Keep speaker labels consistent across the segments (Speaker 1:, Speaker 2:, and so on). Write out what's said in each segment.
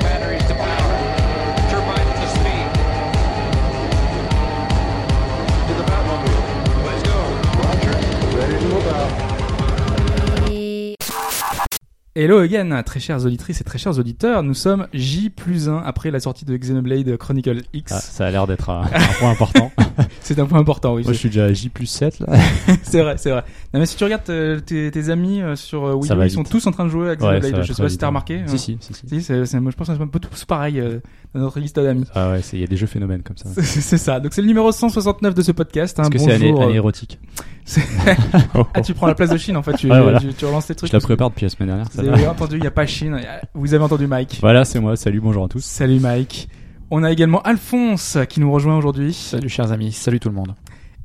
Speaker 1: batteries to power. Turbines to speed. To the Batmobile. Let's go.
Speaker 2: Hello again, très chères auditrices et très chers auditeurs, nous sommes J plus 1 après la sortie de Xenoblade Chronicle X.
Speaker 3: Ah, ça a l'air d'être un, un point important.
Speaker 2: C'est un point important, oui.
Speaker 3: Moi, je suis déjà à J plus 7, là.
Speaker 2: C'est vrai, c'est vrai. Non mais si tu regardes euh, tes, tes amis euh, sur euh, Wii
Speaker 3: Ça
Speaker 2: U,
Speaker 3: va
Speaker 2: ils sont
Speaker 3: vite.
Speaker 2: tous en train de jouer à
Speaker 3: Ouais,
Speaker 2: Xenoblade,
Speaker 3: ça va
Speaker 2: je sais
Speaker 3: très
Speaker 2: pas si
Speaker 3: vite,
Speaker 2: t'as
Speaker 3: hein.
Speaker 2: remarqué. euh,
Speaker 3: Si, si, si, si.
Speaker 2: Si, c'est- c'est- moi je pense qu'on est un peu tous pareils euh, dans notre liste d'amis.
Speaker 3: Ah ouais, c'est- il y a des jeux phénomènes comme ça.
Speaker 2: C'est- C'est ça. Donc c'est le numéro 169 de ce podcast. Hein.
Speaker 3: Est-ce que c'est année,
Speaker 2: Bonjour. euh,
Speaker 3: année érotique Oh,
Speaker 2: ah, tu prends la place de Chine en fait. Tu,
Speaker 3: Ouais, voilà.
Speaker 2: tu- tu relances tes trucs.
Speaker 3: Je la prépare depuis la semaine dernière,
Speaker 2: Vous
Speaker 3: ça va.
Speaker 2: avez entendu, il n'y a pas Chine. y a- Vous avez entendu Mike.
Speaker 3: Voilà, c'est moi. Salut, bonjour à tous.
Speaker 2: Salut Mike. On a également Alphonse qui nous rejoint aujourd'hui.
Speaker 4: Salut chers amis, salut tout le monde.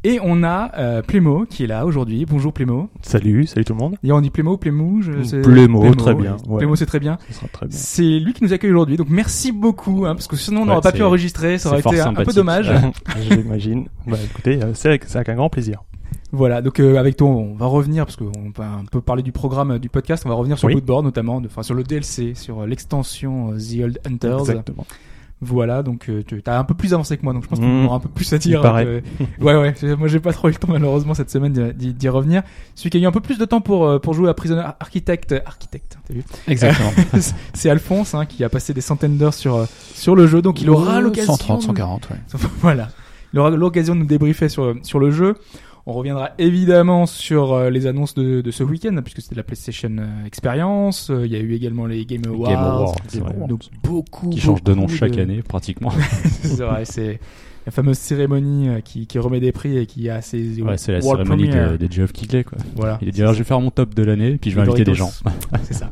Speaker 2: Et on a euh, Plémo qui est là aujourd'hui. Bonjour Plémo.
Speaker 5: Salut, salut tout le monde.
Speaker 2: D'ailleurs, on dit Plémo, Plémou. Je sais-
Speaker 5: Plémo, très bien, ouais.
Speaker 2: Plémo, c'est très bien.
Speaker 5: Ce sera très bien.
Speaker 2: C'est lui qui nous accueille aujourd'hui. Donc merci beaucoup, hein, parce que sinon on n'aurait
Speaker 3: Ouais,
Speaker 2: pas pu
Speaker 3: c'est-
Speaker 2: enregistrer. Ça
Speaker 3: c'est
Speaker 2: aurait
Speaker 3: fort
Speaker 2: été un- un peu
Speaker 3: sympathique.
Speaker 2: dommage.
Speaker 3: Ouais.
Speaker 5: J'imagine. Bah écoutez, euh, c'est avec, c'est avec un grand plaisir.
Speaker 2: Voilà, donc euh, avec toi, on va revenir parce qu'on va un peu parler du programme euh, du podcast. On va revenir sur
Speaker 5: Oui.
Speaker 2: Bloodborne notamment, de- enfin sur le DLC, sur euh, l'extension euh, The Old Hunters.
Speaker 5: Exactement.
Speaker 2: Voilà, donc euh, tu as un peu plus avancé que moi, donc je pense que
Speaker 3: Mmh.
Speaker 5: Mhm.
Speaker 2: tu auras un peu plus à dire.
Speaker 5: Il paraît.
Speaker 2: euh, ouais, ouais. c'est- Moi, j'ai pas trop eu le temps malheureusement cette semaine d'y- d'y d'y revenir. Celui qui a eu un peu plus de temps pour euh, pour jouer à Prisoner Architect, euh, Architect, t'as vu
Speaker 4: Exactement.
Speaker 2: C'est Alphonse hein, qui a passé des centaines d'heures sur euh, sur le jeu, donc il aura l'occasion.
Speaker 4: 130, 140, ouais.
Speaker 2: voilà. Il aura l'occasion de nous débriefer sur, euh, sur le jeu. On reviendra évidemment sur euh, les annonces de, de ce week-end, hein, puisque c'était la PlayStation euh, Experience. Euh, Il y a eu également les Game Awards.
Speaker 3: Game Awards, c'est vrai.
Speaker 2: Donc beaucoup.
Speaker 3: Qui change de nom
Speaker 2: beaucoup
Speaker 3: chaque année, pratiquement.
Speaker 2: c'est vrai, c'est la fameuse cérémonie euh, qui, qui remet des prix et qui a ses
Speaker 3: Ouais, c'est la
Speaker 2: world
Speaker 3: cérémonie
Speaker 2: premiere.
Speaker 3: de, des Geoff Keighley, quoi.
Speaker 2: Voilà.
Speaker 3: Il a dit, alors je vais faire mon top de l'année, puis je vais inviter des gens.
Speaker 2: Doritos. c'est ça.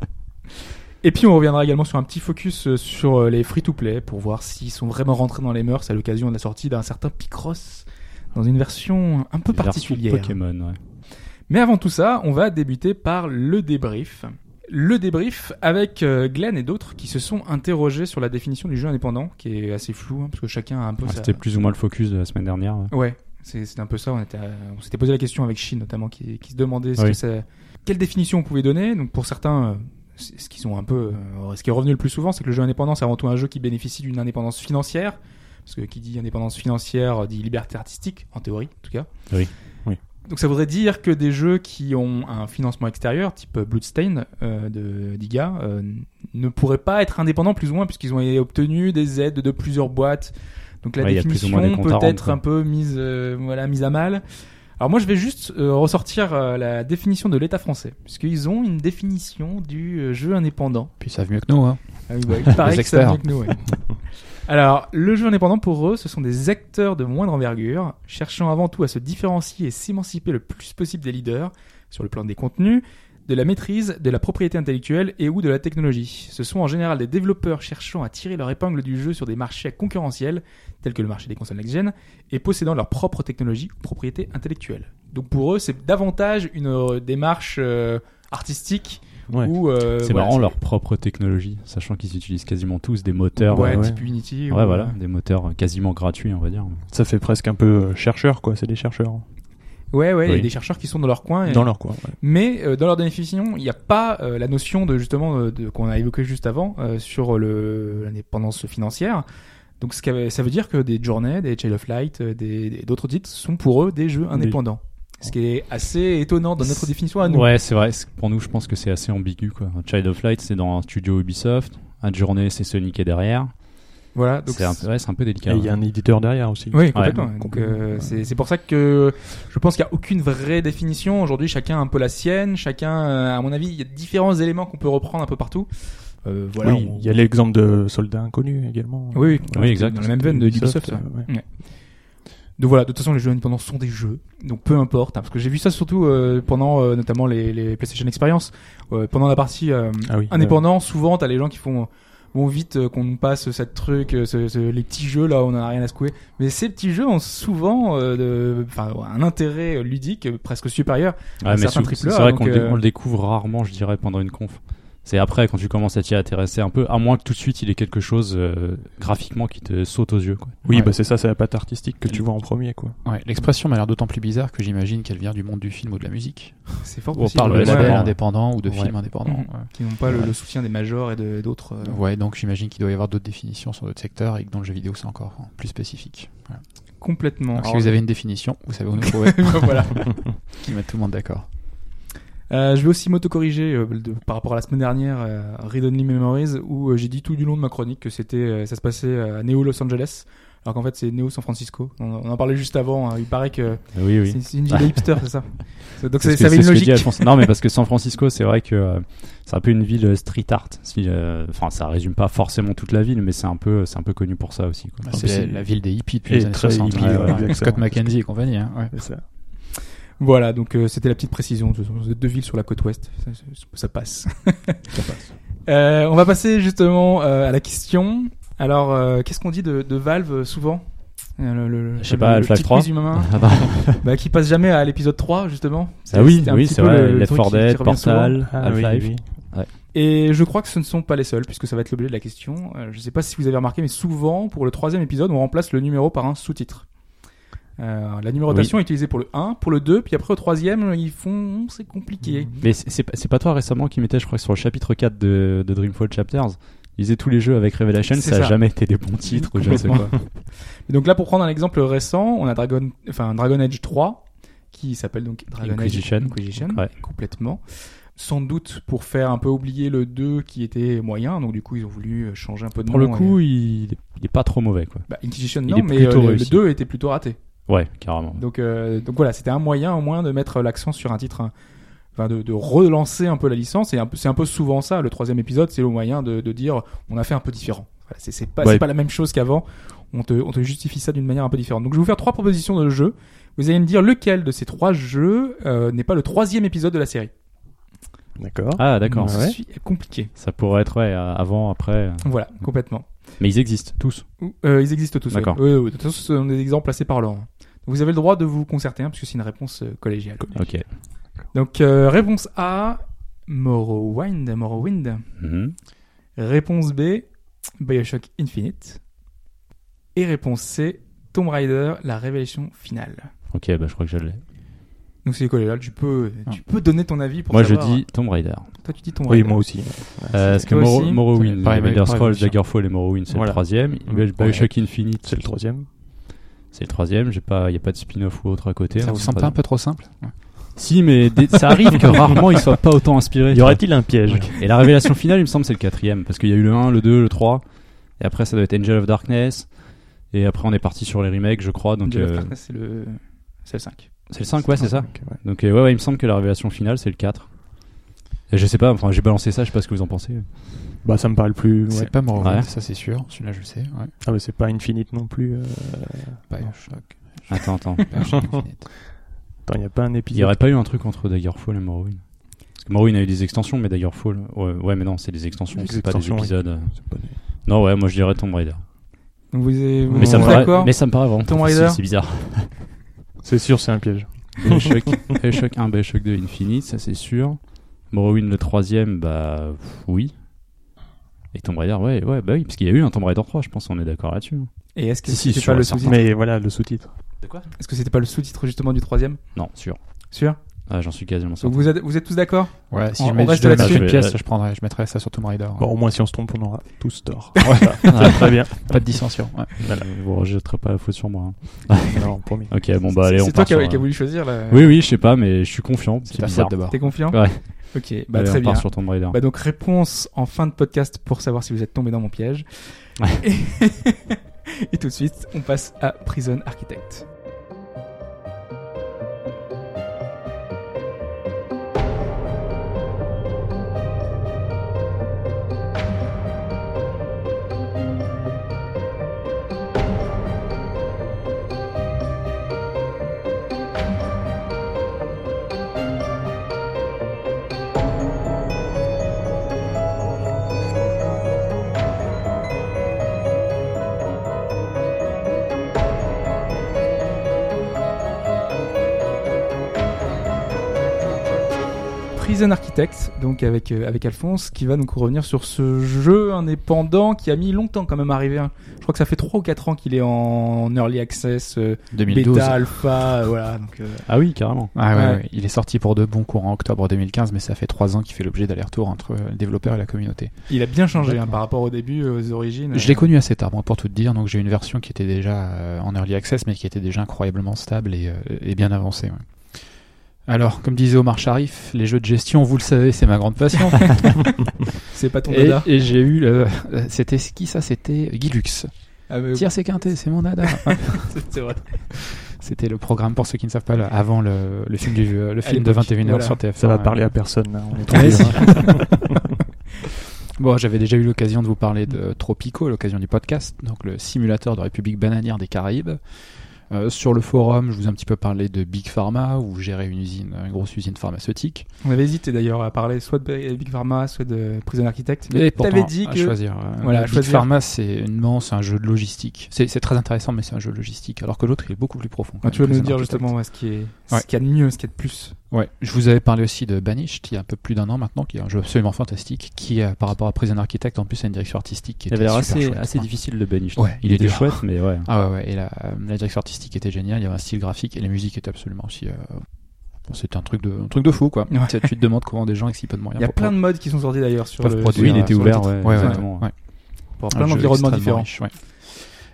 Speaker 2: Et puis on reviendra également sur un petit focus euh, sur euh, les free-to-play pour voir s'ils sont vraiment rentrés dans les mœurs à l'occasion de la sortie d'un certain Picross dans une version un peu
Speaker 3: Version
Speaker 2: particulière.
Speaker 3: Pokémon, ouais.
Speaker 2: Mais avant tout ça, on va débuter par le débrief. Le débrief avec euh, Glenn et d'autres qui se sont interrogés sur la définition du jeu indépendant, qui est assez floue, hein, parce que chacun a un peu
Speaker 3: Ah,
Speaker 2: sa...
Speaker 3: C'était plus ou moins le focus de la semaine dernière. ouais.
Speaker 2: Ouais, c'est- c'était un peu ça. On était, euh, on s'était posé la question avec Shin notamment, qui, qui se demandait ce
Speaker 3: Ah Oui.
Speaker 2: que ça- quelle définition on pouvait donner. Donc pour certains, euh, c'est- ce qu'ils ont un peu, euh, ce qui est revenu le plus souvent, c'est que le jeu indépendant, c'est avant tout un jeu qui bénéficie d'une indépendance financière, parce que qui dit indépendance financière euh, dit liberté artistique, en théorie, en tout cas.
Speaker 3: Oui, oui.
Speaker 2: Donc ça voudrait dire que des jeux qui ont un financement extérieur, type Bloodstain euh, de Diga, euh, ne pourraient pas être indépendants plus ou moins puisqu'ils ont obtenu des aides de plusieurs boîtes. Donc la
Speaker 3: Ouais, il y a plus ou
Speaker 2: définition
Speaker 3: moins des comptes à
Speaker 2: peut
Speaker 3: rendre,
Speaker 2: être
Speaker 3: quoi.
Speaker 2: un peu mise, euh, voilà, mise à mal. Alors moi je vais juste euh, ressortir euh, la définition de l'État français, puisqu'ils ont une définition du euh, jeu indépendant.
Speaker 4: Puis ils savent mieux que nous, hein.
Speaker 2: Ah oui, bah, il paraît
Speaker 4: Les
Speaker 2: que ça vient
Speaker 4: experts.
Speaker 2: que nous, ouais. Alors, le jeu indépendant pour eux, ce sont des acteurs de moindre envergure, cherchant avant tout à se différencier et s'émanciper le plus possible des leaders sur le plan des contenus, de la maîtrise, de la propriété intellectuelle et ou de la technologie. Ce sont en général des développeurs cherchant à tirer leur épingle du jeu sur des marchés concurrentiels, tels que le marché des consoles next-gen, et possédant leur propre technologie ou propriété intellectuelle. Donc pour eux, c'est davantage une euh, démarche euh, artistique
Speaker 5: Ouais.
Speaker 2: ou... euh,
Speaker 3: C'est
Speaker 2: voilà,
Speaker 3: marrant leur propre technologie, sachant qu'ils utilisent quasiment tous des moteurs.
Speaker 2: Ouais,
Speaker 3: euh,
Speaker 2: type Unity.
Speaker 3: ouais,
Speaker 2: ou-
Speaker 3: voilà, des moteurs quasiment gratuits, on va dire.
Speaker 5: Ça fait presque un peu euh, chercheur, quoi. C'est des chercheurs hein.
Speaker 2: euh, Ouais, ouais, il y a
Speaker 3: Oui.
Speaker 2: des chercheurs qui sont dans leur coin. et-
Speaker 5: dans leur coin. ouais.
Speaker 2: Mais euh, dans leur définition, il n'y a pas euh, la notion de justement euh, de- qu'on a évoqué juste avant euh, sur le- l'indépendance financière. Donc ce qu'a- ça veut dire que des journées, des Child of Light, euh, des- des- d'autres titres sont pour eux des jeux indépendants. Ce qui est assez étonnant dans notre définition à Ah, nous.
Speaker 3: Ouais, c'est vrai. C'est- Pour nous, je pense que c'est assez ambigu. Quoi. Child of Light, c'est dans un studio Ubisoft. Un journée, c'est Sony qui est derrière.
Speaker 2: Voilà. Donc
Speaker 3: C'est un, peu- ouais, c'est un peu délicat.
Speaker 5: Et il y a
Speaker 3: ouais.
Speaker 5: un éditeur derrière aussi.
Speaker 2: Oui, complètement. Donc,
Speaker 5: complètement,
Speaker 2: euh,
Speaker 5: ouais.
Speaker 2: c'est c'est pour ça que je pense qu'il n'y a aucune vraie définition. Aujourd'hui, chacun a un peu la sienne. Chacun, euh, à mon avis, il y a différents éléments qu'on peut reprendre un peu partout. Euh, voilà.
Speaker 5: oui,
Speaker 2: on-
Speaker 5: il y a l'exemple de Soldats Inconnus également.
Speaker 2: Oui, oui.
Speaker 3: Oui, exact.
Speaker 2: Dans la même veine de Ubisoft. ouais.
Speaker 5: euh, ouais.
Speaker 2: Donc voilà, de toute façon, les jeux indépendants sont des jeux, donc peu importe, hein, parce que j'ai vu ça surtout euh, pendant euh, notamment les, les PlayStation Experience, euh, pendant la partie euh,
Speaker 5: Ah oui.
Speaker 2: indépendant, souvent t'as les gens qui font bon vite euh, qu'on nous passe cette truc, euh, ce- ce- les petits jeux là, on en a rien à secouer, mais ces petits jeux ont souvent euh, de- enfin, un intérêt ludique euh, presque supérieur.
Speaker 3: Ouais, mais
Speaker 2: certains
Speaker 3: sou-
Speaker 2: triple A,
Speaker 3: c'est vrai
Speaker 2: donc,
Speaker 3: qu'on le dé-
Speaker 2: euh,
Speaker 3: on le découvre rarement, je dirais, pendant une conf. C'est après, quand tu commences à t'y intéresser un peu, à moins que tout de suite il y ait quelque chose euh, graphiquement qui te saute aux yeux. Quoi.
Speaker 5: Oui,
Speaker 4: Ouais.
Speaker 5: bah c'est ça, c'est la patte artistique que tu vois en premier, quoi.
Speaker 4: Ouais, L'expression m'a l'air d'autant plus bizarre que j'imagine qu'elle vient du monde du film ou de la musique.
Speaker 2: C'est fort
Speaker 3: On
Speaker 2: possible.
Speaker 3: parle
Speaker 4: de
Speaker 3: Ouais,
Speaker 4: labels
Speaker 3: ouais.
Speaker 4: indépendants ou de
Speaker 3: Ouais.
Speaker 4: films indépendants.
Speaker 2: Mhm. Qui n'ont pas le, le soutien des majors et de- d'autres. euh,
Speaker 4: Ouais. Ouais, donc j'imagine qu'il doit y avoir d'autres définitions sur d'autres secteurs et que dans le jeu vidéo c'est encore hein, plus spécifique. Voilà.
Speaker 2: Complètement.
Speaker 4: Donc si vous avez une définition, vous savez où nous trouver.
Speaker 2: voilà.
Speaker 4: qui met tout le monde d'accord.
Speaker 2: Euh, je vais aussi m'auto-corriger euh, de- par rapport à la semaine dernière, euh, Read Only Memories, où euh, j'ai dit tout du long de ma chronique que c'était, euh, ça se passait euh, à Neo Los Angeles, alors qu'en fait c'est Neo San Francisco. On, on en parlait juste avant, hein, il paraît que
Speaker 3: Oui, oui.
Speaker 2: c'est- c'est une ville de hipster, c'est ça C'est- Donc
Speaker 3: C'est
Speaker 2: c'est-
Speaker 3: ce que-
Speaker 2: ça avait
Speaker 3: c'est
Speaker 2: une
Speaker 3: ce que dit
Speaker 2: logique.
Speaker 3: Alphonse. Non, mais parce que San Francisco, c'est vrai que euh, c'est un peu une ville euh, street art. Si, euh, Enfin, ça résume pas forcément toute la ville, mais c'est un peu, euh, c'est un peu connu pour ça aussi. Quoi.
Speaker 4: Bah,
Speaker 5: Ah,
Speaker 4: c'est la,
Speaker 5: puis-
Speaker 4: la ville des hippies depuis
Speaker 5: Et
Speaker 4: les années
Speaker 5: très
Speaker 4: 60.
Speaker 5: hippie,
Speaker 4: hein,
Speaker 3: ouais,
Speaker 4: voilà.
Speaker 5: exactement.
Speaker 4: Scott McKenzie et compagnie. hein, ouais.
Speaker 5: C'est ça.
Speaker 2: Voilà, donc euh, c'était la petite précision. Ce sont deux villes sur la côte ouest, ça, ça- ça passe. Euh, on va passer justement euh, à la question. Alors, euh, qu'est-ce qu'on dit de, de Valve euh, souvent Euh, le- le- le-
Speaker 3: Je sais pas,
Speaker 2: le
Speaker 3: Half-Life
Speaker 2: petit
Speaker 3: 3.
Speaker 2: quiz humain. Bah, qui passe jamais à l'épisode 3, justement.
Speaker 3: Ah oui,
Speaker 2: C'était un
Speaker 3: oui,
Speaker 2: petit
Speaker 3: c'est
Speaker 2: peu
Speaker 3: vrai.
Speaker 2: le- le
Speaker 3: Left
Speaker 2: truc
Speaker 3: 4
Speaker 2: qui- qui
Speaker 3: Dead,
Speaker 2: revient souvent.
Speaker 3: Portal,
Speaker 5: Ah oui,
Speaker 3: Half-Life.
Speaker 5: oui.
Speaker 2: Et je crois que ce ne sont pas les seuls, puisque ça va être l'objet de la question. Euh, je ne sais pas si vous avez remarqué, mais souvent, pour le troisième épisode, on remplace le numéro par un sous-titre. Euh, la numérotation est utilisée pour le 1, pour le 2, puis après au troisième, ils font... C'est compliqué.
Speaker 3: Mais c'est- c'est pas- c'est pas toi récemment qui mettais, je crois, que sur le chapitre 4 de, de Dreamfall Chapters. Ils faisaient tous les jeux avec Revelation,
Speaker 2: C'est
Speaker 3: ça,
Speaker 2: ça.
Speaker 3: a jamais été des bons titres ou je ne sais quoi.
Speaker 2: Et donc là, pour prendre un exemple récent, on a Dragon, enfin, Dragon Age 3, qui s'appelle donc Dragon
Speaker 3: Inquisition.
Speaker 2: Age Inquisition,
Speaker 3: Ouais.
Speaker 2: complètement. Sans doute pour faire un peu oublier le 2 qui était moyen, donc du coup, ils ont voulu changer un peu de
Speaker 3: Pour le
Speaker 2: nom
Speaker 3: coup,
Speaker 2: et-
Speaker 3: il, il est pas trop mauvais, quoi.
Speaker 2: Bah, Inquisition,
Speaker 3: il
Speaker 2: non,
Speaker 3: est
Speaker 2: mais
Speaker 3: plutôt
Speaker 2: euh, le- le
Speaker 3: réussi.
Speaker 2: 2 était plutôt raté.
Speaker 3: Ouais, carrément.
Speaker 2: Donc, euh, donc voilà, c'était un moyen au moins de mettre l'accent sur un titre, hein, enfin de, de relancer un peu la licence. Et un peu- c'est un peu souvent ça, le troisième épisode, c'est le moyen de, de dire on a fait un peu différent. Voilà, c'est, c'est, pas,
Speaker 3: Ouais.
Speaker 2: c'est pas la même chose qu'avant, on te, on te justifie ça d'une manière un peu différente. Donc je vais vous faire trois propositions de jeux. Vous allez me dire lequel de ces trois jeux euh, n'est pas le troisième épisode de la série.
Speaker 5: D'accord.
Speaker 3: Ah, d'accord.
Speaker 5: Ouais.
Speaker 2: C'est compliqué.
Speaker 3: Ça pourrait être, ouais, euh, avant, après. euh.
Speaker 2: Voilà, complètement.
Speaker 3: Mais ils existent, tous.
Speaker 2: Ou- euh, ils existent tous.
Speaker 3: D'accord.
Speaker 2: oui. Oui, oui, de toute façon, ce sont des exemples placés par Laurent. Vous avez le droit de vous concerter, hein, puisque c'est une réponse euh, collégiale.
Speaker 3: Ok.
Speaker 2: Donc, euh, réponse A, Morrowind, Morrowind.
Speaker 3: Mhm.
Speaker 2: Réponse B, Bioshock Infinite. Et réponse C, Tomb Raider, la révélation finale.
Speaker 3: Ok, bah je crois que je l'ai.
Speaker 2: Donc, c'est collégial, tu peux, tu peux donner ton avis pour
Speaker 3: Ah. Moi je
Speaker 2: savoir.
Speaker 3: dis Tomb Raider.
Speaker 2: Toi, tu dis Tomb
Speaker 5: Oui,
Speaker 2: Raider.
Speaker 5: moi aussi.
Speaker 3: Euh, parce que
Speaker 2: toi
Speaker 3: Morrow-
Speaker 2: aussi
Speaker 3: Morrowind,
Speaker 4: Pareil,
Speaker 3: Elder
Speaker 4: pareil,
Speaker 3: Scrolls,
Speaker 4: bien sûr. Mmh.
Speaker 3: Daggerfall et Morrowind, c'est
Speaker 5: Voilà.
Speaker 3: le troisième.
Speaker 5: Mm.
Speaker 3: Bioshock Infinite,
Speaker 5: C'est le troisième.
Speaker 3: c'est le troisième. J'ai pas, y a pas de spin-off ou autre à côté.
Speaker 4: Ça
Speaker 3: hein,
Speaker 4: vous
Speaker 3: c'est
Speaker 4: semble pas un peu trop simple
Speaker 3: Si, mais des- ça arrive que rarement ils soient pas autant inspirés. tu
Speaker 5: un piège
Speaker 3: vois. Et la révélation finale, il me semble, c'est le quatrième, parce qu'il y a eu le 1, le 2, le 3, et après ça doit être Angel of Darkness, et après on est parti sur les remakes, je crois. Donc
Speaker 2: Angel of
Speaker 3: euh,
Speaker 2: Darkness, c'est le... c'est le 5.
Speaker 3: c'est le 5, ouais, c'est ça.
Speaker 5: Ok, ouais.
Speaker 3: Donc euh, ouais, ouais, il me semble que la révélation finale, c'est le 4. Et je sais pas, enfin j'ai balancé ça, je sais pas ce que vous en pensez.
Speaker 5: Bah, ça me parle plus. ouais.
Speaker 4: C'est pas Morrowind,
Speaker 3: Ouais.
Speaker 4: ça c'est sûr. Celui-là je le sais. Ouais.
Speaker 5: Ah, mais c'est pas Infinite non plus. euh,
Speaker 4: Bioshock.
Speaker 3: Attends, attends.
Speaker 4: Bioshock Infinite.
Speaker 5: Attends, il a pas un
Speaker 3: Il n'y
Speaker 5: épisode.
Speaker 3: aurait pas eu un truc entre Daggerfall et Morrowind Parce que Morrowind a eu des extensions, mais Daggerfall. Ouais, ouais mais non, c'est des extensions,
Speaker 5: Des
Speaker 3: c'est pas des
Speaker 5: extensions, oui.
Speaker 3: épisodes.
Speaker 5: C'est pas des-
Speaker 3: Non, ouais, moi je dirais Tomb Raider.
Speaker 2: Donc, vous êtes vous
Speaker 3: Mais, ça me
Speaker 2: êtes
Speaker 3: paraît,
Speaker 2: d'accord
Speaker 3: mais ça me paraît vraiment
Speaker 2: Tomb
Speaker 3: trop facile,
Speaker 2: Raider
Speaker 3: C'est bizarre.
Speaker 5: C'est sûr, c'est un piège.
Speaker 3: Bioshock, Bioshock 1, Bioshock 2, Infinite, ça c'est sûr. Morrowind le troisième, bah pff, oui. Et Tomb Raider, ouais, ouais, bah oui, parce qu'il y a eu un Tomb Raider 3, je pense, on est d'accord là-dessus.
Speaker 2: Et est-ce que
Speaker 3: Si, si,
Speaker 2: c'était
Speaker 3: sur
Speaker 2: pas le
Speaker 3: la
Speaker 2: sous-titre
Speaker 5: Mais voilà, le sous-titre.
Speaker 2: Est-ce que c'était pas le sous-titre justement du troisième
Speaker 3: Non, sûr.
Speaker 2: Sûr
Speaker 3: Ah, j'en suis quasiment sûr.
Speaker 2: Donc, vous êtes, vous êtes tous d'accord
Speaker 4: Ouais, si
Speaker 2: On-
Speaker 4: je,
Speaker 2: on
Speaker 4: mets,
Speaker 2: reste
Speaker 4: je devais
Speaker 3: là-dessus.
Speaker 4: mettre une pièce,
Speaker 3: Je vais-
Speaker 4: je prendrais, je mettrais ça sur Tomb Raider.
Speaker 5: Bon, au moins, si on se trompe, on aura tous tort.
Speaker 3: Ah,
Speaker 5: Très bien.
Speaker 4: Pas de dissension. ouais.
Speaker 3: je- Vous rejetterez pas la faute sur moi. hein.
Speaker 5: Non, promis.
Speaker 3: Ok, bon, bah allez, on
Speaker 2: C'est toi
Speaker 3: part
Speaker 2: qui as
Speaker 3: sur,
Speaker 2: qui as
Speaker 3: euh,
Speaker 2: voulu choisir là
Speaker 3: Oui, oui, je sais pas, mais je suis confiant.
Speaker 4: C'est
Speaker 3: C'est
Speaker 4: ta
Speaker 3: bizarre.
Speaker 4: faute d'abord.
Speaker 2: T'es confiant
Speaker 3: Ouais.
Speaker 2: Ok, bah
Speaker 3: Allez,
Speaker 2: très
Speaker 3: on part
Speaker 2: bien.
Speaker 3: sur Tomb Raider.
Speaker 2: Bah donc réponse en fin de podcast pour savoir si vous êtes tombé dans mon piège. Et, et tout de suite, on passe à Prison Architect. Prison Architect, donc avec, euh, avec Alphonse, qui va donc revenir sur ce jeu indépendant qui a mis longtemps quand même à arriver. hein. Je crois que ça fait 3 ou 4 ans qu'il est en early access, euh,
Speaker 4: 2012.
Speaker 2: bêta, alpha, euh, voilà. Donc, euh,
Speaker 3: Ah oui, carrément.
Speaker 4: Ah ouais,
Speaker 2: Ouais.
Speaker 4: ouais. Il est sorti pour de bons courants en octobre 2015, mais ça fait trois ans qu'il fait l'objet d'aller-retour entre euh, le développeur et la communauté.
Speaker 2: il a bien changé hein,
Speaker 4: D'accord.
Speaker 2: par rapport au début, euh, aux origines.
Speaker 4: Je l'ai connu assez tard, moi, pour tout te dire. Donc j'ai une version qui était déjà euh, en early access, mais qui était déjà incroyablement stable et, euh, et bien avancée. ouais. Alors, comme disait Omar Sharif, les jeux de gestion, vous le savez, c'est ma grande passion.
Speaker 2: C'est pas ton
Speaker 4: et
Speaker 2: dada.
Speaker 4: et j'ai eu le... euh, C'était qui ça C'était Gilux.
Speaker 2: Ah, mais-
Speaker 4: Tiens, c'est quinté, c'est mon dada.
Speaker 2: c'est vrai.
Speaker 4: C'était le programme, pour ceux qui ne savent pas, le- avant le, le film, du, euh, le film de
Speaker 2: l'époque,
Speaker 4: 21h
Speaker 2: voilà.
Speaker 4: sur TF1.
Speaker 5: Ça va
Speaker 4: ouais.
Speaker 5: parler à personne. là, on est trop
Speaker 4: Ouais,
Speaker 5: libre.
Speaker 4: Bon, j'avais déjà eu l'occasion de vous parler de Tropico à l'occasion du podcast, donc le simulateur de République bananière des Caraïbes. Euh, sur le forum, je vous ai un petit peu parlé de Big Pharma, où gérer une usine, une grosse usine pharmaceutique.
Speaker 2: On avait hésité d'ailleurs à parler soit de Big Pharma, soit de Prison Architect. t'avais
Speaker 4: Et pourtant,
Speaker 2: dit
Speaker 4: à
Speaker 2: que
Speaker 4: choisir. euh,
Speaker 2: Voilà, à
Speaker 4: Big
Speaker 2: choisir.
Speaker 4: Pharma, c'est une man- c'est un jeu de logistique. C'est c'est très intéressant, mais c'est un jeu de logistique. Alors que l'autre, il est beaucoup plus profond. quand
Speaker 2: Ah, tu vas
Speaker 4: même,
Speaker 2: nous dire
Speaker 4: Prison Architect.
Speaker 2: justement ouais, ce qui est
Speaker 4: Ouais.
Speaker 2: ce qu'il y a de mieux, ce qu'il y a de plus.
Speaker 4: Ouais, je vous avais parlé aussi de Banished, il y a un peu plus d'un an maintenant, qui est un jeu absolument fantastique, qui, euh, par rapport à Prison Architect, en plus, a une direction artistique qui
Speaker 3: Il
Speaker 4: était
Speaker 3: avait l'air
Speaker 4: super
Speaker 3: assez,
Speaker 4: chouette,
Speaker 3: assez
Speaker 4: quoi.
Speaker 3: difficile le Banish.
Speaker 4: Ouais, il
Speaker 3: il
Speaker 4: est
Speaker 3: était
Speaker 4: dur.
Speaker 3: chouette, mais ouais.
Speaker 4: Ah ouais, ouais, et la, euh, la direction artistique était géniale, il y avait un style graphique et la musique était absolument aussi. euh, bon, c'était un truc de, un truc de fou, quoi.
Speaker 2: Ouais.
Speaker 4: Tu sais, Tu te demandes comment des gens avec si peu de moyens
Speaker 2: Il y a
Speaker 4: pour-
Speaker 2: plein de modes qui sont sortis d'ailleurs sur
Speaker 4: Peuvent
Speaker 2: le,
Speaker 4: produire,
Speaker 2: sur
Speaker 3: Oui,
Speaker 2: le
Speaker 3: il était
Speaker 2: titre.
Speaker 3: ouvert, ouais,
Speaker 4: Ouais, ouais,
Speaker 3: exactement.
Speaker 4: ouais.
Speaker 2: pour
Speaker 4: Un
Speaker 2: plein
Speaker 4: jeu
Speaker 2: d'environnements
Speaker 4: extrêmement
Speaker 2: différents.
Speaker 4: riche, ouais.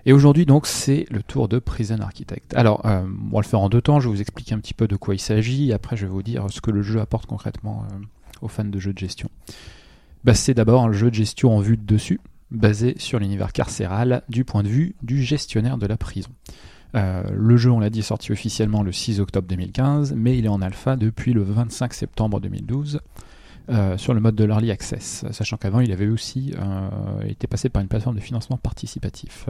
Speaker 4: Et aujourd'hui, donc, c'est le tour de Prison Architect. Alors, euh, on va le faire en deux temps. Je vais vous expliquer un petit peu de quoi il s'agit. et Après, je vais vous dire ce que le jeu apporte concrètement euh, aux fans de jeux de gestion. Bah, c'est d'abord un jeu de gestion en vue de dessus, basé sur l'univers carcéral du point de vue du gestionnaire de la prison. Euh, le jeu, on l'a dit, est sorti officiellement le 6 octobre 2015, mais il est en alpha depuis le 25 septembre 2012 euh, sur le mode de l'early access, sachant qu'avant il avait aussi euh, été passé par une plateforme de financement participatif.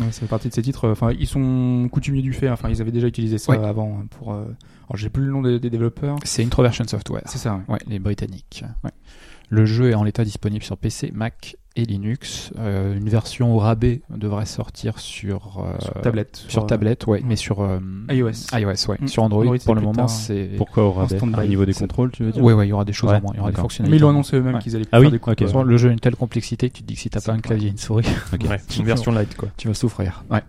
Speaker 2: Ouais, ça fait partie de ces titres. Enfin, ils sont coutumiers du fait. Enfin, ils avaient déjà utilisé ça
Speaker 4: Ouais.
Speaker 2: avant pour. euh, Alors, j'ai plus le nom des, des développeurs.
Speaker 4: C'est Introversion Software,
Speaker 2: C'est ça. ouais.
Speaker 4: ouais, les Britanniques. ouais. Le jeu est en l'état disponible sur PC, Mac et Linux. Euh, une version au rabais devrait sortir sur, euh,
Speaker 2: Sur tablette. Sur,
Speaker 4: sur
Speaker 2: euh,
Speaker 4: tablette, ouais,
Speaker 2: ouais.
Speaker 4: mais sur euh,
Speaker 2: iOS.
Speaker 4: iOS, ouais.
Speaker 2: Mm.
Speaker 4: Sur Android,
Speaker 2: Android, c'est
Speaker 4: pour le
Speaker 2: plus
Speaker 4: moment,
Speaker 2: tard.
Speaker 4: c'est
Speaker 3: Pourquoi au
Speaker 2: En
Speaker 3: rabais
Speaker 2: stand-by.
Speaker 3: Au niveau des
Speaker 2: C'est-
Speaker 3: contrôles, tu veux dire
Speaker 4: Ouais, ouais, il y aura des choses
Speaker 3: Ouais,
Speaker 4: en moins, il y aura des
Speaker 3: d'accord.
Speaker 2: Mais
Speaker 4: fonctionnalités.
Speaker 2: ils l'ont
Speaker 4: en moins.
Speaker 2: annoncé eux-mêmes
Speaker 4: Ouais.
Speaker 2: qu'ils allaient
Speaker 3: Ah
Speaker 2: faire
Speaker 3: oui,
Speaker 2: des coupes.
Speaker 3: ok.
Speaker 4: De toute façon, Le jeu a une telle complexité que tu te dis que si t'as
Speaker 2: C'est
Speaker 4: pas un
Speaker 2: vrai.
Speaker 4: clavier et une souris,
Speaker 3: Ok.
Speaker 5: Ouais, une version light, quoi.
Speaker 4: tu vas souffrir. Ouais.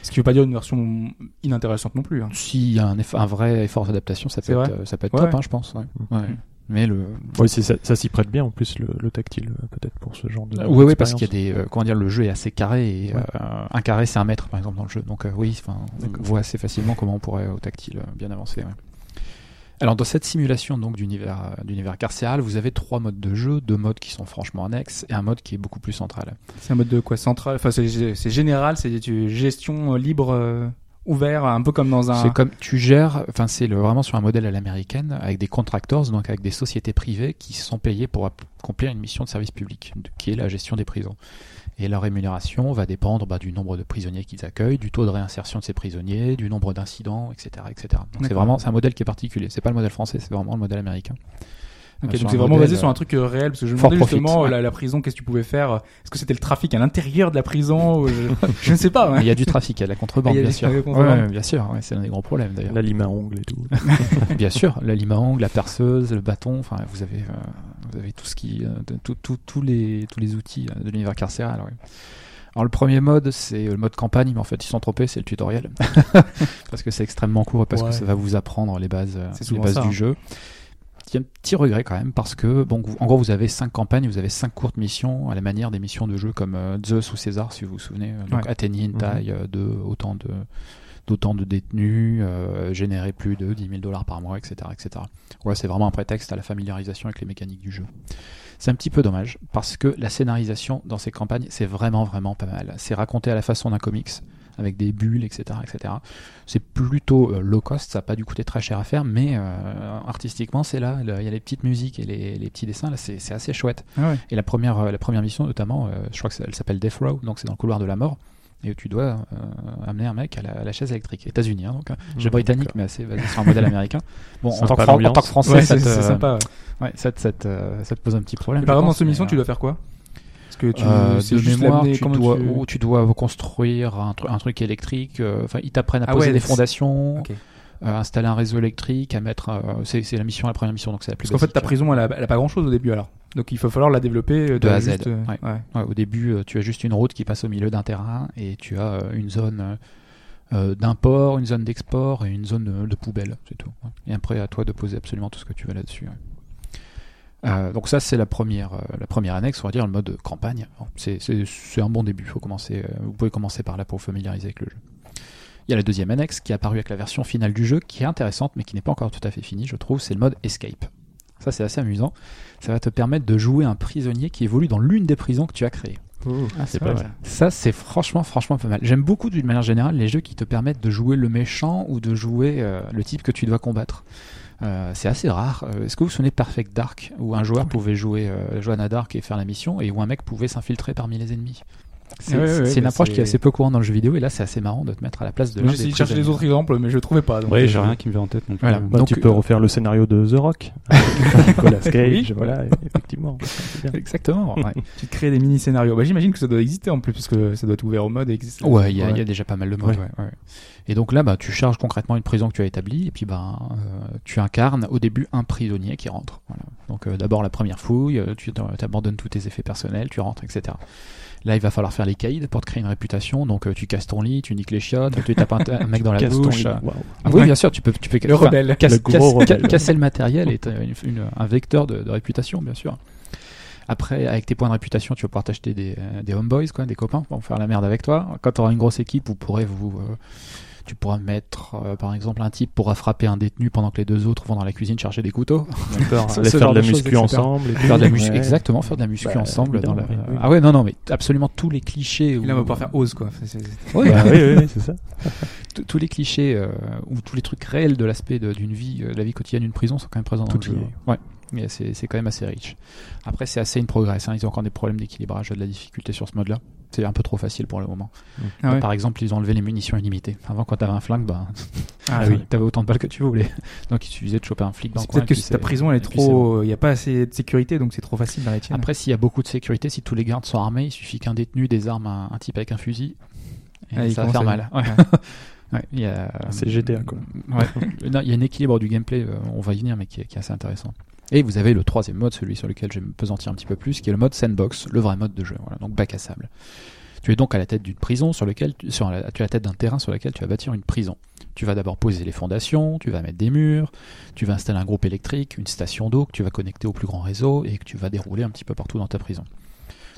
Speaker 2: Ce qui veut pas dire une version inintéressante non plus. hein.
Speaker 4: S'il y a un, eff- un vrai effort d'adaptation, ça
Speaker 2: C'est
Speaker 4: peut, être,
Speaker 2: vrai
Speaker 4: euh, ça peut être
Speaker 2: Ouais,
Speaker 4: top,
Speaker 2: ouais.
Speaker 4: hein, je pense. ouais.
Speaker 5: Mm.
Speaker 4: Ouais. Euh, Mais le.
Speaker 5: Oui, si, ça, ça s'y prête bien en plus le, le tactile, euh, peut-être pour ce genre de.
Speaker 4: oui, oui, Ah, parce
Speaker 5: d'expérience.
Speaker 4: qu'il y a des. euh, comment dire, le jeu est assez carré. Et,
Speaker 5: Ouais.
Speaker 4: euh, un carré, c'est un mètre, par exemple, dans le jeu. Donc, euh, oui, enfin, on
Speaker 5: D'accord.
Speaker 4: voit assez facilement comment on pourrait, au tactile, euh, bien avancer. ouais. Alors, dans cette simulation donc d'univers euh, d'univers carcéral, vous avez trois modes de jeu, deux modes qui sont franchement annexes et un mode qui est beaucoup plus central.
Speaker 2: C'est un mode de quoi central. Enfin, c'est c'est général. C'est une gestion euh, libre, euh, ouvert, un peu comme dans un.
Speaker 4: C'est comme tu gères, enfin c'est le- vraiment sur un modèle à l'américaine avec des contractors, donc avec des sociétés privées qui sont payées pour accomplir une mission de service public, de- qui est la gestion des prisons. Et leur rémunération va dépendre bah, du nombre de prisonniers qu'ils accueillent, du taux de réinsertion de ces prisonniers, du nombre d'incidents, etc., etc. Donc c'est
Speaker 2: D'accord.
Speaker 4: vraiment c'est un modèle qui est particulier. C'est pas le modèle français, c'est vraiment le modèle américain.
Speaker 2: Ok,
Speaker 4: Euh, sur
Speaker 2: donc
Speaker 4: un
Speaker 2: c'est vraiment
Speaker 4: modèle,
Speaker 2: basé sur
Speaker 4: euh,
Speaker 2: un truc euh, réel parce que je me
Speaker 4: fort
Speaker 2: demandais
Speaker 4: profit,
Speaker 2: justement euh,
Speaker 4: ouais.
Speaker 2: la, la prison qu'est-ce que tu pouvais faire euh, est-ce que c'était le trafic à l'intérieur de la prison ou je, je ne sais pas
Speaker 4: Mais
Speaker 2: ouais.
Speaker 4: Il y a du trafic, il y a de la contrebande,
Speaker 2: Il y a
Speaker 4: bien
Speaker 2: du
Speaker 4: sûr.
Speaker 2: trafic de contrebande.
Speaker 4: Ouais, bien sûr, ouais, c'est l'un des grands problèmes d'ailleurs.
Speaker 5: La lime à ongles et tout.
Speaker 4: Bien sûr, la lime à ongles, la perceuse, le bâton, enfin vous avez euh, vous avez tout ce qui euh, de- tout- tout- tous les tous les outils euh, de l'univers carcéral. ouais. Alors le premier mode c'est le mode campagne, mais en fait ils sont trompés, c'est le tutoriel parce que c'est extrêmement court et parce
Speaker 2: Ouais.
Speaker 4: que ça va vous apprendre les bases euh,
Speaker 2: C'est
Speaker 4: les
Speaker 2: souvent
Speaker 4: bases
Speaker 2: ça,
Speaker 4: du
Speaker 2: hein.
Speaker 4: jeu. Il y a un petit regret quand même parce que bon vous- en gros vous avez cinq campagnes, vous avez cinq courtes missions à la manière des missions de jeu comme euh, Zeus ou César si vous vous souvenez, euh, donc
Speaker 2: Ouais.
Speaker 4: atteignez une
Speaker 5: Mhm.
Speaker 4: taille euh, de autant de d'autant de détenus, euh, générer plus de 10 000 dollars par mois, etc. etc. Ouais, c'est vraiment un prétexte à la familiarisation avec les mécaniques du jeu. C'est un petit peu dommage, parce que la scénarisation dans ces campagnes, c'est vraiment, vraiment pas mal. C'est raconté à la façon d'un comics, avec des bulles, etc. etc. C'est plutôt euh, low cost, ça n'a pas dû coûter très cher à faire, mais euh, artistiquement, c'est là. le- Il y a les petites musiques et les, les petits dessins, là, c'est c'est assez chouette.
Speaker 2: Ah ouais.
Speaker 4: Et la première, euh, la première mission, notamment, euh, je crois que ça- elle s'appelle Death Row, donc c'est dans le couloir de la mort. Et tu dois euh, amener un mec à la, à la chaise électrique. États-Unis, hein, donc. hein. Jeu
Speaker 5: Mmh,
Speaker 4: britannique,
Speaker 5: d'accord.
Speaker 4: mais assez basé sur un modèle américain. Bon, en
Speaker 5: Sympa
Speaker 4: tant, que Fran- en
Speaker 5: l'ambiance.
Speaker 4: tant que français,
Speaker 2: Ouais,
Speaker 4: ça,
Speaker 2: c'est
Speaker 4: te,
Speaker 2: c'est sympa ouais.
Speaker 4: ouais, ça, te- ça te, euh, ça te pose un petit problème.
Speaker 2: Et par
Speaker 4: je
Speaker 2: exemple dans
Speaker 4: pense,
Speaker 2: cette
Speaker 4: mais,
Speaker 2: mission tu
Speaker 4: euh,
Speaker 2: dois faire quoi parce que tu
Speaker 4: euh,
Speaker 2: c'est
Speaker 4: de
Speaker 2: juste
Speaker 4: mémoire,
Speaker 2: l'amener,
Speaker 4: tu
Speaker 2: comment
Speaker 4: dois,
Speaker 2: tu-
Speaker 4: ou tu dois reconstruire un, tru- un truc électrique. euh, Enfin, ils t'apprennent à
Speaker 2: Ah
Speaker 4: poser
Speaker 2: ouais,
Speaker 4: des
Speaker 2: c'est-
Speaker 4: fondations.
Speaker 2: Ok.
Speaker 4: euh, installer un réseau électrique, à mettre. euh, c'est c'est la mission, la première mission, donc c'est la plus.
Speaker 2: Parce qu'en fait, ta
Speaker 4: basique. euh.
Speaker 2: prison, elle a, elle a pas grand chose au début alors. Donc il va falloir la développer euh,
Speaker 4: De
Speaker 2: t'as
Speaker 4: A à Z,
Speaker 2: juste, euh,
Speaker 4: ouais.
Speaker 2: ouais.
Speaker 4: Ouais, au début, euh, tu as juste une route qui passe au milieu d'un terrain et tu as euh, une zone euh, euh, d'import, une zone d'export et une zone euh, de, de poubelle, c'est tout. ouais. Et après, à toi de poser absolument tout ce que tu veux là-dessus. ouais. Euh, donc ça, c'est la première, euh, la première annexe, on va dire, le mode campagne. Bon, c'est- C'est c'est un bon début. Faut commencer, euh, vous pouvez commencer par là pour vous familiariser avec le jeu. Il y a la deuxième annexe qui est apparue avec la version finale du jeu, qui est intéressante, mais qui n'est pas encore tout à fait finie, je trouve. C'est le mode escape. Ça, c'est assez amusant. Ça va te permettre de jouer un prisonnier qui évolue dans l'une des prisons que tu as créées.
Speaker 3: Ah, c'est pas mal.
Speaker 4: Ça, c'est franchement, franchement pas mal. J'aime beaucoup, d'une manière générale, les jeux qui te permettent de jouer le méchant ou de jouer euh, le type que tu dois combattre. Euh, c'est assez rare. Euh, Est-ce que vous vous souvenez de Perfect Dark, où un joueur pouvait jouer euh, Johanna Dark et faire la mission, et où un mec pouvait s'infiltrer parmi les ennemis C'est
Speaker 2: Ah ouais,
Speaker 4: c'est-
Speaker 2: ouais,
Speaker 4: c'est une
Speaker 2: bah
Speaker 4: approche qui est
Speaker 2: c'est-
Speaker 4: assez peu courante dans le jeu vidéo, et là, c'est assez marrant de te mettre à la place de. l'un
Speaker 2: J'ai essayé
Speaker 4: des
Speaker 2: de chercher les
Speaker 4: prisonniers.
Speaker 2: autres exemples, mais je le trouvais pas. donc,
Speaker 3: Ouais,
Speaker 2: euh,
Speaker 3: j'ai rien qui me vient en tête. non plus.
Speaker 4: Voilà.
Speaker 5: Bah,
Speaker 4: Donc,
Speaker 5: tu peux
Speaker 4: euh,
Speaker 5: refaire le scénario de The Rock avec Nicolas Cage,
Speaker 2: Oui.
Speaker 5: voilà, et- effectivement. c'est bien.
Speaker 4: Exactement. ouais.
Speaker 2: Tu te crées des mini-scénarios. Bah, J'imagine que ça doit exister en plus, parce que ça doit être ouvert au mode et exister.
Speaker 4: Ouais, il y, a- il y a déjà pas mal de modes.
Speaker 5: Ouais.
Speaker 4: ouais, ouais. Et donc là, bah, tu charges concrètement une prison que tu as établie, et puis bah, euh, tu incarnes au début un prisonnier qui rentre. Voilà. Donc euh, d'abord la première fouille, euh, tu abandonnes tous tes effets personnels, tu rentres, etc. Là, il va falloir faire les caïds pour te créer une réputation. Donc euh, tu casses ton lit, tu niques les chiottes, tu tapes un, un mec dans la
Speaker 5: Casse ton
Speaker 4: bouche.
Speaker 5: lit.
Speaker 4: Ah
Speaker 5: Waouh.
Speaker 4: oui, bien sûr, tu peux, tu peux
Speaker 2: Le
Speaker 4: enfin,
Speaker 2: rebelle.
Speaker 4: casse-
Speaker 5: Le gros
Speaker 4: casse-
Speaker 5: rebelle.
Speaker 4: ca- casser le matériel est euh, une- une- un vecteur de, de réputation, bien sûr. Après, avec tes points de réputation, tu vas pouvoir t'acheter des, euh, des homeboys, quoi, des copains, pour faire la merde avec toi. Quand tu auras une grosse équipe, vous pourrez vous, euh, tu pourras mettre, euh, par exemple, un type pourra frapper un détenu pendant que les deux autres vont dans la cuisine chercher des couteaux.
Speaker 5: D'accord,
Speaker 4: Ce-
Speaker 5: aller
Speaker 4: ce
Speaker 5: faire de
Speaker 4: genre
Speaker 5: la
Speaker 4: de choses,
Speaker 5: muscu
Speaker 4: etc.
Speaker 5: ensemble. et
Speaker 4: Faire de la
Speaker 5: tout.
Speaker 4: muscu,
Speaker 5: Ouais.
Speaker 4: exactement, faire de la muscu
Speaker 5: Bah,
Speaker 4: ensemble dans la.
Speaker 5: évidemment, oui, oui.
Speaker 4: Ah ouais, non, non, mais absolument tous les clichés.
Speaker 2: Là, on va
Speaker 4: où-
Speaker 2: pouvoir faire Oz, quoi. C'est- c'est- c'est-
Speaker 4: Ouais,
Speaker 5: Bah, oui, oui, oui, c'est ça.
Speaker 4: tous- tous les clichés euh, ou tous les trucs réels de l'aspect de- d'une vie, euh, de la vie quotidienne d'une prison sont quand même présents dans
Speaker 5: Tout
Speaker 4: le jeu.
Speaker 5: lié.
Speaker 4: Ouais. Mais c'est c'est quand même assez riche. Après, c'est assez une progress. Hein. Ils ont encore des problèmes d'équilibrage, de la difficulté sur ce mode-là. C'est un peu trop facile pour le moment.
Speaker 2: Ah ouais.
Speaker 4: Par exemple, ils ont enlevé les munitions illimitées. Avant, quand t'avais un flingue, ben,
Speaker 2: Ah oui.
Speaker 4: t'avais autant de balles que tu voulais. Donc, il suffisait de choper un flic dans le
Speaker 2: C'est
Speaker 4: coin.
Speaker 2: peut-être que
Speaker 4: et puis
Speaker 2: si ta
Speaker 4: c'est-
Speaker 2: prison, elle est
Speaker 4: et puis c'est bon.
Speaker 2: trop. Il n'y a pas assez de sécurité, donc c'est trop facile dans les tiennes.
Speaker 4: Après, s'il y a beaucoup de sécurité, si tous les gardes sont armés, il suffit qu'un détenu désarme un, un type avec un fusil. Et
Speaker 2: Ah, il
Speaker 4: ça va faire
Speaker 2: commence à-
Speaker 4: mal. Ouais. Ouais, il y a-
Speaker 5: Ah,
Speaker 4: euh,
Speaker 5: C'est GTA, quoi.
Speaker 4: Ouais. Non, il y a un équilibre du gameplay, euh, on va y venir, mais qui est, qui est assez intéressant. Et vous avez le troisième mode, celui sur lequel je vais me pesantir un petit peu plus, qui est le mode sandbox, le vrai mode de jeu, voilà, donc bac à sable. Tu es donc à la tête d'une prison sur lequel tu, sur la, tu es à la tête d'un terrain sur lequel tu vas bâtir une prison. Tu vas d'abord poser les fondations, tu vas mettre des murs, tu vas installer un groupe électrique, une station d'eau que tu vas connecter au plus grand réseau et que tu vas dérouler un petit peu partout dans ta prison.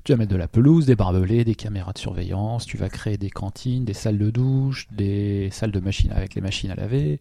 Speaker 4: Tu vas mettre de la pelouse, des barbelés, des caméras de surveillance, tu vas créer des cantines, des salles de douche, des salles de machines avec les machines à laver,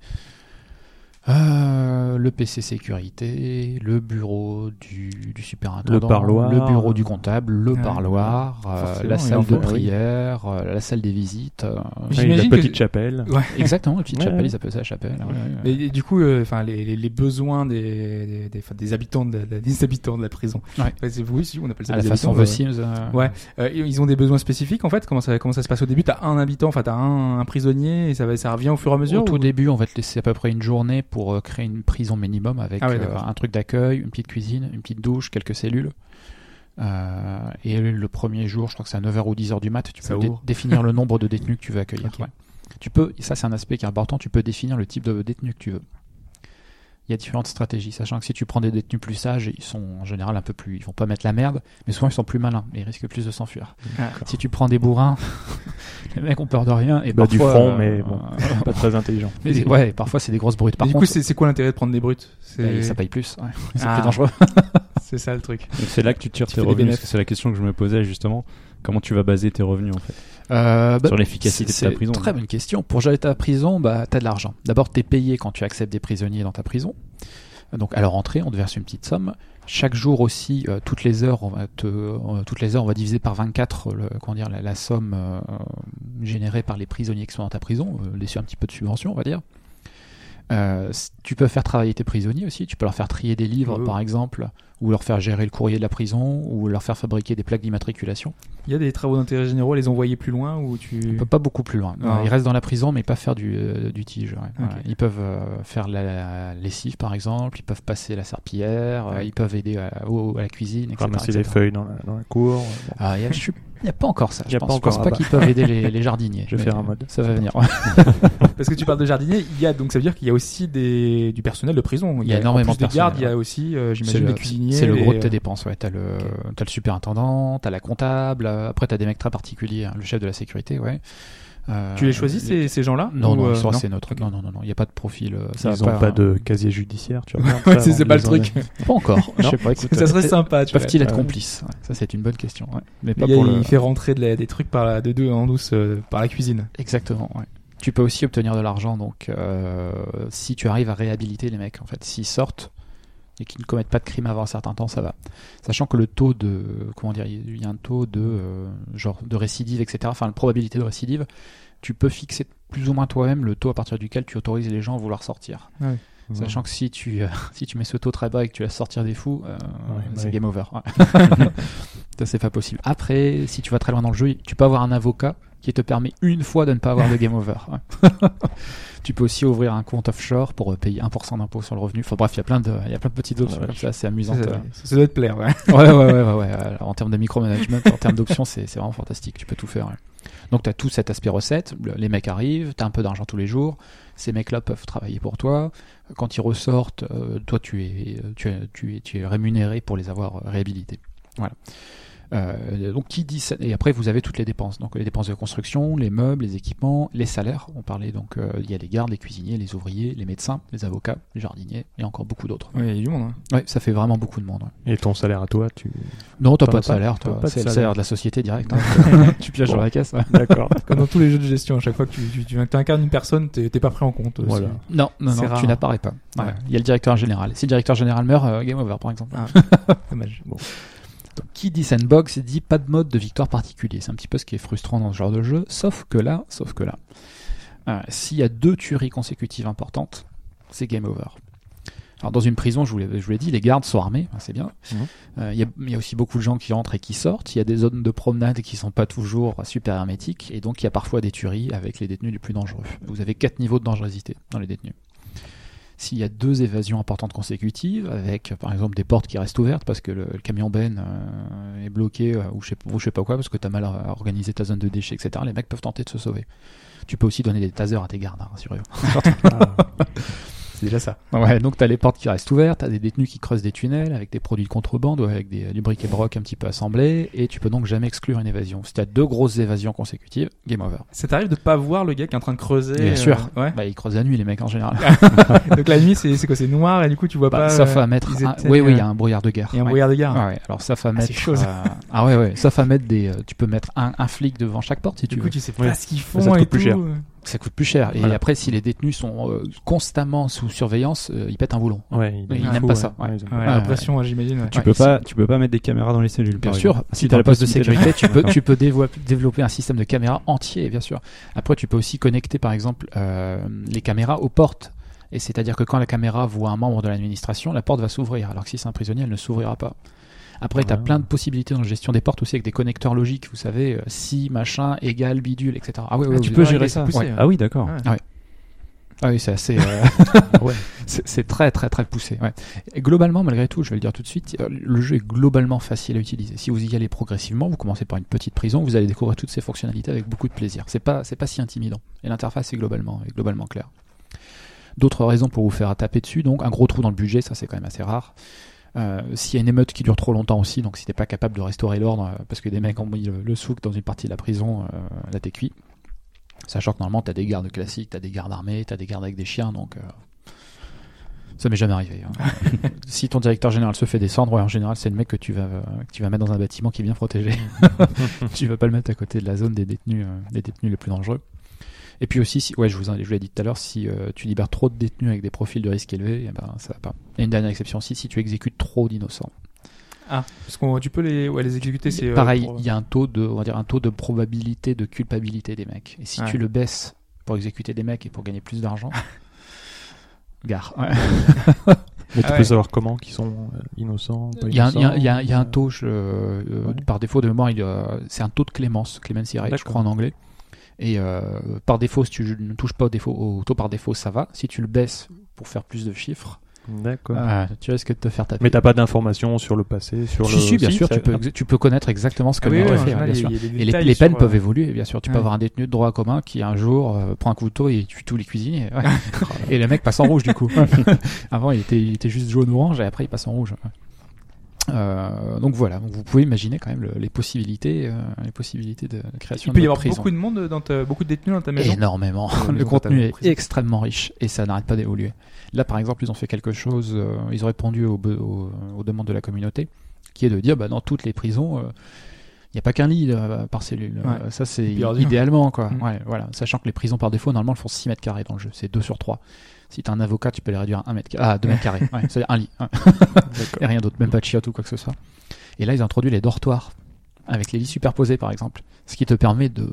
Speaker 4: euh, le PC sécurité, le bureau du, du superintendant,
Speaker 5: parloir.
Speaker 4: le bureau du comptable, le
Speaker 2: Ouais.
Speaker 4: parloir, euh,
Speaker 2: Forcément,
Speaker 4: la
Speaker 2: il
Speaker 4: salle
Speaker 2: en
Speaker 4: de
Speaker 2: faut, oui.
Speaker 4: prière, euh, la salle des visites. euh,
Speaker 5: Ouais, la
Speaker 2: J'imagine que-
Speaker 5: petite chapelle.
Speaker 4: Exactement, la petite
Speaker 5: Ouais,
Speaker 4: chapelle,
Speaker 5: ouais.
Speaker 4: ils appellent ça la chapelle. hein. ouais, ouais.
Speaker 2: Et, et du coup, euh, enfin, les, les, les besoins des, des, des, enfin, des habitants de, la- des habitants de la prison.
Speaker 4: Ouais.
Speaker 2: Enfin, c'est- oui, si, on appelle ça
Speaker 4: à la
Speaker 2: des
Speaker 4: façon
Speaker 2: habitants,
Speaker 4: The
Speaker 2: euh,
Speaker 4: Sims. euh,
Speaker 2: Ouais. Euh, ils ont des besoins spécifiques en fait. Comment ça, comment ça se passe au début T'as un habitant, enfin t'as un, un prisonnier et ça va, ça revient au fur et à mesure.
Speaker 4: Au tout
Speaker 2: ou-
Speaker 4: début, on va te laisser à peu près une journée pour euh, créer une prison minimum avec
Speaker 2: Ah ouais,
Speaker 4: euh,
Speaker 2: d'accord.
Speaker 4: un truc d'accueil, une petite cuisine, une petite douche, quelques cellules. Euh, et le premier jour, je crois que c'est à 9h ou 10h du mat, tu
Speaker 2: Ça
Speaker 4: peux dé-
Speaker 2: ouvre.
Speaker 4: définir le nombre de détenus que tu veux accueillir.
Speaker 2: Ok.
Speaker 4: ouais. Tu peux, et ça c'est un aspect qui est important, tu peux définir le type de détenu que tu veux. Il y a différentes stratégies, sachant que si tu prends des détenus plus sages, ils sont en général un peu plus, ils vont pas mettre la merde, mais souvent ils sont plus malins et ils risquent plus de s'enfuir.
Speaker 2: Ah.
Speaker 4: Si tu prends des bourrins, les mecs ont peur de rien et
Speaker 5: Bah, du
Speaker 4: parfois,
Speaker 5: front,
Speaker 4: euh,
Speaker 5: mais bon. Pas très intelligent.
Speaker 4: mais c'est- ouais, parfois c'est des grosses brutes.
Speaker 2: Mais
Speaker 4: Par
Speaker 2: du coup,
Speaker 4: contre,
Speaker 2: c'est c'est quoi l'intérêt de prendre des brutes
Speaker 4: bah,
Speaker 2: C'est
Speaker 4: ça paye plus. ouais. C'est
Speaker 2: Ah.
Speaker 4: plus dangereux.
Speaker 2: c'est ça le truc.
Speaker 3: Donc, C'est là que tu tires
Speaker 2: Tu
Speaker 3: tes
Speaker 2: fais des
Speaker 3: revenus.
Speaker 2: bénéfices.
Speaker 3: parce que C'est la question que je me posais justement. Comment tu vas baser tes revenus en fait
Speaker 4: Euh, bah,
Speaker 3: Sur l'efficacité de
Speaker 4: c'est-
Speaker 3: ta prison.
Speaker 4: C'est très bonne question. Pour gérer ta prison, bah, tu as de l'argent. D'abord, tu es payé quand tu acceptes des prisonniers dans ta prison. Donc à leur entrée, on te verse une petite somme. Chaque jour aussi, euh, toutes les heures, on va te, euh, toutes les heures, on va diviser par 24 le, comment dire, la, la somme euh, générée par les prisonniers qui sont dans ta prison, euh, laisser un petit peu de subvention, on va dire. Euh, c- tu peux faire travailler tes prisonniers aussi. Tu peux leur faire trier des livres,
Speaker 2: Oh.
Speaker 4: par exemple, ou leur faire gérer le courrier de la prison, ou leur faire fabriquer des plaques d'immatriculation.
Speaker 2: Il y a des travaux d'intérêt généraux, les envoyer plus loin ou tu.
Speaker 4: Ils peuvent pas beaucoup plus loin.
Speaker 2: Non.
Speaker 4: Ils restent dans la prison, mais pas faire du, euh, du tige. ouais. Voilà.
Speaker 2: Ok.
Speaker 4: Ils peuvent euh, faire la lessive, par exemple. Ils peuvent passer la serpillière. euh,
Speaker 2: Ouais.
Speaker 4: ils peuvent aider à, au- à la cuisine, etc.
Speaker 5: Ramasser
Speaker 4: etc.
Speaker 5: des feuilles dans la, dans la cour.
Speaker 4: Ah, il y a- je suis Il n'y a pas encore ça.
Speaker 5: Y
Speaker 4: Je
Speaker 5: a
Speaker 4: pense,
Speaker 5: pas
Speaker 4: Je pense
Speaker 5: encore,
Speaker 4: pas
Speaker 5: ah bah.
Speaker 4: qu'ils peuvent aider les, les jardiniers.
Speaker 5: Je vais
Speaker 4: mais
Speaker 5: faire un mode.
Speaker 4: Ça va venir.
Speaker 2: Parce que tu parles de jardinier, il y a donc ça veut dire qu'il y a aussi des, du personnel de prison.
Speaker 4: Il y a énormément
Speaker 2: en plus
Speaker 4: de
Speaker 2: des gardes,
Speaker 4: personnel,
Speaker 2: il y a aussi, euh,
Speaker 4: C'est
Speaker 2: j'imagine,
Speaker 4: le,
Speaker 2: des cuisiniers.
Speaker 4: c'est le gros de tes
Speaker 2: des-
Speaker 4: dépenses. Ouais. T'as le, t'as le superintendant, t'as la comptable. euh, Après, t'as des mecs très particuliers. hein, le chef de la sécurité, ouais. Euh,
Speaker 2: Tu les choisis ces, ces gens-là
Speaker 4: Non,
Speaker 2: Ou,
Speaker 4: non,
Speaker 2: euh,
Speaker 4: ça,
Speaker 2: non
Speaker 4: c'est notre.
Speaker 2: Ok.
Speaker 4: Non, non, non, non. Il n'y a pas de profil. euh, Ça
Speaker 5: Ils
Speaker 4: va
Speaker 5: ont pas de casier judiciaire, tu regardes
Speaker 2: Ouais,
Speaker 5: ça
Speaker 2: c'est-
Speaker 5: avant
Speaker 2: c'est
Speaker 5: de
Speaker 2: pas
Speaker 5: les
Speaker 2: le truc.
Speaker 5: enlever.
Speaker 4: Pas encore. Je sais pas. Écoute,
Speaker 2: Ça serait
Speaker 4: euh,
Speaker 2: sympa, tu vois.
Speaker 4: Peuvent-ils être
Speaker 5: Ouais.
Speaker 4: complices Ouais, Ça, c'est une bonne question. ouais. Mais pas
Speaker 2: Il, y a-
Speaker 4: pour le.
Speaker 2: il fait rentrer de la- des trucs par la, de deux en douce euh, par la cuisine.
Speaker 4: Exactement. ouais. Tu peux aussi obtenir de l'argent, donc euh, si tu arrives à réhabiliter les mecs, en fait, s'ils sortent et qu'ils ne commettent pas de crime avant un certain temps, ça va. Sachant que le taux de, comment dire, il y a un taux de euh, genre de récidive, etc. Enfin, la probabilité de récidive, tu peux fixer plus ou moins toi-même le taux à partir duquel tu autorises les gens à vouloir sortir.
Speaker 2: Ouais.
Speaker 4: Sachant que si tu euh, si tu mets ce taux très bas et que tu vas sortir des fous, euh,
Speaker 2: bah
Speaker 5: Ouais,
Speaker 4: c'est
Speaker 5: ouais.
Speaker 4: game over. Ouais. Ça, c'est pas possible. Après, si tu vas très loin dans le jeu, tu peux avoir un avocat qui te permet une fois de ne pas avoir de game over. Ouais. tu peux aussi ouvrir un compte offshore pour euh, payer 1% d'impôt sur le revenu. Enfin bref, il y a plein de, il y a plein de petites options
Speaker 5: Ouais,
Speaker 4: comme ça, c'est
Speaker 2: Ça,
Speaker 4: amusant.
Speaker 2: ça- euh, ça doit te plaire, ouais.
Speaker 4: Ouais, ouais, ouais, ouais, ouais. Euh, En termes de micromanagement, en termes d'options, c'est c'est vraiment fantastique. Tu peux tout faire. ouais. Donc, tu as tout cet aspect recette. Le- Les mecs arrivent, tu as un peu d'argent tous les jours. Ces mecs-là peuvent travailler pour toi. Quand ils ressortent, euh, toi, tu es, tu, es, tu, es, tu es rémunéré pour les avoir euh, réhabilités. Voilà. Euh, donc, qui dit ça Et après, vous avez toutes les dépenses. Donc, les dépenses de construction, les meubles, les équipements, les salaires. On parlait donc, euh, il y a les gardes, les cuisiniers, les ouvriers, les médecins, les avocats, les jardiniers et encore beaucoup d'autres.
Speaker 2: Ouais, Il y a du monde. hein.
Speaker 4: Ouais, ça fait vraiment beaucoup de monde. ouais.
Speaker 5: Et ton salaire à toi, tu.
Speaker 4: Non, t'as
Speaker 5: T'en
Speaker 4: pas
Speaker 5: as
Speaker 4: de
Speaker 5: pas-
Speaker 4: salaire,
Speaker 5: t'as
Speaker 4: toi.
Speaker 5: pas de
Speaker 4: C'est le
Speaker 5: salaire.
Speaker 4: salaire de la société direct. hein. tu pioches
Speaker 5: Bon.
Speaker 4: dans la caisse. ouais.
Speaker 5: D'accord.
Speaker 2: Comme dans tous les jeux de gestion, à chaque fois que tu, tu, tu incarnes une personne, t'es t'es pas pris en compte. euh,
Speaker 5: Voilà.
Speaker 2: c'est-
Speaker 4: Non, non,
Speaker 2: C'est
Speaker 4: non,
Speaker 2: rare.
Speaker 4: tu n'apparais pas. Ouais.
Speaker 2: Ouais.
Speaker 4: Il y a le directeur général. Si le directeur général meurt, euh, game over, par exemple.
Speaker 2: Ah, dommage.
Speaker 4: Donc, qui dit sandbox dit pas de mode de victoire particulier. C'est un petit peu ce qui est frustrant dans ce genre de jeu. Sauf que là, sauf que là, euh, s'il y a deux tueries consécutives importantes, c'est game over. Alors dans une prison, je vous l'ai je vous l'ai dit, les gardes sont armés, hein, c'est bien.
Speaker 5: Mhm.
Speaker 4: Euh, Il y, a, il y a aussi beaucoup de gens qui entrent et qui sortent. Il y a des zones de promenade qui sont pas toujours super hermétiques. Et donc il y a parfois des tueries avec les détenus les plus dangereux. Vous avez quatre niveaux de dangerosité dans les détenus. S'il y a deux évasions importantes consécutives, avec euh, par exemple des portes qui restent ouvertes parce que le, le camion Ben euh, est bloqué euh, ou je sais, ou je sais pas quoi, parce que tu as mal euh, organisé ta zone de déchets, etc., les mecs peuvent tenter de se sauver. Tu peux aussi donner des tasers à tes gardes, hein, rassurez-vous.
Speaker 5: Ah,
Speaker 2: C'est déjà ça.
Speaker 4: Ouais, donc t'as les portes qui restent ouvertes, t'as des détenus qui creusent des tunnels avec des produits de contrebande ou avec des, du bric et broc un petit peu assemblés, et tu peux donc jamais exclure une évasion. Si t'as deux grosses évasions consécutives, game over.
Speaker 2: Ça t'arrive de pas voir le gars qui est en train de creuser
Speaker 4: Bien
Speaker 2: euh,
Speaker 4: sûr.
Speaker 2: ouais.
Speaker 4: Bah ils creusent la nuit les mecs en général.
Speaker 2: Ah Donc la nuit, c'est c'est quoi C'est noir et du coup, tu vois
Speaker 4: Bah,
Speaker 2: pas.
Speaker 4: sauf
Speaker 2: euh,
Speaker 4: à mettre.
Speaker 2: ils
Speaker 4: un-
Speaker 2: étaient,
Speaker 4: Oui, oui, il y
Speaker 2: euh,
Speaker 4: a un brouillard de guerre.
Speaker 2: Il y a un
Speaker 4: Ouais.
Speaker 2: brouillard de gare.
Speaker 4: Ah ouais, alors sauf à mettre.
Speaker 2: c'est chaud, ça.
Speaker 4: euh, Ah ouais, ouais, sauf à mettre des. euh, tu peux mettre un, un flic devant chaque porte si tu
Speaker 2: Du
Speaker 4: veux.
Speaker 2: coup, tu sais
Speaker 5: Ouais.
Speaker 2: pas ce qu'ils font
Speaker 5: Ça te
Speaker 2: et
Speaker 5: coûte
Speaker 2: tout.
Speaker 5: plus cher.
Speaker 4: Ça coûte plus cher. Et
Speaker 5: Voilà.
Speaker 4: après, si les détenus sont euh, constamment sous surveillance, euh, ils pètent un boulon.
Speaker 5: Ouais, il, il
Speaker 4: Oui, il aime
Speaker 5: faut,
Speaker 4: pas ça, ouais.
Speaker 5: ils aiment
Speaker 2: Ouais,
Speaker 5: pas
Speaker 4: Ouais,
Speaker 2: la
Speaker 4: ouais.
Speaker 2: pression, ouais, j'imagine. ouais.
Speaker 3: Tu
Speaker 4: Ouais,
Speaker 3: peux
Speaker 4: c'est-
Speaker 3: pas, tu peux pas mettre des caméras dans les cellules.
Speaker 4: Bien
Speaker 3: par
Speaker 4: sûr,
Speaker 3: exemple.
Speaker 4: si tu
Speaker 3: t'as
Speaker 4: as le poste de
Speaker 3: possibilité
Speaker 4: sécurité, tu peux,
Speaker 3: D'accord.
Speaker 4: tu peux dévo- développer un système de caméras entier, bien sûr. Après, tu peux aussi connecter, par exemple, euh, les caméras aux portes. Et c'est-à-dire que quand la caméra voit un membre de l'administration, la porte va s'ouvrir. Alors que si c'est un prisonnier, elle ne s'ouvrira pas. Après, tu as
Speaker 5: Ah.
Speaker 4: plein de possibilités dans la gestion des portes aussi avec des connecteurs logiques. Vous savez, euh, si, machin, égal, bidule, etc. Ah oui,
Speaker 2: Ah,
Speaker 4: oui,
Speaker 2: tu
Speaker 4: oui.
Speaker 2: peux
Speaker 4: Ah,
Speaker 2: gérer
Speaker 4: oui,
Speaker 2: ça.
Speaker 4: ouais.
Speaker 2: Poussé, ouais.
Speaker 3: Ah oui, d'accord.
Speaker 2: Ouais.
Speaker 4: Ah oui, c'est assez. euh,
Speaker 5: Ouais.
Speaker 4: c'est c'est très très très poussé. Ouais. Et globalement, malgré tout, je vais le dire tout de suite, euh, le jeu est globalement facile à utiliser. Si vous y allez progressivement, vous commencez par une petite prison, vous allez découvrir toutes ces fonctionnalités avec beaucoup de plaisir. C'est pas c'est pas si intimidant. Et l'interface est globalement est globalement claire. D'autres raisons pour vous faire taper dessus, donc un gros trou dans le budget, ça c'est quand même assez rare. Euh, S'il y a une émeute qui dure trop longtemps aussi, donc si t'es pas capable de restaurer l'ordre, euh, parce que des mecs ont mis le, le souk dans une partie de la prison, euh, là t'es cuit. Sachant que normalement t'as des gardes classiques, t'as des gardes armés, t'as des gardes avec des chiens, donc euh, ça m'est jamais arrivé. hein. si ton directeur général se fait descendre, ouais, en général c'est le mec que tu vas euh, que tu vas mettre dans un bâtiment qui est bien protégé. tu vas pas le mettre à côté de la zone des détenus, euh, des détenus les plus dangereux. Et puis aussi, si, ouais, je vous, en- je vous l'ai dit tout à l'heure, si euh, tu libères trop de détenus avec des profils de risque élevés, eh ben, ça va pas. Et une dernière exception aussi, si tu exécutes trop d'innocents.
Speaker 2: Ah, parce qu'on tu peux les, ouais, les exécuter, c'est. euh,
Speaker 4: Pareil,
Speaker 2: pour-
Speaker 4: il y a un taux de, on va dire, un taux de probabilité de culpabilité des mecs. Et si
Speaker 2: Ouais.
Speaker 4: tu le baisses pour exécuter des mecs et pour gagner plus d'argent, gare. Ouais.
Speaker 5: Mais tu
Speaker 2: Ah ouais.
Speaker 5: peux savoir comment qu'ils sont euh, innocents. pas
Speaker 4: Il y, a, il y a- il y a-
Speaker 5: innocents,
Speaker 4: il y a un
Speaker 5: euh,
Speaker 4: taux, je- euh,
Speaker 5: ouais.
Speaker 4: par défaut de mémoire, il y a- c'est un taux de clémence, clemency rate, je
Speaker 5: D'accord.
Speaker 4: crois en anglais. Et euh, par défaut, si tu ne touches pas au, défaut, au taux par défaut, ça va. Si tu le baisses pour faire plus de chiffres,
Speaker 5: D'accord.
Speaker 4: Ah, tu risques de te faire taper.
Speaker 5: Mais t'as pas d'informations sur le passé, sur
Speaker 4: Si,
Speaker 5: le. euh,
Speaker 4: si, bien
Speaker 5: Si,
Speaker 4: sûr,
Speaker 5: ça-
Speaker 4: tu peux, tu peux connaître exactement ce que
Speaker 2: Ah oui,
Speaker 4: le
Speaker 2: oui,
Speaker 4: maître
Speaker 2: en
Speaker 4: fait, hein,
Speaker 2: général,
Speaker 4: bien
Speaker 2: il y
Speaker 4: sûr.
Speaker 2: a- il y a des
Speaker 4: Et les,
Speaker 2: détails
Speaker 4: les peines
Speaker 2: sur,
Speaker 4: peuvent
Speaker 2: euh,
Speaker 4: évoluer, bien sûr. Tu
Speaker 2: ouais.
Speaker 4: peux avoir un détenu de droit commun qui un jour euh, prend un couteau et tue tous les cuisiniers. ouais. et le mec passe en rouge du coup. Avant, il était, il était juste jaune-orange et après, il passe en rouge. ouais. Euh, donc voilà, Donc, vous pouvez imaginer quand même le- les possibilités, euh, les possibilités de de création.
Speaker 2: Il peut
Speaker 4: de
Speaker 2: y avoir
Speaker 4: prison.
Speaker 2: beaucoup de monde dans ta, beaucoup de détenus dans ta maison.
Speaker 4: Énormément.
Speaker 2: Dans la
Speaker 4: Le
Speaker 2: maison
Speaker 4: contenu
Speaker 2: notamment,
Speaker 4: est
Speaker 2: prison.
Speaker 4: extrêmement riche et ça n'arrête pas d'évoluer. Là, par exemple, ils ont fait quelque chose, euh, ils ont répondu aux, be- aux- euh, aux demandes de la communauté, qui est de dire, bah, dans toutes les prisons, il n'y a pas qu'un lit euh, par cellule.
Speaker 2: Ouais.
Speaker 4: Euh, ça, c'est
Speaker 2: C'est bien
Speaker 4: i-
Speaker 2: dit.
Speaker 4: idéalement, quoi.
Speaker 2: Mm.
Speaker 4: Ouais, voilà. Sachant que les prisons, par défaut, normalement, elles font 6 mètres carrés dans le jeu. C'est 2 sur 3. Si t'as un avocat, tu peux les réduire à 1 mètre carré. Ah, 2 mètres carrés. Ouais, c'est-à-dire un lit. Ouais. et rien d'autre. Même pas de chiottes ou quoi que ce soit. Et là, ils ont introduit les dortoirs avec les lits superposés, par exemple. Ce qui te permet de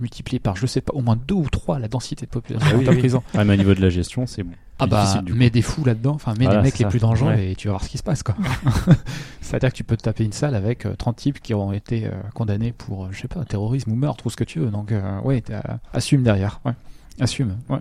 Speaker 4: multiplier par, je sais pas, au moins deux ou trois la densité de population
Speaker 2: Ah oui,
Speaker 4: dans ta
Speaker 2: oui.
Speaker 4: prison.
Speaker 3: Ah, mais au niveau de la gestion, c'est bon.
Speaker 4: Ah bah,
Speaker 3: difficile, du coup.
Speaker 4: mets des fous là-dedans, enfin, mets
Speaker 3: Voilà,
Speaker 4: des mecs
Speaker 3: c'est
Speaker 4: les
Speaker 3: ça.
Speaker 4: plus dangereux
Speaker 3: Ouais.
Speaker 4: et tu vas voir ce qui se passe, quoi. C'est-à-dire que tu peux te taper une salle avec euh, 30 types qui ont été euh, condamnés pour, euh, je sais pas, terrorisme ou meurtre ou ce que tu veux. Donc, euh, ouais, t'as- assume derrière, ouais. Assume, ouais.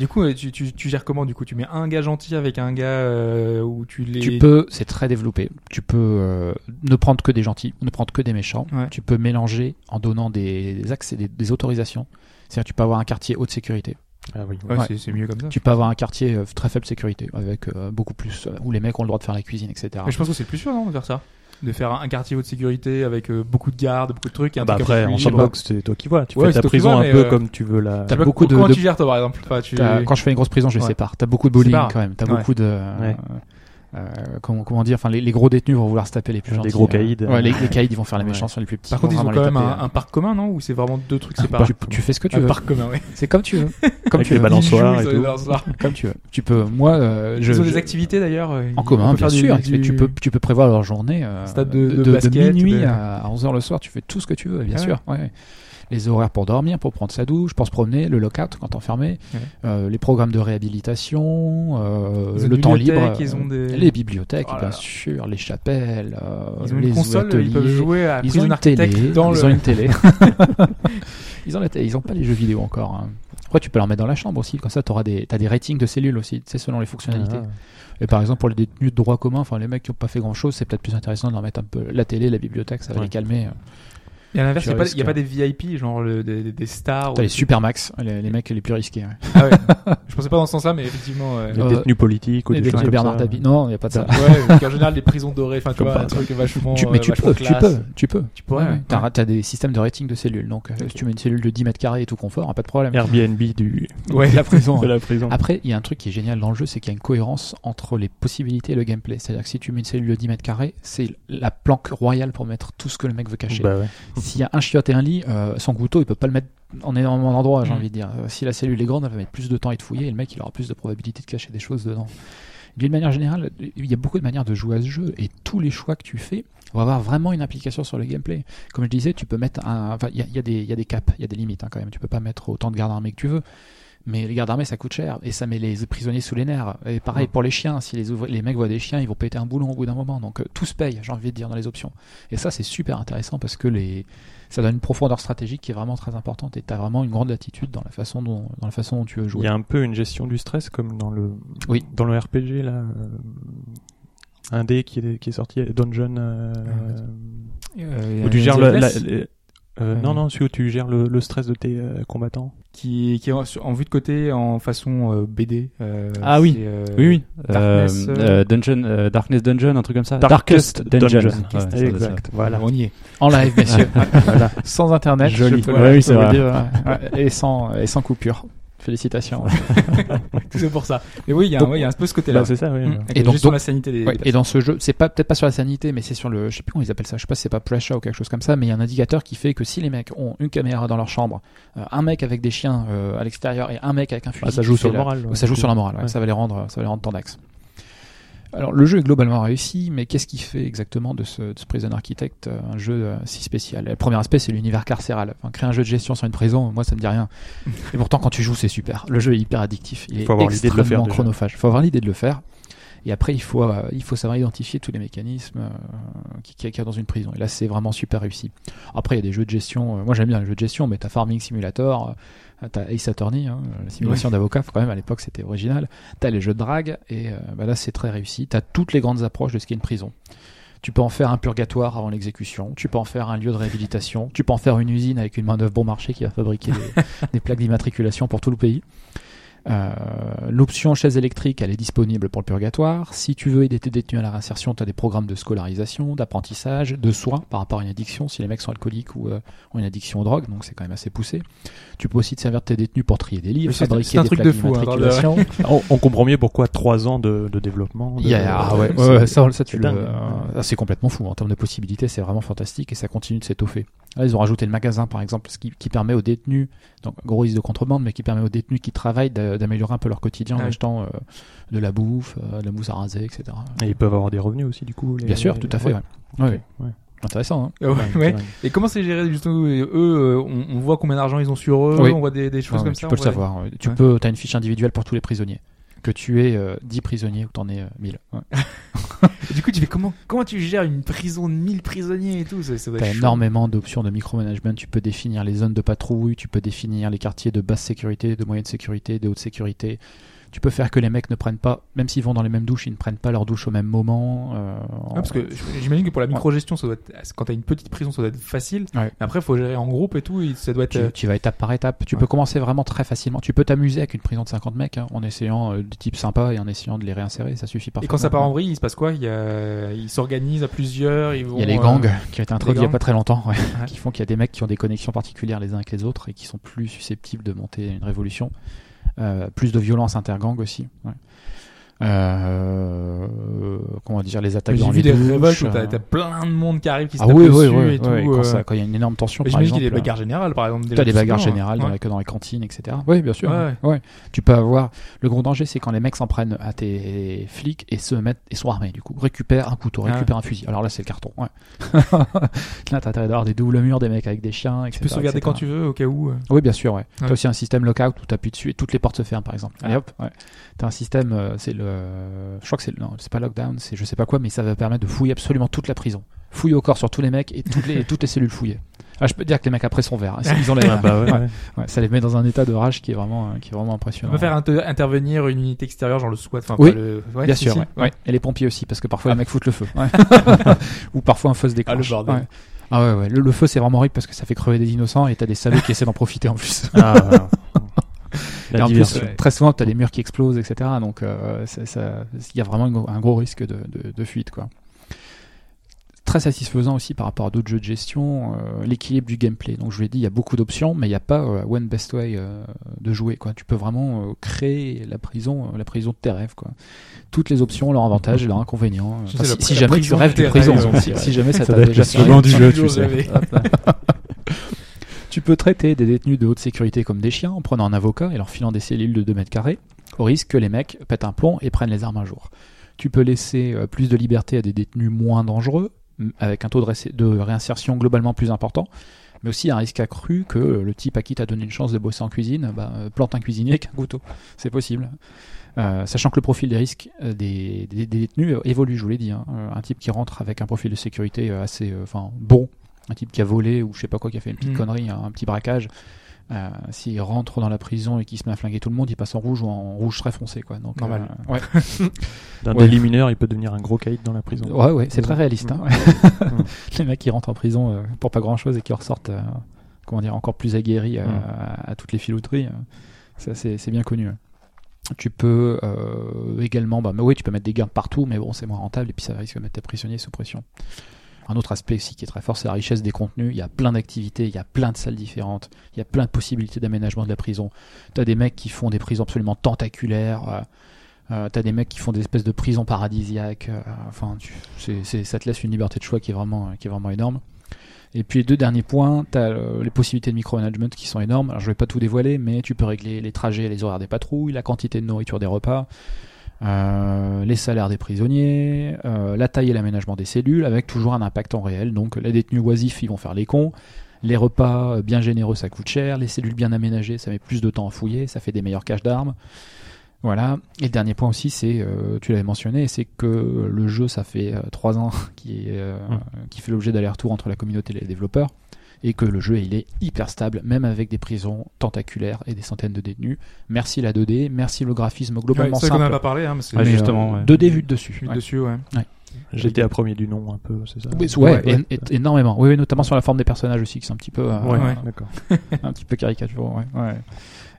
Speaker 2: Du coup, euh, tu, tu, tu gères comment Du coup, tu mets un gars gentil avec un gars euh, où tu les.
Speaker 4: Tu peux, c'est très développé. Tu peux euh, ne prendre que des gentils, ne prendre que des méchants.
Speaker 2: Ouais.
Speaker 4: Tu peux mélanger en donnant des, des accès, des, des autorisations. C'est-à-dire, que tu peux avoir un quartier haute sécurité.
Speaker 5: Ah oui.
Speaker 2: Ouais,
Speaker 4: Ouais.
Speaker 2: c'est- C'est mieux comme ça.
Speaker 4: Tu peux avoir un quartier euh, très faible sécurité, avec euh, beaucoup plus, euh, où les mecs ont le droit de faire la cuisine, etc.
Speaker 2: Mais je pense que c'est le plus sûr, non, de faire ça. De faire un un quartier haute sécurité avec euh, beaucoup de gardes, beaucoup de trucs. et un
Speaker 5: Bah
Speaker 2: truc un
Speaker 5: après,
Speaker 2: peu
Speaker 5: en
Speaker 2: plus
Speaker 4: sait
Speaker 2: libre.
Speaker 4: pas.
Speaker 5: sandbox, c'est toi qui vois. Tu
Speaker 2: Ouais,
Speaker 5: fais
Speaker 2: c'est
Speaker 5: ta
Speaker 2: toi qui
Speaker 5: prison
Speaker 2: vois,
Speaker 5: un
Speaker 2: mais,
Speaker 5: peu
Speaker 2: euh,
Speaker 5: comme tu veux la.
Speaker 4: T'as
Speaker 2: Je sais pas,
Speaker 4: beaucoup de-
Speaker 2: Comment
Speaker 4: de-
Speaker 2: tu gères, toi, par exemple Enfin, tu-
Speaker 4: T'as- Quand je fais une grosse prison, je les
Speaker 2: Ouais.
Speaker 4: sépare. T'as beaucoup de bowling
Speaker 2: Sépares.
Speaker 4: quand même. T'as
Speaker 2: Ouais.
Speaker 4: beaucoup de.
Speaker 5: Ouais.
Speaker 4: euh, comment, comment dire Enfin, les, les gros détenus vont vouloir se taper les plus
Speaker 5: Des
Speaker 4: gentils.
Speaker 5: gros
Speaker 4: euh.
Speaker 5: caïds.
Speaker 4: Ouais, les, les caïds, ils vont faire la
Speaker 5: Ouais.
Speaker 4: méchants sur les plus petits.
Speaker 2: Par contre, ils
Speaker 4: vont
Speaker 2: ont
Speaker 4: vraiment
Speaker 2: quand
Speaker 4: les
Speaker 2: même un,
Speaker 4: taper. hein.
Speaker 2: un parc commun, non Ou c'est vraiment deux trucs séparés
Speaker 4: tu, tu fais ce que tu
Speaker 2: Un
Speaker 4: veux.
Speaker 2: parc commun, oui.
Speaker 4: C'est comme tu veux. Comme
Speaker 5: Avec
Speaker 4: tu
Speaker 5: les
Speaker 4: veux.
Speaker 5: balances.
Speaker 2: Ils
Speaker 5: Balançoire et
Speaker 2: jouent,
Speaker 5: tout.
Speaker 2: ils ont leur soir.
Speaker 4: Comme tu veux. Tu peux. Moi, euh, je.
Speaker 2: Ils ont
Speaker 4: je-
Speaker 2: des activités d'ailleurs. euh,
Speaker 4: En
Speaker 2: ils-
Speaker 4: commun,
Speaker 2: on peut
Speaker 4: bien
Speaker 2: faire du-
Speaker 4: sûr.
Speaker 2: du-
Speaker 4: Tu, peux, tu peux prévoir leur journée euh,
Speaker 2: Stade de- de basket,
Speaker 4: minuit
Speaker 2: de-
Speaker 4: à 11h le soir. Tu fais tout ce que tu veux, bien
Speaker 2: Ah
Speaker 4: sûr. Ouais, ouais. Les horaires pour dormir, pour prendre sa douche, pour se promener, le lockout quand enfermé,
Speaker 2: Ouais.
Speaker 4: euh, les programmes de réhabilitation, euh,
Speaker 2: Ils ont
Speaker 4: le
Speaker 2: des
Speaker 4: temps libre, euh,
Speaker 2: bibliothèques, ils ont des-
Speaker 4: les bibliothèques,
Speaker 2: Oh là
Speaker 4: bien
Speaker 2: là.
Speaker 4: sûr, les chapelles, euh,
Speaker 2: Ils ont une
Speaker 4: les
Speaker 2: console, ils peuvent
Speaker 4: ateliers.
Speaker 2: jouer à
Speaker 4: Ils ont
Speaker 2: Prison
Speaker 4: une télé.
Speaker 2: Architect dans
Speaker 4: ils
Speaker 2: le.
Speaker 4: ont une télé. ils ont la télé. Ils ont pas les jeux vidéo encore. hein. Après, tu peux leur mettre dans la chambre aussi. Comme ça, t'auras des, t'as des ratings de cellules aussi. C'est selon les fonctionnalités.
Speaker 2: Ah.
Speaker 5: Ah,
Speaker 4: Et par exemple, pour les détenus de droit commun, enfin les mecs qui n'ont pas fait grand chose, c'est peut-être plus intéressant de leur mettre un peu la télé, la bibliothèque, ça va
Speaker 5: Ouais.
Speaker 4: les calmer.
Speaker 2: Et à l'inverse,
Speaker 4: Tu
Speaker 2: il n'y a
Speaker 4: risques.
Speaker 2: pas des VIP, genre le- des, des- des stars. ou-
Speaker 4: T'as les supermax, les, les mecs les plus risqués. ouais.
Speaker 2: Ah ouais. Je pensais pas dans ce sens-là, mais effectivement. euh,
Speaker 5: Les
Speaker 4: Euh,
Speaker 5: détenus politiques ou
Speaker 4: les
Speaker 5: des choses
Speaker 4: détenus
Speaker 5: comme
Speaker 4: Bernard
Speaker 5: ça.
Speaker 4: Tapie. Non, il n'y a pas de ça.
Speaker 2: Ouais, parce qu'en général, les prisons dorées, enfin, tu
Speaker 5: Comme
Speaker 2: vois,
Speaker 5: par
Speaker 2: un truc vachement.
Speaker 4: Tu-
Speaker 2: euh,
Speaker 4: mais tu
Speaker 2: vachement
Speaker 4: peux, tu
Speaker 2: classe.
Speaker 4: peux, tu peux.
Speaker 2: Tu pourrais,
Speaker 4: Ouais,
Speaker 2: ouais.
Speaker 4: T'as, t'as des systèmes de rating de cellules, donc euh, si tu mets une cellule de 10 mètres carrés et tout confort, hein, pas de problème.
Speaker 5: Airbnb du.
Speaker 2: Ouais.
Speaker 4: la prison.
Speaker 5: de
Speaker 4: hein.
Speaker 5: la prison.
Speaker 4: Après, il y a un truc qui est génial dans le jeu, c'est qu'il y a une cohérence entre les possibilités et le gameplay. C'est-à-dire que si tu mets une cellule de 10 mètres carrés, c'est la planque royale pour mettre tout ce que le mec veut cacher.
Speaker 5: Bah ouais.
Speaker 4: S'il y a un chiotte et un lit, euh, son couteau, il peut pas le mettre en énormément d'endroits, j'ai
Speaker 2: Mm.
Speaker 4: envie de dire. Euh, si la cellule est grande, elle va mettre plus de temps à être fouillée et le mec, il aura plus de probabilité de cacher des choses dedans. D'une manière générale, il y a beaucoup de manières de jouer à ce jeu et tous les choix que tu fais vont avoir vraiment une implication sur le gameplay. Comme je disais, tu peux mettre un. Enfin, il y a, il y a des- il y a des caps, il y a des limites hein, quand même. Tu peux pas mettre autant de gardes armés que tu veux. Mais les gardes armés, ça coûte cher et ça met les prisonniers sous les nerfs. Et pareil pour les chiens, si les, ouvri- les mecs voient des chiens, ils vont péter un boulon au bout d'un moment. Donc euh, tout se paye, j'ai envie de dire, dans les options. Et ça, c'est super intéressant parce que les... ça donne une profondeur stratégique qui est vraiment très importante et tu as vraiment une grande latitude dans la façon dont, dans la façon dont tu veux
Speaker 5: Il
Speaker 4: jouer.
Speaker 5: y a un peu une gestion du stress comme dans le
Speaker 4: Oui.
Speaker 5: dans le RPG là. euh, Un dé qui est, qui est sorti, Dungeon. euh,
Speaker 2: Euh,
Speaker 5: où
Speaker 2: il
Speaker 5: tu
Speaker 2: y a
Speaker 5: gères le,
Speaker 2: un
Speaker 5: la-
Speaker 2: DLS
Speaker 5: les- euh, non non celui où tu gères le, le stress de tes euh, combattants.
Speaker 2: Qui, qui est en, sur- en vue de côté en façon euh, BD. euh,
Speaker 3: Ah oui.
Speaker 2: c'est, euh,
Speaker 3: Oui, oui.
Speaker 2: Darkness,
Speaker 3: Euh,
Speaker 2: euh,
Speaker 3: euh, Dungeon, euh, Darkness Dungeon, un truc comme ça.
Speaker 5: Darkest Dungeon.
Speaker 3: Ouais, ça doit être ça.
Speaker 5: exact. Voilà.
Speaker 2: On y est.
Speaker 4: En live, bien sûr. Sans internet,
Speaker 3: Joli.
Speaker 4: je peux,
Speaker 3: Ouais, oui,
Speaker 4: je peux
Speaker 3: c'est
Speaker 4: vous
Speaker 3: vrai.
Speaker 4: dire, euh, ouais, et, sans, et sans coupure. Félicitations.
Speaker 2: Tout ça pour ça. Mais oui, il y a un-
Speaker 5: Donc-
Speaker 2: ouais, il y a un peu ce côté-là.
Speaker 5: Bah, c'est ça, oui.
Speaker 2: Mmh.
Speaker 4: Et
Speaker 2: Et
Speaker 4: donc-
Speaker 2: donc, sur
Speaker 4: donc-
Speaker 2: la sanité des.
Speaker 4: Ouais, et dans ce jeu, c'est pas peut-être pas sur la sanité, mais c'est sur le, je sais plus comment ils appellent ça, je sais pas si c'est pas Pressure ou quelque chose comme ça, mais il y a un indicateur qui fait que si les mecs ont une caméra dans leur chambre, euh, un mec avec des chiens euh, à l'extérieur et un mec avec un fusil,
Speaker 5: Ah, ça
Speaker 4: qui
Speaker 5: joue
Speaker 4: fait
Speaker 5: sur le
Speaker 4: la-
Speaker 5: moral. ouais.
Speaker 4: ça joue sur la morale. ouais,
Speaker 5: Ouais.
Speaker 4: Ça va les rendre, ça va les rendre tendax. Alors le jeu est globalement réussi, mais qu'est-ce qui fait exactement de ce, de ce Prison Architect euh, un jeu euh, si spécial Le premier aspect, c'est l'univers carcéral. Enfin, créer un jeu de gestion sur une prison, moi ça me dit rien. Et pourtant, quand tu joues, c'est super. Le jeu est hyper addictif. Il
Speaker 5: Faut
Speaker 4: est
Speaker 5: avoir l'idée de le faire,
Speaker 4: extrêmement
Speaker 5: déjà.
Speaker 4: chronophage. Il faut avoir l'idée de le faire. Et après, il faut, euh, il faut savoir identifier tous les mécanismes euh, qui, qui, qui y a dans une prison. Et là, c'est vraiment super réussi. Après, il y a des jeux de gestion. euh, moi, j'aime bien les jeux de gestion, mais t'as Farming Simulator, euh, t'as Ace Attorney, hein, la simulation d'avocat. Faut quand même, à l'époque, c'était original. T'as les jeux de drague, et euh, bah là, c'est très réussi. T'as toutes les grandes approches de ce qu'est une prison. Tu peux en faire un purgatoire avant l'exécution. Tu peux en faire un lieu de réhabilitation. Tu peux en faire une usine avec une main d'œuvre bon marché qui va fabriquer des, des plaques d'immatriculation pour tout le pays. Euh, L'option chaise électrique, elle est disponible pour le purgatoire. Si tu veux aider tes détenus à la réinsertion, tu as des programmes de scolarisation, d'apprentissage, de soins par rapport à une addiction, si les mecs sont alcooliques ou euh, ont une addiction aux drogues, donc c'est quand même assez poussé. Tu peux aussi te servir de tes détenus pour trier des livres,
Speaker 2: Mais c'est-
Speaker 4: fabriquer
Speaker 2: c'est un
Speaker 4: des
Speaker 2: truc
Speaker 4: plaques
Speaker 2: de fou, hein, dans le-
Speaker 4: d'immatriculation.
Speaker 5: Ah, on, on comprend mieux pourquoi 3 ans de, de développement. de-
Speaker 4: Il y a- ah ouais,
Speaker 5: c'est-
Speaker 4: ouais, ouais, ça, ça, tu
Speaker 5: c'est
Speaker 4: le-
Speaker 5: dingue.
Speaker 4: ah, c'est complètement fou en termes de possibilités, c'est vraiment fantastique et ça continue de s'étoffer. Là, ils ont rajouté le magasin par exemple, ce qui, qui permet aux détenus, donc gros risque de contrebande, mais qui permet aux détenus qui travaillent d'a- d'améliorer un peu leur quotidien
Speaker 2: Ah
Speaker 4: en
Speaker 2: oui.
Speaker 4: achetant euh, de la bouffe, euh, de la mousse à raser, etc.
Speaker 5: Et ils peuvent avoir des revenus aussi, du coup. les-
Speaker 4: Bien sûr,
Speaker 5: les-
Speaker 4: tout à fait.
Speaker 5: ouais.
Speaker 4: ouais. Ouais,
Speaker 5: Ok, ouais.
Speaker 4: Intéressant. Hein
Speaker 2: Ouais,
Speaker 5: Ouais,
Speaker 2: ouais.
Speaker 5: dingue.
Speaker 2: Et comment c'est géré justement euh, Eux, euh, on, on voit combien d'argent ils ont sur eux,
Speaker 4: Oui.
Speaker 2: on voit des, des choses
Speaker 4: Ouais,
Speaker 2: comme
Speaker 4: tu
Speaker 2: ça.
Speaker 4: peux
Speaker 2: on
Speaker 4: le
Speaker 2: voit-
Speaker 4: savoir. ouais. Tu
Speaker 2: Ouais.
Speaker 4: peux, as une fiche individuelle pour tous les prisonniers. Que tu aies euh, 10 prisonniers ou t'en aies euh, 1000. Ouais.
Speaker 2: Et du coup, tu fais comment Comment tu gères une prison de 1000 prisonniers et tout ça, ça doit être
Speaker 4: T'as
Speaker 2: chaud.
Speaker 4: énormément d'options de micromanagement. Tu peux définir les zones de patrouille, tu peux définir les quartiers de basse sécurité, de moyenne sécurité, de haute sécurité. Tu peux faire que les mecs ne prennent pas, même s'ils vont dans les mêmes douches, ils ne prennent pas leur douche au même moment. euh, en-
Speaker 2: Ouais, Ah, parce que j- j'imagine que pour la micro-gestion, ça doit être- quand t'as une petite prison, ça doit être facile.
Speaker 4: Ouais.
Speaker 2: Mais après, faut gérer en groupe et tout. et ça doit être.
Speaker 4: tu,
Speaker 2: euh,
Speaker 4: tu vas étape par étape. Tu peux commencer vraiment très facilement. Tu peux t'amuser avec une prison de 50 mecs hein, en essayant euh, des types sympas et en essayant de les réinsérer. Ça suffit
Speaker 2: Et
Speaker 4: parfaitement.
Speaker 2: quand ça part en vrille, il se passe quoi Il y a- Ils s'organisent à plusieurs. Ils vont,
Speaker 4: Il y a les
Speaker 2: euh,
Speaker 4: gangs qui ont été introduits il n'y a
Speaker 2: gangs.
Speaker 4: pas très longtemps, ouais,
Speaker 2: Ouais.
Speaker 4: qui font qu'il y a des mecs qui ont des connexions particulières les uns avec les autres et qui sont plus susceptibles de monter une révolution. Euh, plus de violence intergang aussi. ouais. Euh, comment dire, les attaques
Speaker 2: mais J'ai
Speaker 4: dans
Speaker 2: vu des
Speaker 4: les douches,
Speaker 2: révoltes où t'as
Speaker 4: euh,
Speaker 2: t'as plein de monde qui arrive, qui se
Speaker 4: Ah
Speaker 2: tape
Speaker 4: oui, oui,
Speaker 2: dessus
Speaker 4: oui,
Speaker 2: et tout.
Speaker 4: oui, quand,
Speaker 2: euh,
Speaker 4: ça- quand il y a une énorme tension,
Speaker 2: mais
Speaker 4: par
Speaker 2: J'imagine qu'il
Speaker 4: exemple.
Speaker 2: y a des
Speaker 4: euh,
Speaker 2: bagarres générales, par exemple.
Speaker 4: T'as des
Speaker 2: là-dessus,
Speaker 4: bagarres
Speaker 2: hein.
Speaker 4: générales dans
Speaker 2: Ouais.
Speaker 4: les, que dans les cantines, etc. Oui, bien sûr.
Speaker 2: Ouais,
Speaker 4: Ouais. Tu peux avoir. Le gros danger, c'est quand les mecs s'en prennent à tes flics et se mettent et sont armés. Du coup, récupère un couteau,
Speaker 2: Ah ouais.
Speaker 4: récupère un fusil. Alors là, c'est le carton. Ouais. là, t'as intérêt d'avoir des doubles murs, des mecs avec des chiens, etc.
Speaker 2: Tu peux sauvegarder quand tu veux, au cas où. euh.
Speaker 4: Oui, bien sûr. Ouais.
Speaker 2: Ouais.
Speaker 4: T'as aussi un système lockout où t'appuies dessus et toutes les portes se ferment, par exemple.
Speaker 2: Ah.
Speaker 4: Allez hop. Ouais. T'as un système. euh, C'est le. Je crois que c'est. Non, c'est pas lockdown. C'est je sais pas quoi, mais ça va permettre de fouiller absolument toute la prison. Fouiller au corps sur tous les mecs et toutes les toutes les cellules fouillées. Ah, je peux te dire que les mecs après sont verts. hein. Ils ont la-
Speaker 5: Ah bah ouais,
Speaker 4: Ouais.
Speaker 5: ouais.
Speaker 4: Ouais, ça les met dans un état de rage qui est vraiment, euh, qui est vraiment
Speaker 2: Tu
Speaker 4: impressionnant.
Speaker 2: peux faire inter- intervenir une unité extérieure, genre le SWAT. enfin,
Speaker 4: Oui,
Speaker 2: pas le- ouais,
Speaker 4: Bien
Speaker 2: si,
Speaker 4: sûr,
Speaker 2: si,
Speaker 4: ouais, ouais. Et les pompiers aussi, parce que parfois
Speaker 2: Ah.
Speaker 4: les mecs foutent le feu. Ouais. Ou parfois un feu se déclenche.
Speaker 2: le bordel.
Speaker 4: Ouais. Ah ouais, ouais. Le, le feu, c'est vraiment horrible parce que ça fait crever des innocents et t'as des salauds qui essaient d'en profiter en plus.
Speaker 5: Ah, voilà.
Speaker 4: Et
Speaker 5: La
Speaker 4: en
Speaker 5: diversion.
Speaker 4: plus, euh, très souvent, t'as des murs qui explosent, etc. Donc, euh, ça- ça- il y a vraiment un gros- un gros risque de, de- de fuite, quoi. Très satisfaisant aussi par rapport à d'autres jeux de gestion, euh, l'équilibre du gameplay. Donc, je vous l'ai dit, il y a beaucoup d'options, mais il n'y a pas euh, one best way euh, de jouer, quoi. Tu peux vraiment euh, créer la prison, euh, la prison de tes rêves, quoi. Toutes les options ont leurs avantages et leurs inconvénients. euh,
Speaker 2: Je
Speaker 4: Enfin,
Speaker 2: sais,
Speaker 4: si,
Speaker 2: la-
Speaker 4: si
Speaker 2: la
Speaker 4: jamais tu
Speaker 2: prison
Speaker 4: rêves
Speaker 2: de
Speaker 4: de
Speaker 2: tes
Speaker 4: prison,
Speaker 2: rêves,
Speaker 4: si, si jamais ça,
Speaker 5: Ça
Speaker 4: t'a
Speaker 5: doit être
Speaker 4: déjà
Speaker 5: le
Speaker 4: servi.
Speaker 5: slogan du jeu, tu
Speaker 2: Toujours
Speaker 5: sais.
Speaker 2: rêver.
Speaker 4: Tu peux traiter des détenus de haute sécurité comme des chiens en prenant un avocat et leur filant des cellules de 2 mètres carrés, au risque que les mecs pètent un plomb et prennent les armes un jour. Tu peux laisser euh, plus de liberté à des détenus moins dangereux, m- avec un taux de, ré- de réinsertion globalement plus important, mais aussi un risque accru que euh, le type à qui t'as donné une chance de bosser en cuisine bah, euh, plante un cuisinier avec un couteau. C'est possible. Euh, sachant que le profil des risques euh, des, des- des détenus euh, évolue, je vous l'ai dit. hein. Euh, Un type qui rentre avec un profil de sécurité euh, assez euh, enfin, bon, un type qui a volé ou je sais pas quoi, qui a fait une petite
Speaker 2: Mhm.
Speaker 4: connerie, hein, un, un petit braquage, euh, s'il rentre dans la prison et qu'il se met à flinguer tout le monde, il passe en rouge ou en rouge très foncé. Quoi. Donc,
Speaker 2: Normal.
Speaker 4: euh, ouais.
Speaker 5: D'un
Speaker 4: Ouais.
Speaker 5: délit mineur, il peut devenir un gros caïd dans la prison.
Speaker 4: Ouais, ouais, c'est très réaliste. hein.
Speaker 5: Mm.
Speaker 4: les mecs qui rentrent en prison euh, pour pas grand chose et qui ressortent, euh, comment dire, encore plus aguerris euh,
Speaker 5: Mm.
Speaker 4: à, à toutes les filouteries. euh, ça, c'est c'est bien connu. hein. Tu peux euh, également, bah, mais oui, tu peux mettre des gardes partout, mais bon, c'est moins rentable et puis ça risque de mettre tes prisonniers sous pression. Un autre aspect aussi qui est très fort, c'est la richesse des contenus. Il y a plein d'activités, il y a plein de salles différentes, il y a plein de possibilités d'aménagement de la prison. T'as des mecs qui font des prisons absolument tentaculaires. euh, euh, t'as des mecs qui font des espèces de prisons paradisiaques. euh, enfin, tu- c'est- c'est- ça te laisse une liberté de choix qui est vraiment, euh, qui est vraiment énorme. Et puis les deux derniers points, t'as euh, les possibilités de micromanagement qui sont énormes. Alors je vais pas tout dévoiler, mais tu peux régler les trajets, et les horaires des patrouilles, la quantité de nourriture des repas, euh, les salaires des prisonniers, euh, la taille et l'aménagement des cellules, avec toujours un impact en réel. Donc les détenus oisifs, ils vont faire les cons. Les repas euh, bien généreux, ça coûte cher. Les cellules bien aménagées, ça met plus de temps à fouiller, ça fait des meilleurs caches d'armes. Voilà. Et le dernier point aussi, c'est, euh, tu l'avais mentionné, c'est que le jeu, ça fait euh, trois ans qui, est, euh,
Speaker 5: Mm.
Speaker 4: qui fait l'objet d'aller-retour entre la communauté et les développeurs, et que le jeu, il est hyper stable, même avec des prisons tentaculaires et des centaines de détenus. Merci la 2D, merci le graphisme
Speaker 2: Ouais,
Speaker 4: globalement
Speaker 2: c'est ça qu'on
Speaker 4: simple.
Speaker 2: n'a pas parlé, hein, mais c'est
Speaker 3: Ouais,
Speaker 4: mais,
Speaker 3: justement,
Speaker 4: euh,
Speaker 3: ouais.
Speaker 4: 2D vu de dessus.
Speaker 2: Vu
Speaker 4: ouais.
Speaker 2: dessus, ouais.
Speaker 5: GTA premier du nom, un peu, c'est ça
Speaker 4: Oui, ouais, et- et- énormément. Oui, oui, notamment sur la forme des personnages aussi, qui sont un petit peu, euh,
Speaker 5: Ouais,
Speaker 2: Ouais.
Speaker 5: d'accord.
Speaker 4: un petit peu caricaturaux. ouais, ouais.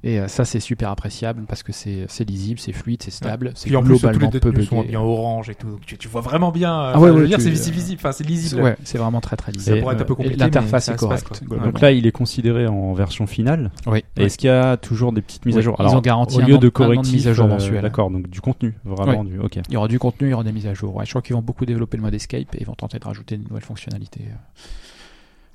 Speaker 4: Et euh, ça, c'est super appréciable parce que c'est c'est lisible, c'est fluide, c'est stable, c'est
Speaker 2: Puis en plus, tous les
Speaker 4: globalement peu
Speaker 2: détenus sont
Speaker 4: buggé.
Speaker 2: bien orange et tout. donc Tu, tu vois vraiment bien. euh,
Speaker 4: Ah ouais,
Speaker 2: enfin, je
Speaker 4: ouais,
Speaker 2: veux dire,
Speaker 4: tu-
Speaker 2: c'est c'est visible, enfin, c'est lisible.
Speaker 4: Ouais, c'est vraiment très très
Speaker 2: Ça
Speaker 4: lisible.
Speaker 3: Et,
Speaker 2: pourrait être un peu
Speaker 4: euh,
Speaker 2: compliqué.
Speaker 4: l'interface
Speaker 2: mais
Speaker 4: est
Speaker 2: ça se passe,
Speaker 4: correcte,
Speaker 2: quoi.
Speaker 4: globalement.
Speaker 3: Donc là, il est considéré en version finale.
Speaker 4: Oui.
Speaker 3: Et Est-ce qu'il y a toujours des petites mises à
Speaker 4: Oui,
Speaker 3: jour
Speaker 4: ils ont garanti
Speaker 3: au
Speaker 4: un
Speaker 3: lieu
Speaker 4: an-
Speaker 3: de
Speaker 4: un an de
Speaker 3: correctifs,
Speaker 4: mise à jour
Speaker 3: euh,
Speaker 4: mensuelle.
Speaker 3: D'accord, donc du contenu vraiment du. Ok.
Speaker 4: Il y aura du contenu, il y aura des mises à jour. Ouais, je crois qu'ils vont beaucoup développer le mode escape et ils vont tenter de rajouter de nouvelles fonctionnalités. euh.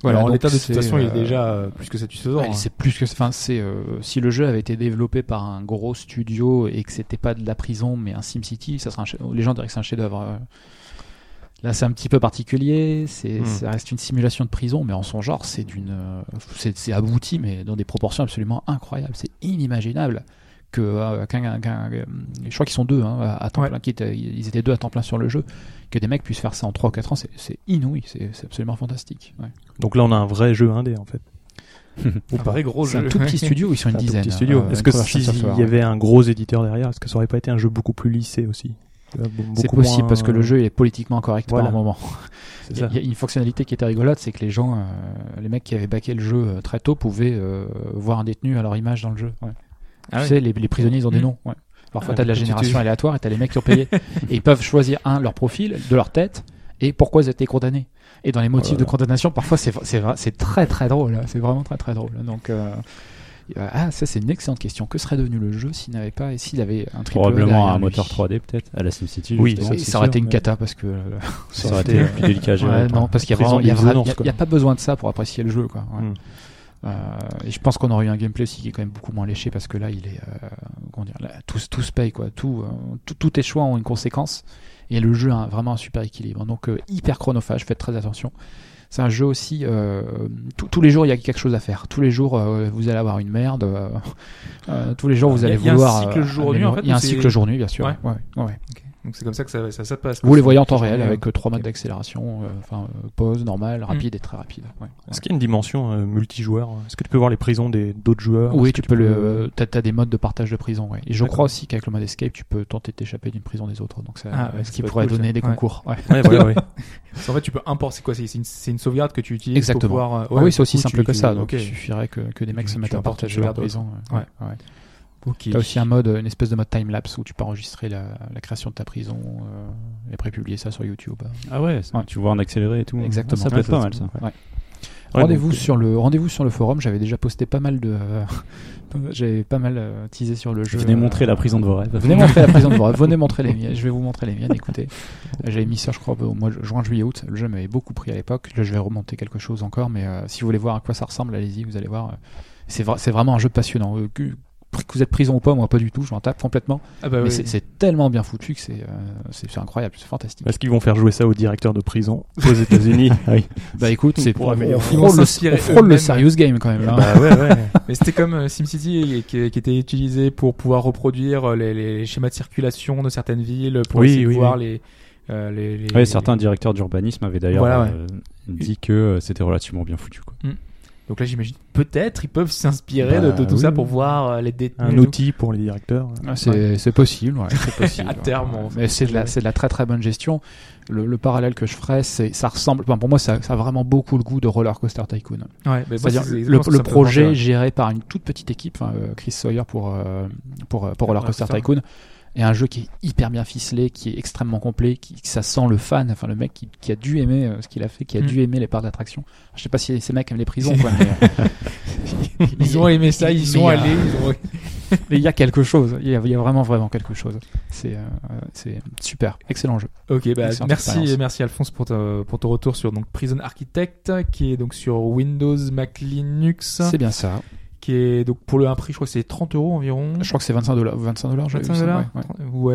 Speaker 2: Voilà, en
Speaker 4: donc
Speaker 2: l'état de
Speaker 4: c'est,
Speaker 2: situation, il est
Speaker 4: euh,
Speaker 2: déjà euh, plus que satisfaisant.
Speaker 4: Ouais,
Speaker 2: hein.
Speaker 4: c'est plus que enfin c'est euh, si le jeu avait été développé par un gros studio et que c'était pas de la prison mais un SimCity, ça sera un chef- les gens diraient que c'est un chef-d'œuvre. euh. Là, c'est un petit peu particulier, c'est
Speaker 5: Hmm.
Speaker 4: ça reste une simulation de prison mais en son genre, c'est d'une euh, c'est c'est abouti mais dans des proportions absolument incroyables, c'est inimaginable que euh, qu'un- qu'un- qu'un- je crois qu'ils sont deux hein, à à temps
Speaker 2: Ouais.
Speaker 4: plein qui étaient- ils étaient deux à temps plein sur le jeu que des mecs puissent faire ça en 3 ou 4 ans, c'est- c'est inouï, c'est c'est absolument fantastique. ouais.
Speaker 5: Donc là, on a un vrai jeu indé, en fait. Ou
Speaker 2: Un
Speaker 5: pas
Speaker 2: vrai gros
Speaker 4: C'est
Speaker 2: jeu.
Speaker 4: un tout petit studio, ils sont une
Speaker 5: Oh, un tout
Speaker 4: dizaine.
Speaker 5: Ah, petit studio.
Speaker 4: euh,
Speaker 5: est-ce que
Speaker 4: une
Speaker 5: s'il
Speaker 4: production software,
Speaker 5: y
Speaker 4: ouais.
Speaker 5: avait un gros éditeur derrière, est-ce que ça aurait pas été un jeu beaucoup plus lissé aussi Euh, be-
Speaker 4: C'est
Speaker 5: beaucoup
Speaker 4: possible
Speaker 5: moins- euh,
Speaker 4: parce que le jeu il est politiquement correct
Speaker 5: Voilà.
Speaker 4: par moment.
Speaker 5: C'est
Speaker 4: Il y
Speaker 5: ça.
Speaker 4: a- il y a une fonctionnalité qui était rigolote, c'est que les gens, euh, les mecs qui avaient baqué le jeu euh, très tôt pouvaient euh, voir un détenu à leur image dans le jeu. Ouais.
Speaker 2: Ah
Speaker 4: tu
Speaker 2: ouais.
Speaker 4: sais, les, les prisonniers ils ont des
Speaker 2: Mhm.
Speaker 4: noms. Ouais. Parfois
Speaker 2: Ah,
Speaker 4: t'as de la
Speaker 2: tu- tu-
Speaker 4: génération aléatoire et t'as les mecs qui ont payé et ils peuvent choisir un leur profil, de leur tête et pourquoi ils ont été condamnés. Et dans les motifs de condamnation, parfois c'est c'est vrai- c'est très très drôle. hein. C'est vraiment très très drôle. Donc euh, ah ça c'est une excellente question. Que serait devenu le jeu s'il n'avait pas et s'il avait un triple A
Speaker 3: Probablement
Speaker 4: derrière
Speaker 3: un
Speaker 4: lui
Speaker 3: moteur 3D peut-être à la SimCity.
Speaker 5: Oui,
Speaker 3: justement.
Speaker 4: et
Speaker 5: c'est
Speaker 4: ça aurait
Speaker 5: sûr,
Speaker 4: été une
Speaker 5: mais-
Speaker 4: cata parce que euh,
Speaker 3: ça aurait été plus délicat à gérer.
Speaker 4: Ouais, non, parce qu'il y a
Speaker 5: Prison
Speaker 4: vraiment, il y a
Speaker 5: des
Speaker 4: vra-
Speaker 5: annonces,
Speaker 4: il y a-
Speaker 5: quoi.
Speaker 4: il y a pas besoin de ça pour apprécier le jeu, quoi. Ouais.
Speaker 2: Hmm.
Speaker 5: Mm.
Speaker 4: Euh, et je pense qu'on aurait eu un gameplay aussi qui est quand même beaucoup moins léché parce que là, il est, euh, comment dire, là, tout, tout se paye, quoi. Tout, euh, tout- tous tes choix ont une conséquence et le jeu a vraiment un super équilibre. Donc euh, hyper chronophage, faites très attention. C'est un jeu aussi. euh, tout- tous les jours, il y a quelque chose à faire. Tous les jours, euh, vous allez avoir une merde. euh, euh, tous les jours, vous
Speaker 2: Il y a-
Speaker 4: allez
Speaker 2: il y a un
Speaker 4: vouloir.
Speaker 2: cycle
Speaker 4: euh,
Speaker 2: jour-nuit, en fait,
Speaker 4: Il y a
Speaker 2: ou
Speaker 4: un
Speaker 2: c'est-
Speaker 4: cycle jour-nuit, bien sûr.
Speaker 2: Ouais.
Speaker 4: Ouais, ouais, ouais.
Speaker 2: Ok. Donc Ah, c'est comme ça que ça, ça, ça passe.
Speaker 4: Vous les voyez en temps
Speaker 2: Ouais.
Speaker 4: réel avec euh, trois modes d'accélération, euh, enfin euh, pause,
Speaker 2: Mm.
Speaker 4: normal, rapide et très rapide. ouais.
Speaker 5: Est-ce qu'il y a une dimension euh, multijoueur Est-ce que tu peux voir les prisons des d'autres joueurs
Speaker 4: Oui,
Speaker 5: Est-ce que
Speaker 4: tu peux
Speaker 2: euh,
Speaker 4: le. euh, T'as t'as des modes de partage de prison. ouais. Et je
Speaker 5: D'accord.
Speaker 4: crois aussi qu'avec le mode escape, tu peux tenter de t'échapper d'une prison des autres. Donc ça, euh,
Speaker 2: Ah ouais, ça
Speaker 4: ce qui
Speaker 2: peut être
Speaker 4: pourrait
Speaker 2: cool,
Speaker 4: donner
Speaker 2: ça.
Speaker 4: des
Speaker 2: Ouais.
Speaker 4: concours. ouais.
Speaker 5: Ouais, voilà, ouais.
Speaker 2: En fait, tu peux importer. C'est quoi C'est c'est une, c'est une sauvegarde que tu utilises
Speaker 4: Exactement.
Speaker 2: pour pouvoir. euh,
Speaker 4: Ah
Speaker 2: ouais,
Speaker 4: oui, c'est
Speaker 2: du
Speaker 4: aussi
Speaker 2: coup,
Speaker 4: simple
Speaker 2: tu-
Speaker 4: que ça.
Speaker 2: tu-
Speaker 4: Donc
Speaker 2: ok.
Speaker 4: il suffirait que, que des mecs
Speaker 2: Tu-
Speaker 4: se
Speaker 2: tu
Speaker 4: mettent à
Speaker 2: importes
Speaker 4: partager
Speaker 2: sur
Speaker 4: leur
Speaker 2: d'autres.
Speaker 4: prison. euh,
Speaker 2: Ouais.
Speaker 4: ouais, ouais.
Speaker 2: Ok.
Speaker 4: T'as aussi un mode, une espèce de mode time lapse où tu peux enregistrer la, la création de ta prison euh, et après publier ça sur YouTube. hein.
Speaker 3: Ah ouais, ça-
Speaker 4: Ouais.
Speaker 3: tu vois en accéléré et tout. hein.
Speaker 4: Exactement.
Speaker 3: Ça peut être pas mal ça.
Speaker 4: Ouais.
Speaker 5: Ouais,
Speaker 4: rendez-vous
Speaker 3: euh,
Speaker 5: donc,
Speaker 4: sur le rendez-vous sur le forum. J'avais déjà posté pas mal de, euh, j'avais pas mal euh, teasé sur le jeu.
Speaker 3: Venez
Speaker 4: euh,
Speaker 3: montrer la prison de vos rêves.
Speaker 4: Venez montrer la prison de vos rêves. Venez montrer les miennes. Je vais vous montrer les miennes. Écoutez, j'avais mis ça, je crois, au mois de juin, juillet, août. Le jeu m'avait beaucoup pris à l'époque. Là, je vais remonter quelque chose encore, mais euh, si vous voulez voir à quoi ça ressemble, allez-y. Vous allez voir. euh, C'est vra- c'est vraiment un jeu passionnant. Euh, que- que vous êtes prison ou pas, moi pas du tout, je m'en tape complètement.
Speaker 2: Ah bah
Speaker 4: mais
Speaker 2: oui.
Speaker 4: c'est- c'est tellement bien foutu que c'est euh, c'est c'est incroyable, c'est fantastique.
Speaker 5: Est-ce qu'ils vont faire jouer ça au directeur de prison aux États-Unis Ah Oui.
Speaker 4: Bah écoute, c'est
Speaker 5: pourra
Speaker 4: on
Speaker 5: améliorer.
Speaker 2: Ils vont
Speaker 4: frôle le,
Speaker 2: s'inspirer
Speaker 4: on frôle le
Speaker 2: eux-mêmes.
Speaker 4: serious game quand même. là.
Speaker 5: Bah ouais, ouais.
Speaker 2: Mais c'était comme euh, SimCity et- qui, qui était utilisé pour pouvoir reproduire euh, les, les schémas de circulation de certaines villes, pour
Speaker 5: Oui,
Speaker 2: essayer
Speaker 5: oui,
Speaker 2: de voir les, euh, les, les-
Speaker 3: Ouais, certains directeurs d'urbanisme avaient d'ailleurs
Speaker 2: Voilà, ouais.
Speaker 3: euh, dit que euh, c'était relativement bien foutu. Quoi.
Speaker 2: Donc là, j'imagine peut-être ils peuvent s'inspirer de,
Speaker 3: Bah,
Speaker 2: de tout
Speaker 3: oui,
Speaker 2: ça
Speaker 3: oui.
Speaker 2: pour voir euh, les détenus.
Speaker 5: Un
Speaker 2: et tout.
Speaker 5: outil pour les directeurs. euh,
Speaker 4: Ah, C'est c'est possible, ouais, c'est possible.
Speaker 2: À terme, on-
Speaker 4: Mais c'est de, la- c'est de la très très bonne gestion. Le, le parallèle que je ferais, c'est ça ressemble. enfin, pour moi, ça, ça a vraiment beaucoup le goût de Roller Coaster Tycoon.
Speaker 2: Ouais, mais moi,
Speaker 4: C'est-à-dire
Speaker 2: c'est-
Speaker 4: le,
Speaker 2: je pense que
Speaker 4: le
Speaker 2: ça peut hein.
Speaker 4: projet
Speaker 2: changer,
Speaker 4: géré par une toute petite équipe, enfin, euh, Chris Sawyer pour euh, pour, euh, pour Roller
Speaker 2: Ouais,
Speaker 4: Coaster
Speaker 2: c'est ça.
Speaker 4: Tycoon, est un jeu qui est hyper bien ficelé, qui est extrêmement complet, qui ça sent le fan, enfin le mec qui, qui a dû aimer euh, ce qu'il a fait, qui a
Speaker 2: Mm.
Speaker 4: dû aimer les parcs d'attraction. Je sais pas si ces mecs aiment les prisons, quoi, mais, euh,
Speaker 2: ouais. Ils ont aimé ça, ils
Speaker 4: Mais
Speaker 2: sont
Speaker 4: il y a-
Speaker 2: allés. Ils ont...
Speaker 4: mais il y a quelque chose, il y a, il y a vraiment vraiment quelque chose. C'est euh, c'est super, excellent jeu.
Speaker 2: Ok, bah,
Speaker 4: Excellente
Speaker 2: merci,
Speaker 4: expérience.
Speaker 2: merci Alphonse pour, ta- pour ton retour sur donc Prison Architect, qui est donc sur Windows, Mac, Linux,
Speaker 4: C'est bien ça.
Speaker 2: qui est donc pour le un prix, je crois que c'est 30 euros environ.
Speaker 4: Je crois que c'est 25 dollars. 25 dollars, j'avais vu
Speaker 2: 25
Speaker 4: ça,
Speaker 2: dollars
Speaker 4: ouais,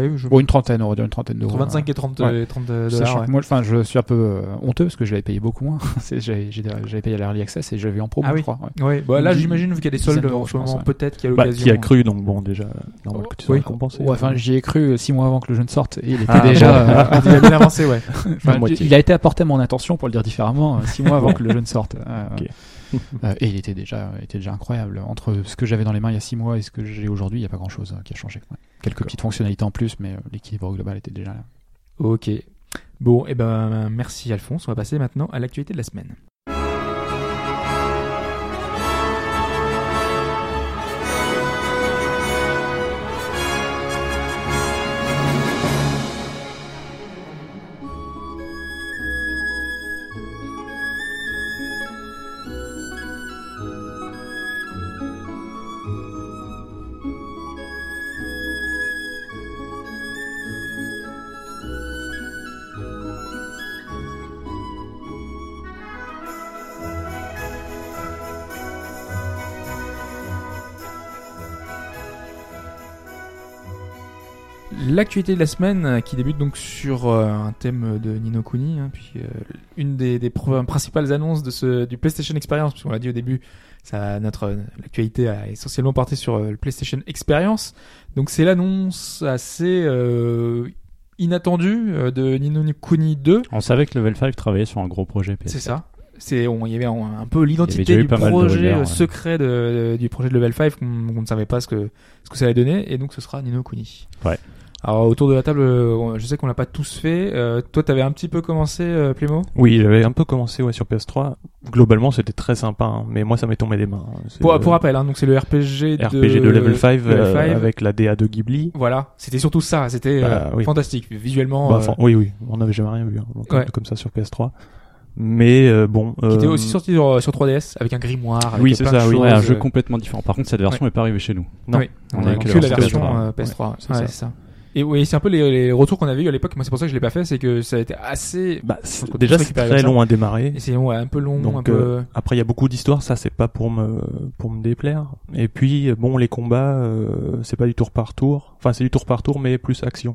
Speaker 4: ouais.
Speaker 2: Ouais, je-
Speaker 4: Bon, une trentaine, on va dire une trentaine d'euros.
Speaker 2: entre 25 et 30,
Speaker 4: Ouais.
Speaker 2: et 30 euh, dollars.
Speaker 4: Sachant
Speaker 2: ouais.
Speaker 4: que moi, enfin, je suis un peu euh, honteux parce que je l'avais payé beaucoup moins. C'est- j'avais j'ai- j'avais payé à l'Early Access et je l'avais en promo,
Speaker 2: Ah oui.
Speaker 4: je crois. ouais.
Speaker 2: Ouais, bah là
Speaker 4: Une
Speaker 2: j'imagine vu qu'il y a des
Speaker 4: dizaine
Speaker 2: soldes
Speaker 4: d'euros,
Speaker 2: en
Speaker 4: je
Speaker 2: ce
Speaker 4: pense,
Speaker 2: moment,
Speaker 4: ouais.
Speaker 2: peut-être qu'il y a
Speaker 5: Bah,
Speaker 2: l'occasion.
Speaker 5: qui a cru, donc bon, déjà, normal que tu sois
Speaker 2: Oui.
Speaker 5: récompensé.
Speaker 4: Oh, Ouais, enfin, j'y ai cru euh, six mois avant que le jeu ne sorte et il était
Speaker 5: Ah, bon.
Speaker 4: déjà. euh,
Speaker 2: Il a bien avancé, ouais.
Speaker 4: enfin,
Speaker 5: La moitié.
Speaker 4: il a été apporté à mon attention pour le dire différemment euh, six mois avant que le jeu ne sorte. Euh,
Speaker 5: Ok.
Speaker 4: euh, et il était déjà, il était déjà incroyable. Entre ce que j'avais dans les mains il y a six mois et ce que j'ai aujourd'hui, il n'y a pas grand chose qui a changé. Ouais. Quelques petites fonctionnalités en plus, mais euh, l'équilibre global était déjà là.
Speaker 2: Ok. Bon, et ben merci Alphonse. On va passer maintenant à l'actualité de la semaine. L'actualité de la semaine euh, qui débute donc sur euh, un thème de Nino Kuni, hein, puis euh, une des, des pro- principales annonces de ce, du PlayStation Experience, puisqu'on l'a dit au début, ça, notre euh, l'actualité a essentiellement porté sur euh, le PlayStation Experience. Donc c'est l'annonce assez euh, inattendue euh, de Nino Kuni 2,
Speaker 3: On savait que Level 5 travaillait sur un gros projet PS.
Speaker 2: c'est ça c'est on il y avait un, un peu
Speaker 3: déjà
Speaker 2: l'identité
Speaker 3: eu
Speaker 2: du
Speaker 3: pas mal de
Speaker 2: projet
Speaker 3: rumeurs,
Speaker 2: euh,
Speaker 3: ouais.
Speaker 2: secret de- du projet de Level 5 qu'on qu'on ne savait pas ce que ce que ça allait donner et donc ce sera Nino Kuni.
Speaker 3: Ouais.
Speaker 2: Alors autour de la table, euh, je sais qu'on l'a pas tous fait. Euh, toi, t'avais un petit peu commencé, euh, Plémo
Speaker 5: Oui, j'avais un peu commencé ouais, sur PS3. Globalement, c'était très sympa, hein, mais moi, ça m'est tombé des mains. hein. C'est
Speaker 2: pour,
Speaker 5: le
Speaker 2: pour rappel, hein, donc c'est le RPG de
Speaker 5: RPG de Level 5
Speaker 2: Level
Speaker 5: euh,
Speaker 2: 5.
Speaker 5: avec la DA de Ghibli.
Speaker 2: Voilà, c'était surtout ça. C'était euh,
Speaker 5: Bah, oui.
Speaker 2: fantastique visuellement.
Speaker 5: Bah,
Speaker 2: euh,
Speaker 5: enfin, oui, oui, on n'avait jamais rien vu hein, donc,
Speaker 2: Ouais.
Speaker 5: comme ça sur PS3. Mais euh, bon.
Speaker 2: qui était
Speaker 5: euh,
Speaker 2: aussi sorti sur, sur 3DS avec un grimoire. avec
Speaker 5: Oui, c'est
Speaker 2: plein de
Speaker 5: ça, oui.
Speaker 2: choses. euh,
Speaker 3: Ouais, un jeu complètement différent. Par contre, cette version n'est pas arrivée chez nous.
Speaker 5: Non.
Speaker 2: Oui,
Speaker 3: On
Speaker 2: on
Speaker 3: a
Speaker 2: a
Speaker 3: que
Speaker 2: que
Speaker 3: la
Speaker 2: la
Speaker 3: version
Speaker 2: version euh, PS3.
Speaker 5: PS3.
Speaker 2: Ouais,
Speaker 5: c'est
Speaker 2: c'est
Speaker 5: ça.
Speaker 2: ça. Et oui, c'est un peu les, les retours qu'on avait eu à l'époque. Moi, c'est pour ça que je l'ai pas fait, c'est que ça a été assez.
Speaker 5: bah, c'est-
Speaker 2: Parce que
Speaker 5: déjà,
Speaker 2: tout ça
Speaker 5: c'est
Speaker 2: qui paraît
Speaker 5: très
Speaker 2: comme ça.
Speaker 5: long à démarrer.
Speaker 2: et C'est ouais, un peu long,
Speaker 5: Donc,
Speaker 2: un peu.
Speaker 5: euh, Après, il y a beaucoup d'histoires, ça, c'est pas pour me pour me déplaire. Et puis, bon, les combats, euh, c'est pas du tour par tour. Enfin, c'est du tour par tour, mais plus action.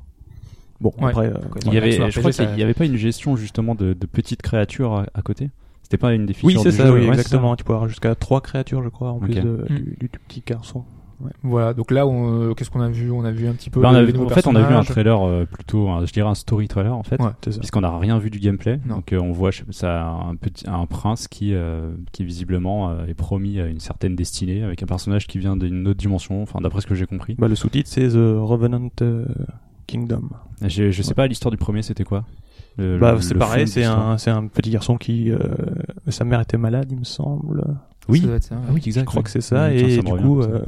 Speaker 5: Bon,
Speaker 2: Ouais.
Speaker 5: après, euh,
Speaker 2: Donc,
Speaker 3: Il y
Speaker 2: ouais,
Speaker 3: avait,
Speaker 2: sur
Speaker 3: je
Speaker 2: RPG,
Speaker 3: crois
Speaker 2: ça-
Speaker 3: qu'il n'y avait pas une gestion justement de, de petites créatures à, à côté. C'était pas une des
Speaker 5: oui,
Speaker 3: features
Speaker 5: c'est
Speaker 3: du
Speaker 5: ça,
Speaker 3: jeu,
Speaker 5: oui,
Speaker 3: ouais,
Speaker 5: exactement. Tu peux avoir jusqu'à trois créatures, je crois, en
Speaker 3: Ok.
Speaker 5: plus de-
Speaker 2: Mm.
Speaker 5: du, du- du petit garçon.
Speaker 2: Voilà, donc là, on, euh, qu'est-ce qu'on a vu On a vu un petit peu.
Speaker 3: Bah, on
Speaker 2: les-
Speaker 3: a
Speaker 2: les
Speaker 3: vu-
Speaker 2: nouveaux
Speaker 3: en fait, on a vu un
Speaker 2: personnages.
Speaker 3: trailer euh, plutôt, un- je dirais un story trailer en fait,
Speaker 2: Ouais.
Speaker 5: C'est ça.
Speaker 3: puisqu'on n'a rien vu du gameplay.
Speaker 2: Non.
Speaker 3: Donc euh, on voit je sais pas, ça un petit, un prince qui, euh, qui visiblement euh, est promis à une certaine destinée avec un personnage qui vient d'une autre dimension. Enfin, d'après ce que j'ai compris.
Speaker 5: Bah, le sous-titre, c'est The Revenant euh, Kingdom.
Speaker 3: Je, je sais
Speaker 5: Ouais.
Speaker 3: pas l'histoire du premier, c'était quoi Le-
Speaker 5: bah,
Speaker 3: le-
Speaker 5: c'est
Speaker 3: le
Speaker 5: pareil,
Speaker 3: fond de
Speaker 5: c'est
Speaker 3: l'histoire.
Speaker 5: un, c'est un petit garçon qui, euh, sa mère était malade, il me semble.
Speaker 3: Oui.
Speaker 2: Ça doit être ça, ouais.
Speaker 3: Ah oui, exact.
Speaker 5: Je crois
Speaker 3: ouais.
Speaker 5: que c'est ça,
Speaker 3: Ouais,
Speaker 5: et
Speaker 3: tiens, ça me
Speaker 5: du
Speaker 3: revient,
Speaker 5: coup,
Speaker 3: ça.
Speaker 5: euh,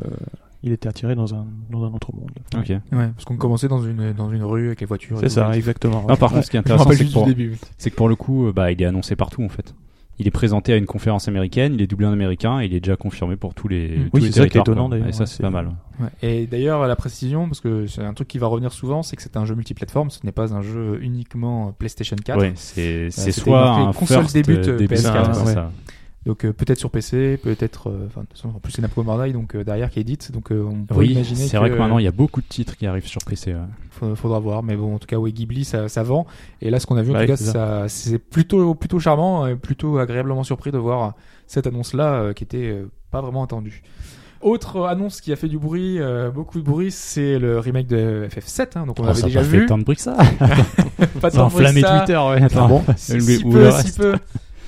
Speaker 5: il était attiré dans un, dans un autre monde.
Speaker 3: Ok.
Speaker 2: Ouais, parce qu'on commençait dans une, dans une rue avec les voitures. et
Speaker 5: C'est
Speaker 2: tout.
Speaker 5: ça, exactement.
Speaker 3: Non, Ah, par contre, ce qui est
Speaker 2: Je me
Speaker 3: intéressant,
Speaker 2: rappelle
Speaker 3: c'est que
Speaker 2: juste du
Speaker 3: pour,
Speaker 2: début.
Speaker 3: c'est que pour le coup, euh, bah, il est annoncé partout en fait. Il est présenté à une conférence américaine, il est doublé en américain, et il est déjà confirmé pour tous les.
Speaker 2: Mm.
Speaker 3: Tous
Speaker 5: Oui,
Speaker 3: les
Speaker 5: c'est ça qui est
Speaker 3: territoires, quoi.
Speaker 5: étonnant, d'ailleurs,
Speaker 3: Et ça,
Speaker 5: ouais,
Speaker 3: c'est
Speaker 5: c'est-
Speaker 3: pas mal.
Speaker 2: Ouais. Et d'ailleurs, la précision, parce que c'est un truc qui va revenir souvent, c'est que c'est un jeu multiplateforme, ce n'est pas un jeu uniquement euh, PlayStation 4.
Speaker 3: Ouais, c'est c'est
Speaker 2: c'était
Speaker 3: soit
Speaker 2: marqué
Speaker 3: un
Speaker 2: console
Speaker 3: first,
Speaker 2: début,
Speaker 3: euh,
Speaker 2: euh,
Speaker 3: début
Speaker 2: PS4,
Speaker 3: carrière,
Speaker 5: ouais.
Speaker 3: c'est ça.
Speaker 2: Donc euh, peut-être sur PC, peut-être. euh, Enfin, de toute façon, en plus, c'est Napco Bandai, donc euh, derrière qui édite, donc euh, on peut
Speaker 3: Oui,
Speaker 2: imaginer.
Speaker 3: c'est vrai que maintenant il y a beaucoup de titres qui arrivent sur PC. ouais.
Speaker 2: Faudra, faudra voir, mais bon, en tout cas, oui, Ghibli, ça, ça vend. Et là, ce qu'on a vu, en
Speaker 5: Bah
Speaker 2: tout
Speaker 5: oui,
Speaker 2: cas,
Speaker 5: c'est ça.
Speaker 2: ça- c'est plutôt, plutôt charmant, et plutôt agréablement surpris de voir cette annonce-là euh, qui était euh, pas vraiment attendue. Autre annonce qui a fait du bruit, euh, beaucoup de bruit, c'est le remake de FF7. hein, donc on
Speaker 3: Oh,
Speaker 2: l'avait
Speaker 3: ça a
Speaker 2: déjà
Speaker 3: pas fait
Speaker 2: vu.
Speaker 3: tant de bruit que ça.
Speaker 2: Pas
Speaker 3: Ça a
Speaker 2: tant de bruit que
Speaker 3: enflammé
Speaker 2: ça.
Speaker 3: Twitter. Ouais, attends.
Speaker 2: Bon, si,
Speaker 3: Ou
Speaker 2: si
Speaker 3: le
Speaker 2: peu,
Speaker 3: reste.
Speaker 2: si peu.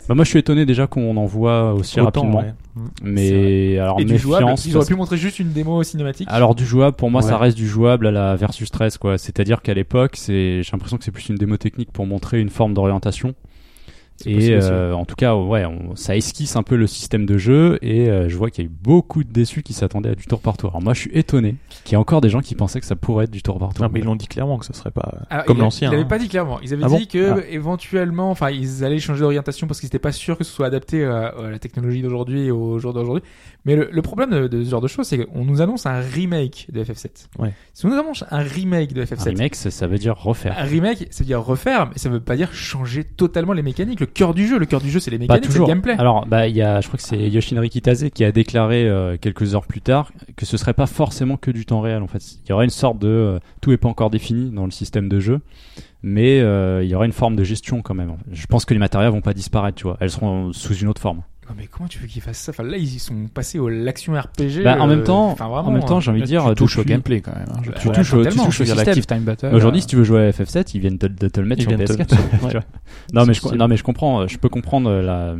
Speaker 3: Bah, moi, je suis étonné déjà qu'on en voit aussi
Speaker 5: Autant,
Speaker 3: rapidement. Mm.
Speaker 5: ouais.
Speaker 3: Mais alors
Speaker 2: Et du jouable,
Speaker 3: méfiance.
Speaker 2: bah,
Speaker 3: Ah,
Speaker 2: ils auraient
Speaker 3: parce
Speaker 2: pu montrer juste une démo cinématique.
Speaker 3: Alors du jouable, pour moi,
Speaker 5: Ouais.
Speaker 3: ça reste du jouable à la versus 13 quoi. C'est-à-dire qu'à l'époque, c'est, j'ai l'impression que c'est plus une démo technique pour montrer une forme d'orientation.
Speaker 2: C'est
Speaker 3: Et
Speaker 2: possible aussi.
Speaker 3: euh, en tout cas, ouais, on- ça esquisse un peu le système de jeu. Et euh, je vois qu'il y a eu beaucoup de déçus qui s'attendaient à du tour par tour. Alors moi, je suis étonné qu'il y ait encore des gens qui pensaient que ça pourrait être du tour par tour.
Speaker 5: Ah, mais ils l'ont dit clairement que ce serait pas euh,
Speaker 2: Alors, Ah,
Speaker 5: comme
Speaker 2: il a-
Speaker 5: l'ancien.
Speaker 2: Ils n'avaient
Speaker 5: hein.
Speaker 2: pas dit clairement. Ils avaient
Speaker 5: Ah bon
Speaker 2: dit que
Speaker 5: Ah.
Speaker 2: éventuellement, enfin, ils allaient changer d'orientation parce qu'ils n'étaient pas sûrs que ce soit adapté à, à la technologie d'aujourd'hui et au jour d'aujourd'hui. Mais le, le problème de, de ce genre de choses, c'est qu'on nous annonce un remake de FF7.
Speaker 5: Ouais.
Speaker 2: Si on nous annonce un remake de
Speaker 3: Un
Speaker 2: FF7,
Speaker 3: remake, ça, ça veut dire refaire.
Speaker 5: Ah,
Speaker 2: un remake, ça veut dire refaire, mais ça veut pas dire changer totalement les mécaniques. Le cœur du jeu. Le cœur du jeu, c'est les
Speaker 3: Pas
Speaker 2: mécaniques, c'est le
Speaker 3: toujours.
Speaker 2: gameplay.
Speaker 3: Alors, bah, il y a, je crois que c'est Yoshinori Kitase qui a déclaré euh, quelques heures plus tard que ce serait pas forcément que du temps réel. En fait, il y aura une sorte de euh, tout est pas encore défini dans le système de jeu, mais euh, il y aura une forme de gestion quand même. Je pense que les matériaux vont pas disparaître, tu vois. Elles seront sous une autre forme.
Speaker 2: Non, mais comment tu veux qu'ils fassent ça Enfin, là, ils y sont passés à l'action RPG.
Speaker 3: Bah, en
Speaker 2: euh,
Speaker 3: même temps,
Speaker 2: enfin, vraiment,
Speaker 3: en même temps, j'ai envie de dire, euh,
Speaker 4: tu touches euh, au
Speaker 3: depuis-
Speaker 4: gameplay quand même. hein. Je-
Speaker 2: Bah,
Speaker 3: tu
Speaker 2: ouais,
Speaker 3: touches, au- tu
Speaker 2: totalement.
Speaker 3: touches au
Speaker 4: Je veux dire,
Speaker 3: système.
Speaker 4: l'active time battle.
Speaker 3: Aujourd'hui,
Speaker 4: euh,
Speaker 3: si tu veux jouer à FF7, ils viennent te, de te le mettre
Speaker 5: Ils
Speaker 3: sur
Speaker 5: viennent te-
Speaker 3: PS4. tu vois. Non, mais je,
Speaker 5: possible.
Speaker 3: non, mais je comprends, euh, je peux comprendre euh, la,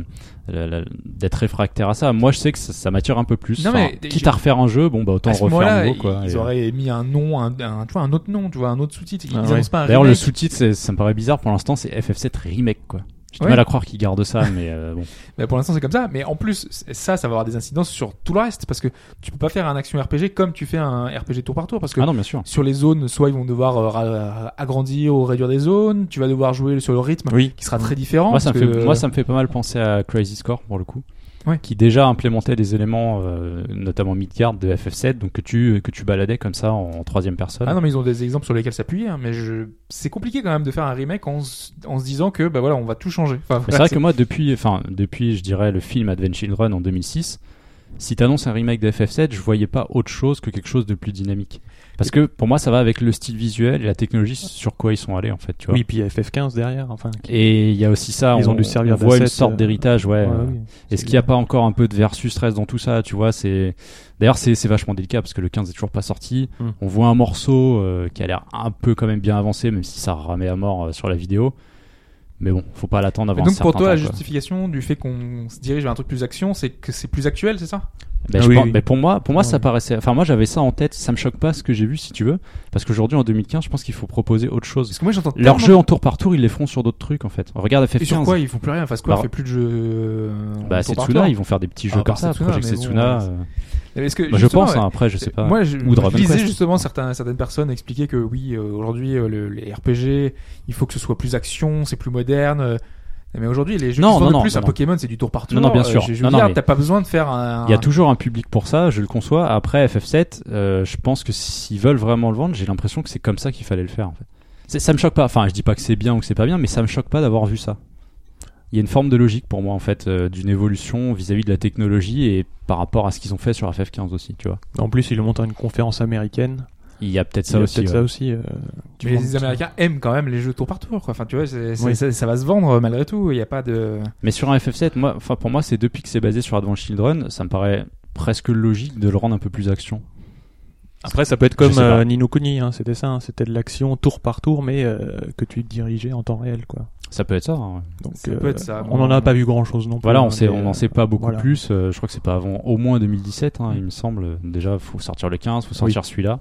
Speaker 3: la- la- d'être réfractaire à ça. Moi, je sais que ça, ça m'attire un peu plus.
Speaker 2: Non,
Speaker 3: Enfin,
Speaker 2: mais
Speaker 3: quitte à refaire un jeu, bon, bah, autant
Speaker 2: à ce
Speaker 3: refaire
Speaker 2: moment-là,
Speaker 3: un nouveau, quoi.
Speaker 2: ils
Speaker 3: Et- euh,
Speaker 2: auraient mis un nom, un, un- tu vois, un autre nom, tu vois, un autre sous-titre. Ils
Speaker 5: Ah,
Speaker 2: annoncent
Speaker 5: ouais.
Speaker 2: pas un
Speaker 3: D'ailleurs, le
Speaker 2: remake.
Speaker 3: sous-titre, c'est- ça me paraît bizarre pour l'instant, c'est FF7 Remake, quoi. J'ai du
Speaker 2: Ouais.
Speaker 3: mal à croire qu'ils gardent ça, mais euh, bon.
Speaker 2: Bah, pour l'instant, c'est comme ça. Mais en plus, c'est- ça, ça va avoir des incidences sur tout le reste. Parce que tu peux pas faire un action RPG comme tu fais un RPG tour par tour. Parce que
Speaker 3: Ah non, bien sûr.
Speaker 2: sur les zones, soit ils vont devoir euh, ra- agrandir ou réduire des zones. Tu vas devoir jouer sur le rythme
Speaker 5: Oui.
Speaker 2: qui sera très différent.
Speaker 3: Moi ça, me
Speaker 2: parce que-
Speaker 3: fait, moi, ça me fait pas mal penser à Crazy Score, pour le coup.
Speaker 2: Ouais.
Speaker 3: Qui déjà implémentait des éléments, euh, notamment Midgard de FF7, donc que tu, que tu baladais comme ça en troisième personne.
Speaker 2: Ah non, mais ils ont des exemples sur lesquels s'appuyer. hein, mais je... c'est compliqué quand même de faire un remake en, se- en se disant que bah voilà, on va tout changer. Enfin,
Speaker 3: Mais
Speaker 2: voilà,
Speaker 3: c'est vrai que moi, depuis, enfin, depuis, je dirais, le film Advent Children en 2006, si t'annonces un remake de FF7, je voyais pas autre chose que quelque chose de plus dynamique. Parce que pour moi, ça va avec le style visuel et la technologie sur quoi ils sont allés, en fait, tu vois.
Speaker 5: Oui, puis il y a FF15 derrière, enfin. qui-
Speaker 3: Et il y a aussi ça,
Speaker 5: Ils
Speaker 3: on,
Speaker 5: ont dû servir
Speaker 3: on voit une
Speaker 5: d'asset,
Speaker 3: sorte
Speaker 5: euh,
Speaker 3: d'héritage, ouais.
Speaker 5: Ouais,
Speaker 3: euh,
Speaker 5: oui.
Speaker 3: Est-ce qu'il n'y a pas encore un peu de versus stress dans tout ça, tu vois C'est d'ailleurs c'est c'est vachement délicat parce que le 15 est toujours pas sorti.
Speaker 5: Hmm.
Speaker 3: On voit un morceau euh, qui a l'air un peu quand même bien avancé, même si ça ramait à mort euh, sur la vidéo. Mais bon, faut pas l'attendre
Speaker 2: Mais
Speaker 3: avant un
Speaker 2: donc pour
Speaker 3: certain
Speaker 2: toi, la
Speaker 3: temps, quoi.
Speaker 2: justification du fait qu'on se dirige vers un truc plus action, c'est que c'est plus actuel, c'est ça
Speaker 3: Ben, je
Speaker 5: Ah oui,
Speaker 3: pense-
Speaker 5: oui.
Speaker 3: ben, pour moi, pour moi,
Speaker 5: Ouais.
Speaker 3: ça paraissait. Enfin, moi, j'avais ça en tête. Ça me choque pas ce que j'ai vu, si tu veux, parce qu'aujourd'hui, en 2015, je pense qu'il faut proposer autre
Speaker 2: Parce
Speaker 3: chose.
Speaker 2: que moi j'entends
Speaker 3: Leur
Speaker 2: tellement-
Speaker 3: jeu en tour par tour, ils les feront sur d'autres trucs, en fait. Regarde FF15.
Speaker 2: Et sur quoi ils font plus rien Enfin, Square
Speaker 3: Bah,
Speaker 2: fait plus de jeux. euh,
Speaker 3: bah, c'est Tsuna, ils vont faire des petits jeux
Speaker 2: Ah,
Speaker 3: comme
Speaker 2: par
Speaker 3: ça.
Speaker 2: Setsuna,
Speaker 3: Project
Speaker 2: mais bon,
Speaker 3: Setsuna.
Speaker 2: ouais,
Speaker 3: euh,
Speaker 2: Est-ce que
Speaker 3: bah, je
Speaker 2: justement,
Speaker 3: pense,
Speaker 2: ouais,
Speaker 3: hein, après, je sais pas.
Speaker 2: Moi, je,
Speaker 3: Ou Dragon
Speaker 2: je lisais
Speaker 3: Quest.
Speaker 2: justement certains, certaines personnes expliquer que oui, euh, aujourd'hui, euh, le- les RPG, il faut que ce soit plus action, c'est plus moderne. euh, mais aujourd'hui, les jeux
Speaker 3: Non,
Speaker 2: qui se vendent
Speaker 3: non,
Speaker 2: le
Speaker 3: non,
Speaker 2: plus
Speaker 3: non,
Speaker 2: à
Speaker 3: non.
Speaker 2: Pokémon, c'est du tour par tour.
Speaker 3: Non, non, bien
Speaker 2: euh,
Speaker 3: sûr.
Speaker 2: je- je
Speaker 3: Non,
Speaker 2: veux
Speaker 3: non,
Speaker 2: dire,
Speaker 3: mais-
Speaker 2: T'as pas besoin de faire un.
Speaker 3: Il y a toujours un public pour ça, je le conçois. Après FF7, euh, je pense que s'ils veulent vraiment le vendre, j'ai l'impression que c'est comme ça qu'il fallait le faire. En fait. C'est- Ça me choque pas. Enfin, je dis pas que c'est bien ou que c'est pas bien, mais ça me choque pas d'avoir vu ça. Il y a une forme de logique pour moi en fait, euh, d'une évolution vis-à-vis de la technologie et par rapport à ce qu'ils ont fait sur FF15 aussi. Tu vois.
Speaker 5: En plus, ils le montent à une conférence américaine.
Speaker 3: Il y a peut-être
Speaker 5: Il
Speaker 3: ça
Speaker 5: y a
Speaker 3: aussi.
Speaker 5: peut-être
Speaker 3: ouais.
Speaker 5: ça aussi. euh, tu
Speaker 2: Mais les
Speaker 5: montes-
Speaker 2: Américains aiment quand même les jeux tour par tour. Quoi. Enfin, tu vois, c'est- c'est-
Speaker 5: Oui.
Speaker 2: ça, ça va se vendre euh, malgré tout. Il n'y a pas de.
Speaker 3: Mais sur un FF7, moi, enfin pour moi, c'est depuis que c'est basé sur Advance Children, ça me paraît presque logique de le rendre un peu plus action.
Speaker 5: Après, ça peut être
Speaker 3: Je
Speaker 5: comme
Speaker 3: sais pas.
Speaker 5: euh, Ni no Kuni, hein, c'était ça, hein, c'était de l'action tour par tour, mais euh, que tu dirigeais en temps réel, quoi.
Speaker 3: Ça peut être ça. hein, ouais.
Speaker 5: Donc, euh,
Speaker 2: Ça peut être ça.
Speaker 5: On n'en a pas vu grand chose non plus.
Speaker 3: Voilà,
Speaker 5: hein,
Speaker 3: on sait,
Speaker 5: mais,
Speaker 3: on en sait pas beaucoup
Speaker 5: voilà.
Speaker 3: plus. euh, je crois que c'est pas avant au moins 2017, hein, il me semble. Déjà, faut sortir le 15, faut sortir celui-là.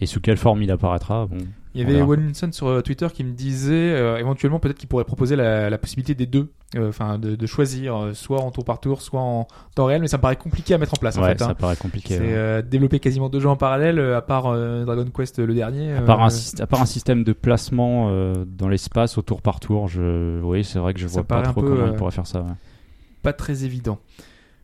Speaker 3: Et sous quelle forme il apparaîtra bon.
Speaker 2: Il y avait
Speaker 3: On verra.
Speaker 2: Williamson sur euh, Twitter qui me disait euh, éventuellement peut-être qu'il pourrait proposer la, la possibilité des deux, Euh, enfin de, de choisir euh, soit en tour par tour, soit en temps réel, mais ça me paraît compliqué à mettre en place en
Speaker 3: Ouais,
Speaker 2: fait.
Speaker 3: ça
Speaker 2: hein.
Speaker 3: paraît compliqué.
Speaker 2: C'est
Speaker 3: ouais.
Speaker 2: euh, développer quasiment deux jeux en parallèle, euh, à part euh, Dragon Quest euh, le dernier.
Speaker 3: À
Speaker 2: euh,
Speaker 3: part, un, syst- à part un système de placement euh, dans l'espace au tour par tour, je... oui, c'est vrai que je
Speaker 2: Ça
Speaker 3: vois pas
Speaker 2: paraît un
Speaker 3: trop
Speaker 2: peu,
Speaker 3: comment
Speaker 2: euh,
Speaker 3: il pourrait faire ça. ouais.
Speaker 2: pas très évident.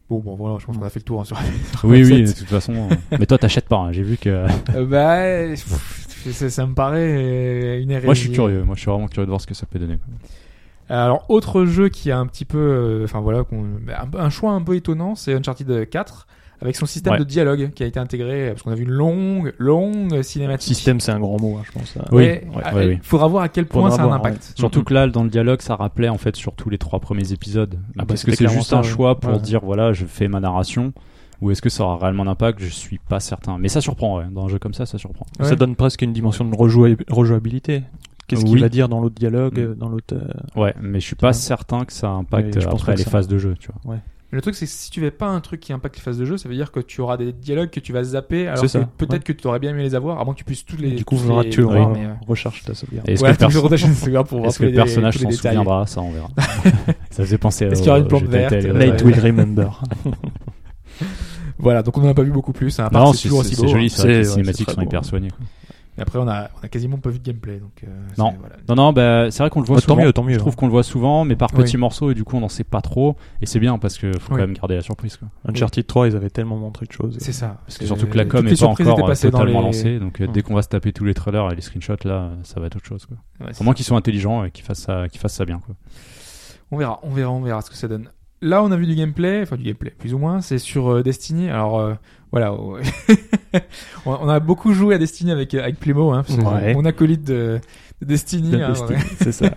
Speaker 2: Bon, bon, voilà, je
Speaker 3: Mm.
Speaker 2: pense qu'on a fait le tour hein, sur.
Speaker 3: Oui, oui, de
Speaker 2: concept.
Speaker 3: toute façon. euh, Mais toi, t'achètes pas. hein, J'ai vu que.
Speaker 2: Euh, bah, pff, ça, ça me paraît euh, une
Speaker 3: Moi, je suis
Speaker 2: hérésie.
Speaker 3: curieux. Moi, je suis vraiment curieux de voir ce que ça peut donner. quoi.
Speaker 2: Alors, autre jeu qui a un petit peu, euh, enfin voilà, qu'on- bah, un, un choix un peu étonnant, c'est Uncharted 4 avec son système
Speaker 3: Ouais.
Speaker 2: de dialogue qui a été intégré euh, parce qu'on a vu une longue, longue cinématique.
Speaker 5: Système, c'est un grand mot, hein, je pense. hein.
Speaker 3: Oui,
Speaker 2: Mais,
Speaker 3: ouais,
Speaker 2: ah,
Speaker 3: ouais, oui.
Speaker 2: Faudra voir à quel point
Speaker 5: Faudra
Speaker 2: ça a un
Speaker 5: voir,
Speaker 2: impact.
Speaker 3: Surtout que là, dans le dialogue, ça rappelait en fait surtout les trois premiers épisodes.
Speaker 5: Ah bah,
Speaker 3: Parce
Speaker 5: c'était
Speaker 3: que c'est
Speaker 5: clairement
Speaker 3: juste
Speaker 5: ça,
Speaker 3: un
Speaker 5: ouais.
Speaker 3: choix pour
Speaker 5: Ouais.
Speaker 3: dire voilà, je fais ma narration. Ou est-ce que ça aura réellement d'impact Je suis pas certain. Mais ça surprend, ouais. Dans un jeu comme ça, ça surprend.
Speaker 2: Ouais.
Speaker 5: Ça donne presque une dimension de rejoua- rejouabilité. Qu'est-ce qu'il
Speaker 3: Oui.
Speaker 5: va dire dans l'autre dialogue,
Speaker 3: Mm.
Speaker 5: euh, dans l'autre. euh,
Speaker 3: Ouais, mais je suis pas
Speaker 5: Ouais.
Speaker 3: certain que ça impacte
Speaker 5: Mais je pense
Speaker 3: après
Speaker 5: pas que
Speaker 3: les
Speaker 5: ça-
Speaker 3: phases de jeu, tu vois.
Speaker 2: Mais Le truc, c'est que si tu fais pas un truc qui impacte les phases de jeu, ça veut dire que tu auras des dialogues que tu vas zapper, alors
Speaker 5: C'est
Speaker 2: que
Speaker 5: ça.
Speaker 2: peut-être
Speaker 5: Ouais.
Speaker 2: que tu aurais bien aimé les avoir avant que tu puisses tous les.
Speaker 5: Du coup,
Speaker 2: tous
Speaker 5: faudra
Speaker 2: les
Speaker 5: que tu
Speaker 2: voir,
Speaker 5: re-
Speaker 2: mais, euh,
Speaker 5: recherches ta sauvegarde.
Speaker 3: Est-ce que,
Speaker 2: ouais,
Speaker 3: le, perso-
Speaker 2: toujours attaché à ce regard pour voir
Speaker 3: est-ce
Speaker 2: tous
Speaker 3: que le
Speaker 2: les-
Speaker 3: personnage
Speaker 2: tous les
Speaker 3: s'en
Speaker 2: détails.
Speaker 3: souviendra Ça, on verra. ça faisait penser à.
Speaker 2: Est-ce qu'il y aura une plante verte euh,
Speaker 5: Night will remember.
Speaker 2: Voilà, donc on n'en a pas vu beaucoup plus. hein, à part
Speaker 3: Non,
Speaker 2: que c'est
Speaker 3: c'est
Speaker 2: toujours aussi
Speaker 3: c'est
Speaker 2: beau.
Speaker 3: joli,
Speaker 2: hein.
Speaker 3: c'est vrai que les
Speaker 5: C'est- ouais,
Speaker 3: cinématiques
Speaker 5: c'est
Speaker 3: sont
Speaker 5: très
Speaker 3: hyper
Speaker 5: beau.
Speaker 3: soignées. quoi.
Speaker 2: Et après, on a, on a quasiment pas vu de gameplay. Donc, euh,
Speaker 3: Non.
Speaker 2: c'est- voilà.
Speaker 3: Non, non, bah, c'est vrai qu'on le voit
Speaker 5: Ah, tant
Speaker 3: souvent.
Speaker 5: mieux, tant mieux.
Speaker 3: Je trouve qu'on le voit souvent, mais par
Speaker 2: Oui.
Speaker 3: petits morceaux, et du coup, on n'en sait pas trop. Et c'est bien parce que faut
Speaker 2: Oui.
Speaker 3: quand même garder la surprise, quoi.
Speaker 5: Uncharted 3, ils avaient tellement montré de choses.
Speaker 2: C'est ça. Parce
Speaker 3: C'est surtout que la com
Speaker 2: toutes les
Speaker 3: est pas
Speaker 2: surprises étaient
Speaker 3: encore euh,
Speaker 2: passées dans
Speaker 3: totalement
Speaker 2: les-
Speaker 3: lancée, donc euh,
Speaker 2: Hmm.
Speaker 3: dès qu'on va se taper tous les trailers et les screenshots là, euh, ça va être autre chose. Quoi.
Speaker 2: Ouais, c'est
Speaker 3: À moins qu'ils soient intelligents et qu'ils fassent ça, qu'ils fassent ça bien. Quoi.
Speaker 2: ça. On verra, on verra, on verra ce que ça donne. Là, on a vu du gameplay, enfin du gameplay, plus ou moins. C'est sur euh, Destiny. Alors euh, voilà, on on a beaucoup joué à Destiny avec avec Plémo, hein, parce que
Speaker 5: Ouais.
Speaker 2: mon acolyte de, de Destiny. hein,
Speaker 5: Destiny,
Speaker 2: ouais.
Speaker 5: c'est ça.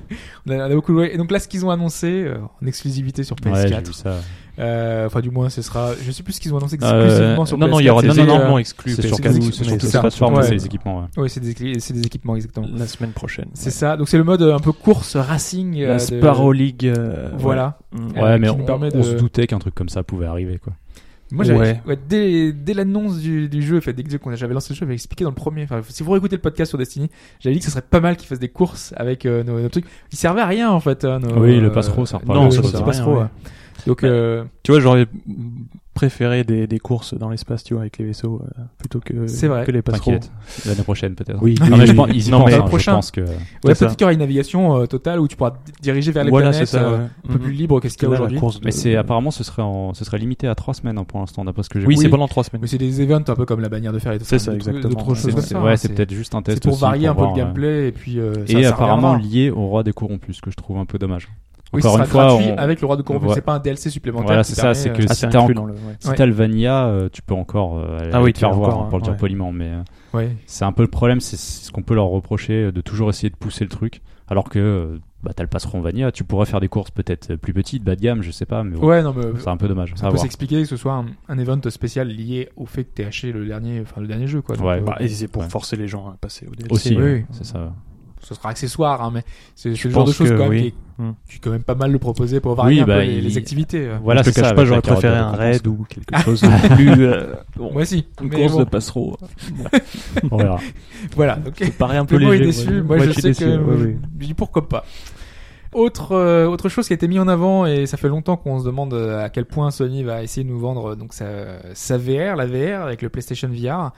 Speaker 2: on, a, on a beaucoup joué. Et donc là, ce qu'ils ont annoncé euh, en exclusivité sur
Speaker 3: Ouais, j'ai
Speaker 2: PS4,
Speaker 3: vu ça.
Speaker 2: euh, enfin du moins, ce sera, je sais plus ce qu'ils ont annoncé
Speaker 3: Euh,
Speaker 2: exclusivement sur
Speaker 5: non,
Speaker 2: PS4.
Speaker 5: non, il y aura des
Speaker 2: C'était,
Speaker 5: événements
Speaker 2: euh,
Speaker 5: exclus.
Speaker 3: C'est sur
Speaker 2: c'est
Speaker 3: tout,
Speaker 2: des-
Speaker 3: c'est
Speaker 2: mais
Speaker 3: sur toutes
Speaker 2: c'est
Speaker 3: les
Speaker 2: ça.
Speaker 3: plateformes,
Speaker 2: Ouais.
Speaker 3: c'est les équipements. ouais.
Speaker 2: Oui, c'est des, équi- c'est des équipements exactement.
Speaker 5: La semaine prochaine.
Speaker 2: C'est ça. Donc c'est le mode euh, un peu course racing. euh,
Speaker 5: La
Speaker 2: de-
Speaker 5: Sparrow League. euh,
Speaker 2: Voilà.
Speaker 5: ouais. Mm.
Speaker 2: Euh,
Speaker 3: Ouais, mais
Speaker 2: qui nous
Speaker 3: on,
Speaker 2: permet
Speaker 3: on
Speaker 2: de-
Speaker 3: se doutait qu'un truc comme ça pouvait arriver, quoi.
Speaker 2: Moi, j'avais,
Speaker 5: Ouais.
Speaker 2: ouais, dès, dès l'annonce du, du jeu, en fait, dès que qu'on- j'avais lancé le jeu, j'avais expliqué dans le premier. Enfin, si vous réécoutez le podcast sur Destiny, j'avais dit que ce serait pas mal qu'ils fassent des courses avec euh, nos, nos trucs. Ils servaient à rien, en fait. hein, nos-
Speaker 3: Oui, le pass-throw, ça reparle.
Speaker 2: Non,
Speaker 3: Non,
Speaker 2: c'est
Speaker 3: ça
Speaker 2: le
Speaker 3: sert à
Speaker 2: pass-throw,
Speaker 5: rien,
Speaker 2: ouais. Donc,
Speaker 5: Bah,
Speaker 2: euh,
Speaker 5: Tu vois, j'aurais préféré des, des courses dans l'espace, tu vois, avec les vaisseaux, euh, plutôt que,
Speaker 2: C'est vrai.
Speaker 5: que les passereaux.
Speaker 3: T'inquiète. L'année prochaine, peut-être.
Speaker 5: Oui,
Speaker 3: Ah,
Speaker 5: oui,
Speaker 3: mais je
Speaker 5: oui.
Speaker 3: pense, ils y
Speaker 5: Non,
Speaker 3: pensent,
Speaker 5: mais-
Speaker 3: hein, je
Speaker 2: prochain.
Speaker 3: pense que.
Speaker 2: ouais,
Speaker 5: ça.
Speaker 2: peut-être qu'il y aura une navigation euh, totale où tu pourras d- diriger vers les
Speaker 5: Voilà,
Speaker 2: planètes.
Speaker 5: c'est ça.
Speaker 2: euh,
Speaker 5: ouais.
Speaker 2: Un peu
Speaker 3: Mm-hmm.
Speaker 5: Mm.
Speaker 2: plus libre que ce qu'il y a
Speaker 5: Là, la
Speaker 2: aujourd'hui.
Speaker 5: course de-
Speaker 3: Mais
Speaker 2: Euh,
Speaker 3: c'est apparemment ce serait en- ce serait limité à trois semaines hein, pour l'instant d'après ce que j'ai
Speaker 5: Oui,
Speaker 3: vu.
Speaker 5: c'est pendant trois semaines.
Speaker 2: Mais c'est des events un peu comme la bannière de fer et tout
Speaker 5: C'est
Speaker 2: Enfin,
Speaker 5: ça,
Speaker 2: d'autres-
Speaker 5: exactement.
Speaker 2: d'autres choses
Speaker 3: C'est-
Speaker 2: comme
Speaker 3: c'est-
Speaker 2: ça, hein,
Speaker 3: ouais,
Speaker 2: c'est-
Speaker 3: c'est peut-être juste un test
Speaker 2: C'est pour
Speaker 3: aussi
Speaker 2: varier un peu
Speaker 3: voir,
Speaker 2: le
Speaker 3: ouais.
Speaker 2: gameplay et puis euh, ça-
Speaker 3: Et
Speaker 2: ça
Speaker 3: apparemment
Speaker 2: reviendra.
Speaker 3: lié au roi des corrompus, ce que je trouve un peu dommage.
Speaker 2: Oui,
Speaker 3: encore
Speaker 2: ce
Speaker 3: une
Speaker 2: sera
Speaker 3: fois,
Speaker 2: gratuit
Speaker 3: on-
Speaker 2: avec le roi de Corbeau,
Speaker 3: Voilà.
Speaker 2: c'est pas un DLC supplémentaire.
Speaker 3: Voilà,
Speaker 2: qui
Speaker 3: c'est ça,
Speaker 2: permet,
Speaker 3: c'est
Speaker 2: euh,
Speaker 3: que
Speaker 5: Ah,
Speaker 3: si
Speaker 5: c'est
Speaker 3: t'as en-
Speaker 5: inclus dans le. ouais.
Speaker 3: si
Speaker 2: Ouais.
Speaker 3: t'as le Vanilla, euh, tu peux encore euh, aller
Speaker 5: Ah oui,
Speaker 3: te
Speaker 5: tu
Speaker 3: faire
Speaker 5: peux
Speaker 3: voir,
Speaker 5: encore,
Speaker 3: hein, pour le dire
Speaker 5: ouais.
Speaker 3: poliment, mais euh,
Speaker 2: ouais.
Speaker 3: c'est un peu le problème, c'est c'est ce qu'on peut leur reprocher euh, de toujours essayer de pousser le truc, alors que euh, bah, t'as le passeron Vanilla, tu pourrais faire des courses peut-être euh, plus petites, bas de gamme, je sais pas, mais bon,
Speaker 2: Ouais, non, mais
Speaker 3: c'est un peu dommage.
Speaker 2: ça
Speaker 3: à
Speaker 2: peut
Speaker 3: voir.
Speaker 2: s'expliquer que ce soit un, un event spécial lié au fait que t'es haché le dernier, enfin le dernier jeu, quoi. Donc,
Speaker 3: Ouais.
Speaker 2: euh,
Speaker 5: Bah, et c'est pour
Speaker 3: Ouais.
Speaker 5: forcer les gens à passer au DLC.
Speaker 3: Aussi,
Speaker 2: oui,
Speaker 3: ouais,
Speaker 2: oui.
Speaker 3: c'est ça.
Speaker 2: ce sera accessoire, hein, mais c'est c'est le genre de
Speaker 5: pense
Speaker 2: choses
Speaker 5: que
Speaker 2: quand même
Speaker 5: oui.
Speaker 2: qui, est,
Speaker 5: Hmm.
Speaker 2: qui est quand même pas mal le proposer pour varier
Speaker 3: Oui,
Speaker 2: un peu
Speaker 3: bah,
Speaker 2: les,
Speaker 3: il-
Speaker 2: les activités. euh. ouais.
Speaker 3: Voilà,
Speaker 5: je
Speaker 3: c'est
Speaker 5: te cache
Speaker 3: ça,
Speaker 5: pas,
Speaker 3: avec la
Speaker 5: j'aurais
Speaker 3: carotte de
Speaker 5: préféré un
Speaker 3: récompense.
Speaker 5: raid ou quelque chose de plus. euh, Ah. bon,
Speaker 2: Moi si,
Speaker 5: Une
Speaker 2: mais
Speaker 5: course
Speaker 2: bon,
Speaker 5: de passereau.
Speaker 3: On verra.
Speaker 2: voilà. Donc,
Speaker 5: Ça paraît un peu
Speaker 2: Clément est
Speaker 5: léger.
Speaker 2: déçu, moi je
Speaker 5: suis
Speaker 2: sais
Speaker 5: déçu,
Speaker 2: que
Speaker 5: ouais, ouais.
Speaker 2: je dis pourquoi pas. Autre euh, autre chose qui a été mis en avant et ça fait longtemps qu'on se demande euh, à quel point Sony va essayer de nous vendre euh, donc sa, sa VR, la VR avec le PlayStation VR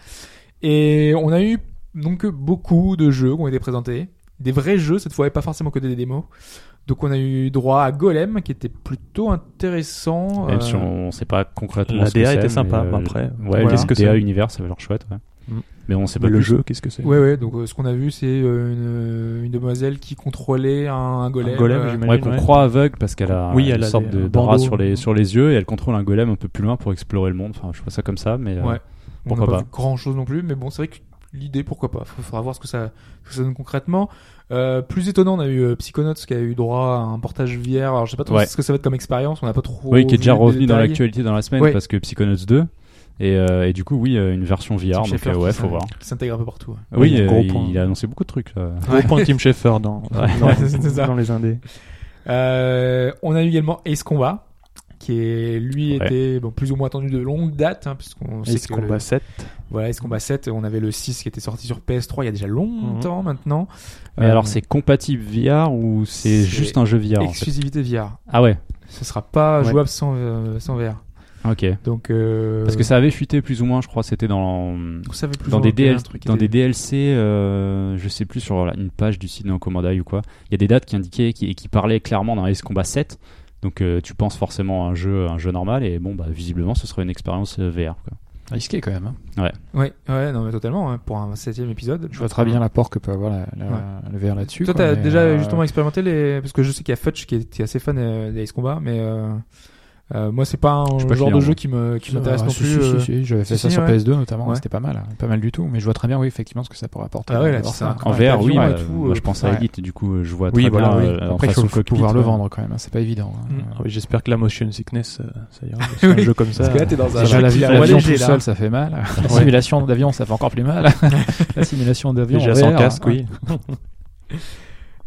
Speaker 2: et on a eu donc beaucoup de jeux qui ont été présentés, des vrais jeux cette fois et pas forcément que des démos. Donc on a eu droit à Golem qui était plutôt intéressant.
Speaker 3: Même
Speaker 2: euh,
Speaker 3: si on, on sait pas concrètement
Speaker 5: La
Speaker 3: ce que
Speaker 5: DA
Speaker 3: c'est,
Speaker 5: était
Speaker 3: mais,
Speaker 5: sympa,
Speaker 3: euh,
Speaker 5: mais après,
Speaker 3: Ouais,
Speaker 2: voilà.
Speaker 3: qu'est-ce que DA univers, ça avait l'air chouette, ouais.
Speaker 5: Mm.
Speaker 3: Mais on sait pas
Speaker 5: Mais le
Speaker 3: plus.
Speaker 5: jeu, qu'est-ce que c'est
Speaker 2: Ouais ouais donc euh, ce qu'on a vu c'est euh, une, une demoiselle qui contrôlait un, un golem.
Speaker 5: Un golem,
Speaker 2: euh,
Speaker 5: j'imagine.
Speaker 3: Ouais, qu'on
Speaker 5: ouais.
Speaker 3: croit aveugle parce qu'elle a
Speaker 5: Oui,
Speaker 3: une
Speaker 5: elle a
Speaker 3: sorte
Speaker 5: des-
Speaker 3: de
Speaker 5: un
Speaker 3: de rat
Speaker 5: bandeau.
Speaker 3: sur les, sur les yeux et elle contrôle un golem un peu plus loin pour explorer le monde. Enfin, je vois ça comme ça, mais euh,
Speaker 2: Ouais.
Speaker 3: Pourquoi
Speaker 2: on n'a
Speaker 3: pas.
Speaker 2: vu grand chose non plus, mais bon, c'est vrai que l'idée, pourquoi pas. Il faudra voir ce que ça, ce que ça donne concrètement. Euh, plus étonnant, on a eu euh, Psychonauts qui a eu droit à un portage VR. Alors, je sais pas trop
Speaker 3: Ouais.
Speaker 2: ce que ça va être comme expérience. On n'a pas trop.
Speaker 3: oui, qui
Speaker 2: vu
Speaker 3: est déjà
Speaker 2: les
Speaker 3: revenu dans
Speaker 2: détails.
Speaker 3: l'actualité dans la semaine
Speaker 2: Ouais.
Speaker 3: parce que Psychonauts 2 et, euh, et du coup, oui, euh, une version
Speaker 2: Tim
Speaker 3: VR. Donc
Speaker 2: Schafer
Speaker 3: euh, ouais,
Speaker 2: qui
Speaker 3: faut
Speaker 2: s'in-
Speaker 3: voir.
Speaker 2: qui s'intègre un peu partout. ouais.
Speaker 3: Oui,
Speaker 5: Ouais,
Speaker 3: euh,
Speaker 5: gros
Speaker 3: il,
Speaker 5: point.
Speaker 3: il a annoncé beaucoup de trucs. Là.
Speaker 5: Gros point Tim Schafer dans, dans,
Speaker 2: C'est ça.
Speaker 5: dans les indés.
Speaker 2: Euh, on a eu également Ace Combat, qui est, lui,
Speaker 3: Ouais.
Speaker 2: était bon, plus ou moins attendu de longue date, hein, puisqu'on sait
Speaker 5: Et
Speaker 2: que le-
Speaker 5: combat 7.
Speaker 2: voilà, Ace Combat 7, on avait le 6 qui était sorti sur PS3 il y a déjà longtemps maintenant.
Speaker 3: Mhm. Mais
Speaker 2: Euh,
Speaker 3: alors, c'est compatible VR ou c'est
Speaker 2: c'est
Speaker 3: juste un jeu VR en fait
Speaker 2: exclusivité VR.
Speaker 3: Ah ouais,
Speaker 2: Ce sera pas
Speaker 5: Ouais.
Speaker 2: jouable sans, euh, sans VR.
Speaker 3: ok.
Speaker 2: Donc, euh,
Speaker 3: Parce que ça avait fuité plus ou moins, je crois, c'était dans
Speaker 2: Vous savez plus
Speaker 3: dans
Speaker 2: ou moins
Speaker 3: des,
Speaker 2: quel est
Speaker 3: DL
Speaker 2: le truc qui
Speaker 3: dans
Speaker 2: était-
Speaker 3: des DLC, euh, je sais plus, sur la- une page du site d'un commandail ou quoi, il y a des dates qui indiquaient qui, et qui parlaient clairement d'un Ace Combat 7. Donc euh, tu penses forcément à un jeu, un jeu normal et bon, bah, visiblement ce serait une expérience euh, VR. Quoi.
Speaker 4: Risqué quand même. hein.
Speaker 2: Ouais, ouais, non, mais totalement, hein, pour un septième épisode.
Speaker 4: Je vois très bien l'apport que peut avoir la, la- le VR là-dessus.
Speaker 2: Toi,
Speaker 4: quoi,
Speaker 2: t'as
Speaker 4: mais,
Speaker 2: déjà
Speaker 4: euh,
Speaker 2: justement expérimenté les. Parce que je sais qu'il y a Fudge qui est, qui est assez fan euh, des Ace Combat, mais euh, euh, moi, c'est pas un
Speaker 3: Je suis pas
Speaker 2: genre
Speaker 3: client,
Speaker 2: de jeu
Speaker 3: moi.
Speaker 2: qui me qui
Speaker 4: Ah,
Speaker 2: m'intéresse non
Speaker 4: si,
Speaker 2: plus.
Speaker 4: si, si,
Speaker 2: euh.
Speaker 4: si, J'avais fait
Speaker 2: si,
Speaker 4: ça
Speaker 2: si,
Speaker 4: sur
Speaker 2: ouais.
Speaker 4: PS2 notamment,
Speaker 2: Ouais.
Speaker 4: c'était pas mal, hein, pas mal du tout. Mais je vois très bien, oui, effectivement, ce que ça pourrait apporter.
Speaker 2: Ah ouais, là,
Speaker 4: d'avoir
Speaker 2: c'est un-
Speaker 4: quoi.
Speaker 3: En
Speaker 2: Ouais,
Speaker 3: VR,
Speaker 2: l'avion
Speaker 3: oui,
Speaker 2: et
Speaker 3: bah,
Speaker 2: tout,
Speaker 3: moi
Speaker 2: euh,
Speaker 3: je pense à
Speaker 4: ouais.
Speaker 3: Elite, du coup euh, je vois
Speaker 4: Oui,
Speaker 3: très
Speaker 4: voilà.
Speaker 3: bien
Speaker 4: oui.
Speaker 3: euh, en
Speaker 4: Après, il
Speaker 3: façon
Speaker 4: faut
Speaker 3: cockpit,
Speaker 4: pouvoir le
Speaker 3: ouais.
Speaker 4: vendre quand même. hein, C'est pas évident. hein.
Speaker 2: Mm.
Speaker 5: Ah oui, J'espère que la motion sickness, euh, ça ira. parce qu'un
Speaker 2: Oui.
Speaker 5: jeu comme ça.
Speaker 2: Parce que là, t'es dans un.
Speaker 4: Déjà,
Speaker 2: jeu qui
Speaker 4: l'avi-
Speaker 2: est
Speaker 4: l'avion
Speaker 2: allégé,
Speaker 4: tout
Speaker 2: là.
Speaker 4: seul, ça fait mal. La
Speaker 5: Ouais.
Speaker 4: simulation d'avion, ça fait encore plus mal. La simulation d'avion. en
Speaker 5: Déjà sans
Speaker 4: VR,
Speaker 5: casque,
Speaker 4: hein.
Speaker 5: oui.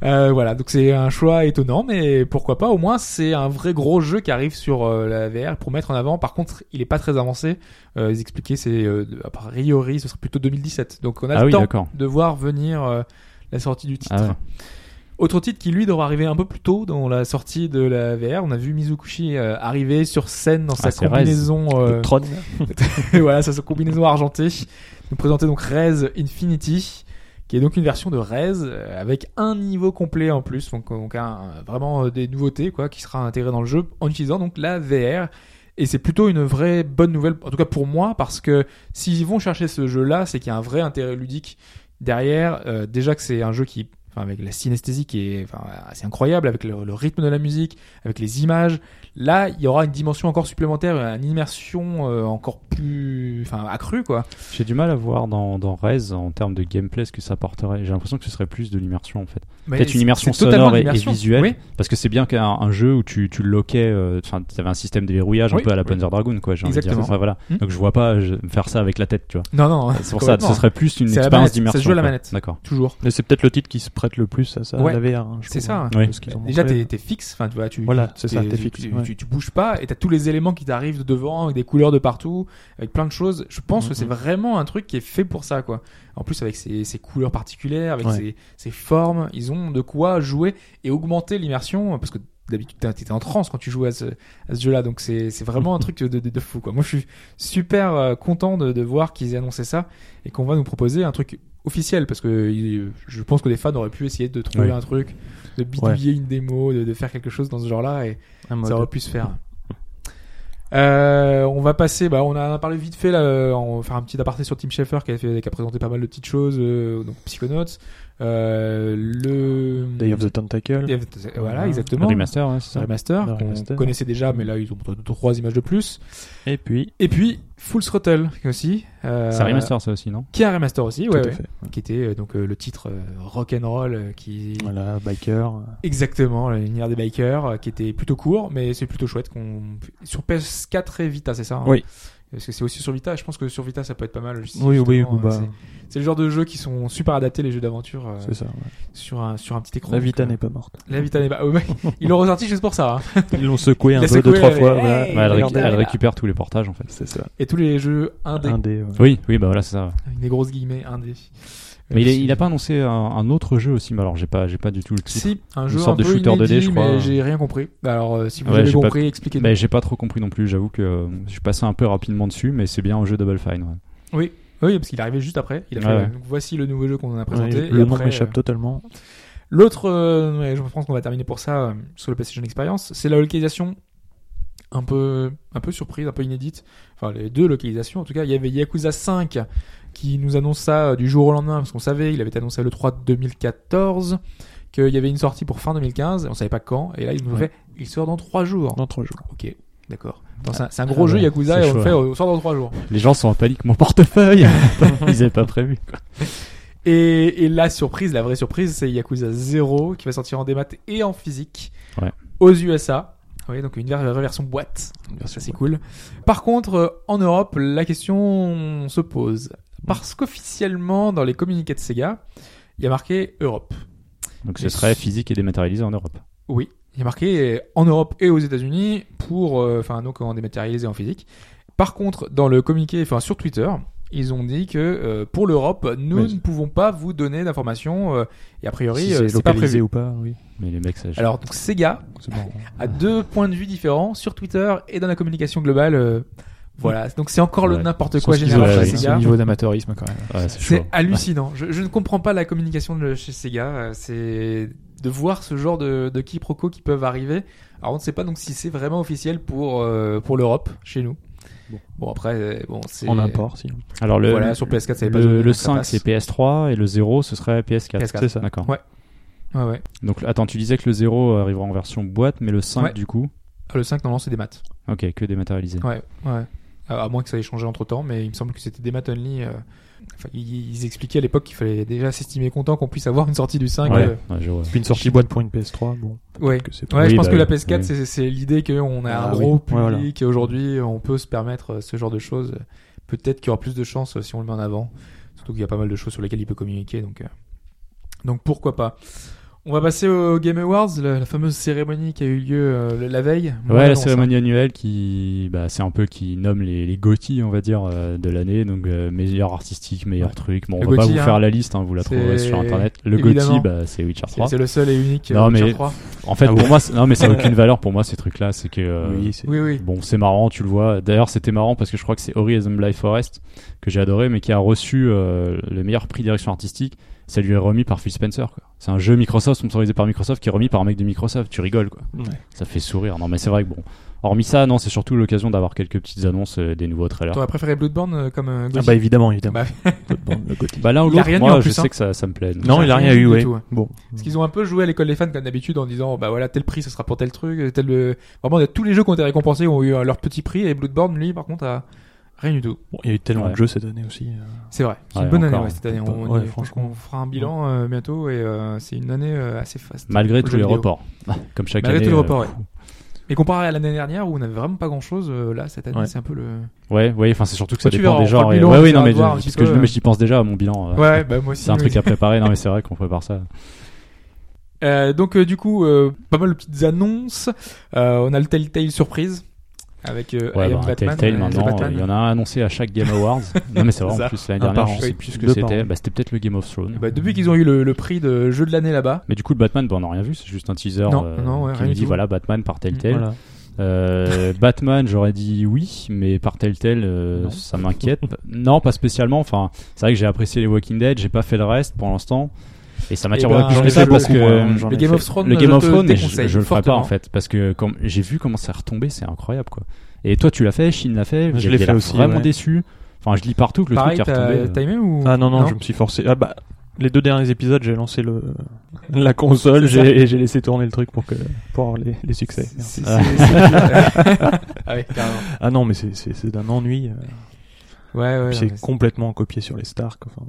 Speaker 2: Euh, voilà, donc c'est un choix étonnant, mais pourquoi pas. Au moins, c'est un vrai gros jeu qui arrive sur euh, la VR pour mettre en avant. Par contre, il est pas très avancé. Euh, ils expliquaient, c'est euh, a priori, ce serait plutôt 2017. Donc, on a
Speaker 3: Ah
Speaker 2: le
Speaker 3: oui,
Speaker 2: temps
Speaker 3: d'accord.
Speaker 2: de voir venir euh, la sortie du titre.
Speaker 3: Ah ouais.
Speaker 2: Autre titre qui lui devra arriver un peu plus tôt dans la sortie de la VR, on a vu Mizukushi euh, arriver sur scène dans sa
Speaker 3: Ah, c'est Rez.
Speaker 2: combinaison, euh,
Speaker 5: Le Tron.
Speaker 2: voilà, sa sa combinaison argentée, nous présenter donc Rez Infinity, qui est donc une version de Rez euh, avec un niveau complet en plus, donc, euh, donc un- vraiment euh, des nouveautés quoi, qui sera intégrée dans le jeu en utilisant donc la VR. Et c'est plutôt une vraie bonne nouvelle, en tout cas pour moi, parce que s'ils vont chercher ce jeu-là, c'est qu'il y a un vrai intérêt ludique derrière. Euh, déjà que c'est un jeu qui enfin avec la synesthésie qui est enfin, assez incroyable, avec le, le rythme de la musique, avec les images. Là, il y aura une dimension encore supplémentaire, une immersion euh, encore plus, enfin accrue quoi.
Speaker 3: J'ai du mal à voir dans, dans Rez en termes de gameplay ce que ça apporterait. J'ai l'impression que ce serait plus de l'immersion en fait.
Speaker 2: Mais
Speaker 3: Peut-être une
Speaker 2: c'est-
Speaker 3: immersion
Speaker 2: c'est totalement
Speaker 3: sonore et,
Speaker 2: une
Speaker 3: et
Speaker 2: immersion.
Speaker 3: visuelle.
Speaker 2: Oui.
Speaker 3: Parce que c'est bien qu'un un jeu où tu, tu loquais, euh, enfin, tu avais un système de verrouillage
Speaker 2: Oui,
Speaker 3: un peu à la
Speaker 2: oui.
Speaker 3: Panzer Dragoon, quoi, j'ai envie de dire.
Speaker 2: Exactement.
Speaker 3: Enfin, voilà.
Speaker 2: Hmm.
Speaker 3: Donc je vois pas je- faire ça avec la tête, tu vois.
Speaker 2: Non non,
Speaker 3: C'est pour ça, ce
Speaker 2: complètement.
Speaker 3: serait plus une
Speaker 2: C'est à la
Speaker 3: expérience
Speaker 2: manette, ça se
Speaker 3: d'immersion.
Speaker 2: joue à la
Speaker 3: quoi.
Speaker 2: manette.
Speaker 3: D'accord.
Speaker 2: toujours.
Speaker 5: Mais c'est peut-être le titre qui se prête le plus à ça,
Speaker 2: Ouais.
Speaker 5: à la VR. hein, je
Speaker 2: C'est
Speaker 5: trouve,
Speaker 2: ça,
Speaker 5: hein,
Speaker 3: ouais.
Speaker 5: de ce qu'ils ont
Speaker 2: Déjà,
Speaker 5: montré.
Speaker 2: t'es, t'es fixe. Enfin, tu vois, tu.
Speaker 5: Voilà,
Speaker 2: tu-
Speaker 5: c'est ça, t'es fixe,
Speaker 2: Tu,
Speaker 5: ouais.
Speaker 2: tu- tu bouges pas et t'as tous les éléments qui t'arrivent de devant, avec des couleurs de partout, avec plein de choses. Je pense
Speaker 3: Mm,
Speaker 2: que c'est vraiment un truc qui est fait pour ça, quoi. En plus, avec ses, ses couleurs particulières, avec
Speaker 5: Ouais.
Speaker 2: ses, ses formes, ils ont de quoi jouer et augmenter l'immersion, euh, parce que d'habitude, t'as- t'étais en transe quand tu jouais à ce, à ce jeu-là. Donc, c'est, c'est vraiment un truc de, de, de fou, quoi. Moi, je suis super euh, content de, de voir qu'ils aient annoncé ça et qu'on va nous proposer un truc officiel parce que euh, je pense que les fans auraient pu essayer de trouver
Speaker 3: Ouais.
Speaker 2: un truc de bidouiller une démo, de, de faire quelque chose dans ce genre-là, et
Speaker 5: Un mode.
Speaker 2: ça aurait pu se faire. Euh, on va passer, bah, on a parlé vite fait là, euh, on va faire un petit aparté sur Tim Schafer qui a, fait, qui a présenté pas mal de petites choses, euh, donc Psychonauts, euh, le
Speaker 5: Day of the Tentacle.
Speaker 2: Day of the- voilà
Speaker 5: Voilà.
Speaker 2: exactement,
Speaker 3: Remaster, ouais, c'est ça.
Speaker 2: Remaster,
Speaker 5: Le
Speaker 2: qu'on
Speaker 5: remaster.
Speaker 2: connaissait déjà, mais là ils ont deux, trois images de plus,
Speaker 5: Et puis,
Speaker 2: et puis Full Throttle aussi, euh,
Speaker 3: C'est un remaster, ça aussi, non
Speaker 2: qui est un remaster aussi,
Speaker 5: tout
Speaker 2: ouais,
Speaker 5: à
Speaker 2: ouais,
Speaker 5: fait.
Speaker 2: qui était euh, donc euh, le titre euh, Rock'n'Roll euh, qui
Speaker 5: Voilà, Biker.
Speaker 2: Exactement, l'univers des bikers, euh, qui était plutôt court, mais c'est plutôt chouette qu'on sur PS4 et Vita, c'est ça hein
Speaker 5: Oui.
Speaker 2: Parce que c'est aussi sur Vita. Je pense que sur Vita, ça peut être pas mal. aussi,
Speaker 5: Oui, oui,
Speaker 2: justement,
Speaker 5: bah,
Speaker 2: euh, c'est- C'est le genre de jeux qui sont super adaptés les jeux d'aventure euh,
Speaker 5: c'est ça. ouais.
Speaker 2: sur un sur un petit écran.
Speaker 5: La Vita
Speaker 2: Donc,
Speaker 5: n'est pas morte.
Speaker 2: euh, La Vita n'est pas. oh, ouais, ils l'ont ressorti juste pour ça. hein.
Speaker 5: Ils l'ont secoué
Speaker 2: Il
Speaker 5: un
Speaker 2: l'a
Speaker 5: peu deux,
Speaker 2: secoué,
Speaker 5: trois
Speaker 2: ouais.
Speaker 5: fois.
Speaker 2: Hey,
Speaker 5: voilà.
Speaker 2: il
Speaker 3: Ouais, elle,
Speaker 2: est
Speaker 3: récu-
Speaker 2: rentable,
Speaker 3: elle
Speaker 2: là.
Speaker 3: récupère tous les portages en fait.
Speaker 5: C'est ça.
Speaker 2: Et tous les jeux indés,
Speaker 5: Un dé. ouais.
Speaker 3: Oui, oui, bah voilà, c'est ça.
Speaker 2: avec des grosses guillemets indés.
Speaker 3: Mais il, est-
Speaker 2: Euh,
Speaker 3: il a pas annoncé un, un autre jeu aussi, mais alors j'ai pas, j'ai pas du tout le titre.
Speaker 2: si un jeu
Speaker 3: sorte
Speaker 2: un
Speaker 3: de
Speaker 2: peu
Speaker 3: shooter 2D,
Speaker 2: inédit,
Speaker 3: je crois.
Speaker 2: mais j'ai rien compris. Alors euh, si vous
Speaker 3: Ouais,
Speaker 2: avez
Speaker 3: j'ai pas-
Speaker 2: compris, expliquez-nous.
Speaker 3: Mais j'ai pas trop compris non plus, j'avoue que euh, je suis passé un peu rapidement dessus, mais c'est bien un jeu Double Fine. ouais.
Speaker 2: Oui, parce qu'il est arrivé juste après. Il a fait,
Speaker 3: Bah, Ouais,
Speaker 2: euh,
Speaker 3: ouais.
Speaker 2: donc, voici le nouveau jeu qu'on a
Speaker 5: Ouais,
Speaker 2: présenté.
Speaker 5: le
Speaker 2: et
Speaker 5: nom
Speaker 2: après,
Speaker 5: m'échappe
Speaker 2: euh,
Speaker 5: totalement.
Speaker 2: L'autre, euh, ouais, je pense qu'on va terminer pour ça euh, sur le PlayStation Experience, c'est la localisation un peu, un peu surprise, un peu inédite. Enfin, les deux localisations, en tout cas, il y avait Yakuza 5 qui nous annonce ça euh, du jour au lendemain, parce qu'on savait, il avait été annoncé le 3 2014, qu'il y avait une sortie pour fin 2015, on savait pas quand, et là, il nous
Speaker 5: Ouais.
Speaker 2: fait, il sort dans 3 jours.
Speaker 5: Dans trois jours.
Speaker 2: Ok, d'accord. Attends, C'est un, c'est un gros
Speaker 3: Ah,
Speaker 2: jeu
Speaker 3: ouais,
Speaker 2: Yakuza,
Speaker 3: c'est
Speaker 2: et on le
Speaker 3: chaud,
Speaker 2: fait, euh, on sort dans 3 jours.
Speaker 3: Les gens sont en panique, mon portefeuille Ils avaient pas prévu.
Speaker 2: Et, et la surprise, la vraie surprise, c'est Yakuza 0 qui va sortir en démat et en physique
Speaker 3: Ouais.
Speaker 2: aux USA. Oui, donc une ver- vraie version boîte. Ça c'est cool. Par contre, euh, en Europe, la question se pose parce qu'officiellement dans les communiqués de Sega, il y a marqué Europe.
Speaker 3: Donc
Speaker 2: Mais
Speaker 3: ce serait
Speaker 2: si-
Speaker 3: physique et dématérialisé en Europe.
Speaker 2: Oui, il y a marqué euh, en Europe et aux États-Unis pour, euh, enfin, donc en dématérialisé en physique. Par contre, dans le communiqué, enfin sur Twitter, ils ont dit que euh, pour l'Europe, nous
Speaker 5: Mais-
Speaker 2: ne pouvons pas vous donner d'informations euh, et a priori,
Speaker 5: Si
Speaker 2: euh,
Speaker 5: c'est
Speaker 2: c'est pas prévu.
Speaker 5: localisé ou pas, oui.
Speaker 3: Mais les mecs, ça. je-
Speaker 2: Alors donc Sega
Speaker 5: C'est bon. hein.
Speaker 2: a deux points de vue différents sur Twitter et dans la communication globale. euh, voilà, donc c'est encore le
Speaker 3: Ouais.
Speaker 2: n'importe
Speaker 3: Ils sont
Speaker 2: quoi général
Speaker 3: schizophréniques,
Speaker 2: chez
Speaker 3: hein.
Speaker 4: C'est un
Speaker 2: Sega.
Speaker 4: niveau d'amateurisme quand même.
Speaker 3: Ouais, c'est chaud.
Speaker 2: C'est hallucinant. Je, je ne comprends pas la communication de chez Sega. euh, C'est de voir ce genre de, de quiproquos qui peuvent arriver. Alors on ne sait pas donc si c'est vraiment officiel pour euh, pour l'Europe chez nous. Bon,
Speaker 5: Bon.
Speaker 2: après euh, bon c'est
Speaker 5: En import, sinon.
Speaker 3: Alors le,
Speaker 2: voilà sur PS4 ça n'est pas
Speaker 3: le,
Speaker 2: donné,
Speaker 3: le
Speaker 2: donc ça
Speaker 3: 5
Speaker 2: passe.
Speaker 3: c'est PS3 et le 0 ce serait PS4.
Speaker 2: PS4.
Speaker 5: C'est ça.
Speaker 3: D'accord.
Speaker 2: Ouais. Ouais, ouais.
Speaker 3: Donc attends, tu disais que le 0 arrivera en version boîte, mais le 5
Speaker 2: Ouais.
Speaker 3: du coup.
Speaker 2: Ah, Le 5 normalement c'est des maths.
Speaker 3: Ok, que dématérialisé.
Speaker 2: Ouais, ouais. Ah, À à moins que ça ait changé entre temps, mais il me semble que c'était des maths only. euh, Enfin, ils, ils expliquaient à l'époque qu'il fallait déjà s'estimer content qu'on puisse avoir une sortie du 5. euh, Ouais,
Speaker 3: ouais. ouais, je vois.
Speaker 5: Puis une sortie boîte pour une PS3, bon.
Speaker 2: ouais.
Speaker 5: Que c'est
Speaker 3: Oui,
Speaker 2: je pense
Speaker 3: bah
Speaker 2: que la
Speaker 3: oui,
Speaker 2: PS4,
Speaker 3: oui.
Speaker 2: c'est- c'est l'idée qu'on a un
Speaker 5: Ah
Speaker 2: gros
Speaker 5: oui.
Speaker 2: public
Speaker 5: Ouais,
Speaker 2: et aujourd'hui on peut se permettre euh, ce genre de choses. Peut-être qu'il y aura plus de chance euh, si on le met en avant. Surtout qu'il y a pas mal de choses sur lesquelles il peut communiquer, donc, euh, donc pourquoi pas. On va passer au Game Awards, la, la fameuse cérémonie qui a eu lieu euh, la veille.
Speaker 3: Ouais,
Speaker 2: Moi,
Speaker 3: la
Speaker 2: j'annonce, hein.
Speaker 3: cérémonie annuelle qui, bah, c'est un peu qui nomme les, les GOTY, on va dire, euh, de l'année. Donc, euh, meilleur artistique, meilleur
Speaker 2: Ouais.
Speaker 3: truc. Bon, on
Speaker 2: Le
Speaker 3: va pas
Speaker 2: GOTY,
Speaker 3: vous
Speaker 2: hein.
Speaker 3: faire la liste, hein, vous la
Speaker 2: C'est-
Speaker 3: trouverez sur internet. Le
Speaker 2: Évidemment.
Speaker 3: GOTY, bah, c'est Witcher
Speaker 2: C'est-
Speaker 3: 3.
Speaker 2: C'est le seul et unique.
Speaker 3: Non,
Speaker 2: euh, Witcher
Speaker 3: mais-
Speaker 2: 3.
Speaker 3: En fait,
Speaker 5: Ah
Speaker 3: pour
Speaker 5: ouais.
Speaker 3: moi, c'est- non, mais ça n'a aucune valeur pour moi, ces trucs-là. C'est que, euh,
Speaker 5: Oui, c'est. Ah,
Speaker 2: Oui, oui.
Speaker 3: Bon, c'est marrant, tu le vois. D'ailleurs, c'était marrant parce que je crois que c'est Horizon Life Forest que j'ai adoré, mais qui a reçu euh, le meilleur prix direction artistique. Ça lui est remis par Phil Spencer. quoi. C'est un jeu Microsoft sponsorisé par Microsoft qui est remis par un mec de Microsoft. Tu rigoles, quoi.
Speaker 5: Ouais.
Speaker 3: Ça fait sourire. Non, mais c'est vrai que bon, Hormis ça, non, c'est surtout l'occasion d'avoir quelques petites annonces, euh, des nouveaux trailers.
Speaker 2: T'aurais préféré Bloodborne euh, comme euh,
Speaker 5: Ah
Speaker 2: Gothic
Speaker 5: bah évidemment, évidemment.
Speaker 2: Bah,
Speaker 5: Bloodborne, le Gothic.
Speaker 3: Bah là ou
Speaker 2: Il a rien
Speaker 3: l'autre,
Speaker 2: eu
Speaker 3: moi
Speaker 2: en
Speaker 3: je
Speaker 2: plus, hein.
Speaker 3: sais que ça, ça me plaît. donc.
Speaker 5: non,
Speaker 2: ça
Speaker 5: il a
Speaker 2: change
Speaker 5: rien eu,
Speaker 2: du
Speaker 5: ouais.
Speaker 2: tout, ouais.
Speaker 5: Bon.
Speaker 2: Parce qu'ils ont un peu joué à l'école des fans comme d'habitude en disant bah voilà tel prix ce sera pour tel truc, tel euh, vraiment il y a tous les jeux qui ont été récompensés ont eu euh, leur petit prix et Bloodborne lui par contre a rien du tout.
Speaker 5: Bon, il y a eu tellement
Speaker 3: Ouais.
Speaker 5: de jeux cette année aussi. euh.
Speaker 2: C'est vrai. C'est
Speaker 3: Ouais,
Speaker 2: une bonne
Speaker 3: encore,
Speaker 2: année ouais, cette année.
Speaker 5: peut-être
Speaker 2: On,
Speaker 5: pas.
Speaker 2: on
Speaker 5: Ouais,
Speaker 2: y- je pense
Speaker 5: franchement.
Speaker 2: qu'on fera un bilan euh, bientôt et euh, c'est une année euh, assez faste.
Speaker 3: Malgré
Speaker 2: pour
Speaker 3: tous les
Speaker 2: jeux vidéo.
Speaker 3: reports. Comme chaque
Speaker 2: Malgré
Speaker 3: année.
Speaker 2: tous les
Speaker 3: euh,
Speaker 2: reports, ouais. Mais comparé à l'année dernière où on avait vraiment pas grand chose, là cette année
Speaker 5: Ouais.
Speaker 2: c'est un peu le.
Speaker 3: Ouais, ouais, enfin c'est surtout que ça
Speaker 2: Ouais, tu verras,
Speaker 3: dépend
Speaker 2: on
Speaker 3: des
Speaker 2: fera
Speaker 3: genres.
Speaker 2: le
Speaker 3: et- euh,
Speaker 2: bilan,
Speaker 3: Ouais,
Speaker 2: on
Speaker 3: oui, non,
Speaker 2: essaiera
Speaker 3: mais
Speaker 2: de voir un
Speaker 3: je-
Speaker 2: petit
Speaker 3: parce que je-
Speaker 2: peu.
Speaker 3: mais j'y pense déjà à mon bilan. euh,
Speaker 2: Ouais, bah moi aussi.
Speaker 3: C'est un
Speaker 2: oui.
Speaker 3: truc à préparer, non mais c'est vrai qu'on prépare ça.
Speaker 2: Euh, donc euh, du coup, euh, pas mal de petites annonces. Euh, on a le Telltale surprise avec euh,
Speaker 3: Ouais,
Speaker 2: I am
Speaker 3: bah,
Speaker 2: Batman,
Speaker 3: Telltale,
Speaker 2: euh, The
Speaker 3: maintenant,
Speaker 2: Batman.
Speaker 3: euh, il y en a un annoncé à chaque Game Awards. non mais c'est vrai,
Speaker 2: C'est ça.
Speaker 3: en plus l'année
Speaker 5: Un
Speaker 3: dernière,
Speaker 5: par
Speaker 3: je
Speaker 5: an.
Speaker 3: sais
Speaker 2: Oui.
Speaker 3: plus ce que
Speaker 5: Deux par
Speaker 3: c'était.
Speaker 5: an.
Speaker 3: Bah, c'était peut-être le Game of Thrones.
Speaker 2: Bah, depuis qu'ils ont eu le, le prix de jeu de l'année là-bas,
Speaker 3: Mais du coup, le Batman, bah, on n'a rien vu, c'est juste un teaser
Speaker 2: Non,
Speaker 3: euh,
Speaker 2: non, ouais,
Speaker 3: qui
Speaker 2: rien
Speaker 3: nous
Speaker 2: du
Speaker 3: dit
Speaker 2: tout.
Speaker 3: voilà Batman par Telltale.
Speaker 5: Voilà.
Speaker 3: Euh, Batman, j'aurais dit oui, mais par Telltale, euh,
Speaker 5: Non.
Speaker 3: ça m'inquiète. non, pas spécialement. Enfin, c'est vrai que j'ai apprécié les Walking Dead, j'ai pas fait le reste pour l'instant, et ça m'attire
Speaker 2: Eh ben,
Speaker 3: beaucoup
Speaker 2: j'en ai
Speaker 3: plus
Speaker 2: fait
Speaker 3: parce
Speaker 5: beaucoup,
Speaker 3: que
Speaker 5: moi, j'en
Speaker 2: le
Speaker 5: ai
Speaker 2: Game
Speaker 5: fait.
Speaker 2: of Thrones,
Speaker 3: le Game
Speaker 2: je
Speaker 3: of
Speaker 2: te
Speaker 3: Thrones, mais je,
Speaker 2: déconseille
Speaker 3: je le ferai pas
Speaker 2: fortement.
Speaker 3: en fait, parce que comme j'ai vu comment c'est retombé, c'est incroyable quoi. Et toi, tu l'as fait, Shin l'a fait,
Speaker 5: Je
Speaker 3: vous
Speaker 5: l'ai
Speaker 3: aviez
Speaker 5: fait
Speaker 3: l'air
Speaker 5: aussi,
Speaker 3: Vraiment
Speaker 5: ouais.
Speaker 3: déçu. Enfin, je lis partout que le
Speaker 2: Pareil,
Speaker 3: truc est
Speaker 2: t'as
Speaker 3: retombé. hein.
Speaker 2: t'as aimé ou
Speaker 5: Ah non, non,
Speaker 2: Non
Speaker 5: je me suis forcé. Ah bah, les deux derniers épisodes, j'ai lancé le la console
Speaker 2: C'est ça.
Speaker 5: j'ai- et j'ai laissé tourner le truc pour que pour avoir les, les succès.
Speaker 2: C'est- c'est-
Speaker 3: Ah.
Speaker 2: c'est- c'est- Ah ouais, carrément.
Speaker 5: Ah non, mais c'est c'est c'est d'un ennui. euh,
Speaker 2: Ouais, ouais.
Speaker 5: puis
Speaker 2: non, mais
Speaker 5: c'est complètement copié sur les Stark. Enfin,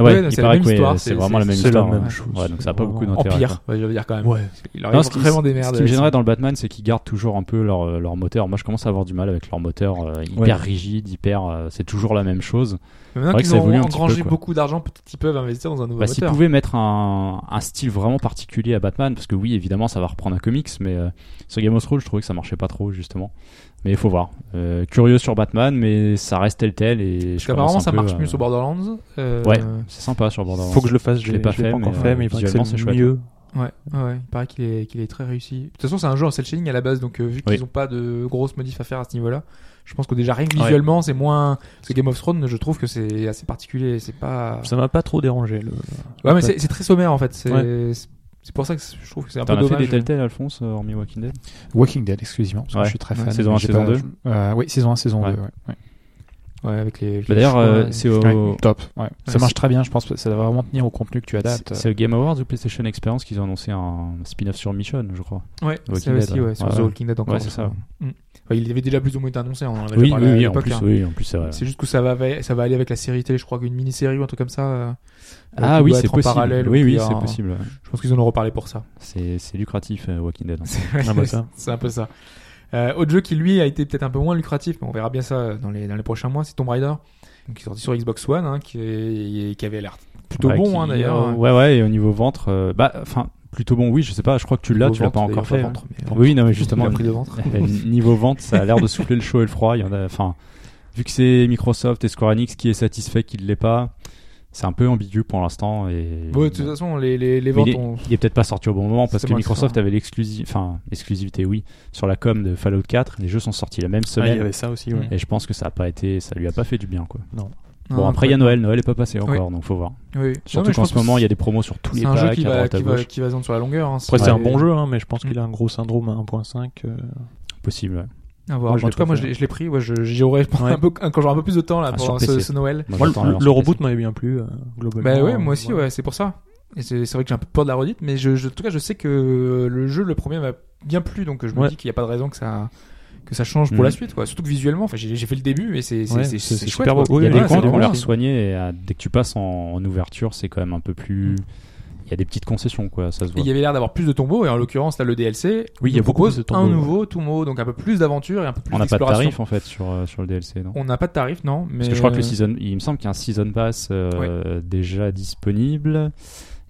Speaker 3: Ah ouais,
Speaker 2: Ouais, non,
Speaker 3: il
Speaker 2: c'est la
Speaker 3: paraît
Speaker 2: même
Speaker 3: que ouais,
Speaker 2: histoire,
Speaker 3: c'est
Speaker 2: c'est-
Speaker 3: vraiment la même
Speaker 5: c'est la
Speaker 3: histoire.
Speaker 5: même
Speaker 3: ouais.
Speaker 5: chose.
Speaker 3: Ouais, donc ça a pas
Speaker 5: Vraiment.
Speaker 3: beaucoup
Speaker 2: en
Speaker 3: d'intérêt. quoi.
Speaker 2: pire, ouais, je veux dire quand même.
Speaker 5: ouais.
Speaker 2: Il aurait
Speaker 3: Non, ce qui,
Speaker 2: vraiment des merdes.
Speaker 3: ce qui me gênerait dans le Batman, c'est qu'ils gardent toujours un peu leur, leur moteur. Moi, je commence à avoir du mal avec leur moteur euh, hyper
Speaker 5: Ouais.
Speaker 3: rigide, hyper. euh, c'est toujours la même chose.
Speaker 2: Maintenant
Speaker 3: vrai que
Speaker 2: qu'ils
Speaker 3: ça
Speaker 2: ont
Speaker 3: évolue un petit peu,
Speaker 2: engrangé
Speaker 3: quoi.
Speaker 2: beaucoup d'argent, peut-être qu'ils peuvent investir dans un nouveau
Speaker 3: Bah, s'ils
Speaker 2: moteur.
Speaker 3: pouvaient mettre un, un style vraiment particulier à Batman, parce que oui, évidemment, ça va reprendre un comics, mais euh, sur Game of Thrones, je trouvais que ça marchait pas trop, justement. Mais il faut voir. Euh, curieux sur Batman, mais ça reste tel tel. Et
Speaker 2: Parce
Speaker 3: je commence
Speaker 2: qu'apparemment
Speaker 3: un
Speaker 2: ça
Speaker 3: peu
Speaker 2: marche
Speaker 3: à-
Speaker 2: mieux sur Borderlands. euh,
Speaker 3: Ouais, c'est sympa sur Borderlands.
Speaker 5: Faut que je le fasse.
Speaker 3: Je
Speaker 5: Je
Speaker 3: l'ai
Speaker 5: l'ai
Speaker 3: pas
Speaker 5: pas,
Speaker 3: fait,
Speaker 5: encore
Speaker 3: mais, euh,
Speaker 5: fait, mais il paraît que
Speaker 3: visuellement, c'est
Speaker 5: c'est le
Speaker 3: chouette.
Speaker 5: mieux.
Speaker 2: Ouais, ouais, il paraît qu'il est, qu'il est très réussi. De toute façon, c'est un jeu en cel shading à la base, donc euh, vu
Speaker 3: Oui.
Speaker 2: qu'ils n'ont pas de grosses modifs à faire à ce niveau-là, je pense que déjà rien que visuellement, c'est moins. Parce que Game of Thrones, je trouve que c'est assez particulier. C'est pas.
Speaker 5: Ça m'a pas trop dérangé. Le...
Speaker 2: Ouais, mais c'est c'est très sommaire en fait. C'est c'est- c'est pour ça que je trouve que c'est un peu
Speaker 3: T'en as fait
Speaker 2: dommage. hein.
Speaker 3: des Telltale, Alphonse, euh, hormis Walking Dead
Speaker 4: Walking Dead exclusivement, parce que
Speaker 3: Ouais.
Speaker 4: je suis très
Speaker 3: Ouais,
Speaker 4: fan.
Speaker 3: saison
Speaker 4: mais
Speaker 3: un,
Speaker 4: j'ai
Speaker 3: saison
Speaker 4: pas-
Speaker 3: deux.
Speaker 4: Euh, Oui, saison 1, saison
Speaker 3: Ouais.
Speaker 4: 2. ouais, ouais.
Speaker 2: Ouais, avec les. avec les
Speaker 3: Bah, D'ailleurs,
Speaker 2: choix,
Speaker 3: euh,
Speaker 2: ouais.
Speaker 3: c'est au.
Speaker 4: Ouais, Oh, top. ouais.
Speaker 2: c'est-
Speaker 4: ça marche très bien, je pense. que Ça va vraiment tenir au contenu que tu adaptes.
Speaker 2: euh,
Speaker 3: c'est- C'est au Game Awards ou PlayStation Experience qu'ils ont annoncé un spin-off sur Mission, je crois.
Speaker 2: Ouais,
Speaker 3: Walking
Speaker 2: ça aussi,
Speaker 3: Dead,
Speaker 2: ouais,
Speaker 3: ouais.
Speaker 2: sur
Speaker 3: Ouais,
Speaker 2: The
Speaker 3: ouais.
Speaker 2: Walking Dead encore.
Speaker 3: Ouais, c'est ça.
Speaker 2: Mm. Ouais, il avait déjà plus ou moins été annoncé, hein, on en avait déjà
Speaker 3: Oui, oui,
Speaker 2: parlé à
Speaker 3: oui, en
Speaker 2: l'époque,
Speaker 3: plus,
Speaker 2: hein.
Speaker 3: oui, en plus, c'est vrai.
Speaker 2: C'est juste que ça va, avec- ça va aller avec la série télé, je crois qu'une mini-série ou un truc comme ça. euh,
Speaker 3: Ah
Speaker 2: qui
Speaker 3: oui,
Speaker 2: doit
Speaker 3: c'est
Speaker 2: être en
Speaker 3: possible.
Speaker 2: parallèle,
Speaker 3: Oui,
Speaker 2: ou
Speaker 3: oui,
Speaker 2: qui a
Speaker 3: c'est
Speaker 2: un-
Speaker 3: possible.
Speaker 2: Je pense qu'ils en ont reparlé pour ça.
Speaker 3: C'est c'est lucratif, euh, Walking Dead.
Speaker 5: Ah bah ça.
Speaker 2: C'est un peu ça. Euh, autre jeu qui lui a été peut-être un peu moins lucratif, mais on verra bien ça euh, dans les, dans les prochains mois, c'est Tomb Raider, donc, qui est sorti sur Xbox One, hein, qui, est- qui avait l'air plutôt
Speaker 3: Ouais,
Speaker 2: bon
Speaker 3: qui-
Speaker 2: hein, d'ailleurs.
Speaker 3: euh, ouais, ouais, et au niveau ventre, euh, bah, enfin, plutôt bon, oui, je sais pas, je crois que tu l'as,
Speaker 2: Niveau
Speaker 3: tu l'as
Speaker 2: ventre,
Speaker 3: pas encore
Speaker 2: d'ailleurs,
Speaker 3: fait. hein. Ah
Speaker 2: ventre, mais, euh,
Speaker 3: Oui, non, mais
Speaker 2: justement,
Speaker 3: justement,
Speaker 2: pris de ventre.
Speaker 3: euh, niveau ventre, ça a l'air de souffler le chaud et le froid. Il y en a, enfin, vu que c'est Microsoft et Square Enix qui est satisfait qu'il l'est pas, c'est un peu ambigu pour l'instant. Et
Speaker 2: Bon, de toute façon, les, les, les
Speaker 3: Mais
Speaker 2: ventes ont.
Speaker 3: il est peut-être pas sorti au bon moment parce
Speaker 2: C'est
Speaker 3: que
Speaker 2: moi,
Speaker 3: Microsoft
Speaker 2: c'est ça.
Speaker 3: avait l'exclusivité, enfin, exclusivité, oui, sur la com de Fallout 4. Les jeux sont sortis la même
Speaker 5: Ah, il y
Speaker 3: semaine.
Speaker 5: avait ça aussi. Ouais.
Speaker 3: et je pense que ça a pas été, ça lui a pas fait du bien, quoi.
Speaker 2: Non,
Speaker 3: bon, après, il y a Noël, Noël est pas passé encore, donc faut voir.
Speaker 2: Oui. Non,
Speaker 3: Surtout
Speaker 2: mais je
Speaker 3: qu'en
Speaker 2: pense
Speaker 3: ce
Speaker 2: que
Speaker 3: moment, il y a
Speaker 2: c'est-
Speaker 3: des promos sur tous les
Speaker 2: C'est un jeu
Speaker 3: packs,
Speaker 2: qui
Speaker 3: à
Speaker 2: va,
Speaker 3: droite à
Speaker 2: qui, va,
Speaker 3: gauche.
Speaker 2: qui va se vendre sur la longueur. hein,
Speaker 5: Après, c'est un
Speaker 3: Ouais.
Speaker 5: bon jeu, hein, mais je pense
Speaker 2: Mm.
Speaker 5: qu'il a un gros syndrome à 1.5. euh,
Speaker 3: Possible, ouais.
Speaker 2: À voir.
Speaker 5: Moi, je
Speaker 2: en
Speaker 5: l'ai
Speaker 2: tout cas,
Speaker 5: pas
Speaker 2: moi,
Speaker 5: fait.
Speaker 2: je l'ai je l'ai pris. Ouais, je- j'y aurais
Speaker 5: Ouais.
Speaker 2: un peu, quand j'aurai un peu plus de temps là,
Speaker 3: Ah,
Speaker 2: pendant
Speaker 3: sur
Speaker 2: ce,
Speaker 3: PC.
Speaker 2: ce Noël.
Speaker 3: Moi,
Speaker 5: Moi,
Speaker 3: j'attends la
Speaker 5: le,
Speaker 3: version
Speaker 5: le
Speaker 3: PC.
Speaker 5: reboot m'avait bien plu, euh, globalement.
Speaker 2: Bah ouais, moi aussi,
Speaker 5: Voilà.
Speaker 2: ouais, c'est pour ça. Et c'est c'est vrai que j'ai un peu peur de la redite, mais je, je- en tout cas, je sais que le jeu, le premier m'a bien plu, donc je me
Speaker 5: Ouais.
Speaker 2: dis qu'il n'y a pas de raison que ça que ça change pour
Speaker 3: Mhm.
Speaker 2: la suite, quoi. Surtout que visuellement, enfin, j'ai j'ai fait le début et c'est c'est
Speaker 5: Ouais,
Speaker 2: c'est-
Speaker 5: c'est-
Speaker 2: c'est
Speaker 5: c'est
Speaker 2: chouette.
Speaker 5: super
Speaker 2: quoi.
Speaker 5: beau. Oui,
Speaker 3: Il y a
Speaker 5: ouais,
Speaker 3: des coins
Speaker 5: c'est
Speaker 3: qui ont
Speaker 5: vraiment
Speaker 3: l'air
Speaker 5: bien.
Speaker 3: soignés et euh, dès que tu passes en, en ouverture, c'est quand même un peu plus. Il y a des petites concessions, quoi, ça
Speaker 2: Et
Speaker 3: se voit.
Speaker 2: il y avait l'air d'avoir plus de tombeaux et en l'occurrence là le DLC
Speaker 5: Oui, il y a
Speaker 2: nous
Speaker 5: beaucoup plus de
Speaker 2: propose un
Speaker 5: tombeaux,
Speaker 2: nouveau tombeau donc un peu plus d'aventure et un peu plus
Speaker 3: On n'a pas de
Speaker 2: d'exploration.
Speaker 3: tarif en fait sur, euh, sur le DLC, non
Speaker 2: On n'a pas de tarif non mais euh,
Speaker 3: Parce que je crois que le season, il me semble qu'il y a un season pass euh, déjà disponible.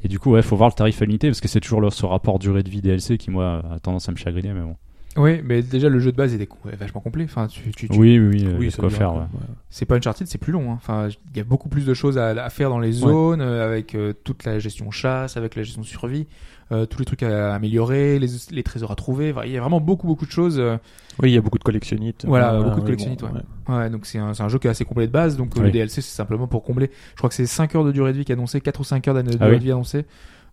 Speaker 3: Et du coup, ouais, faut voir le tarif à l'unité parce que c'est toujours le- ce rapport durée de vie DLC qui, moi, a tendance à me chagriner, mais bon.
Speaker 2: Oui, mais déjà le jeu de base était co- vachement complet. Enfin tu, tu, tu-
Speaker 3: Oui, oui, oui, euh, il y a
Speaker 5: Oui,
Speaker 3: de quoi faire, ouais.
Speaker 2: c'est pas Uncharted, c'est plus long. hein. Enfin, il y a beaucoup plus de choses à, à faire dans les
Speaker 5: Ouais.
Speaker 2: zones, euh, avec euh, toute la gestion chasse, avec la gestion survie, euh, tous les trucs à améliorer, les, les trésors à trouver. Enfin, il y a vraiment beaucoup beaucoup de choses. euh.
Speaker 5: Oui, il y a beaucoup de collectionnites.
Speaker 2: Voilà, beaucoup de
Speaker 5: ouais,
Speaker 2: collectionnites, ouais.
Speaker 5: ouais.
Speaker 2: Ouais, donc c'est un, c'est un jeu qui est assez complet de base. Donc euh,
Speaker 3: Oui.
Speaker 2: le DLC, c'est simplement pour combler. Je crois que c'est 5 heures de durée de vie qui est annoncée, 4 ou 5 heures de durée
Speaker 3: Ah oui.
Speaker 2: de vie annoncée.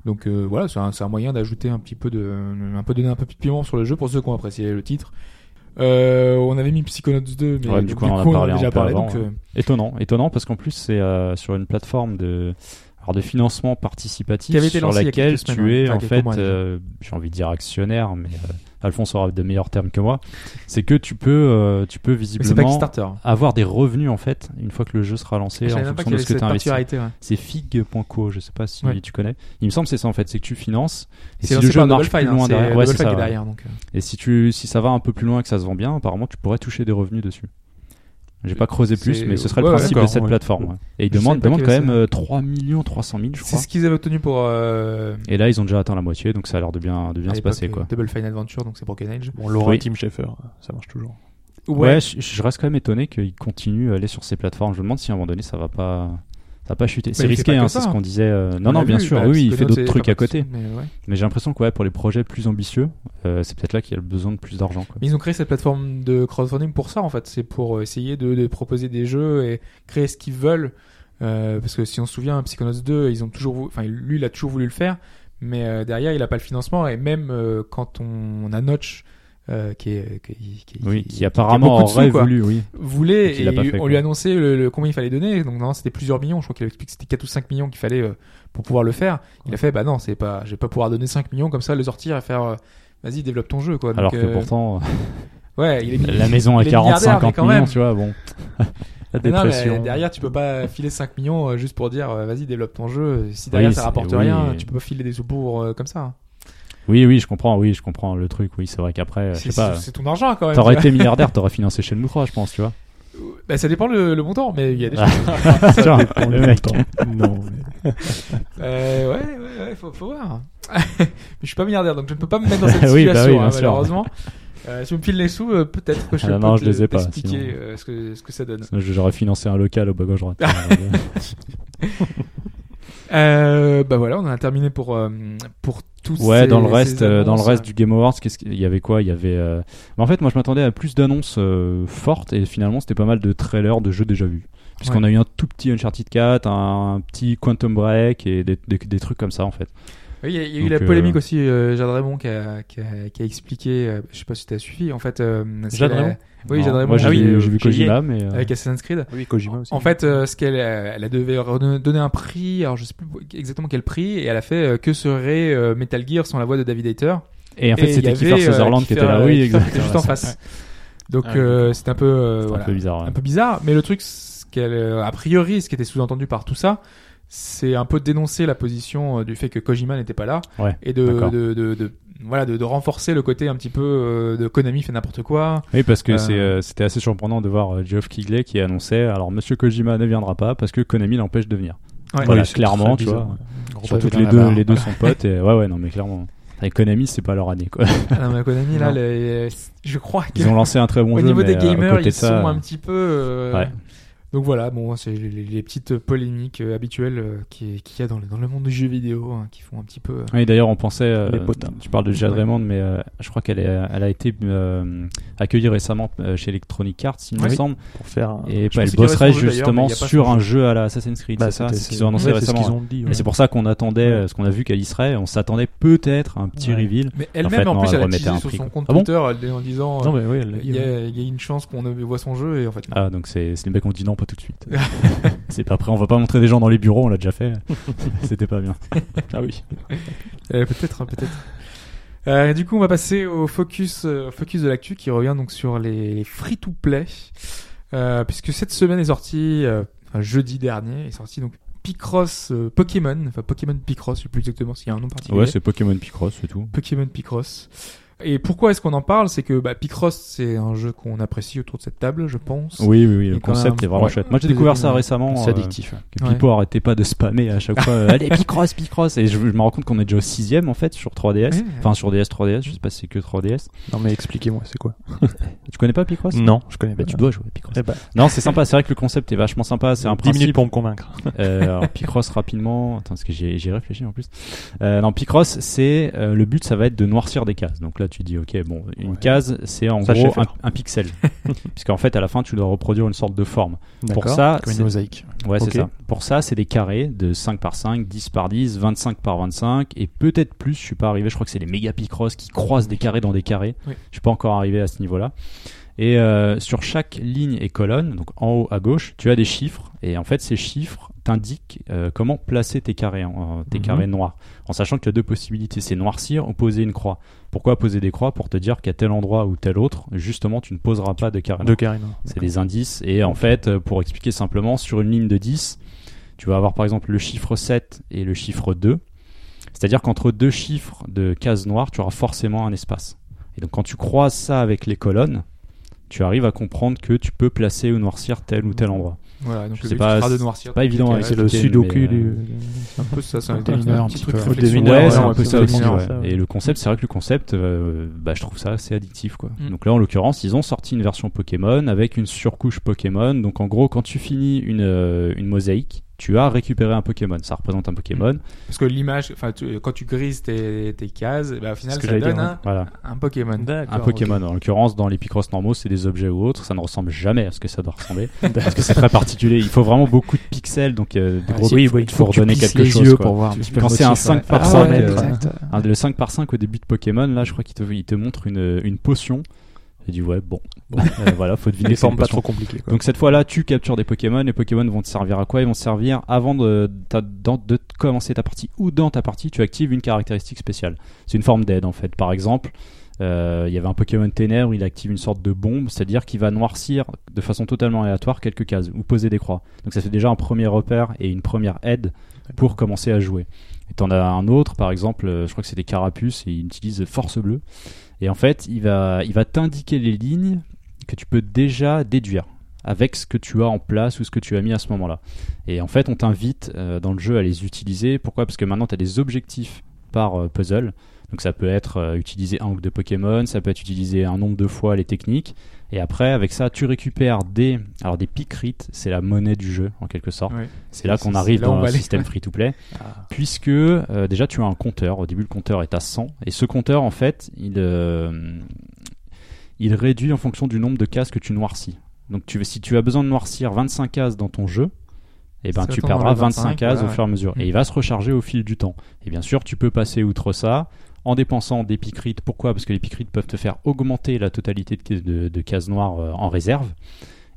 Speaker 2: Donc euh, voilà, c'est un, c'est un moyen d'ajouter un petit peu de, un peu donner un peu de piment sur le jeu pour ceux qui ont apprécié le titre. Euh, on avait mis Psychonauts 2, mais
Speaker 3: Ouais,
Speaker 2: du coup, on, en a
Speaker 3: un
Speaker 2: déjà
Speaker 3: peu
Speaker 2: parlé.
Speaker 3: avant, hein.
Speaker 2: donc,
Speaker 3: ouais.
Speaker 2: euh,
Speaker 3: Étonnant, étonnant parce qu'en plus c'est euh, sur une plateforme de alors de financement participatif
Speaker 2: Qui avait été
Speaker 3: sur
Speaker 2: lancée il y a
Speaker 3: laquelle
Speaker 2: quelques semaines,
Speaker 3: tu es
Speaker 2: ouais,
Speaker 3: en
Speaker 2: quelques
Speaker 3: fait,
Speaker 2: mois déjà.
Speaker 3: euh, j'ai envie de dire actionnaire, mais euh, Alphonse aura de meilleurs termes que moi. C'est que tu peux, euh, tu peux
Speaker 2: mais c'est pas
Speaker 3: visiblement
Speaker 2: Kickstarter. Ah,
Speaker 3: avoir des revenus en fait une fois que le jeu sera lancé
Speaker 2: Je savais
Speaker 3: en
Speaker 2: même pas
Speaker 3: fonction
Speaker 2: qu'il y
Speaker 3: de
Speaker 2: avait
Speaker 3: ce
Speaker 2: cette
Speaker 3: que tu as investi.
Speaker 2: particularité. ouais.
Speaker 3: C'est fig.co, je sais pas si
Speaker 2: Ouais.
Speaker 3: tu connais. Il me semble que c'est ça en fait, c'est que tu finances et si
Speaker 2: lancé
Speaker 3: le jeu
Speaker 2: par
Speaker 3: marche
Speaker 2: Double
Speaker 3: plus
Speaker 2: Fine, hein,
Speaker 3: loin
Speaker 2: c'est
Speaker 3: derrière, ouais,
Speaker 2: Double
Speaker 3: c'est
Speaker 2: Fine
Speaker 3: ça,
Speaker 2: qui est
Speaker 3: ouais.
Speaker 2: derrière, donc, euh,
Speaker 3: Et si tu si ça va un peu plus loin et que ça se vend bien, apparemment tu pourrais toucher des revenus dessus. J'ai pas creusé plus,
Speaker 2: C'est-
Speaker 3: mais ce serait
Speaker 2: ouais,
Speaker 3: le
Speaker 2: ouais,
Speaker 3: principe de
Speaker 5: d'accord,
Speaker 3: cette
Speaker 5: ouais.
Speaker 3: plateforme. ouais. Et ils
Speaker 2: Je savais
Speaker 3: demandent,
Speaker 2: pas
Speaker 3: demandent
Speaker 2: qu'il
Speaker 3: quand
Speaker 2: y avait
Speaker 3: même
Speaker 2: ça.
Speaker 3: euh, 3 300 000, je
Speaker 2: C'est
Speaker 3: crois.
Speaker 2: ce qu'ils avaient obtenu pour euh,
Speaker 3: Et là, ils ont déjà atteint la moitié, donc ça a l'air de bien, de bien
Speaker 2: à
Speaker 3: se
Speaker 2: l'époque,
Speaker 3: passer, quoi.
Speaker 2: euh, Double Fine Adventure, donc c'est Broken Age.
Speaker 5: Bon, Laura
Speaker 3: Oui.
Speaker 5: Tim Schaeffer, ça marche toujours.
Speaker 3: Ouais, je, je reste quand même étonné qu'ils continuent à aller sur ces plateformes. Je me demande si à un moment donné, ça va pas, ça va pas chuter. C'est
Speaker 2: Bah, il fait
Speaker 3: risqué,
Speaker 2: pas que
Speaker 3: hein, c'est
Speaker 2: ça.
Speaker 3: ce qu'on disait. euh,
Speaker 2: On
Speaker 3: Non, non,
Speaker 2: l'a
Speaker 3: bien
Speaker 2: vu,
Speaker 3: sûr,
Speaker 2: bah,
Speaker 3: oui, il fait
Speaker 2: Psychonauts,
Speaker 3: d'autres
Speaker 2: c'est
Speaker 3: trucs
Speaker 2: pas
Speaker 3: à côté.
Speaker 2: possible, Mais, ouais.
Speaker 3: Mais j'ai l'impression que ouais, pour les projets plus ambitieux, euh, c'est peut-être là qu'il y a le besoin de plus d'argent. quoi.
Speaker 2: Mais ils ont créé cette plateforme de crowdfunding pour ça en fait. C'est pour euh, essayer de, de proposer des jeux et créer ce qu'ils veulent. Euh, parce que si on se souvient, Psychonauts 2, ils ont toujours, vou- enfin lui, il a toujours voulu le faire, mais euh, derrière, il n'a pas le financement. Et même euh, quand on, on a Notch, euh, qui est, qui, qui-
Speaker 3: Oui,
Speaker 2: qui-
Speaker 3: qui apparemment
Speaker 2: beaucoup de sous,
Speaker 3: aurait
Speaker 2: quoi.
Speaker 3: voulu, oui.
Speaker 2: voulait
Speaker 3: Et
Speaker 2: et,
Speaker 3: qu'il a pas fait,
Speaker 2: on
Speaker 3: quoi.
Speaker 2: lui annonçait le, le- combien il fallait donner donc non c'était plusieurs millions je crois qu'il explique que c'était 4 ou 5 millions qu'il fallait euh, pour pouvoir le faire il a fait bah non c'est pas je vais pas pouvoir donner 5 millions comme ça le sortir et faire euh, vas-y développe ton jeu quoi Donc,
Speaker 3: Alors que
Speaker 2: euh,
Speaker 3: pourtant,
Speaker 2: ouais il est
Speaker 3: la maison à
Speaker 2: il est milliardaire, mais
Speaker 3: 40-50
Speaker 2: quand
Speaker 3: millions,
Speaker 2: même.
Speaker 3: tu vois, bon.
Speaker 5: La
Speaker 2: Mais non, mais
Speaker 5: dépression.
Speaker 2: derrière tu peux pas filer 5 millions euh, juste pour dire euh, vas-y développe ton jeu si derrière
Speaker 3: Oui,
Speaker 2: ça
Speaker 3: c'est-
Speaker 2: rapporte
Speaker 3: oui.
Speaker 2: rien tu peux pas filer des sous pour euh, comme ça
Speaker 3: Oui, oui, je comprends, oui, je comprends le truc, oui, c'est vrai qu'après, euh, je
Speaker 2: c'est
Speaker 3: sais pas,
Speaker 2: c'est- c'est ton argent quand même
Speaker 3: t'aurais
Speaker 2: tu
Speaker 3: été milliardaire, t'aurais financé chez 3, je pense, tu vois.
Speaker 2: vois. Bah, ça dépend le, le montant mais il y a des
Speaker 3: Genre,
Speaker 5: Pour
Speaker 3: le mec.
Speaker 5: temps. non, mais-
Speaker 2: Euh, ouais, ouais, ouais, faut, faut voir. Mais je suis pas milliardaire, donc je ne peux pas me mettre dans cette
Speaker 3: Oui, bah
Speaker 2: situation,
Speaker 3: oui, bien
Speaker 2: hein,
Speaker 3: sûr.
Speaker 2: malheureusement. Euh, si on me file les sous, euh, peut-être que je
Speaker 3: Ah
Speaker 2: peux
Speaker 3: non, je
Speaker 2: te-
Speaker 3: les ai pas,
Speaker 2: t'expliquer
Speaker 3: sinon.
Speaker 2: euh, ce, que, ce que ça donne.
Speaker 3: Sinon, J'aurais financé un local au bagage droite.
Speaker 2: Euh, bah voilà, on en a terminé pour, euh, pour tous
Speaker 3: ouais,
Speaker 2: ces-
Speaker 3: dans le
Speaker 2: ces
Speaker 3: reste, euh, dans le
Speaker 2: annonces.
Speaker 3: reste du Game Awards, qu'est-ce qu'il y avait quoi Il y avait. euh, mais en fait, moi, je m'attendais à plus d'annonces euh, fortes et finalement, c'était pas mal de trailers de jeux déjà vus. Puisqu'on a eu un tout petit Uncharted 4, un petit Quantum Break et des, des- des trucs comme ça en fait.
Speaker 2: Oui, il y a, il y a eu
Speaker 3: Donc,
Speaker 2: la
Speaker 3: euh,
Speaker 2: polémique aussi. Euh, Jade Raymond qui a, qui a, qui a expliqué, euh, je sais pas si t'as suivi, en fait. euh, c'est
Speaker 5: Jade
Speaker 2: la-
Speaker 5: Raymond
Speaker 2: Oui,
Speaker 3: Non,
Speaker 2: Jade Raymond.
Speaker 3: Moi, j'ai
Speaker 2: Ah oui,
Speaker 3: vu,
Speaker 2: euh,
Speaker 3: j'ai vu
Speaker 5: j'ai-
Speaker 3: Kojima, mais. euh,
Speaker 2: avec Assassin's Creed.
Speaker 5: Oui, Kojima aussi.
Speaker 2: En fait, euh, ce qu'elle, euh, elle a devait redonner- donner un prix, alors je sais plus exactement quel prix, et elle a fait euh, que serait euh, Metal Gear sans la voix de David Hayter.
Speaker 3: Et en fait,
Speaker 2: Et il y
Speaker 3: c'était
Speaker 2: avait,
Speaker 3: Kiefer
Speaker 2: euh,
Speaker 3: Sutherland qui
Speaker 2: Kiefer,
Speaker 3: était là.
Speaker 2: euh,
Speaker 3: Oui,
Speaker 2: Kiefer qui
Speaker 3: exactement.
Speaker 2: était juste en face. Donc euh, c'était un peu, euh,
Speaker 3: C'est
Speaker 2: voilà,
Speaker 3: un peu bizarre. ouais.
Speaker 2: un peu bizarre. Mais le truc, ce qu'elle, euh, a priori, ce qui était sous-entendu par tout ça, c'est un peu dénoncer la position euh, du fait que Kojima n'était pas là
Speaker 3: Ouais,
Speaker 2: et de,
Speaker 3: d'accord.
Speaker 2: de, de- de- voilà, de, de renforcer le côté un petit peu euh, de Konami fait n'importe quoi.
Speaker 3: Oui, parce que
Speaker 2: Euh,
Speaker 3: c'est, euh, c'était assez surprenant de voir euh, Geoff Keighley qui annonçait alors Monsieur Kojima ne viendra pas parce que Konami l'empêche de venir.
Speaker 2: Ouais.
Speaker 3: Voilà,
Speaker 5: Oui, c'est
Speaker 3: clairement,
Speaker 5: très
Speaker 3: tu vois.
Speaker 5: bizarre.
Speaker 3: Surtout que
Speaker 4: dans
Speaker 3: les
Speaker 4: la
Speaker 3: deux,
Speaker 4: barre.
Speaker 3: les deux sont potes. Et, ouais, ouais, non, mais clairement. Et Konami, c'est pas leur année, quoi.
Speaker 2: Ah non, mais Konami là,
Speaker 3: Non.
Speaker 2: les- je crois que
Speaker 3: Ils ont lancé un très bon
Speaker 2: au
Speaker 3: jeu.
Speaker 2: niveau des
Speaker 3: mais, euh,
Speaker 2: gamers,
Speaker 3: à côté
Speaker 2: ils
Speaker 3: de ça,
Speaker 2: sont un petit peu. euh,
Speaker 3: Ouais.
Speaker 2: Donc voilà, bon, c'est les, les petites polémiques euh, habituelles euh, qui- qu'il y a dans le, dans le monde du jeu vidéo, hein, qui font un petit peu. euh,
Speaker 3: Oui, d'ailleurs, on pensait. euh,
Speaker 5: Les potins.
Speaker 3: tu parles de Jade
Speaker 2: Ouais.
Speaker 3: Raymond, mais euh, je crois qu'elle est, elle a été euh, accueillie récemment euh, chez Electronic Arts, il me
Speaker 5: Oui.
Speaker 3: semble.
Speaker 5: Pour faire. un-
Speaker 2: Je
Speaker 3: Et bah, elle
Speaker 2: pensais qu'il
Speaker 3: bosserait
Speaker 2: restait en jeu, d'ailleurs,
Speaker 3: justement
Speaker 2: mais il y a pas
Speaker 3: sur
Speaker 2: son
Speaker 3: un
Speaker 2: jeu.
Speaker 3: jeu à la Assassin's Creed.
Speaker 5: Bah,
Speaker 3: c'est ça,
Speaker 5: c'était-
Speaker 3: c'est ce qu'ils ont annoncé
Speaker 5: ouais, c'est ce
Speaker 3: récemment. hein.
Speaker 5: qu'ils ont dit.
Speaker 3: Et c'est pour ça qu'on attendait, euh, parce qu'on a vu qu'elle y serait, on s'attendait peut-être à un petit
Speaker 5: Ouais.
Speaker 3: reveal.
Speaker 2: Mais elle-même,
Speaker 3: fait,
Speaker 2: en
Speaker 3: non,
Speaker 2: plus,
Speaker 3: elle
Speaker 2: elle a
Speaker 3: remettait un
Speaker 2: teasé sur
Speaker 3: prix,
Speaker 2: son
Speaker 3: quoi.
Speaker 2: compte
Speaker 3: Ah bon
Speaker 2: Twitter elle- en disant
Speaker 5: Non,
Speaker 2: euh,
Speaker 5: mais oui, elle l'a
Speaker 2: il
Speaker 5: dit,
Speaker 2: y,
Speaker 5: ouais.
Speaker 2: a- il y a une chance qu'on ne voit son jeu et en fait. non.
Speaker 3: Ah, donc c'est c'est les mecs qui ont dit non, pas tout de suite. c'est pas prêt, on va pas montrer des gens dans les bureaux, on l'a déjà fait. C'était pas bien.
Speaker 5: Ah oui.
Speaker 2: Euh, peut-être, hein, peut-être. Euh, du coup, on va passer au focus, euh, focus de l'actu qui revient donc sur les, free to play, puisque cette semaine est sorti, euh, enfin, jeudi dernier, est sorti donc Picross euh, Pokémon, enfin Pokémon Picross, je sais plus exactement s'il y a un nom particulier.
Speaker 3: Ouais, c'est Pokémon Picross, c'est tout.
Speaker 2: Pokémon Picross. Et pourquoi est-ce qu'on en parle C'est que bah, Picross, c'est un jeu qu'on apprécie autour de cette table, je pense.
Speaker 3: Oui, oui, oui,
Speaker 2: Il
Speaker 3: le
Speaker 2: est quand
Speaker 3: concept
Speaker 2: même-
Speaker 3: est vraiment
Speaker 2: Ouais.
Speaker 3: chouette. Moi j'ai découvert ça
Speaker 2: C'est
Speaker 3: récemment.
Speaker 4: C'est
Speaker 3: euh,
Speaker 4: addictif. ouais.
Speaker 3: que
Speaker 2: Ouais.
Speaker 3: Pipo arrêtait pas de spammer à chaque fois. euh, Allez, Picross, Picross. Et je, je me rends compte qu'on est déjà au sixième en fait sur 3DS.
Speaker 2: Ouais.
Speaker 3: Enfin sur DS, 3DS, je sais pas si c'est que 3DS.
Speaker 5: Non, mais expliquez-moi, c'est quoi
Speaker 3: Tu connais pas Picross
Speaker 5: Non, je connais pas.
Speaker 3: Bah, tu dois jouer à Picross.
Speaker 5: Mm. Eh bah,
Speaker 3: Non, c'est sympa, c'est vrai que le concept est vachement sympa, c'est un
Speaker 5: 10 minutes
Speaker 3: principe.
Speaker 5: pour me convaincre.
Speaker 3: Euh, alors, Picross rapidement, attends, parce que j'ai j'ai réfléchi en plus. Euh, non, Picross, c'est euh, le but, ça va être de noircir des cases. Donc là, tu dis, ok, bon, une
Speaker 5: Ouais.
Speaker 3: case, c'est en
Speaker 5: Ça, je sais
Speaker 3: gros un,
Speaker 5: faire.
Speaker 3: un pixel. Puisqu'en fait, à la fin, tu dois reproduire une sorte de forme. Pour
Speaker 5: D'accord.
Speaker 3: ça,
Speaker 4: Comme
Speaker 3: c'est- Ah,
Speaker 4: une mosaïque.
Speaker 3: Ouais,
Speaker 5: Ok.
Speaker 3: c'est ça. Pour ça, c'est des carrés de 5 par 5, 10 par 10, 25 par 25 et peut-être plus. Je suis pas arrivé. Je crois que c'est les méga picross qui croisent des carrés dans des carrés.
Speaker 2: Oui.
Speaker 3: Je suis pas encore arrivé à ce niveau-là. Et euh, sur chaque ligne et colonne, donc en haut à gauche, tu as des chiffres et en fait ces chiffres t'indiquent euh, comment placer tes carrés, en- euh, tes
Speaker 5: Mhm.
Speaker 3: carrés noirs. En sachant que tu as deux possibilités, c'est noircir ou poser une croix. Pourquoi poser des croix Pour te dire qu'à tel endroit ou tel autre, justement, tu ne poseras pas de carré.
Speaker 5: De
Speaker 3: noir.
Speaker 5: Karine.
Speaker 3: C'est des indices. Et en fait, euh, pour expliquer simplement, sur une ligne de 10, tu vas avoir par exemple le chiffre 7 et le chiffre 2. C'est-à-dire qu'entre deux chiffres de case noire, tu auras forcément un espace. Et donc quand tu croises ça avec les colonnes, tu arrives à comprendre que tu peux placer ou noircir tel ou tel endroit.
Speaker 2: Voilà, donc
Speaker 3: Je
Speaker 2: le
Speaker 3: sais
Speaker 2: but
Speaker 3: pas,
Speaker 2: sera de
Speaker 3: c'est
Speaker 2: noircir.
Speaker 3: pas évident avec
Speaker 5: C'est
Speaker 2: c'est
Speaker 5: le
Speaker 3: Ok,
Speaker 5: sudoku
Speaker 3: mais, euh,
Speaker 5: du.
Speaker 2: un peu ça, c'est un,
Speaker 4: Devineur, un
Speaker 2: petit
Speaker 4: petit
Speaker 2: truc
Speaker 4: peu.
Speaker 2: réflexion.
Speaker 5: Devineur,
Speaker 3: ouais,
Speaker 5: ouais,
Speaker 3: c'est
Speaker 5: ouais,
Speaker 3: un peu
Speaker 5: c'est
Speaker 3: ça aussi.
Speaker 5: vraiment
Speaker 3: ouais.
Speaker 5: ça, ouais.
Speaker 3: Et le concept, c'est vrai que le concept, euh, bah, je trouve ça assez addictif. Quoi.
Speaker 2: Mm.
Speaker 3: Donc là, en l'occurrence, ils ont sorti une version Pokémon avec une surcouche Pokémon. Donc en gros, quand tu finis une, euh, une mosaïque, tu as récupéré un Pokémon. Ça représente un Pokémon.
Speaker 2: Parce que l'image, enfin, tu- quand tu grises tes, tes cases, eh ben, au final,
Speaker 5: que
Speaker 2: ça
Speaker 5: j'allais
Speaker 2: donne
Speaker 5: dire,
Speaker 2: un,
Speaker 3: Voilà,
Speaker 2: un Pokémon.
Speaker 3: un Pokémon. En l'occurrence, dans les Picross normaux, c'est des objets ou autres. Ça ne ressemble jamais à ce que ça doit ressembler. parce que c'est très particulier. Il faut vraiment beaucoup de pixels. Donc euh, des gros
Speaker 4: si,
Speaker 3: oui,
Speaker 4: il faut-
Speaker 3: il
Speaker 4: il faut
Speaker 3: faut
Speaker 4: que tu
Speaker 3: redonner
Speaker 4: plisses
Speaker 3: quelque
Speaker 4: les
Speaker 3: chose.
Speaker 4: yeux
Speaker 3: quoi.
Speaker 4: pour voir un petit peu
Speaker 3: Quand
Speaker 4: le
Speaker 3: c'est un
Speaker 4: motif, ouais.
Speaker 3: 5 par
Speaker 4: Ah
Speaker 3: 5,
Speaker 4: ouais,
Speaker 3: euh,
Speaker 4: exact.
Speaker 3: Ah, le 5 par 5 au début de Pokémon, là, je crois qu'il te, il te montre une, une potion. J'ai dit, ouais, bon. Euh, voilà, faut deviner
Speaker 5: Des
Speaker 3: que c'est une
Speaker 5: formes pas
Speaker 3: potion.
Speaker 5: trop compliquées. quoi.
Speaker 3: Donc cette fois-là, tu captures des Pokémon. Les Pokémon vont te servir à quoi Ils vont te servir avant de, ta- dans- de te commencer ta partie ou dans ta partie, tu actives une caractéristique spéciale. C'est une forme d'aide en fait. Par exemple, euh, il y avait un Pokémon Ténèbres, il active une sorte de bombe, c'est-à-dire qu'il va noircir de façon totalement aléatoire quelques cases ou poser des croix. Donc ça fait déjà un premier repère et une première aide pour commencer à jouer. Et t'en as un autre, par exemple, euh, je crois que c'est des carapuces, et il utilise Force Bleue. Et en fait, il va, il va t'indiquer les lignes que tu peux déjà déduire avec ce que tu as en place ou ce que tu as mis à ce moment-là. Et en fait, on t'invite euh, dans le jeu à les utiliser. Pourquoi Parce que maintenant, tu as des objectifs par euh, puzzle. Donc ça peut être euh, utiliser un ou deux Pokémon, ça peut être utiliser un nombre de fois les techniques. Et après, avec ça, tu récupères des, alors des pick rates, c'est la monnaie du jeu en quelque sorte.
Speaker 2: Ouais.
Speaker 3: C'est là qu'on
Speaker 2: C'est-
Speaker 3: arrive
Speaker 2: là où on
Speaker 3: dans
Speaker 2: va
Speaker 3: le
Speaker 2: aller.
Speaker 3: système free-to-play,
Speaker 5: Ah.
Speaker 3: puisque euh, déjà tu as un compteur. Au début, le compteur est à 100, et ce compteur, en fait, il, euh, il réduit en fonction du nombre de cases que tu noircis. Donc, tu, si tu as besoin de noircir 25 cases dans ton jeu, eh ben,
Speaker 2: Ça
Speaker 3: tu
Speaker 2: tombe dans
Speaker 3: perdras
Speaker 2: les
Speaker 3: 25,
Speaker 2: 25,
Speaker 3: cases
Speaker 2: voilà,
Speaker 3: au fur et à mesure.
Speaker 2: Mm.
Speaker 3: Et il va se recharger au fil du temps. Et bien sûr, tu peux passer outre ça en dépensant des picrites. Pourquoi Parce que les picrites peuvent te faire augmenter la totalité de, de- de cases noires euh, en réserve.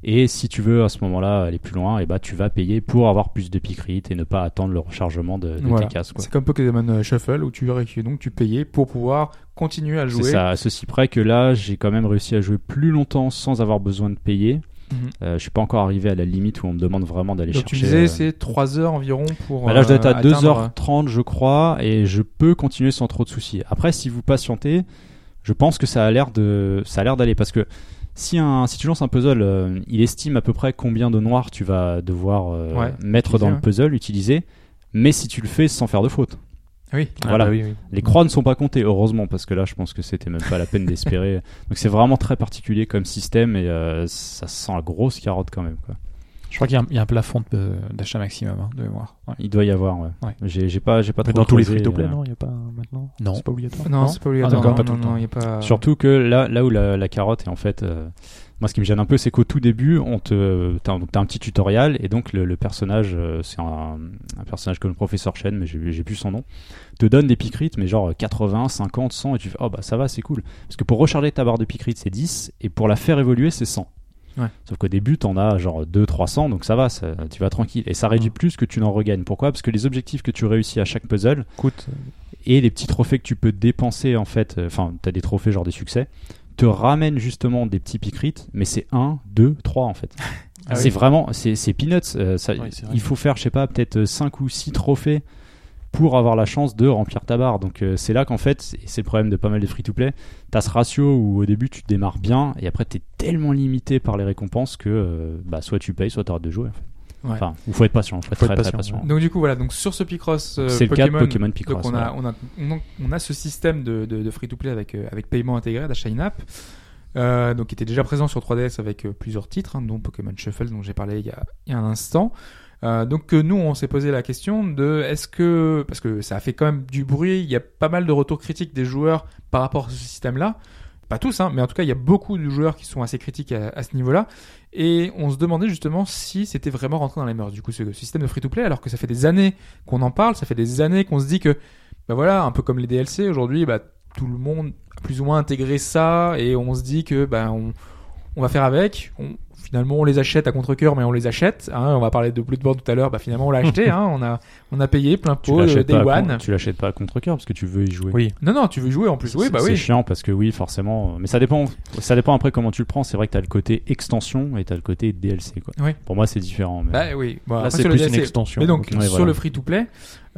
Speaker 3: Et si tu veux à ce moment-là aller plus loin, et bah, tu vas payer pour avoir plus de picrites et ne pas attendre le rechargement de, de
Speaker 2: Voilà.
Speaker 3: tes cases. quoi.
Speaker 2: C'est comme Pokémon euh, Shuffle où tu, donc tu payais pour pouvoir continuer à
Speaker 3: C'est
Speaker 2: jouer.
Speaker 3: ça, à ceci près que là, j'ai quand même réussi à jouer plus longtemps sans avoir besoin de payer.
Speaker 2: Mhm.
Speaker 3: Euh, je suis pas encore arrivé à la limite où on me demande vraiment d'aller
Speaker 2: Donc
Speaker 3: chercher.
Speaker 2: tu me disais,
Speaker 3: euh,
Speaker 2: c'est 3 heures environ pour.
Speaker 3: Bah là, je dois être à
Speaker 2: euh, atteindre-
Speaker 3: 2h30, je crois, et je peux continuer sans trop de soucis. Après, si vous patientez, je pense que ça a l'air de, ça a l'air d'aller parce que si un, si tu lances un puzzle, euh, il estime à peu près combien de noirs tu vas devoir euh,
Speaker 2: Ouais,
Speaker 3: mettre
Speaker 2: utiliser,
Speaker 3: dans
Speaker 2: ouais.
Speaker 3: le puzzle, utiliser. Mais si tu le fais sans faire de faute,
Speaker 2: euh, Oui.
Speaker 5: Ah,
Speaker 3: voilà.
Speaker 5: bah oui, oui.
Speaker 3: les croix ne sont pas comptées, heureusement, parce que là, je pense que c'était même pas la peine d'espérer. Donc, c'est vraiment très particulier comme système et euh, ça sent la grosse carotte quand même. Quoi.
Speaker 4: Je crois qu'il y a un- il y, a un plafond de- d'achat maximum hein, de mémoire. Ouais.
Speaker 3: Il doit y avoir. Ouais.
Speaker 4: Ouais.
Speaker 3: J'ai j'ai pas, j'ai pas
Speaker 5: Mais
Speaker 3: trop
Speaker 5: dans tous les
Speaker 3: creusé,
Speaker 5: free-to-play,
Speaker 3: euh,
Speaker 5: non Il n'y a pas un maintenant
Speaker 4: Non.
Speaker 5: C'est pas obligatoire.
Speaker 2: Non,
Speaker 4: Non
Speaker 2: c'est pas obligatoire.
Speaker 4: Ah, d'accord,
Speaker 2: non,
Speaker 4: pas tout
Speaker 2: non,
Speaker 4: le
Speaker 2: non,
Speaker 4: temps.
Speaker 2: y a pas.
Speaker 3: Surtout que là, là où la, la carotte est en fait. euh, moi, ce qui me gêne un peu, c'est qu'au tout début, on te, t'as, donc, t'as un petit tutoriel et donc le, le personnage, euh, c'est un, un personnage comme le professeur Chen, mais j'ai, j'ai plus son nom, te donne des picrites, mais genre euh, 80, 50, 100, et tu fais oh bah ça va, c'est cool. Parce que pour recharger ta barre de picrites, c'est 10 et pour la faire évoluer, c'est 100.
Speaker 2: Ouais.
Speaker 3: Sauf qu'au début, t'en as genre 2, 300, donc ça va, ça- tu vas tranquille. Et ça réduit plus que tu n'en regagnes. Pourquoi Parce que les objectifs que tu réussis à chaque puzzle,
Speaker 5: Écoute,
Speaker 3: et les petits trophées que tu peux dépenser en fait, euh, enfin t'as des trophées genre des succès, te ramènent justement des petits picrites, mais c'est 1, 2, 3 en fait.
Speaker 2: Ah
Speaker 3: c'est
Speaker 2: oui.
Speaker 3: vraiment, c'est c'est peanuts. euh, ça-
Speaker 5: Ouais, c'est vrai.
Speaker 3: il faut faire, je sais pas, peut-être 5 ou 6 trophées pour avoir la chance de remplir ta barre. Donc euh, c'est là qu'en fait, c'est- c'est le problème de pas mal de free-to-play, t'as ce ratio où au début tu démarres bien et après t'es tellement limité par les récompenses que euh, bah, soit tu payes, soit t'arrêtes de jouer. en fait.
Speaker 2: Ouais.
Speaker 3: Enfin, il faut être patient, faut être
Speaker 5: Faut
Speaker 3: très
Speaker 5: être
Speaker 3: très
Speaker 5: patient,
Speaker 3: patient.
Speaker 2: Donc du coup voilà, donc sur ce Picross euh,
Speaker 3: C'est le cas de
Speaker 2: Pokémon,
Speaker 3: Pokémon Picross,
Speaker 2: donc on a, on, a, on a- on a ce système de, de, free to play avec euh, avec paiement intégré d'achat in-app. Euh, donc qui était déjà présent sur 3DS avec euh, plusieurs titres, hein, dont Pokémon Shuffle dont j'ai parlé il y a, il y a un instant. Euh, donc euh, nous, on s'est posé la question de est-ce que parce que ça a fait quand même du bruit, il y a pas mal de retours critiques des joueurs par rapport à ce système-là. Pas tous, hein, mais en tout cas, il y a beaucoup de joueurs qui sont assez critiques à, à ce niveau-là. Et on se demandait justement si c'était vraiment rentré dans les mœurs. Du coup, ce système de free-to-play, alors que ça fait des années qu'on en parle, ça fait des années qu'on se dit que, bah voilà, un peu comme les DLC aujourd'hui, bah tout le monde a plus ou moins intégré ça et on se dit que, bah on, on va faire avec. On, finalement, on les achète à contre-cœur, mais on les achète. hein. on va parler de Bloodborne tout à l'heure. Bah, finalement, on l'a acheté. hein. on, a, on a payé plein
Speaker 3: Tu
Speaker 2: pot euh,
Speaker 3: l'achètes
Speaker 2: Day
Speaker 3: pas à con-
Speaker 2: One.
Speaker 3: tu l'achètes pas à contre-cœur parce que tu veux y jouer.
Speaker 5: Oui.
Speaker 2: Non, non, tu veux jouer en plus. Oui,
Speaker 3: C'est-
Speaker 2: bah
Speaker 3: c'est
Speaker 2: oui.
Speaker 3: chiant parce que oui, forcément. Mais ça dépend. Ça dépend après comment tu le prends. C'est vrai que t'as le côté extension et t'as le côté DLC. Quoi.
Speaker 2: Oui.
Speaker 3: Pour moi, c'est différent. mais-
Speaker 2: Bah oui. Bon,
Speaker 5: Là,
Speaker 2: après,
Speaker 5: c'est
Speaker 2: sur le
Speaker 5: plus une
Speaker 2: DLC.
Speaker 5: extension.
Speaker 2: Mais donc,
Speaker 5: Ok.
Speaker 3: Ouais,
Speaker 2: sur
Speaker 3: voilà.
Speaker 2: le free-to-play,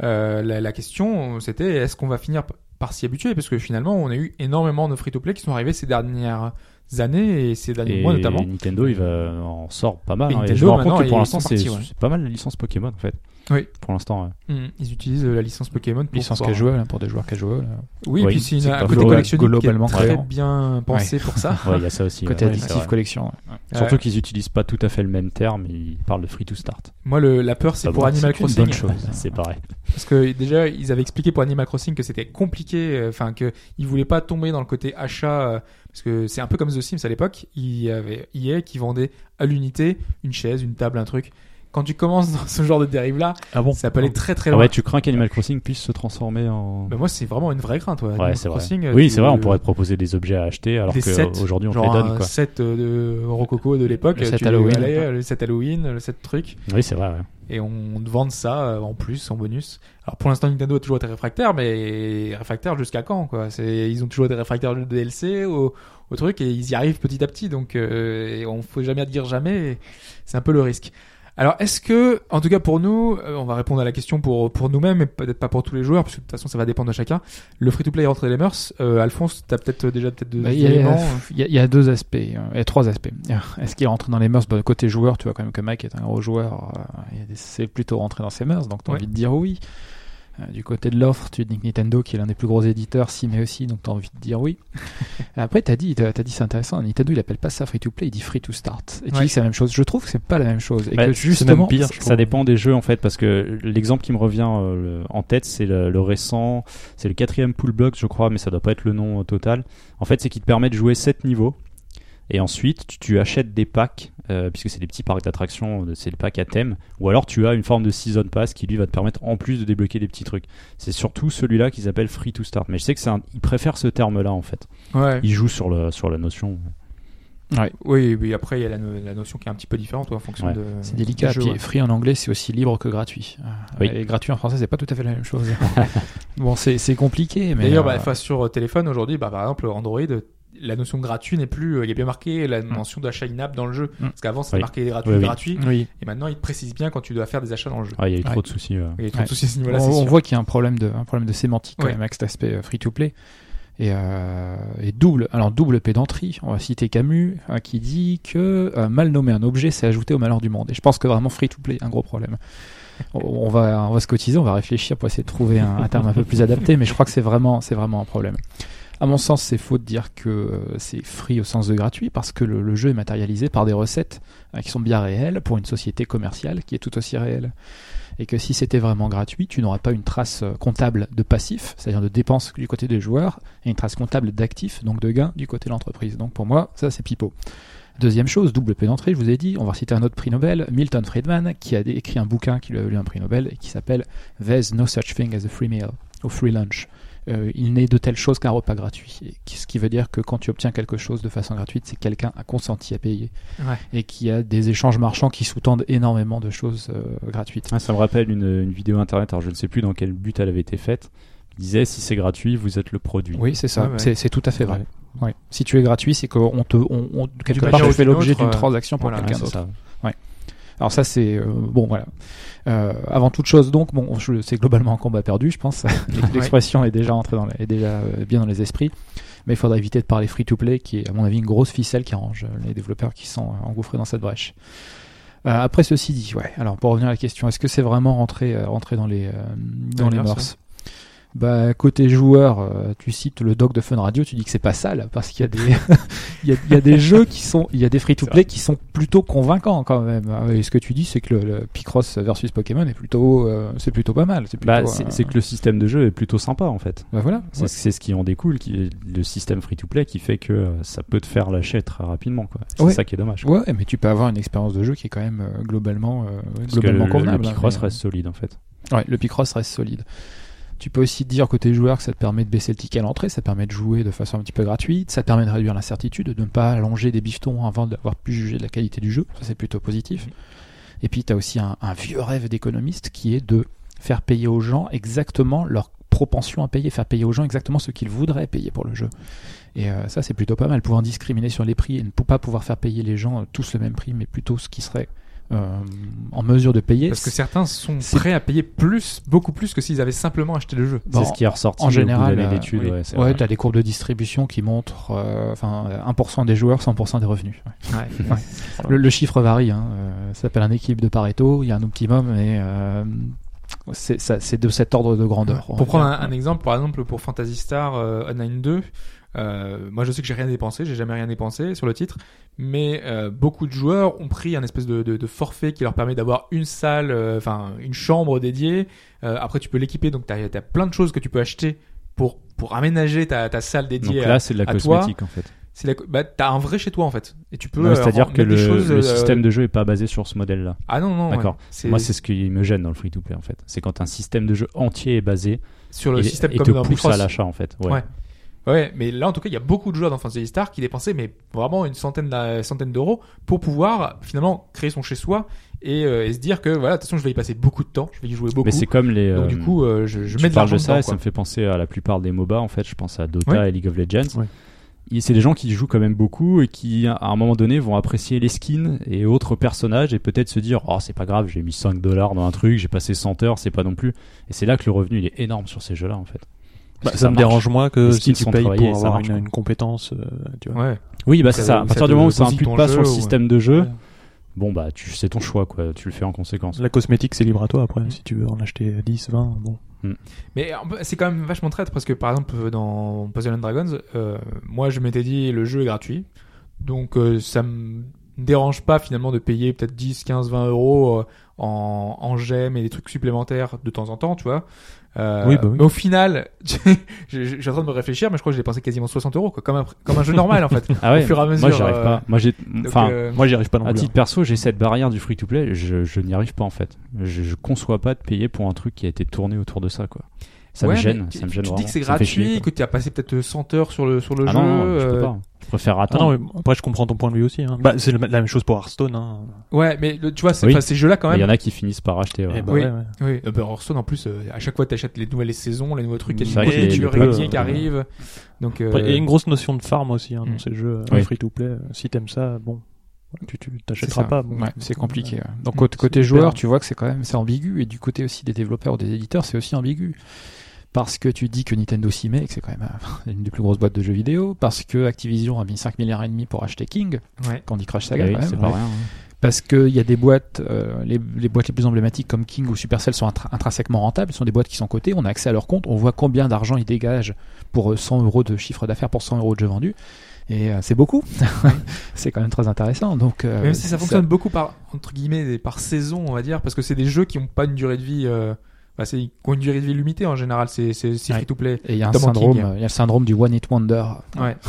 Speaker 2: euh, la, la question, c'était est-ce qu'on va finir p- par s'y habituer Parce que finalement, on a eu énormément de free-to-play qui sont arrivés ces dernières années et ces derniers
Speaker 3: et
Speaker 2: mois notamment.
Speaker 3: Nintendo, il va en sort pas mal.
Speaker 2: Et
Speaker 3: hein. Et
Speaker 2: Nintendo,
Speaker 3: je me rends compte
Speaker 2: maintenant,
Speaker 3: que pour
Speaker 2: ils
Speaker 3: l'instant,
Speaker 2: sont
Speaker 3: c'est
Speaker 2: partis, ouais.
Speaker 3: c'est pas mal la licence Pokémon en fait.
Speaker 2: Oui.
Speaker 3: Pour l'instant. ouais.
Speaker 2: Hmm, ils utilisent euh, la licence Pokémon pour
Speaker 4: Licence
Speaker 2: pouvoir-
Speaker 4: casual, hein, pour des joueurs casual. euh,
Speaker 2: Oui, et
Speaker 3: Oui,
Speaker 2: puis c'est
Speaker 3: c'est
Speaker 2: une-
Speaker 3: pas
Speaker 2: un côté
Speaker 3: global-
Speaker 2: collectionniste qui est
Speaker 4: globalement
Speaker 2: très
Speaker 4: cohérent.
Speaker 2: bien pensé pour ça.
Speaker 3: Ouais, il y a ça aussi.
Speaker 4: Côté
Speaker 3: ouais, c'est
Speaker 4: addictif
Speaker 3: vrai.
Speaker 4: collection. ouais.
Speaker 3: Surtout
Speaker 2: Euh,
Speaker 3: qu'ils utilisent pas tout à fait le même terme. Ils parlent de free to start.
Speaker 2: moi, le- la peur, c'est
Speaker 3: Ah
Speaker 2: pour
Speaker 3: bon,
Speaker 2: Animal
Speaker 3: c'est une
Speaker 2: Crossing.
Speaker 3: bonne chose. hein, C'est pareil.
Speaker 2: Parce que déjà, ils avaient expliqué pour Animal Crossing que c'était compliqué, euh, enfin que qu'ils voulaient pas tomber dans le côté achat, euh, parce que c'est un peu comme The Sims à l'époque. Il y avait EA qui vendait à l'unité une chaise, une table, un truc. Quand tu commences dans ce genre de dérive-là,
Speaker 5: Ah bon
Speaker 2: ça peut aller très très
Speaker 3: Ah
Speaker 2: loin.
Speaker 3: ouais, tu crains qu'Animal Crossing puisse se transformer en.
Speaker 2: Bah, moi, c'est vraiment une vraie crainte. Ouais,
Speaker 3: Ouais,
Speaker 2: Animal
Speaker 3: c'est vrai.
Speaker 2: Crossing, euh,
Speaker 3: Oui,
Speaker 2: tu-
Speaker 3: c'est vrai, on pourrait te proposer des objets à acheter alors
Speaker 2: Des sets,
Speaker 3: qu'aujourd'hui on te les
Speaker 2: Genre
Speaker 3: donne.
Speaker 2: un
Speaker 3: Quoi.
Speaker 2: set euh, de rococo de l'époque,
Speaker 4: Le set
Speaker 2: tu
Speaker 4: Halloween.
Speaker 2: allais, euh, le set Halloween, le set truc,
Speaker 3: Oui, c'est vrai. ouais.
Speaker 2: et on, on te vend ça euh, en plus, en bonus. Alors pour l'instant, Nintendo a toujours été réfractaire, mais réfractaire jusqu'à quand quoi C'est ils ont toujours été réfractaires au DLC, au, au truc, et ils y arrivent petit à petit. Donc euh, et on faut jamais dire jamais. et C'est un peu le risque. Alors est-ce que, en tout cas pour nous, euh, on va répondre à la question pour pour nous-mêmes, et peut-être pas pour tous les joueurs, parce que de toute façon ça va dépendre de chacun. Le free-to-play est rentré dans les mœurs. Euh, Alphonse, t'as peut-être déjà peut-être deux
Speaker 4: Bah, Il y, a-
Speaker 2: éléments.
Speaker 4: il y a- il y a deux aspects, euh, il y a trois aspects. Est-ce qu'il est rentré dans les mœurs Bah, Côté joueur, tu vois quand même que Mike est un gros joueur, euh, il y a des- c'est plutôt rentré dans ses mœurs, donc t'as
Speaker 2: Ouais.
Speaker 4: envie de dire oui. Euh, Du côté de l'offre, tu dis que Nintendo, qui est l'un des plus gros éditeurs, si mais aussi, donc t'as envie de dire oui. Après, t'as dit, t'as t'as dit c'est intéressant, Nintendo il appelle pas ça free to play, il dit free to start. Et tu
Speaker 2: Ouais.
Speaker 4: dis que c'est la même chose. Je trouve que c'est pas la même chose. Et
Speaker 3: Bah,
Speaker 4: que
Speaker 3: c'est
Speaker 4: justement,
Speaker 5: même pire, je
Speaker 3: Ça dépend des jeux en fait, parce que l'exemple qui me revient euh, le- en tête, c'est le, le récent, c'est le quatrième Pool Box, je crois, mais ça doit pas être le nom euh, total. En fait, c'est qu'il te permet de jouer 7 niveaux, et ensuite tu, tu achètes des packs, euh, puisque c'est des petits parcs d'attractions, euh, c'est des packs à thème, ou alors tu as une forme de season pass qui lui va te permettre en plus de débloquer des petits trucs. C'est surtout celui-là qu'ils appellent free to start, mais je sais que c'est un- ils préfèrent ce terme-là en fait.
Speaker 2: euh. Ouais.
Speaker 3: Ils jouent sur le sur la notion.
Speaker 2: Oui, oui, après, il y a la, no- la notion qui est un petit peu différente ouais, en fonction
Speaker 3: Ouais.
Speaker 2: de.
Speaker 4: c'est délicat.
Speaker 2: des jeux,
Speaker 4: Puis
Speaker 2: ouais.
Speaker 4: free en anglais, c'est aussi libre que gratuit. Euh,
Speaker 3: Oui.
Speaker 4: Et gratuit en français, c'est pas tout à fait la même chose. bon, c'est c'est compliqué, mais.
Speaker 2: D'ailleurs,
Speaker 4: euh,
Speaker 2: bah, enfin, sur euh, téléphone aujourd'hui, bah, par exemple, Android, euh, la notion de gratuit n'est plus. euh, Il y a bien marqué la mention d'achat in-app dans le jeu.
Speaker 4: Mm.
Speaker 2: Parce qu'avant, c'était
Speaker 3: Oui.
Speaker 2: marqué gratuit,
Speaker 3: Oui, oui.
Speaker 2: gratuit.
Speaker 5: Oui.
Speaker 2: Et maintenant, ils te précisent bien quand tu dois faire des achats dans le jeu.
Speaker 3: Ah, il y a eu
Speaker 4: Ouais.
Speaker 3: trop de soucis. ouais.
Speaker 2: Et
Speaker 4: Ouais.
Speaker 2: souci à ce niveau-là,
Speaker 4: on,
Speaker 2: c'est
Speaker 4: on
Speaker 2: sûr.
Speaker 4: voit qu'il y a un problème de, un problème de sémantique quand
Speaker 2: Ouais.
Speaker 4: même avec cet aspect free to play et, euh, et double alors double pédanterie on va citer Camus hein, qui dit que euh, mal nommer un objet c'est ajouter au malheur du monde et je pense que vraiment free to play est un gros problème on, on va on va se cotiser on va réfléchir pour essayer de trouver un, un terme un peu plus adapté mais je crois que c'est vraiment c'est vraiment un problème à mon sens, c'est faux de dire que euh, c'est free au sens de gratuit parce que le, le jeu est matérialisé par des recettes euh, qui sont bien réelles pour une société commerciale qui est tout aussi réelle et que si c'était vraiment gratuit, tu n'aurais pas une trace euh, comptable de passif, c'est-à-dire de dépenses du côté des joueurs, et une trace comptable d'actifs, donc de gains du côté de l'entreprise. Donc pour moi, ça c'est pipeau. Deuxième chose, double pédanterie, je vous ai dit, on va citer un autre prix Nobel, Milton Friedman, qui a écrit un bouquin qui lui a valu un prix Nobel et qui s'appelle There's no such thing as a free meal, ou free lunch. Euh, il n'est de telle chose qu'un repas gratuit. Et qui- ce qui veut dire que quand tu obtiens quelque chose de façon gratuite, c'est que quelqu'un a consenti à payer.
Speaker 2: Ouais.
Speaker 4: Et qu'il y a des échanges marchands qui sous-tendent énormément de choses euh, gratuites.
Speaker 3: Ah, ça me rappelle une, une vidéo internet, alors je ne sais plus dans quel but elle avait été faite, qui disait si c'est gratuit, vous êtes le produit.
Speaker 4: Oui, c'est ça.
Speaker 2: Ouais, ouais.
Speaker 4: C'est- C'est tout à fait vrai. Ouais. Si tu es gratuit, c'est qu'on te, on, on- quelque
Speaker 2: manière
Speaker 4: part,
Speaker 2: ou
Speaker 4: tu fais
Speaker 2: d'une
Speaker 4: l'objet
Speaker 2: autre,
Speaker 4: d'une
Speaker 2: euh,
Speaker 4: transaction pour
Speaker 2: voilà,
Speaker 3: Ouais,
Speaker 4: quelqu'un
Speaker 3: Ah, c'est
Speaker 4: d'autre.
Speaker 3: ça.
Speaker 4: Alors ça, c'est euh, bon, voilà. Euh, avant toute chose, donc, bon, je- c'est globalement un combat perdu, je pense. L'expression est déjà entrée dans, les- est déjà euh, bien dans les esprits, mais il faudra éviter de parler free-to-play, qui est à mon avis une grosse ficelle qui arrange euh, les développeurs qui sont euh, engouffrés dans cette brèche. Euh, après ceci dit, ouais. Alors pour revenir à la question, est-ce que c'est vraiment rentré, euh, rentré dans les euh, dans
Speaker 2: les
Speaker 4: les
Speaker 2: mœurs,
Speaker 4: mœurs Bah, côté joueur, euh, tu cites le doc de Fun Radio, tu dis que c'est pas sale, parce qu'il y a des, il y a, il y a des jeux qui sont, il y a des free-to-play qui sont plutôt convaincants quand même. Et ce que tu dis, c'est que le, le Picross versus Pokémon est plutôt, euh, c'est plutôt pas mal. C'est plutôt,
Speaker 3: Bah, c'est
Speaker 4: euh,
Speaker 3: c'est que le système de jeu est plutôt sympa en fait.
Speaker 4: bah voilà.
Speaker 3: C'est c'est ce qui en découle, qui est le système free-to-play qui fait que euh, ça peut te faire lâcher très rapidement. quoi. C'est
Speaker 4: Ouais.
Speaker 3: ça qui est dommage. quoi.
Speaker 4: Ouais, mais tu peux avoir une expérience de jeu qui est quand même euh, globalement, euh,
Speaker 3: Parce que le,
Speaker 4: globalement
Speaker 3: le
Speaker 4: convenable. hein,
Speaker 3: Picross
Speaker 4: mais, euh,
Speaker 3: reste solide en fait.
Speaker 4: Ouais, le Picross reste solide. Tu peux aussi te dire côté joueur que ça te permet de baisser le ticket à l'entrée, ça te permet de jouer de façon un petit peu gratuite, ça te permet de réduire l'incertitude, de ne pas allonger des bifetons avant d'avoir pu juger de la qualité du jeu, ça c'est plutôt positif. Et puis tu as aussi un, un vieux rêve d'économiste qui est de faire payer aux gens exactement leur propension à payer, faire payer aux gens exactement ce qu'ils voudraient payer pour le jeu. Et euh, ça c'est plutôt pas mal, pouvoir discriminer sur les prix et ne pou- pas pouvoir faire payer les gens euh, tous le même prix, mais plutôt ce qui serait euh, en mesure de payer.
Speaker 2: Parce que certains sont
Speaker 4: c'est-
Speaker 2: prêts à payer plus, beaucoup plus que s'ils avaient simplement acheté le jeu.
Speaker 4: Bon,
Speaker 3: c'est ce qui est ressorti
Speaker 4: en général,
Speaker 3: au bout d'années
Speaker 4: euh,
Speaker 3: d'études.
Speaker 2: oui.
Speaker 3: ouais, c'est
Speaker 4: Ouais,
Speaker 3: vrai.
Speaker 4: t'as des courbes de distribution qui montrent euh, enfin euh, 1% des joueurs, 100% des revenus. Ouais. Ouais. Le, le chiffre varie. Hein. euh, ça s'appelle un équilibre de Pareto. Il y a un optimum et euh, c'est ça- c'est de cet ordre de grandeur. on va
Speaker 2: Pour prendre
Speaker 4: dire.
Speaker 2: un, un exemple, par exemple, pour Fantasy Star euh, Online 2, euh, moi je sais que j'ai rien dépensé, j'ai jamais rien dépensé sur le titre, mais euh, beaucoup de joueurs ont pris un espèce de, de- de forfait qui leur permet d'avoir une salle, euh, enfin une chambre dédiée. Euh, après, tu peux l'équiper, donc tu as, plein de choses que tu peux acheter pour, pour aménager ta, ta salle
Speaker 3: Donc
Speaker 2: dédiée. à-
Speaker 3: là, c'est de la
Speaker 2: à toi,
Speaker 3: cosmétique en fait.
Speaker 2: c'est la, bah, t'as un vrai chez toi en fait, et tu peux.
Speaker 3: Ouais,
Speaker 2: euh,
Speaker 3: C'est-à-dire
Speaker 2: rem-
Speaker 3: que
Speaker 2: mettre
Speaker 3: le,
Speaker 2: des choses,
Speaker 3: le
Speaker 2: euh,
Speaker 3: système de jeu est pas basé sur ce modèle-là.
Speaker 2: Ah non non.
Speaker 3: D'accord.
Speaker 2: ouais. C'est
Speaker 3: Moi, c'est ce qui me gêne dans le free-to-play en fait. C'est quand un système de jeu entier est basé
Speaker 2: sur le
Speaker 3: et,
Speaker 2: système
Speaker 3: et
Speaker 2: comme
Speaker 3: te
Speaker 2: dans
Speaker 3: pousse
Speaker 2: Picross.
Speaker 3: à l'achat en fait. Ouais.
Speaker 2: Ouais. Ouais, mais là en tout cas, il y a beaucoup de joueurs dans Fantasy Star qui dépensaient mais vraiment une centaine d'a- centaine d'euros pour pouvoir finalement créer son chez soi et, euh, et se dire que voilà, de toute façon, je vais y passer beaucoup de temps, je vais y jouer beaucoup.
Speaker 3: Mais c'est comme les.
Speaker 2: Donc
Speaker 3: euh,
Speaker 2: du coup, euh, je, je
Speaker 3: tu
Speaker 2: mets de
Speaker 3: parles
Speaker 2: l'argent
Speaker 3: de ça
Speaker 2: dedans,
Speaker 3: et ça
Speaker 2: quoi.
Speaker 3: me fait penser à la plupart des MOBA en fait. Je pense à Dota
Speaker 2: Ouais.
Speaker 3: et League of Legends.
Speaker 5: Ouais.
Speaker 3: Et C'est des gens qui jouent quand même beaucoup et qui, à un moment donné, vont apprécier les skins et autres personnages et peut-être se dire Oh, c'est pas grave, j'ai mis 5 dollars dans un truc, j'ai passé 100 heures, c'est pas non plus. Et c'est là que le revenu il est énorme sur ces jeux-là en fait. Parce
Speaker 5: Bah,
Speaker 3: que
Speaker 5: ça, me
Speaker 3: marche.
Speaker 5: dérange moins
Speaker 3: Les
Speaker 5: que si
Speaker 3: skins
Speaker 5: tu
Speaker 3: sont
Speaker 5: payes
Speaker 3: travaillés,
Speaker 5: pour
Speaker 3: ça
Speaker 5: avoir
Speaker 3: marche,
Speaker 5: une,
Speaker 3: quoi.
Speaker 5: une compétence, euh, tu vois.
Speaker 2: Ouais.
Speaker 3: Oui, bah
Speaker 2: Ça-
Speaker 3: c'est ça. À
Speaker 2: ça
Speaker 3: partir
Speaker 2: te
Speaker 3: du moment où ça
Speaker 2: bousille
Speaker 3: implique
Speaker 2: ton
Speaker 3: pas
Speaker 2: jeu
Speaker 3: sur le
Speaker 2: ou-
Speaker 3: système de jeu,
Speaker 5: Ouais.
Speaker 3: bon bah tu c'est ton choix quoi, tu le fais en conséquence.
Speaker 5: La cosmétique, c'est libre à toi après. Si tu veux en acheter 10, 20, bon.
Speaker 2: Mais en- c'est quand même vachement traître parce que par exemple dans Puzzle and Dragons, euh, moi je m'étais dit le jeu est gratuit, donc euh, ça me dérange pas finalement de payer peut-être 10, 15, 20 euros euh, en, en gemmes et des trucs supplémentaires de temps en temps, tu vois. Euh,
Speaker 5: Oui, bah oui.
Speaker 2: Mais au final, je, je- je suis en train de me réfléchir, mais je crois que j'ai dépensé quasiment 60 euros, quoi, comme un, comme un jeu normal en fait.
Speaker 3: Ah
Speaker 2: au fur et à mesure.
Speaker 3: moi j'y arrive
Speaker 2: euh,
Speaker 3: pas. Moi j'ai
Speaker 2: donc,
Speaker 3: enfin
Speaker 2: euh,
Speaker 5: Moi, j'y arrive pas non
Speaker 3: à
Speaker 5: plus.
Speaker 3: titre perso, j'ai cette barrière du free to play, je, je n'y arrive pas en fait. Je, je conçois pas de payer pour un truc qui a été tourné autour de ça quoi. Ça
Speaker 2: euh, ouais,
Speaker 3: me gêne,
Speaker 2: mais tu-
Speaker 3: ça me gêne
Speaker 2: Tu
Speaker 3: vraiment.
Speaker 2: dis que c'est
Speaker 3: ça me fait
Speaker 2: gratuit,
Speaker 3: chier, quoi.
Speaker 2: que tu as passé peut-être 100 heures sur le sur le
Speaker 3: Ah
Speaker 2: jeu.
Speaker 3: non, non, je peux
Speaker 2: euh,
Speaker 3: pas. Je préfère
Speaker 5: Ah
Speaker 3: attendre.
Speaker 5: non, mais après, je comprends ton point de vue aussi. Hein. Bah, c'est le- la même chose pour Hearthstone. Hein.
Speaker 2: Ouais, mais le- tu vois, c'est-
Speaker 3: Oui.
Speaker 2: enfin, ces jeux-là quand
Speaker 3: Mais
Speaker 2: même.
Speaker 3: Il y en a qui finissent par acheter. ouais.
Speaker 5: Eh ben,
Speaker 2: Oui.
Speaker 5: ouais, ouais.
Speaker 2: Oui, euh, bah, Hearthstone en plus, euh, à chaque fois t'achètes les nouvelles saisons, les nouveaux trucs, il y
Speaker 3: C'est
Speaker 2: a
Speaker 3: vrai
Speaker 2: des nouveaux
Speaker 3: qu'il y a
Speaker 2: tueurs
Speaker 3: des peu,
Speaker 2: réguliers qui
Speaker 3: euh,
Speaker 2: arrivent. Donc, euh,
Speaker 5: Après, il y a une grosse notion de farm aussi hein,
Speaker 2: Mm.
Speaker 5: dans ces jeux euh,
Speaker 3: Oui.
Speaker 5: free to play. Si t'aimes ça, bon, tu tu t'achèteras
Speaker 4: ça.
Speaker 5: pas. Bon.
Speaker 4: Ouais, c'est compliqué. ouais. Donc
Speaker 2: Mm.
Speaker 4: côté, côté
Speaker 5: euh, C'est hyper-
Speaker 4: joueur, tu vois que c'est quand même c'est ambigu et du côté aussi des développeurs ou des éditeurs, c'est aussi ambigu. Parce que tu dis que Nintendo s'y met, et que c'est quand même euh, une des plus grosses boîtes de jeux vidéo, parce que Activision a mis 5 milliards et demi pour acheter King,
Speaker 2: ouais.
Speaker 4: Candy Crush
Speaker 3: Ah
Speaker 4: Saga
Speaker 3: oui,
Speaker 4: quand même.
Speaker 3: c'est pas rien. hein.
Speaker 4: Parce qu'il y a des boîtes, euh, les, les boîtes les plus emblématiques comme King ou Supercell sont intra- intrinsèquement rentables, ce sont des boîtes qui sont cotées, on a accès à leur compte, on voit combien d'argent ils dégagent pour euh, 100 euros de chiffre d'affaires, pour 100 euros de jeux vendus. Et euh, c'est beaucoup, c'est quand même très intéressant. Donc, euh,
Speaker 2: Même si ça fonctionne beaucoup par, entre guillemets, des- par saison, on va dire, parce que c'est des jeux qui n'ont pas une durée de vie, euh, bah, c'est, qui ont une durée de vie limitée en général, c'est, c'est, c'est
Speaker 4: Ouais.
Speaker 2: free to play.
Speaker 4: Et il y a un
Speaker 2: Notamment
Speaker 4: syndrome,
Speaker 2: King.
Speaker 4: euh, il y a le syndrome du one hit wonder.
Speaker 2: Ouais.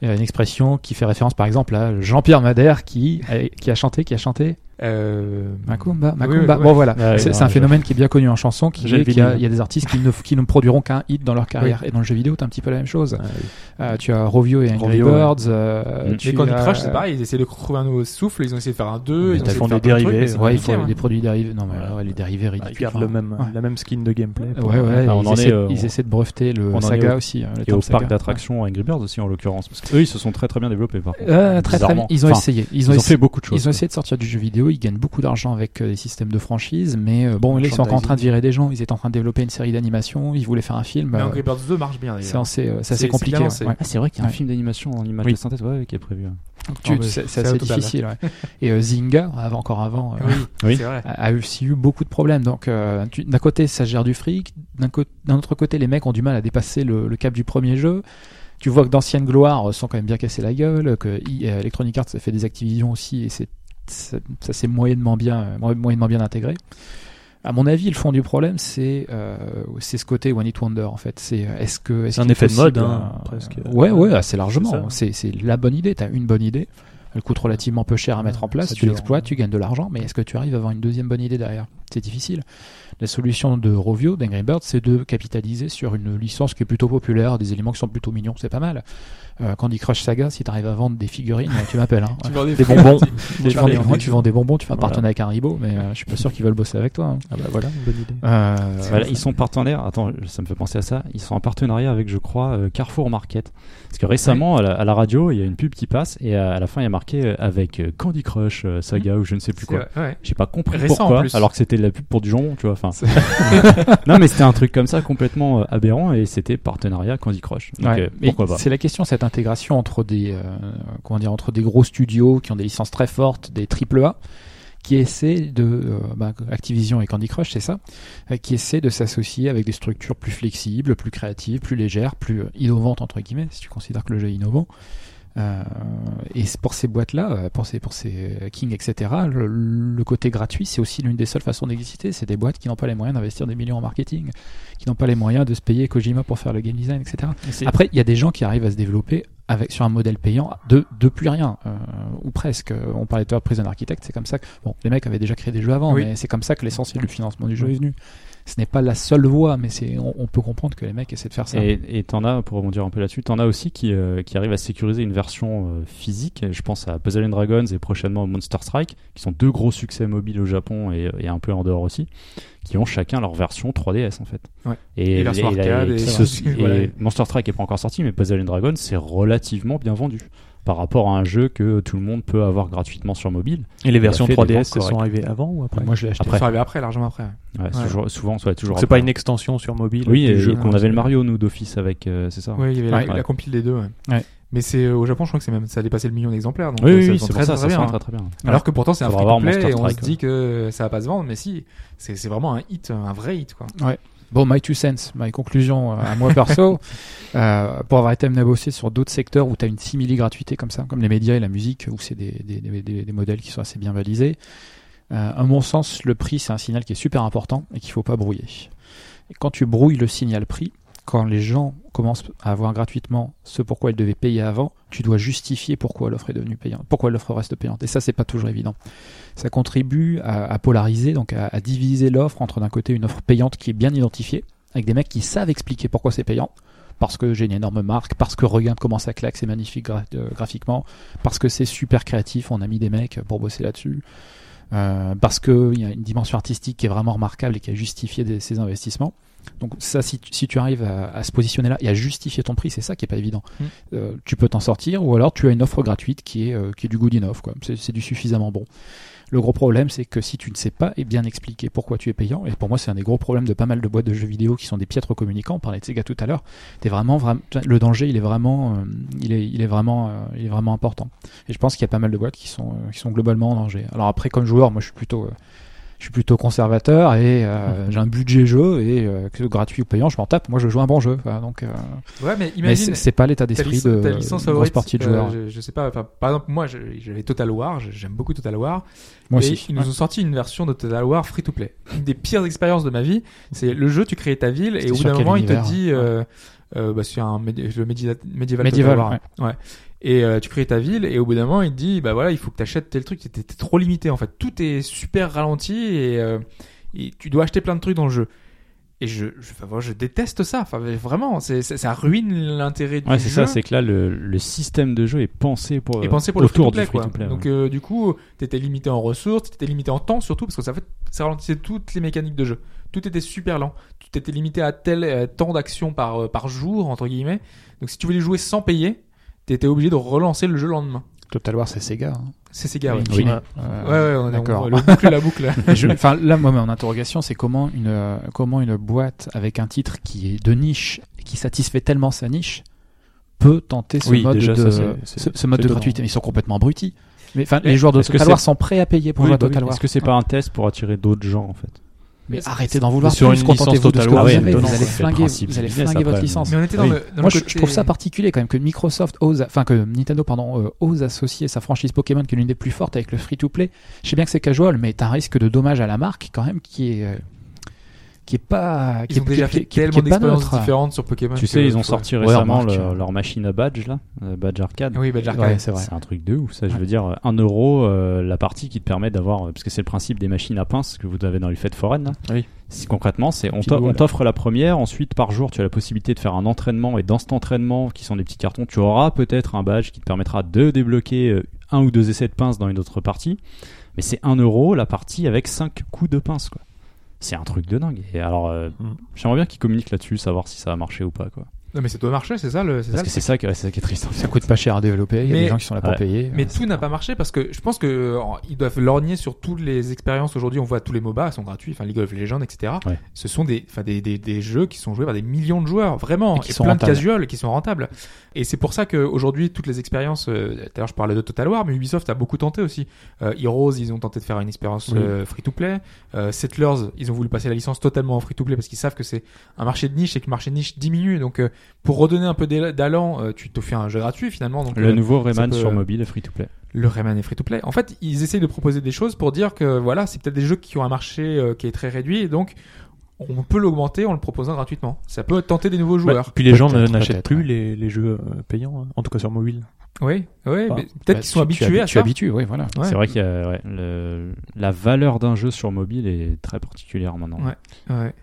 Speaker 4: Il y a une expression qui fait référence, par exemple, à Jean-Pierre Madère qui a, qui a chanté, qui a chanté
Speaker 2: Euh,
Speaker 4: Macumba,
Speaker 2: oui,
Speaker 4: Macumba.
Speaker 2: oui,
Speaker 4: Bon
Speaker 2: oui.
Speaker 4: voilà,
Speaker 3: Ouais,
Speaker 4: c'est
Speaker 3: non,
Speaker 4: c'est un
Speaker 3: je-
Speaker 4: phénomène qui est bien connu en chanson, qui
Speaker 5: J'ai
Speaker 4: est
Speaker 5: le
Speaker 4: qu'il y a,
Speaker 5: vinyle.
Speaker 4: il y a des artistes qui ne, qui ne produiront qu'un hit dans leur carrière. Et dans le jeu vidéo, t'as un petit peu la même chose.
Speaker 5: Ouais, oui.
Speaker 4: Euh, tu as Rovio et Angry
Speaker 5: Rovio, ouais.
Speaker 4: Birds. Euh,
Speaker 3: Mais
Speaker 4: tu
Speaker 2: Mais Candy
Speaker 4: as-
Speaker 2: Crush, c'est pareil, ils essaient de trouver un nouveau souffle, ils ont essayé de faire un 2,
Speaker 5: Mais
Speaker 2: ils ont
Speaker 5: t'as
Speaker 2: essayé
Speaker 5: font
Speaker 2: de faire
Speaker 5: des
Speaker 2: plein de
Speaker 5: dérivés,
Speaker 2: trucs, mais c'est
Speaker 4: Ouais, ils
Speaker 2: compliqué, hein.
Speaker 4: font
Speaker 3: hein.
Speaker 2: ouais.
Speaker 4: des produits dérivés. Non, mais
Speaker 3: Ouais.
Speaker 4: ouais, les
Speaker 3: Ah,
Speaker 4: dérivés
Speaker 5: Ils
Speaker 4: ridicules.
Speaker 5: gardent le même,
Speaker 4: Ouais.
Speaker 5: la même skin de gameplay.
Speaker 4: Ouais, ouais,
Speaker 3: Enfin, on
Speaker 4: ils,
Speaker 3: en est,
Speaker 4: essaient,
Speaker 3: euh,
Speaker 4: ils
Speaker 3: on-
Speaker 4: essaient de breveter le
Speaker 3: on en est
Speaker 4: saga aussi. hein, le
Speaker 3: Et au
Speaker 4: Tom Saga.
Speaker 3: parc d'attractions Angry Birds aussi en l'occurrence parce que eux ils se sont très très bien développés par contre.
Speaker 4: Euh, très, très
Speaker 3: Bizarrement.
Speaker 4: bien. Ils ont
Speaker 3: Enfin,
Speaker 4: essayé.
Speaker 3: Ils ont
Speaker 4: essayé-
Speaker 3: fait beaucoup de choses.
Speaker 4: Ils ont essayé de sortir du jeu vidéo, ils gagnent beaucoup d'argent avec euh, les systèmes de franchise, mais euh, bon, là, ils sont encore en train de virer des gens, ils étaient en train de développer une série d'animation, ils voulaient faire un film.
Speaker 2: Mais
Speaker 4: euh,
Speaker 2: Angry Birds 2 marche bien,
Speaker 4: c'est
Speaker 2: d'ailleurs.
Speaker 4: assez, euh, c'est
Speaker 2: C'est-
Speaker 4: assez compliqué.
Speaker 2: c'est bien
Speaker 4: ouais,
Speaker 2: lancé.
Speaker 4: ouais.
Speaker 3: Ah c'est vrai qu'il y a un
Speaker 4: Ouais.
Speaker 3: film d'animation en image de synthèse ouais, ouais, qui est prévu. hein. ouais.
Speaker 4: Tu-
Speaker 2: Ah, bah,
Speaker 4: c'est c'est
Speaker 2: c'est
Speaker 4: assez
Speaker 2: au total.
Speaker 4: difficile. ouais. Et euh, Zynga, avant- encore avant, euh,
Speaker 2: Oui,
Speaker 3: Oui.
Speaker 2: c'est vrai.
Speaker 4: a a aussi eu beaucoup de problèmes. Donc, euh, tu- d'un côté, ça gère du fric, d'un co- d'un autre côté, les mecs ont du mal à dépasser le, le cap du premier jeu. Tu vois que d'anciennes gloires euh, sont quand même bien cassées la gueule, que I- euh, Electronic Arts a fait des Activision aussi, et c'est ça, ça s'est moyennement bien, euh, mo- moyennement bien intégré. À mon avis, le fond du problème, c'est euh, c'est ce côté one hit wonder en fait. C'est euh, est-ce que est-ce
Speaker 5: C'est un
Speaker 4: qu'il est
Speaker 5: effet de mode,
Speaker 4: possible,
Speaker 5: hein,
Speaker 4: euh,
Speaker 5: presque.
Speaker 4: Ouais, ouais, assez
Speaker 5: C'est ça.
Speaker 4: largement. C'est c'est la bonne idée. T'as une bonne idée. Elle coûte relativement peu cher à mettre en place.
Speaker 5: ça
Speaker 4: Tu
Speaker 5: dure.
Speaker 4: l'exploites, tu gagnes de l'argent, mais est-ce que tu arrives à avoir une deuxième bonne idée derrière C'est difficile. La solution de Rovio, d'Angry Bird, c'est de capitaliser sur une licence qui est plutôt populaire, des éléments qui sont plutôt mignons, c'est pas mal. Euh, Candy Crush Saga, si t'arrives à vendre des figurines, tu m'appelles. Hein.
Speaker 2: Tu vends des
Speaker 5: Des
Speaker 2: fruits.
Speaker 5: bonbons.
Speaker 4: Tu, vends des, tu vends des bonbons, tu fais un
Speaker 5: Voilà.
Speaker 4: partenariat avec Haribo, mais euh, je suis pas sûr qu'ils veulent bosser avec toi. hein.
Speaker 5: Ah bah voilà, une bonne idée.
Speaker 4: Euh,
Speaker 5: bah,
Speaker 3: Voilà, ils sont partenaires. Attends, ça me fait penser à ça. Ils sont en partenariat avec, je crois, euh, Carrefour Market. Parce que récemment, à, la, à la radio, il y a une pub qui passe et à, à la fin, il y a marqué euh, avec euh, Candy Crush euh, Saga ou je ne sais plus
Speaker 2: Mm. C'est
Speaker 3: quoi.
Speaker 2: vrai, ouais.
Speaker 3: J'ai pas compris
Speaker 2: Récent, en
Speaker 3: pourquoi,
Speaker 2: plus.
Speaker 3: alors que c'était de la pub pour du jambon, tu vois. Enfin, non, mais c'était un truc comme ça complètement euh, aberrant et c'était partenariat Candy Crush. Donc,
Speaker 4: Ouais.
Speaker 3: euh,
Speaker 4: Mais
Speaker 3: pourquoi pas
Speaker 4: C'est la question, cette intégration entre des, euh, comment dire, entre des gros studios qui ont des licences très fortes, des triple A, qui essaient de, euh, bah, Activision et Candy Crush, c'est ça, euh, qui essaient de s'associer avec des structures plus flexibles, plus créatives, plus légères, plus euh, innovantes entre guillemets, si tu considères que le jeu est innovant. Euh, et c'est pour ces boîtes-là, euh, pour ces, pour ces euh, King, etc., le, le côté gratuit, c'est aussi l'une des seules façons d'exister. C'est des boîtes qui n'ont pas les moyens d'investir des millions en marketing, qui n'ont pas les moyens de se payer Kojima pour faire le game design, etc. Après, il y a des gens qui arrivent à se développer avec sur un modèle payant de, de plus rien euh, ou presque. On parlait tout à l'heure de Prison Architect, c'est comme ça que bon, les mecs avaient déjà créé des jeux avant,
Speaker 2: Oui.
Speaker 4: mais c'est comme ça que l'essentiel du financement du jeu est venu. Ce n'est pas la seule voie, mais c'est on, on peut comprendre que les mecs essaient de faire ça.
Speaker 3: Et et t'en as, pour rebondir un peu là-dessus, t'en as aussi qui, euh, qui arrivent à sécuriser une version euh, physique. Je pense à Puzzle and Dragons et prochainement Monster Strike, qui sont deux gros succès mobiles au Japon et, euh, et un peu en dehors aussi, qui ont chacun leur version 3DS en fait.
Speaker 2: Ouais.
Speaker 3: Et,
Speaker 2: Et version
Speaker 3: et- et-
Speaker 2: arcade,
Speaker 3: et-
Speaker 2: et-
Speaker 3: qui
Speaker 2: et-
Speaker 3: se- et
Speaker 2: voilà.
Speaker 3: Monster Strike est pas encore sorti, mais Puzzle and Dragons c'est relativement bien vendu par rapport à un jeu que tout le monde peut avoir gratuitement sur mobile.
Speaker 5: Et les
Speaker 3: Il a
Speaker 5: versions
Speaker 3: fait des
Speaker 5: 3DS,
Speaker 3: ventes
Speaker 5: elles sont
Speaker 3: correctes.
Speaker 5: arrivées avant ou après
Speaker 4: Moi, je l'ai acheté.
Speaker 3: Après,
Speaker 2: Ça arrive après, largement après. ouais.
Speaker 3: Ouais, c'est
Speaker 2: Ouais.
Speaker 3: toujours- souvent, soit toujours.
Speaker 5: C'est pas
Speaker 3: après.
Speaker 5: une extension sur mobile
Speaker 3: Oui,
Speaker 5: du
Speaker 3: et,
Speaker 5: jeu.
Speaker 3: et qu'on avait le Mario nous d'office avec, euh, c'est ça.
Speaker 2: Oui, il y avait
Speaker 4: Ouais.
Speaker 2: la, la compile des deux. ouais.
Speaker 4: Ouais.
Speaker 2: Mais c'est euh, au Japon, je crois que c'est même ça a dépassé le million d'exemplaires. Donc
Speaker 3: Oui,
Speaker 2: euh,
Speaker 3: oui,
Speaker 2: ça
Speaker 3: oui,
Speaker 2: vend
Speaker 3: c'est
Speaker 2: très,
Speaker 3: pour ça,
Speaker 2: très
Speaker 3: ça
Speaker 2: bien,
Speaker 3: sent
Speaker 2: hein.
Speaker 3: très très bien.
Speaker 2: Alors que pourtant c'est un
Speaker 3: Faudra
Speaker 2: free
Speaker 3: voir
Speaker 2: to play
Speaker 3: Monster
Speaker 2: et on se
Speaker 3: Strike,
Speaker 2: dit que ça va pas se vendre, mais si, c'est c'est vraiment un hit, un vrai hit quoi.
Speaker 4: Bon, my two cents, my conclusion euh, à moi perso, euh, pour avoir été amené à bosser sur d'autres secteurs où tu as une simili gratuité comme ça, comme les médias et la musique, où c'est des, des, des- des- des modèles qui sont assez bien validés, euh, à mon sens, le prix, c'est un signal qui est super important et qu'il faut pas brouiller. Et quand tu brouilles le signal prix, quand les gens commencent à avoir gratuitement ce pourquoi ils devaient payer avant, tu dois justifier pourquoi l'offre est devenue payante, pourquoi l'offre reste payante. Et ça, c'est pas toujours évident ça contribue à, à polariser, donc à, à diviser l'offre entre d'un côté une offre payante qui est bien identifiée, avec des mecs qui savent expliquer pourquoi c'est payant, parce que j'ai une énorme marque, parce que regarde comment ça claque, c'est magnifique gra- euh, graphiquement, parce que c'est super créatif, on a mis des mecs pour bosser là-dessus, euh, parce qu'il y a une dimension artistique qui est vraiment remarquable et qui a justifié des- ces investissements. Donc ça, si tu, si tu arrives à, à se positionner là et à justifier ton prix, c'est ça qui est pas évident.
Speaker 2: Mm.
Speaker 4: Euh, tu peux t'en sortir, ou alors tu as une offre gratuite qui est, euh, qui est du good enough, quoi. C'est- c'est du suffisamment bon. Le gros problème, c'est que si tu ne sais pas et bien expliquer pourquoi tu es payant, et pour moi, c'est un des gros problèmes de pas mal de boîtes de jeux vidéo qui sont des piètres communicants. On parlait de Sega tout à l'heure. T'es vraiment, vraiment, le danger, il est vraiment, euh, il est, il est vraiment, euh, il est vraiment important. Et je pense qu'il y a pas mal de boîtes qui sont, euh, qui sont globalement en danger. Alors après, comme joueur, moi, je suis plutôt, euh, je suis plutôt conservateur et euh,
Speaker 2: Mmh.
Speaker 4: j'ai un budget jeu et euh, que gratuit ou payant, je m'en tape. Moi, je joue un bon jeu. Voilà, donc, euh,
Speaker 2: Ouais, mais
Speaker 4: mais
Speaker 2: imagine
Speaker 4: c'est c'est pas l'état
Speaker 2: ta,
Speaker 4: d'esprit
Speaker 2: lic-
Speaker 4: de
Speaker 2: ta
Speaker 4: grosse
Speaker 2: licence favorite.
Speaker 4: partie de
Speaker 2: euh,
Speaker 4: joueurs.
Speaker 2: je, je sais pas, enfin, par exemple moi je- j'avais Total War, je- j'aime beaucoup Total War.
Speaker 4: moi
Speaker 2: et
Speaker 4: aussi.
Speaker 2: ils nous ont sorti une version de Total War free to play. Une des pires expériences de ma vie, c'est le jeu, tu crées ta ville et
Speaker 4: C'était
Speaker 2: au bout
Speaker 4: sur
Speaker 2: d'un
Speaker 4: quel
Speaker 2: moment il te
Speaker 4: univers
Speaker 2: dit, euh, euh, bah, c'est un médi- le médi- médiéval,
Speaker 4: Médiéval,
Speaker 2: Total War. Ouais. Et euh, tu crées ta ville et au bout d'un moment il te dit, bah voilà, il faut que t'achètes tel truc, t'es t'es trop limité en fait. Tout est super ralenti et, euh, et tu dois acheter plein de trucs dans le jeu. Et je, je, enfin, voilà, je déteste ça. Enfin, vraiment, c'est, c'est- ça ruine l'intérêt du
Speaker 3: Ouais,
Speaker 2: jeu.
Speaker 3: c'est ça, c'est que là, le, le système de jeu est pensé pour,
Speaker 2: Et penser pour le
Speaker 3: autour
Speaker 2: free-to-play,
Speaker 3: du free
Speaker 2: quoi.
Speaker 3: to play.
Speaker 2: Donc, euh, du coup, t'étais limité en ressources, t'étais limité en temps surtout, parce que ça, fait, ça ralentissait toutes les mécaniques de jeu. Tout était super lent. Tu t'étais limité à tel euh, temps d'action par, euh, par jour, entre guillemets. Donc, si tu voulais jouer sans payer, t'étais obligé de relancer le jeu le lendemain.
Speaker 4: Total War, c'est Sega. hein.
Speaker 2: C'est Sega, Ah ouais.
Speaker 4: In
Speaker 3: Oui.
Speaker 4: fine.
Speaker 5: Ouais.
Speaker 4: Euh,
Speaker 2: Ouais, ouais, on,
Speaker 4: D'accord.
Speaker 2: on- le boucle, la boucle.
Speaker 4: Et je- enfin, là, moi, mon interrogation, c'est comment une, euh, comment une boîte avec un titre qui est de niche et qui satisfait tellement sa niche peut tenter ce
Speaker 5: Oui,
Speaker 4: mode
Speaker 5: déjà, ça,
Speaker 4: de,
Speaker 5: c'est- c'est-
Speaker 4: ce, ce mode
Speaker 5: c'est
Speaker 4: de
Speaker 5: étonnant.
Speaker 4: gratuité. Ils sont complètement abrutis. Mais enfin, les joueurs de
Speaker 3: est-ce que
Speaker 4: Total
Speaker 3: c'est-
Speaker 4: War sont prêts à payer pour
Speaker 3: Oui,
Speaker 4: jouer à
Speaker 3: bah oui.
Speaker 4: Total War. Ah.
Speaker 3: Est-ce que c'est pas un test pour attirer d'autres gens en fait
Speaker 4: Mais arrêtez d'en vouloir
Speaker 3: Mais sur
Speaker 4: plus,
Speaker 3: une
Speaker 4: contentez-vous
Speaker 3: licence
Speaker 4: de ce que vous
Speaker 3: Total War,
Speaker 4: avez,
Speaker 2: ouais,
Speaker 4: vous
Speaker 2: non,
Speaker 4: allez
Speaker 2: c'est
Speaker 3: le
Speaker 4: flinguer,
Speaker 3: principe
Speaker 4: vous allez
Speaker 3: du business,
Speaker 4: flinguer votre
Speaker 3: après,
Speaker 4: licence.
Speaker 2: Mais on était dans
Speaker 3: Oui.
Speaker 2: le, dans
Speaker 4: Moi,
Speaker 2: le
Speaker 4: je,
Speaker 2: côté...
Speaker 4: je trouve ça particulier quand même que Microsoft ose, enfin que Nintendo, pardon, euh, ose associer sa franchise Pokémon, qui est l'une des plus fortes, avec le free-to-play. Je sais bien que c'est casual, mais t'as un risque de dommage à la marque quand même qui est euh, qui est pas qui
Speaker 2: Ils
Speaker 4: est,
Speaker 2: ont
Speaker 4: qui est-
Speaker 2: déjà
Speaker 4: qui est-
Speaker 2: fait
Speaker 4: qui est-
Speaker 2: tellement
Speaker 4: qui est pas
Speaker 2: d'expériences
Speaker 4: neutre.
Speaker 2: différentes sur Pokémon.
Speaker 3: Tu
Speaker 2: que-
Speaker 3: sais, ils ont
Speaker 2: faut-
Speaker 3: sorti
Speaker 4: Ouais,
Speaker 3: récemment
Speaker 4: remarque.
Speaker 3: leur- leur machine à badge, là, euh, badge arcade.
Speaker 2: Oui, bah, de l'arcade.
Speaker 4: Ouais, c'est vrai.
Speaker 3: C'est un truc de ouf, ça. Je
Speaker 2: Ouais.
Speaker 3: veux dire, euh, un euro, euh, la partie qui te permet d'avoir, euh, parce que c'est le principe des machines à pince que vous avez dans les fêtes foraines. là.
Speaker 5: Oui.
Speaker 3: Si concrètement, c'est on
Speaker 5: Petit
Speaker 3: t'o-
Speaker 5: doigt,
Speaker 3: on
Speaker 5: là.
Speaker 3: t'offre la première, ensuite par jour, tu as la possibilité de faire un entraînement et dans cet entraînement, qui sont des petits cartons, tu auras peut-être un badge qui te permettra de débloquer euh, un ou deux essais de pince dans une autre partie. Mais c'est un euro la partie avec cinq coups de pince, quoi. C'est un truc de dingue. Et alors, euh,
Speaker 5: Mm.
Speaker 3: j'aimerais bien qu'ils communiquent là-dessus, savoir si ça a marché ou pas, quoi.
Speaker 2: Non, mais ça doit marcher, c'est ça le. c'est ça
Speaker 3: Parce que
Speaker 2: le-
Speaker 3: c'est ça, qui- ouais, c'est ça qui est triste. en fait.
Speaker 4: Ça coûte pas cher à développer, il y a
Speaker 2: Mais-
Speaker 4: des gens qui sont là pour
Speaker 3: Ouais.
Speaker 4: payer.
Speaker 2: Mais tout n'a pas marché parce que je pense que euh, ils doivent lorgner sur toutes les expériences aujourd'hui. On voit tous les MOBA, ils sont gratuits, enfin League of Legends, etc.
Speaker 3: Ouais.
Speaker 2: Ce sont des, enfin des, des, des jeux qui sont joués par des millions de joueurs, vraiment,
Speaker 4: Et
Speaker 2: et,
Speaker 4: qui sont
Speaker 2: plein
Speaker 4: rentables.
Speaker 2: de casuals qui sont rentables. Et c'est pour ça que aujourd'hui toutes les expériences. euh, tout à l'heure, je parlais de Total War, mais Ubisoft a beaucoup tenté aussi. Euh, Heroes, ils ont tenté de faire une expérience
Speaker 5: Oui.
Speaker 2: free to play. Euh, Settlers, ils ont voulu passer la licence totalement en free to play parce qu'ils savent que c'est un marché de niche et que le marché de niche diminue. Donc euh, pour redonner un peu d'éla- d'allant, euh, tu te fais un jeu gratuit finalement. Donc
Speaker 3: Le
Speaker 2: euh,
Speaker 3: nouveau Rayman
Speaker 2: peut-
Speaker 3: sur mobile, free to play.
Speaker 2: le Rayman est free to play. En fait, ils essayent de proposer des choses pour dire que voilà, c'est peut-être des jeux qui ont un marché euh, qui est très réduit et donc on peut l'augmenter en le proposant gratuitement. Ça peut tenter des nouveaux
Speaker 5: Bah,
Speaker 2: joueurs.
Speaker 5: puis les gens
Speaker 4: Peut-être,
Speaker 5: n'achètent
Speaker 4: peut-être,
Speaker 5: plus
Speaker 4: ouais.
Speaker 5: les, les jeux euh, payants, hein, en tout cas sur mobile.
Speaker 2: oui, oui,
Speaker 5: Bah,
Speaker 2: mais peut-être qu'ils sont habitués à
Speaker 4: Tu
Speaker 2: ça.
Speaker 4: habitues, oui, voilà.
Speaker 2: Ouais.
Speaker 3: C'est vrai que ouais, le- la valeur d'un jeu sur mobile est très particulière maintenant.
Speaker 2: Ouais. Ouais.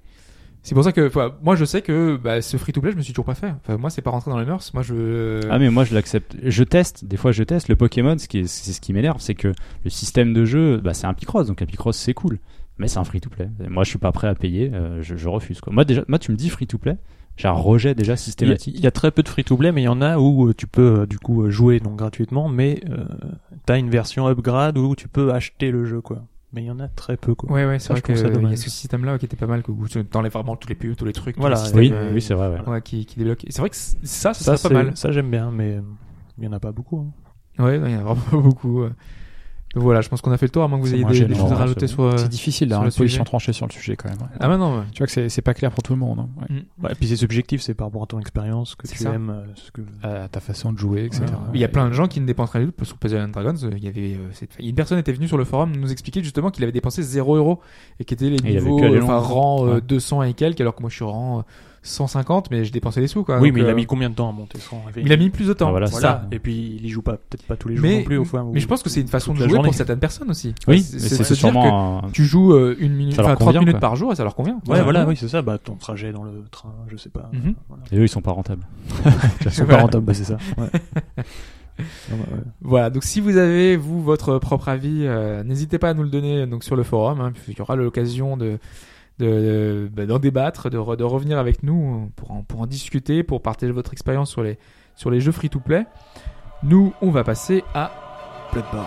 Speaker 2: C'est pour ça que enfin, moi je sais que bah, ce free to play, je me suis toujours pas fait. Enfin, moi, c'est pas rentré dans les mœurs. Moi, je.
Speaker 3: Ah mais moi je l'accepte. Je teste, des fois je teste. Le Pokémon, ce qui est- c'est ce qui m'énerve, c'est que le système de jeu, bah, c'est un Picross, donc un Picross c'est cool, mais c'est un free to play. Moi je suis pas prêt à payer, euh, je, je refuse quoi. Moi déjà, moi tu me dis free to play, j'ai un rejet déjà
Speaker 5: Il y, a,
Speaker 3: systématique.
Speaker 5: il y a très peu de free-to-play, mais il y en a où euh, tu peux euh, du coup euh, jouer donc gratuitement, mais euh, t'as une version upgrade où tu peux acheter le jeu quoi. Mais il y en a très peu quoi.
Speaker 2: Ouais, ouais, c'est
Speaker 5: Ça,
Speaker 2: vrai
Speaker 5: je trouve ça
Speaker 2: que il y a
Speaker 5: dommage.
Speaker 2: ce système-là qui était pas mal, que vous t'enlèves vraiment tous les pubs, tous les trucs. tous
Speaker 5: Voilà,
Speaker 2: les systèmes,
Speaker 3: Oui,
Speaker 2: euh,
Speaker 3: oui c'est vrai. ouais.
Speaker 2: ouais, qui, qui débloque. Et C'est vrai que c- ça, ça,
Speaker 5: ça
Speaker 2: serait pas mal.
Speaker 5: c'est- ça, j'aime bien, mais euh, il y en a pas beaucoup. hein.
Speaker 2: Ouais, non, il y en a vraiment pas beaucoup. euh. Voilà, je pense qu'on a fait le tour, à moins que vous
Speaker 4: C'est
Speaker 2: ayez
Speaker 4: moins
Speaker 2: des, des
Speaker 4: gênant,
Speaker 2: choses à
Speaker 3: ouais,
Speaker 2: rajouter
Speaker 3: c'est
Speaker 2: sur. euh,
Speaker 4: C'est
Speaker 2: sur
Speaker 4: difficile d'avoir
Speaker 2: le
Speaker 4: une position
Speaker 2: sujet.
Speaker 4: tranchée sur le sujet quand même. ouais.
Speaker 2: Ah, bah non, ouais.
Speaker 4: Tu vois que c'est- c'est pas clair pour tout le monde. hein, ouais.
Speaker 5: Ouais, et puis c'est subjectif, c'est par rapport à ton expérience que
Speaker 2: C'est
Speaker 5: tu
Speaker 2: ça.
Speaker 5: aimes, euh, ce que.
Speaker 4: À ta façon de jouer, etc.
Speaker 2: Ouais. Il y a plein de gens qui ne dépensent rien du tout sur Puzzle and Dragons. euh, Il y avait euh, cette- une personne était venue sur le forum nous expliquer justement qu'il avait dépensé 0 euros et qui était les
Speaker 3: il avait
Speaker 2: niveaux
Speaker 3: pu aller
Speaker 2: euh, enfin
Speaker 3: loin.
Speaker 2: rang euh,
Speaker 3: Ouais.
Speaker 2: 200 et quelques alors que moi je suis rang euh, 150 mais je dépensais les sous quoi.
Speaker 5: oui,
Speaker 2: Donc,
Speaker 5: mais il
Speaker 2: euh,
Speaker 5: a mis combien de temps à monter son réveil
Speaker 2: il a mis plus de temps.
Speaker 3: Ah, voilà,
Speaker 5: Voilà.
Speaker 3: ça.
Speaker 5: Et puis il y joue pas, peut-être pas tous les jours
Speaker 2: Mais,
Speaker 5: non plus au fond.
Speaker 2: mais je pense que c'est une façon de
Speaker 5: toute la
Speaker 2: jouer
Speaker 5: journée.
Speaker 2: pour certaines personnes aussi.
Speaker 3: Oui,
Speaker 2: C'est-
Speaker 3: mais
Speaker 2: c'est
Speaker 3: c'est
Speaker 2: se dire
Speaker 3: sûrement. un-
Speaker 2: que tu joues euh, une minute,
Speaker 3: Ça leur
Speaker 2: enfin 30
Speaker 3: convient,
Speaker 2: minutes
Speaker 3: quoi.
Speaker 2: par jour et ça leur convient.
Speaker 5: Ouais, voilà, oui, c'est ça. Bah, ton trajet dans le train, je sais pas.
Speaker 2: Mhm.
Speaker 5: Voilà.
Speaker 3: Et eux ils sont pas rentables.
Speaker 5: Son
Speaker 2: Voilà.
Speaker 5: parentable, bah, c'est ça. Ouais. Non, bah, ouais.
Speaker 2: Voilà, donc si vous avez, vous, votre propre avis, euh, n'hésitez pas à nous le donner donc, sur le forum, hein, puisqu'il y aura l'occasion de de- de- bah, d'en débattre, de, re- de revenir avec nous pour en, pour en discuter, pour partager votre expérience sur les, sur les jeux free-to-play. Nous, on va passer à Bloodborne.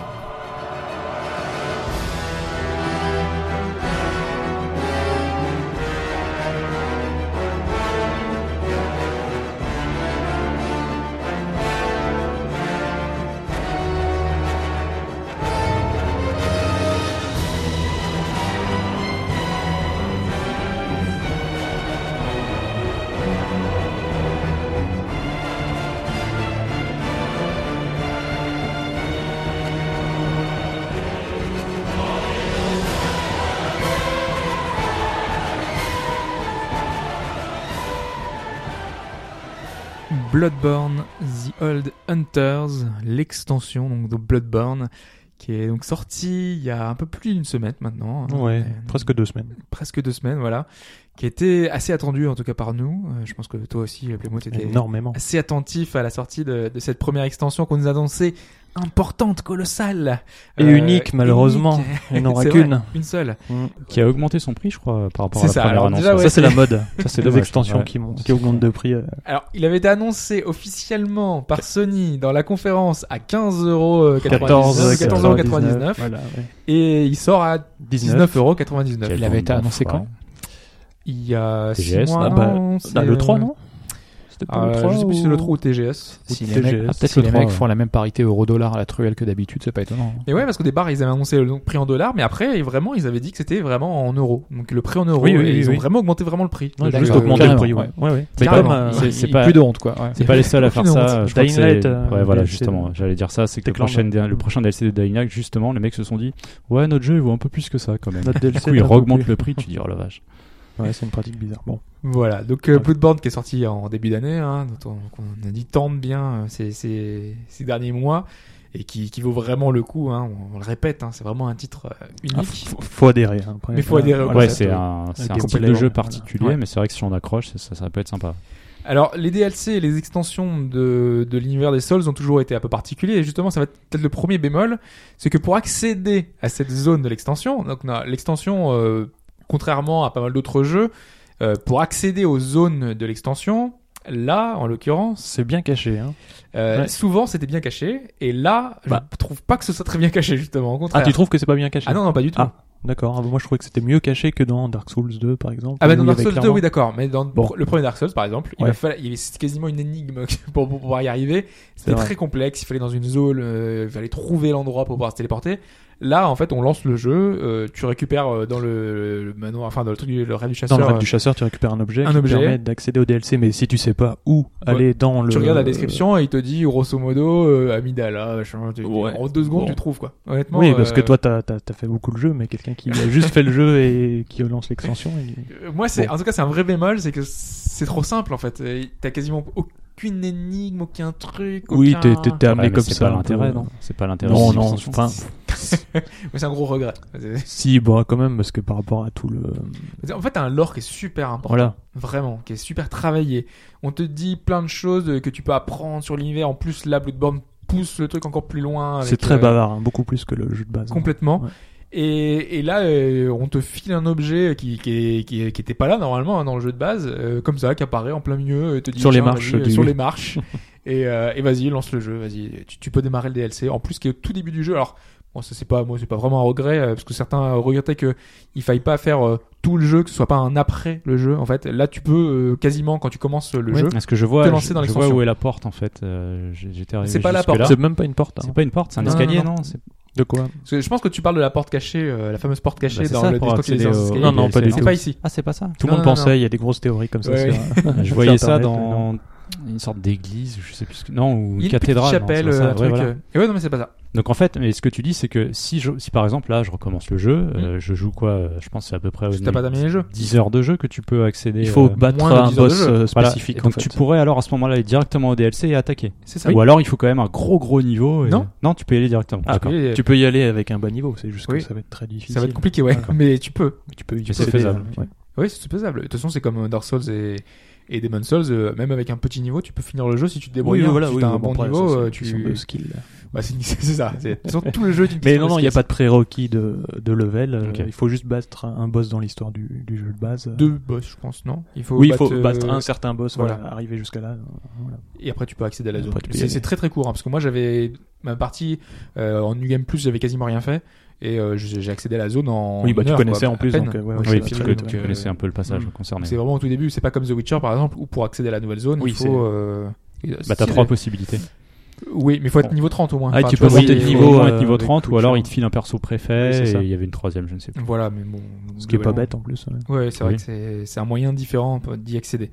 Speaker 2: Bloodborne The Old Hunters, l'extension donc de Bloodborne, qui est donc sortie il y a un peu plus d'une semaine maintenant. hein.
Speaker 5: Ouais,
Speaker 2: Euh,
Speaker 5: presque deux semaines.
Speaker 2: presque deux semaines, voilà, qui était assez attendu en tout cas par nous. Euh, je pense que toi aussi, Playmo, t'étais
Speaker 5: Énormément.
Speaker 2: assez attentif à la sortie de, de cette première extension qu'on nous annonçait importante, colossale Euh,
Speaker 5: Et unique, malheureusement. Il n'en aura
Speaker 2: C'est
Speaker 5: qu'une.
Speaker 2: vrai, une seule.
Speaker 3: Qui a augmenté son prix je crois par rapport
Speaker 2: C'est
Speaker 3: à la
Speaker 2: ça,
Speaker 3: première
Speaker 2: alors
Speaker 3: annonce.
Speaker 2: déjà, Ah ouais.
Speaker 5: Ça, c'est la mode.
Speaker 3: Ça, c'est
Speaker 5: les
Speaker 3: dommage.
Speaker 5: extensions
Speaker 3: Ouais.
Speaker 5: qui, montent, qui augmentent de prix. euh,
Speaker 2: Alors, il avait été annoncé officiellement par Sony dans la conférence à euh, 15,99
Speaker 5: 14,
Speaker 2: 14,99
Speaker 5: Voilà, ouais.
Speaker 2: et il sort à
Speaker 5: 19.
Speaker 2: 19,99
Speaker 4: Il avait été annoncé
Speaker 3: Ouais.
Speaker 4: quand
Speaker 2: Il y a six
Speaker 3: TGS,
Speaker 2: mois,
Speaker 5: Ah bah,
Speaker 2: non,
Speaker 5: dans
Speaker 2: c'est-
Speaker 5: le 3, non C'était pas
Speaker 2: Euh,
Speaker 5: le 3
Speaker 2: je sais plus si c'est
Speaker 5: ou-
Speaker 2: le 3 ou TGS.
Speaker 5: Ou
Speaker 4: Si les mecs,
Speaker 5: TGS.
Speaker 4: ah, peut-être
Speaker 3: Si
Speaker 4: que
Speaker 3: les
Speaker 4: les
Speaker 3: trois,
Speaker 4: mecs
Speaker 3: ouais.
Speaker 4: font la même parité euro-dollar à la truelle que d'habitude, c'est pas étonnant. hein.
Speaker 2: Et ouais, parce qu'au départ, ils avaient annoncé le prix en dollars, mais après, et vraiment, ils avaient dit que c'était vraiment en euros. Donc le prix en euros,
Speaker 5: Oui, oui,
Speaker 2: et
Speaker 5: oui,
Speaker 2: ils ont
Speaker 5: oui.
Speaker 2: vraiment augmenté vraiment le prix. euh,
Speaker 5: Ouais,
Speaker 4: D'accord,
Speaker 5: juste augmenter le
Speaker 4: carrément,
Speaker 5: prix, ouais. ouais, ouais.
Speaker 3: C'est
Speaker 2: Carrément.
Speaker 3: pas-
Speaker 5: euh,
Speaker 3: c'est-
Speaker 4: C'est
Speaker 3: c'est
Speaker 4: pas...
Speaker 3: pas-
Speaker 4: plus de honte, quoi. ouais.
Speaker 3: C'est pas les seuls à faire
Speaker 2: Aucune
Speaker 3: ça.
Speaker 2: honte.
Speaker 3: Je crois que
Speaker 5: Dying
Speaker 3: c'est-
Speaker 5: Light, euh,
Speaker 3: ouais, voilà,
Speaker 5: DLC
Speaker 3: justement.
Speaker 5: de-
Speaker 3: J'allais dire ça, c'est que
Speaker 5: C'était
Speaker 3: le prochain,
Speaker 5: clairement-
Speaker 3: le prochain DLC de Dying Light, justement, les mecs se sont dit, ouais, notre jeu, il vaut un peu plus que ça, quand même.
Speaker 5: Notre
Speaker 3: Du
Speaker 5: DLC
Speaker 3: coup, ils
Speaker 5: d'un peu
Speaker 3: augmentent
Speaker 5: plus.
Speaker 3: le prix, tu dis, oh la vache.
Speaker 5: Ouais, c'est une pratique bizarre. Bon.
Speaker 2: Voilà, donc euh,
Speaker 5: Ouais.
Speaker 2: Bloodborne qui est sorti en début d'année, hein, dont on, qu'on a dit tant de bien euh, ces, ces, ces derniers mois, et qui, qui vaut vraiment le coup, hein, on, on le répète, hein, c'est vraiment un titre euh,
Speaker 5: Ah,
Speaker 2: unique.
Speaker 5: faut, faut adhérer. hein, après.
Speaker 2: Mais faut adhérer au
Speaker 3: ouais,
Speaker 2: concept,
Speaker 3: c'est
Speaker 2: ouais.
Speaker 3: un, c'est
Speaker 5: Le
Speaker 3: un
Speaker 5: gameplay,
Speaker 3: style de jeu
Speaker 5: voilà.
Speaker 3: particulier,
Speaker 2: Ouais.
Speaker 3: mais c'est vrai que si on accroche, ça, ça peut être sympa.
Speaker 2: Alors, les DLC et les extensions de, de l'univers des Souls ont toujours été un peu particuliers, et justement, ça va être peut-être le premier bémol, c'est que pour accéder à cette zone de l'extension, donc on a l'extension, euh, contrairement à pas mal d'autres jeux, euh, pour accéder aux zones de l'extension, là, en l'occurrence,
Speaker 5: C'est bien caché. Hein.
Speaker 2: Euh,
Speaker 5: Ouais.
Speaker 2: Souvent, c'était bien caché, et là, je
Speaker 5: Bah.
Speaker 2: trouve pas que ce soit très bien caché, justement. Au
Speaker 5: Ah,
Speaker 2: contraire.
Speaker 5: tu trouves que c'est pas bien caché
Speaker 2: Ah non, non, pas du tout.
Speaker 5: Ah. D'accord. Ah, Moi, je trouvais que c'était mieux caché que dans Dark Souls 2, par exemple.
Speaker 2: Ah bah
Speaker 5: où
Speaker 2: dans
Speaker 5: il y
Speaker 2: Dark
Speaker 5: avait
Speaker 2: Souls 2
Speaker 5: clairement-
Speaker 2: oui d'accord mais dans
Speaker 5: Bon.
Speaker 2: le premier Dark Souls par exemple il,
Speaker 5: Ouais.
Speaker 2: a fallu- il y avait c'était quasiment une énigme pour, pour pouvoir y arriver c'était
Speaker 5: vrai.
Speaker 2: très complexe il fallait dans une zone euh, il fallait trouver l'endroit pour pouvoir se téléporter là en fait on lance le jeu euh, tu récupères euh, dans le, le manoir enfin dans le truc du- le rêve du
Speaker 5: Dans
Speaker 2: chasseur
Speaker 5: le rêve
Speaker 2: euh,
Speaker 5: du chasseur, tu récupères un objet
Speaker 2: un
Speaker 5: qui
Speaker 2: objet.
Speaker 5: permet d'accéder au DLC, mais si tu sais pas où aller dans le.
Speaker 2: tu regardes la description et il te dit grosso modo euh, Amidala machin, tu-
Speaker 5: Ouais.
Speaker 2: en deux secondes
Speaker 5: Bon.
Speaker 2: tu trouves quoi honnêtement
Speaker 5: Oui, parce
Speaker 2: euh,
Speaker 5: que toi, t'as as, fait beaucoup le jeu, mais quelqu'un qui a juste fait le jeu et qui lance l'extension. il-
Speaker 2: Euh, Moi, c'est
Speaker 5: Bon.
Speaker 2: en tout cas, c'est un vrai bémol, c'est que c'est trop simple en fait. Euh, T'as quasiment aucune énigme, aucun truc.
Speaker 5: Oui,
Speaker 2: aucun-
Speaker 5: t'es t'es- t'es
Speaker 3: Ouais,
Speaker 5: amené
Speaker 3: mais
Speaker 5: comme
Speaker 3: c'est
Speaker 5: ça.
Speaker 3: pas
Speaker 5: un
Speaker 3: l'intérêt,
Speaker 5: peu.
Speaker 3: non C'est pas l'intérêt.
Speaker 5: Non,
Speaker 3: des
Speaker 5: non,
Speaker 3: extensions.
Speaker 5: enfin,
Speaker 2: Mais c'est un gros regret.
Speaker 5: si, bah, quand même, parce que par rapport à tout le.
Speaker 2: En fait, t'as un lore qui est super important,
Speaker 5: Voilà.
Speaker 2: vraiment, qui est super travaillé. On te dit plein de choses euh, que tu peux apprendre sur l'univers. En plus, là, Bloodborne pousse le truc encore plus loin. avec,
Speaker 5: C'est très
Speaker 2: euh,
Speaker 5: bavard, hein, beaucoup plus que le jeu de base.
Speaker 2: Complètement.
Speaker 5: Ouais.
Speaker 2: Et, et là, euh, on te file un objet qui qui, est- qui, est- qui était pas là normalement hein, dans le jeu de base, euh, comme ça, qui apparaît en plein milieu, et te dit
Speaker 5: Sur les
Speaker 2: tiens,
Speaker 5: marches
Speaker 2: vas-y, euh,
Speaker 5: du-
Speaker 2: sur les marches, et, euh, et vas-y, lance le jeu, vas-y, tu, tu peux démarrer le DLC. En plus, qui est au tout début du jeu. Alors, moi, ça c'est pas, moi c'est pas vraiment un regret, euh, parce que certains regrettaient que il faille pas faire euh, tout le jeu, que ce soit pas un après le jeu. En fait, là, tu peux euh, quasiment quand tu commences euh, le jeu.
Speaker 3: Parce que je vois,
Speaker 2: T'es lancé
Speaker 3: je-
Speaker 2: dans
Speaker 3: je vois
Speaker 2: l'extension.
Speaker 3: où est la porte, en fait. Euh, j'ai- J'étais arrivé.
Speaker 2: C'est pas la
Speaker 3: jusque-là.
Speaker 2: porte.
Speaker 5: C'est même pas une porte. hein.
Speaker 3: C'est pas une porte, c'est un
Speaker 2: Non,
Speaker 3: escalier,
Speaker 2: non,
Speaker 3: non c'est-
Speaker 5: De quoi
Speaker 2: Parce que je pense que tu parles de la porte cachée, euh, la fameuse porte cachée
Speaker 3: Bah, c'est
Speaker 2: dans
Speaker 3: ça,
Speaker 2: le
Speaker 3: pour
Speaker 2: Discord
Speaker 3: accéder
Speaker 2: Citizens
Speaker 3: au-
Speaker 2: Escape.
Speaker 5: euh, Non, non, pas du
Speaker 2: C'est
Speaker 5: tout.
Speaker 2: pas ici.
Speaker 3: Ah, c'est pas ça.
Speaker 5: Tout le
Speaker 2: Non,
Speaker 5: monde
Speaker 2: non,
Speaker 5: pensait, il y a des grosses théories comme ça.
Speaker 2: Ouais,
Speaker 5: sur-
Speaker 3: Je voyais
Speaker 5: sur
Speaker 3: ça
Speaker 5: Internet,
Speaker 3: dans une sorte d'église, je sais plus ce que. Non,
Speaker 2: Il
Speaker 3: ou
Speaker 2: y
Speaker 3: une
Speaker 2: a une petite
Speaker 3: cathédrale. non,
Speaker 2: chapelle,
Speaker 3: c'est ça,
Speaker 2: euh, un
Speaker 3: ouais,
Speaker 2: truc,
Speaker 3: voilà.
Speaker 2: euh. Et ouais, non, mais c'est pas ça.
Speaker 3: Donc en fait, mais ce que tu dis, c'est que si, je, si par exemple là, je recommence le jeu, euh, je joue quoi euh, Je pense que c'est à peu près.
Speaker 2: Parce que Hmm. t'as pas terminé le jeu.
Speaker 3: 10 heures de jeu que tu peux accéder.
Speaker 5: Il faut
Speaker 3: euh,
Speaker 5: battre
Speaker 2: moins de
Speaker 5: un
Speaker 2: 10 heures de
Speaker 5: boss
Speaker 2: jeu.
Speaker 5: euh,
Speaker 3: voilà.
Speaker 5: spécifique.
Speaker 3: Et
Speaker 5: en
Speaker 3: donc
Speaker 5: fait.
Speaker 3: tu pourrais alors à ce moment-là aller directement au DLC et attaquer.
Speaker 2: C'est ça.
Speaker 3: Ou alors il faut quand même un gros gros niveau. et-
Speaker 2: Ah Non.
Speaker 3: non, tu peux y aller directement.
Speaker 5: Ah,
Speaker 3: D'accord.
Speaker 2: Oui, euh,
Speaker 5: Tu peux y aller avec un bas niveau, c'est juste que
Speaker 2: Oui.
Speaker 5: ça va être très difficile.
Speaker 2: Ça va être compliqué, ouais. Mais tu peux.
Speaker 5: Tu peux y
Speaker 3: Mais c'est
Speaker 5: procéder,
Speaker 3: faisable.
Speaker 5: ouais.
Speaker 2: Oui, c'est faisable. De toute façon, c'est comme euh, Dark Souls et, et Demon Souls. euh, même avec un petit niveau, tu peux finir le jeu si tu te débrouilles.
Speaker 5: Oui,
Speaker 2: bien,
Speaker 5: voilà,
Speaker 2: si
Speaker 5: oui,
Speaker 2: t'as un
Speaker 5: oui,
Speaker 2: bon
Speaker 5: après, ça,
Speaker 2: niveau,
Speaker 5: c'est une
Speaker 2: euh,
Speaker 5: question
Speaker 2: tu.
Speaker 5: de skill.
Speaker 2: Bah, c'est c'est ça. c'est- de toute façon, tout le jeu. est une
Speaker 5: Mais
Speaker 2: question
Speaker 5: non,
Speaker 2: de
Speaker 5: non, il n'y a
Speaker 2: skill.
Speaker 5: pas de prérequis de, de level. euh,
Speaker 3: Ok.
Speaker 5: Il faut juste battre un, un boss dans l'histoire du, du jeu de base.
Speaker 2: deux boss, je pense, non Il faut.
Speaker 5: oui, il faut
Speaker 2: euh,
Speaker 5: battre un certain boss, voilà,
Speaker 2: voilà.
Speaker 5: arriver euh, jusqu'à là.
Speaker 2: Et après, tu peux accéder à la zone.
Speaker 5: Après, tu peux y
Speaker 2: C'est
Speaker 5: aller.
Speaker 2: c'est très très court, hein, parce que moi, j'avais ma partie euh, en New Game Plus, j'avais quasiment rien fait. Et euh, j'ai j'ai accédé à la zone en.
Speaker 5: Oui, bah,
Speaker 2: une
Speaker 5: tu
Speaker 2: heure,
Speaker 5: connaissais
Speaker 2: quoi,
Speaker 5: en
Speaker 2: à
Speaker 5: plus,
Speaker 2: peine.
Speaker 5: donc, euh, ouais, ouais,
Speaker 2: Oui,
Speaker 5: c'est
Speaker 3: Oui, parce
Speaker 5: parce
Speaker 2: c'est
Speaker 5: très
Speaker 3: que
Speaker 2: vrai,
Speaker 5: vite,
Speaker 2: donc,
Speaker 3: tu
Speaker 2: euh,
Speaker 3: connaissais un peu le passage concerné.
Speaker 2: C'est vraiment au tout début. C'est pas comme The Witcher, par exemple, où pour accéder à la nouvelle zone,
Speaker 5: Oui,
Speaker 2: il
Speaker 5: c'est-
Speaker 2: faut. euh,
Speaker 3: Bah t'as
Speaker 2: si-
Speaker 3: trois possibilités.
Speaker 2: Oui, mais faut être niveau 30 au moins.
Speaker 5: Ah, tu
Speaker 3: Tu peux
Speaker 5: vois,
Speaker 3: monter
Speaker 5: il
Speaker 3: de
Speaker 5: faut
Speaker 3: niveau,
Speaker 5: vraiment
Speaker 3: à
Speaker 5: être
Speaker 2: euh,
Speaker 3: niveau
Speaker 5: niveau
Speaker 3: 30 ou
Speaker 5: coach,
Speaker 3: alors
Speaker 5: hein.
Speaker 3: il te file un perso
Speaker 5: Oui,
Speaker 3: préfet
Speaker 5: c'est ça.
Speaker 3: et il y avait une troisième, je ne sais plus.
Speaker 2: Voilà, mais bon.
Speaker 5: Ce qui est pas
Speaker 2: globalement-
Speaker 5: bête en plus. ouais.
Speaker 2: Ouais, c'est vrai
Speaker 3: Oui.
Speaker 2: que c'est- c'est un moyen différent un peu d'y accéder.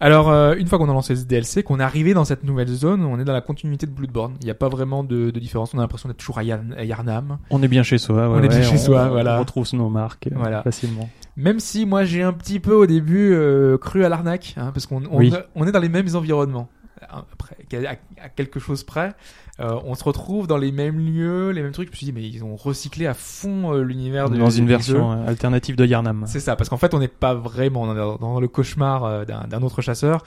Speaker 2: Alors, euh, une fois qu'on a lancé ce DLC, qu'on est arrivé dans cette nouvelle zone, on est dans la continuité de Bloodborne. Il n'y a pas vraiment de, de différence. On a l'impression d'être toujours à, Yarn- à Yarnam.
Speaker 5: On est bien chez soi. ouais,
Speaker 2: On est bien
Speaker 5: ouais,
Speaker 2: chez soi, voilà.
Speaker 5: On retrouve nos marques euh,
Speaker 2: Voilà.
Speaker 5: facilement.
Speaker 2: Même si moi j'ai un petit peu au début euh, cru à l'arnaque, hein, parce qu'on on,
Speaker 5: Oui.
Speaker 2: on est dans les mêmes environnements. Euh, Après, à, à quelque chose près, euh, on se retrouve dans les mêmes lieux, les mêmes trucs. Je me suis dit, mais ils ont recyclé à fond euh, l'univers de
Speaker 5: Dans une
Speaker 2: du jeu.
Speaker 5: version euh, alternative de Yarnam.
Speaker 2: C'est ça, parce qu'en fait, on n'est pas vraiment dans, dans le cauchemar euh, d'un d'un autre chasseur.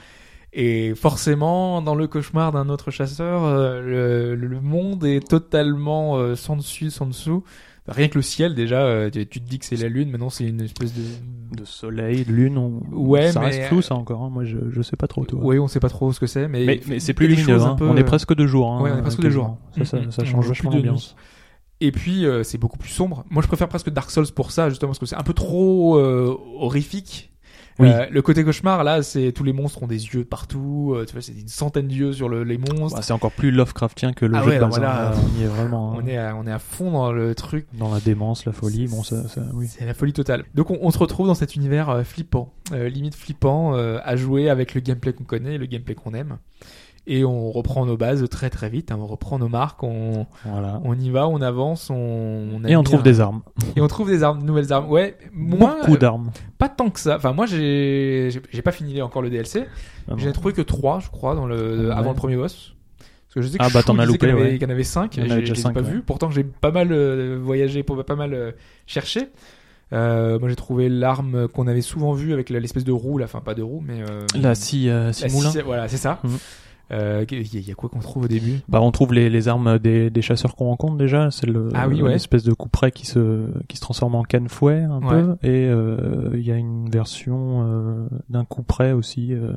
Speaker 2: Et forcément, dans le cauchemar d'un autre chasseur, euh, le, le monde est totalement euh, sans dessus, sans dessous. Rien que le ciel, déjà, euh, tu, tu te dis que c'est la lune, maintenant c'est une espèce de...
Speaker 5: De soleil, de lune, on...
Speaker 2: Ouais,
Speaker 5: ça
Speaker 2: mais-
Speaker 5: reste flou ça encore. hein. Moi, je, je sais pas trop. Toi.
Speaker 2: Oui, on sait pas trop ce que c'est, mais...
Speaker 5: Mais, mais c'est plus
Speaker 2: il y a des
Speaker 5: lumineux.
Speaker 2: choses un
Speaker 5: hein.
Speaker 2: peu,
Speaker 5: On est
Speaker 2: euh,
Speaker 5: presque deux jours. Hein,
Speaker 2: ouais, on est presque deux jours.
Speaker 5: Ça, ça,
Speaker 2: Mm,
Speaker 5: ça
Speaker 2: mm. On
Speaker 5: change
Speaker 2: joue
Speaker 5: vachement
Speaker 2: plus de
Speaker 5: l'ambiance.
Speaker 2: Et puis, euh, c'est beaucoup plus sombre. Moi, je préfère presque Dark Souls pour ça, justement, parce que c'est un peu trop euh, horrifique.
Speaker 5: Oui.
Speaker 2: Euh, le côté cauchemar, là, c'est tous les monstres ont des yeux partout. euh, tu vois, c'est une centaine d'yeux sur le- les monstres.
Speaker 5: Bah, c'est encore plus Lovecraftien que le
Speaker 2: Ah
Speaker 5: jeu
Speaker 2: ouais,
Speaker 5: de
Speaker 2: alors
Speaker 5: Bazin.
Speaker 2: voilà,
Speaker 5: là,
Speaker 2: pff,
Speaker 5: on y est vraiment
Speaker 2: on
Speaker 5: hein.
Speaker 2: est à, on est à fond dans le truc.
Speaker 5: dans la démence, la folie. Bon, ça, ça- oui.
Speaker 2: C'est la folie totale. Donc on, on se retrouve dans cet univers euh, flippant, euh, limite flippant, euh, à jouer avec le gameplay qu'on connaît, et le gameplay qu'on aime. Et on reprend nos bases très très vite, hein, on reprend nos marques, on,
Speaker 5: Voilà.
Speaker 2: on y va, on avance, on, on a
Speaker 5: Et on
Speaker 2: mis
Speaker 5: trouve
Speaker 2: un-
Speaker 5: des armes.
Speaker 2: et on trouve des armes, nouvelles armes. Ouais, moi,
Speaker 5: Beaucoup
Speaker 2: euh,
Speaker 5: d'armes.
Speaker 2: pas tant que ça. Enfin, moi, j'ai, j'ai- j'ai pas fini encore le DLC.
Speaker 5: Ah bon. Ah
Speaker 2: J'en ai trouvé que 3 je crois, dans le
Speaker 5: Ouais.
Speaker 2: avant le premier boss. Parce que je sais que
Speaker 5: Ah bah,
Speaker 2: Chou
Speaker 5: t'en as
Speaker 2: disait
Speaker 5: loupé,
Speaker 2: qu'il y en avait-
Speaker 5: ouais.
Speaker 2: qu'il y en avait 5
Speaker 5: Il y en
Speaker 2: et
Speaker 5: avait
Speaker 2: j'ai-
Speaker 5: déjà
Speaker 2: je les ai
Speaker 5: cinq,
Speaker 2: pas
Speaker 5: ouais.
Speaker 2: vus. Pourtant, j'ai pas mal euh, voyagé, pour- pas mal euh, cherché. Euh, moi, j'ai trouvé l'arme qu'on avait souvent vue avec la- l'espèce de roue, là. enfin pas de roue, mais euh,
Speaker 5: La scie, euh, scie
Speaker 2: la
Speaker 5: moulin.
Speaker 2: scie- Voilà, c'est ça.
Speaker 5: Mhm.
Speaker 2: Euh, Il y, a- il y a quoi qu'on trouve au début
Speaker 5: Bah, on trouve les, les armes des, des chasseurs qu'on rencontre déjà. C'est le,
Speaker 2: Ah oui, ouais.
Speaker 5: l'espèce de couperet qui se, qui se transforme en canne fouet un
Speaker 2: Ouais.
Speaker 5: peu. Et euh, il y a une version euh, d'un couperet aussi euh,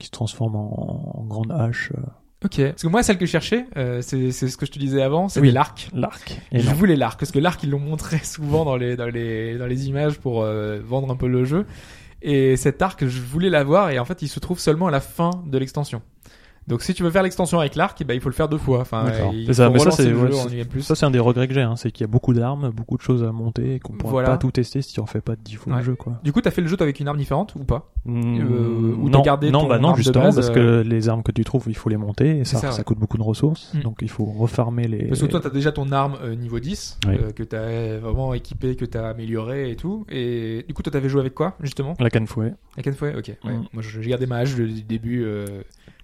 Speaker 5: qui se transforme en, en grande hache. euh,
Speaker 2: Ok. Parce que moi, celle que je cherchais, euh, c'est c'est ce que je te disais avant, c'était
Speaker 5: Oui.
Speaker 2: l'arc.
Speaker 5: L'arc.
Speaker 2: Et
Speaker 5: Et
Speaker 2: je
Speaker 5: l'arc.
Speaker 2: voulais l'arc parce que l'arc ils l'ont montré souvent dans les dans les dans les images pour euh, vendre un peu le jeu. Et cet arc, je voulais l'avoir et en fait, il se trouve seulement à la fin de l'extension. Donc si tu veux faire l'extension avec l'arc, eh ben, il faut le faire deux fois. Enfin,
Speaker 5: D'accord.
Speaker 2: il
Speaker 5: C'est ça,
Speaker 2: faut
Speaker 5: mais ça,
Speaker 2: relancer
Speaker 5: c'est-
Speaker 2: le
Speaker 5: ouais,
Speaker 2: jeu
Speaker 5: c'est-
Speaker 2: en UM+.
Speaker 5: Ça, c'est un des regrets que j'ai, hein, c'est qu'il y a beaucoup d'armes, beaucoup de choses à monter et qu'on pourra
Speaker 2: Voilà.
Speaker 5: pas tout tester si tu refais pas de 10 fois
Speaker 2: Ouais.
Speaker 5: le jeu, quoi.
Speaker 2: Du coup, t'as fait le jeu toi, avec une arme différente ou pas Euh, ou t'as
Speaker 5: non,
Speaker 2: gardé
Speaker 5: non,
Speaker 2: ton
Speaker 5: bah non,
Speaker 2: arme de
Speaker 5: justement,
Speaker 2: base,
Speaker 5: parce
Speaker 2: euh,
Speaker 5: que les armes que tu trouves, il faut les monter et ça,
Speaker 2: C'est ça,
Speaker 5: ça
Speaker 2: ouais.
Speaker 5: coûte beaucoup de ressources,
Speaker 2: Mm.
Speaker 5: donc il faut refarmer les.
Speaker 2: Parce que toi, t'as déjà ton arme euh, niveau 10
Speaker 3: Oui.
Speaker 2: euh, que t'as vraiment équipée, que t'as améliorée et tout. Et du coup, toi, t'avais joué avec quoi justement
Speaker 5: la canne fouet
Speaker 2: Avec une fouet E Ok. Ouais.
Speaker 5: Mm.
Speaker 2: Moi, je- j'ai gardé ma hache du début euh,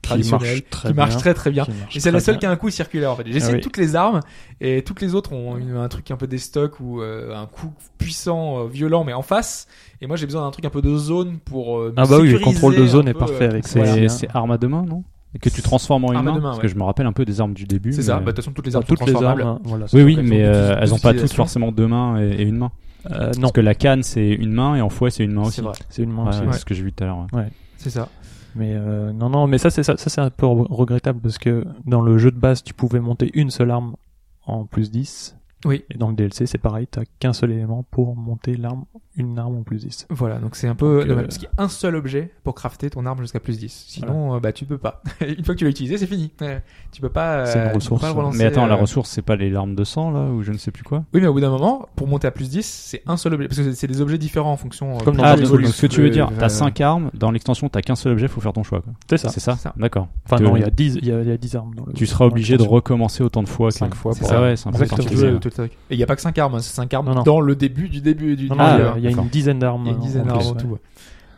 Speaker 5: qui
Speaker 2: traditionnelle,
Speaker 5: marche très
Speaker 2: qui marche
Speaker 5: bien.
Speaker 2: très très bien.
Speaker 5: Qui marche
Speaker 2: Et c'est
Speaker 5: très
Speaker 2: la seule
Speaker 5: bien.
Speaker 2: qui a un coup circulaire en fait. J'ai
Speaker 5: Ah
Speaker 2: essayé
Speaker 5: oui.
Speaker 2: toutes les armes et toutes les autres ont une- un truc un peu des stocks ou euh, un coup puissant, euh, violent mais en face. Et moi j'ai besoin d'un truc un peu de zone pour. euh, me
Speaker 5: Ah bah oui, le
Speaker 2: sécuriser
Speaker 5: contrôle de
Speaker 2: un
Speaker 5: zone est
Speaker 2: peu,
Speaker 5: parfait
Speaker 2: euh,
Speaker 5: avec hein.
Speaker 3: C'est
Speaker 5: ces.
Speaker 2: Voilà.
Speaker 3: c'est arme à deux mains, non Et Que tu transformes en une
Speaker 2: Arme à
Speaker 3: main
Speaker 2: deux mains,
Speaker 3: Parce
Speaker 2: ouais.
Speaker 3: que je me rappelle un peu des armes du début.
Speaker 2: C'est ça.
Speaker 3: mais-
Speaker 2: Bah, de toute façon toutes les
Speaker 5: Enfin,
Speaker 2: armes
Speaker 5: Euh, toutes
Speaker 2: sont
Speaker 5: les
Speaker 2: transformables.
Speaker 5: armes, voilà,
Speaker 3: Oui,
Speaker 5: c'est-
Speaker 3: oui,
Speaker 2: elles ont
Speaker 3: mais
Speaker 2: des
Speaker 3: euh,
Speaker 2: outils
Speaker 3: elles ont pas toutes
Speaker 2: d'utilisation.
Speaker 3: forcément deux mains et, et une main.
Speaker 5: Euh, non,
Speaker 3: Parce que la canne, c'est une main et en fouet, c'est une main aussi.
Speaker 2: C'est vrai.
Speaker 5: c'est une main
Speaker 3: Ouais,
Speaker 5: hein, aussi.
Speaker 3: c'est ce que j'ai vu tout à l'heure. ouais.
Speaker 2: C'est ça.
Speaker 5: Mais euh, non, non, mais ça, c'est ça, ça c'est un peu re- regrettable parce que dans le jeu de base, tu pouvais monter une seule arme en plus 10.
Speaker 2: Oui.
Speaker 5: Et dans le DLC, c'est pareil, t'as qu'un seul élément pour monter l'arme, une arme en plus 10.
Speaker 2: Voilà donc c'est un peu
Speaker 5: Donc, euh,
Speaker 2: dommage parce qu'il y a un seul objet pour crafter ton arme jusqu'à plus 10. Sinon euh, bah tu peux pas. une fois que tu l'as utilisé c'est fini. Euh, Tu peux pas. euh,
Speaker 5: C'est une
Speaker 2: tu peux
Speaker 5: ressource, hein.
Speaker 2: pas le
Speaker 5: ouais.
Speaker 2: relancer,
Speaker 3: Mais attends, la
Speaker 2: euh,
Speaker 3: ressource, c'est pas les larmes de sang là ou je ne sais plus quoi
Speaker 2: Oui mais au bout d'un moment pour monter à plus 10 c'est un seul objet parce que c'est- c'est des objets différents en fonction. euh,
Speaker 5: Comme dans
Speaker 2: du
Speaker 3: Ah,
Speaker 2: jeu
Speaker 5: le
Speaker 3: donc,
Speaker 5: Soul
Speaker 2: évolue.
Speaker 3: donc, ce que tu veux dire,
Speaker 2: Euh,
Speaker 3: t'as 5 armes, dans l'extension, t'as qu'un seul objet, faut faire ton choix. quoi.
Speaker 5: C'est ça.
Speaker 3: C'est ça,
Speaker 2: ça.
Speaker 3: D'accord.
Speaker 5: Enfin,
Speaker 3: Te-
Speaker 5: non, il y a 10, il y a, il y a 10 armes dans le
Speaker 3: Tu seras obligé de
Speaker 5: dans le-
Speaker 3: recommencer autant de fois. que-
Speaker 5: Cinq fois
Speaker 3: C'est
Speaker 5: pour-
Speaker 3: ça, ouais, c'est un peu
Speaker 2: Exactement.
Speaker 5: Exactement.
Speaker 3: particulier.
Speaker 2: Tout le truc. Et il n'y a pas que 5 armes, hein, c'est 5 armes
Speaker 5: Non, non.
Speaker 2: dans le début du début du
Speaker 5: Non,
Speaker 2: du- euh,
Speaker 5: non, il y a-
Speaker 3: Ah,
Speaker 5: il y a
Speaker 3: d'accord.
Speaker 5: une dizaine d'armes.
Speaker 2: il y a une dizaine
Speaker 5: en plus,
Speaker 2: d'armes en
Speaker 5: ouais.
Speaker 2: tout. ouais.